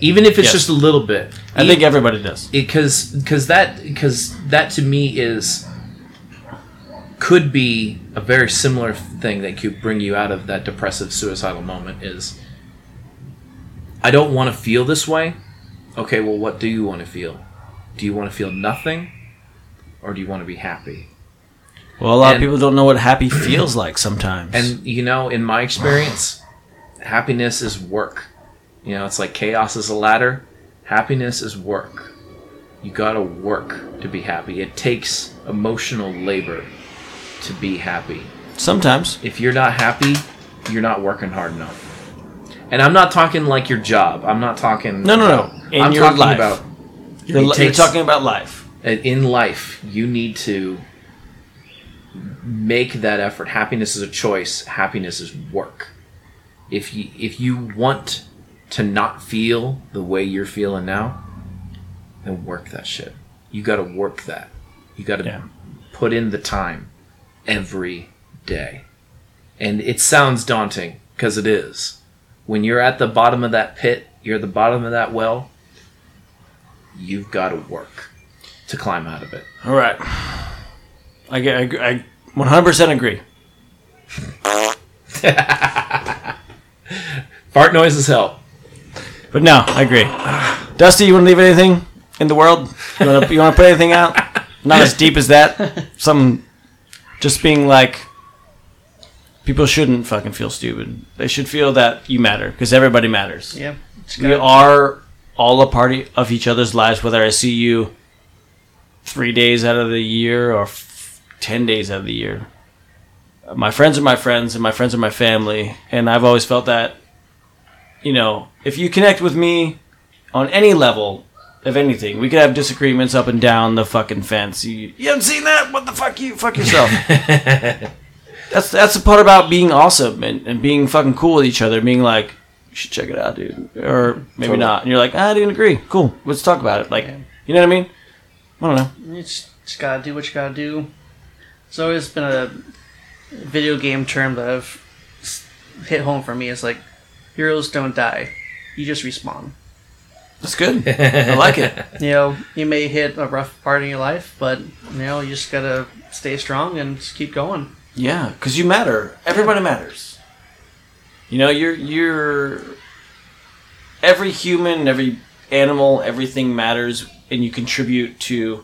Speaker 7: even if it's
Speaker 5: Yes.
Speaker 7: just a little bit
Speaker 5: I think everybody does.
Speaker 7: because because that because that to me is could be a very similar thing that could bring you out of that depressive suicidal moment is I don't want to feel this way. Okay, well what do you want to feel? Do you want to feel nothing or do you want to be happy?
Speaker 5: Well, a lot
Speaker 7: And-
Speaker 5: of people don't know what happy feels like sometimes.
Speaker 7: And you know, in my experience, happiness is work. You know, it's like chaos is a ladder. Happiness is work. You gotta work to be happy. It takes emotional labor to be happy.
Speaker 5: Sometimes.
Speaker 7: If you're not happy, you're not working hard enough. And I'm not talking like your job. I'm not talking.
Speaker 5: No, no, no.
Speaker 7: about-
Speaker 5: In
Speaker 7: I'm
Speaker 5: your
Speaker 7: talking
Speaker 5: life.
Speaker 7: about
Speaker 5: You're,
Speaker 7: It takes-
Speaker 5: talking about life.
Speaker 7: And in life, you need to make that effort. Happiness is a choice. Happiness is work. If you if you want to not feel the way you're feeling now, then work that shit. You got to work that. You got to put in the time every day. And it sounds daunting because it is. When you're at the bottom of that pit, you're at the bottom of that well, you've got to work to climb out of it.
Speaker 5: All right. I get. I, ag- I 100% agree.
Speaker 7: Fart noise as hell.
Speaker 5: But no, I agree. (sighs) Dusty, you want to leave anything in the world? You want to you want to put anything out? Not as deep as that. Some just being like people shouldn't fucking feel stupid. They should feel that you matter because everybody matters.
Speaker 8: Yeah.
Speaker 5: We are all a party of each other's lives, whether I see you three days out of the year or f- ten days out of the year. My friends are my friends, and my friends are my family, and I've always felt that, you know, if you connect with me on any level of anything, we could have disagreements up and down the fucking fence. You, You haven't seen that? What the fuck? You fuck yourself. that's that's the part about being awesome and, and being fucking cool with each other. Being like, you should check it out, dude, or maybe
Speaker 8: Totally.
Speaker 5: not. And you're like, "Ah, I didn't agree. Cool, let's talk about it. Like, you know what I mean? I don't know.
Speaker 8: You just, just gotta do what you gotta do. It's always been a video game term that I've s- hit home for me. It's like heroes don't die; you just respawn.
Speaker 5: That's good. I like it.
Speaker 8: You know, you may hit a rough part in your life, but you know, you just gotta stay strong and just keep going.
Speaker 5: Yeah, because you matter. Everybody matters. You know, you're you're every human, every animal, everything matters, and you contribute to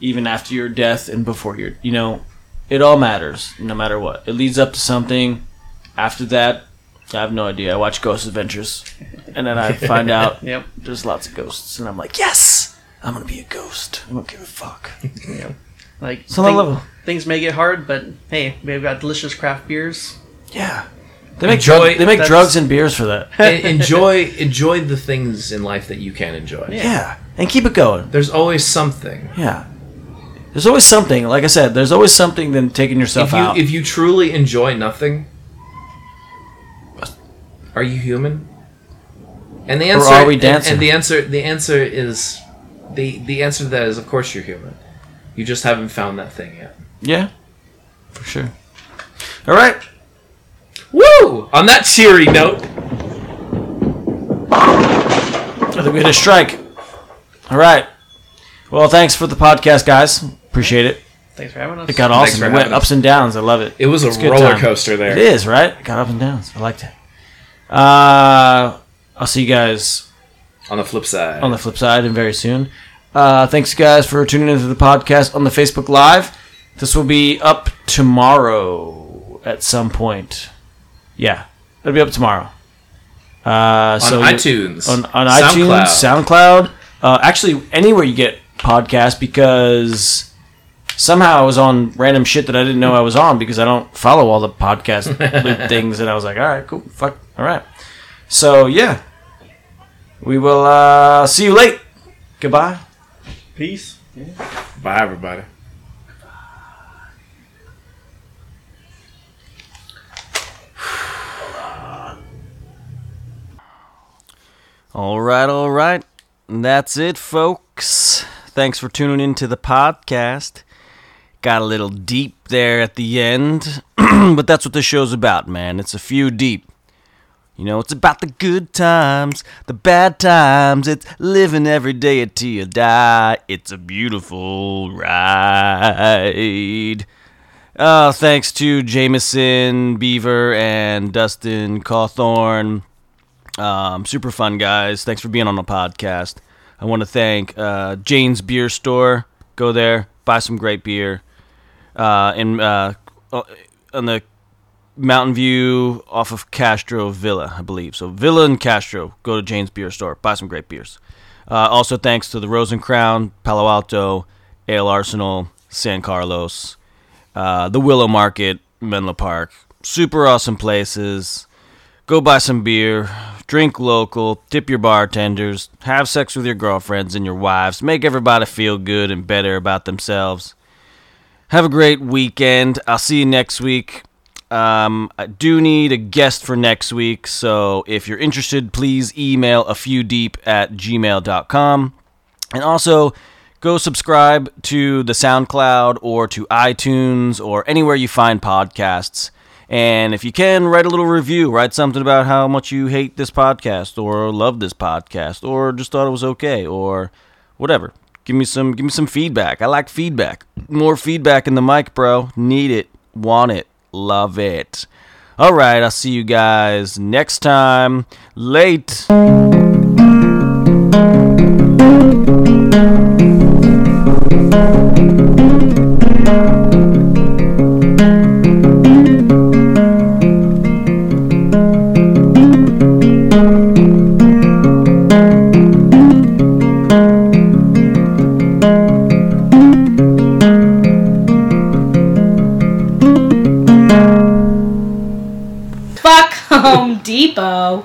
Speaker 5: even after your death and before your. You know, it all matters, no matter what. It leads up to something. After that, I have no idea. I watch Ghost Adventures, and then I find out
Speaker 8: Yep.
Speaker 5: there's lots of ghosts, and I'm like, yes, I'm gonna be a ghost. I don't give a fuck.
Speaker 8: Yep. Like
Speaker 5: So that
Speaker 8: thing-
Speaker 5: level.
Speaker 8: things may get hard, but hey, we've got delicious craft beers.
Speaker 5: Yeah, They make drug- they make drugs and beers for that.
Speaker 7: (laughs)
Speaker 5: (laughs)
Speaker 7: En- enjoy enjoy the things in life that you can enjoy.
Speaker 5: Yeah, and keep it going.
Speaker 7: There's always something.
Speaker 5: Yeah. There's always something. Like I said, there's always something than taking yourself
Speaker 7: If you
Speaker 5: out.
Speaker 7: if you truly enjoy nothing, are you human? And the
Speaker 5: Or
Speaker 7: answer
Speaker 5: are we
Speaker 7: and-
Speaker 5: dancing?
Speaker 7: And, the answer the answer is the the answer to that is of course you're human. You just haven't found that thing yet.
Speaker 5: yeah. For sure. All right.
Speaker 7: Woo! On that cheery note.
Speaker 5: I think we had a strike. All right. Well, thanks for the podcast, guys. Appreciate it.
Speaker 8: Thanks for having us.
Speaker 5: It got
Speaker 7: Thanks
Speaker 5: awesome.
Speaker 7: for
Speaker 5: It went
Speaker 7: having us.
Speaker 5: ups and downs. I love it.
Speaker 7: It was a
Speaker 5: It's good
Speaker 7: roller
Speaker 5: time.
Speaker 7: coaster there.
Speaker 5: It is, right? It got up and downs. I liked it. Uh, I'll see you guys
Speaker 7: On the flip side.
Speaker 5: on the flip side and very soon. Uh, thanks, guys, for tuning into the podcast on the Facebook Live. This will be up tomorrow at some point. Yeah, it'll be up tomorrow. Uh,
Speaker 7: On
Speaker 5: so you-
Speaker 7: iTunes.
Speaker 5: on, on
Speaker 7: SoundCloud.
Speaker 5: iTunes, SoundCloud, uh, actually anywhere you get podcasts because somehow I was on random shit that I didn't know I was on because I don't follow all the podcast loop things, and I was like, all right, cool, fuck, all right. So yeah, we will uh, see you late. Goodbye.
Speaker 8: Peace.
Speaker 7: Bye everybody.
Speaker 28: All right, all right. That's it, folks. Thanks for tuning into the podcast. Got a little deep there at the end, (clears throat) but that's what this show's about, man. It's a few deep. You know, it's about the good times, the bad times. It's living every day until you die. It's a beautiful ride. Uh, thanks to Jameson, Beaver, and Dustin Cawthorn. Um, super fun, guys. Thanks for being on the podcast. I want to thank uh, Jane's Beer Store. Go there, buy some great beer. Uh, in, uh, on the Mountain View off of Castro Villa, I believe. So Villa and Castro. Go to Jane's Beer Store. Buy some great beers. Uh, also, thanks to the Rosen Crown, Palo Alto, Ale Arsenal, San Carlos, uh, the Willow Market, Menlo Park. Super awesome places.
Speaker 5: Go buy some beer, drink local, tip your bartenders, have sex with your girlfriends and your wives, make everybody feel good and better about themselves. Have a great weekend. I'll see you next week. Um, I do need a guest for next week, so if you're interested, please email a few deep at gmail.com. And also, go subscribe to the SoundCloud or to iTunes or anywhere you find podcasts. And if you can, write a little review. Write something about how much you hate this podcast or love this podcast or just thought it was okay or whatever. Give me some give me some feedback. I like feedback. More feedback in the mic, bro. Need it, want it, love it. All right, I'll see you guys next time. Late.
Speaker 2: Fuck Home Depot.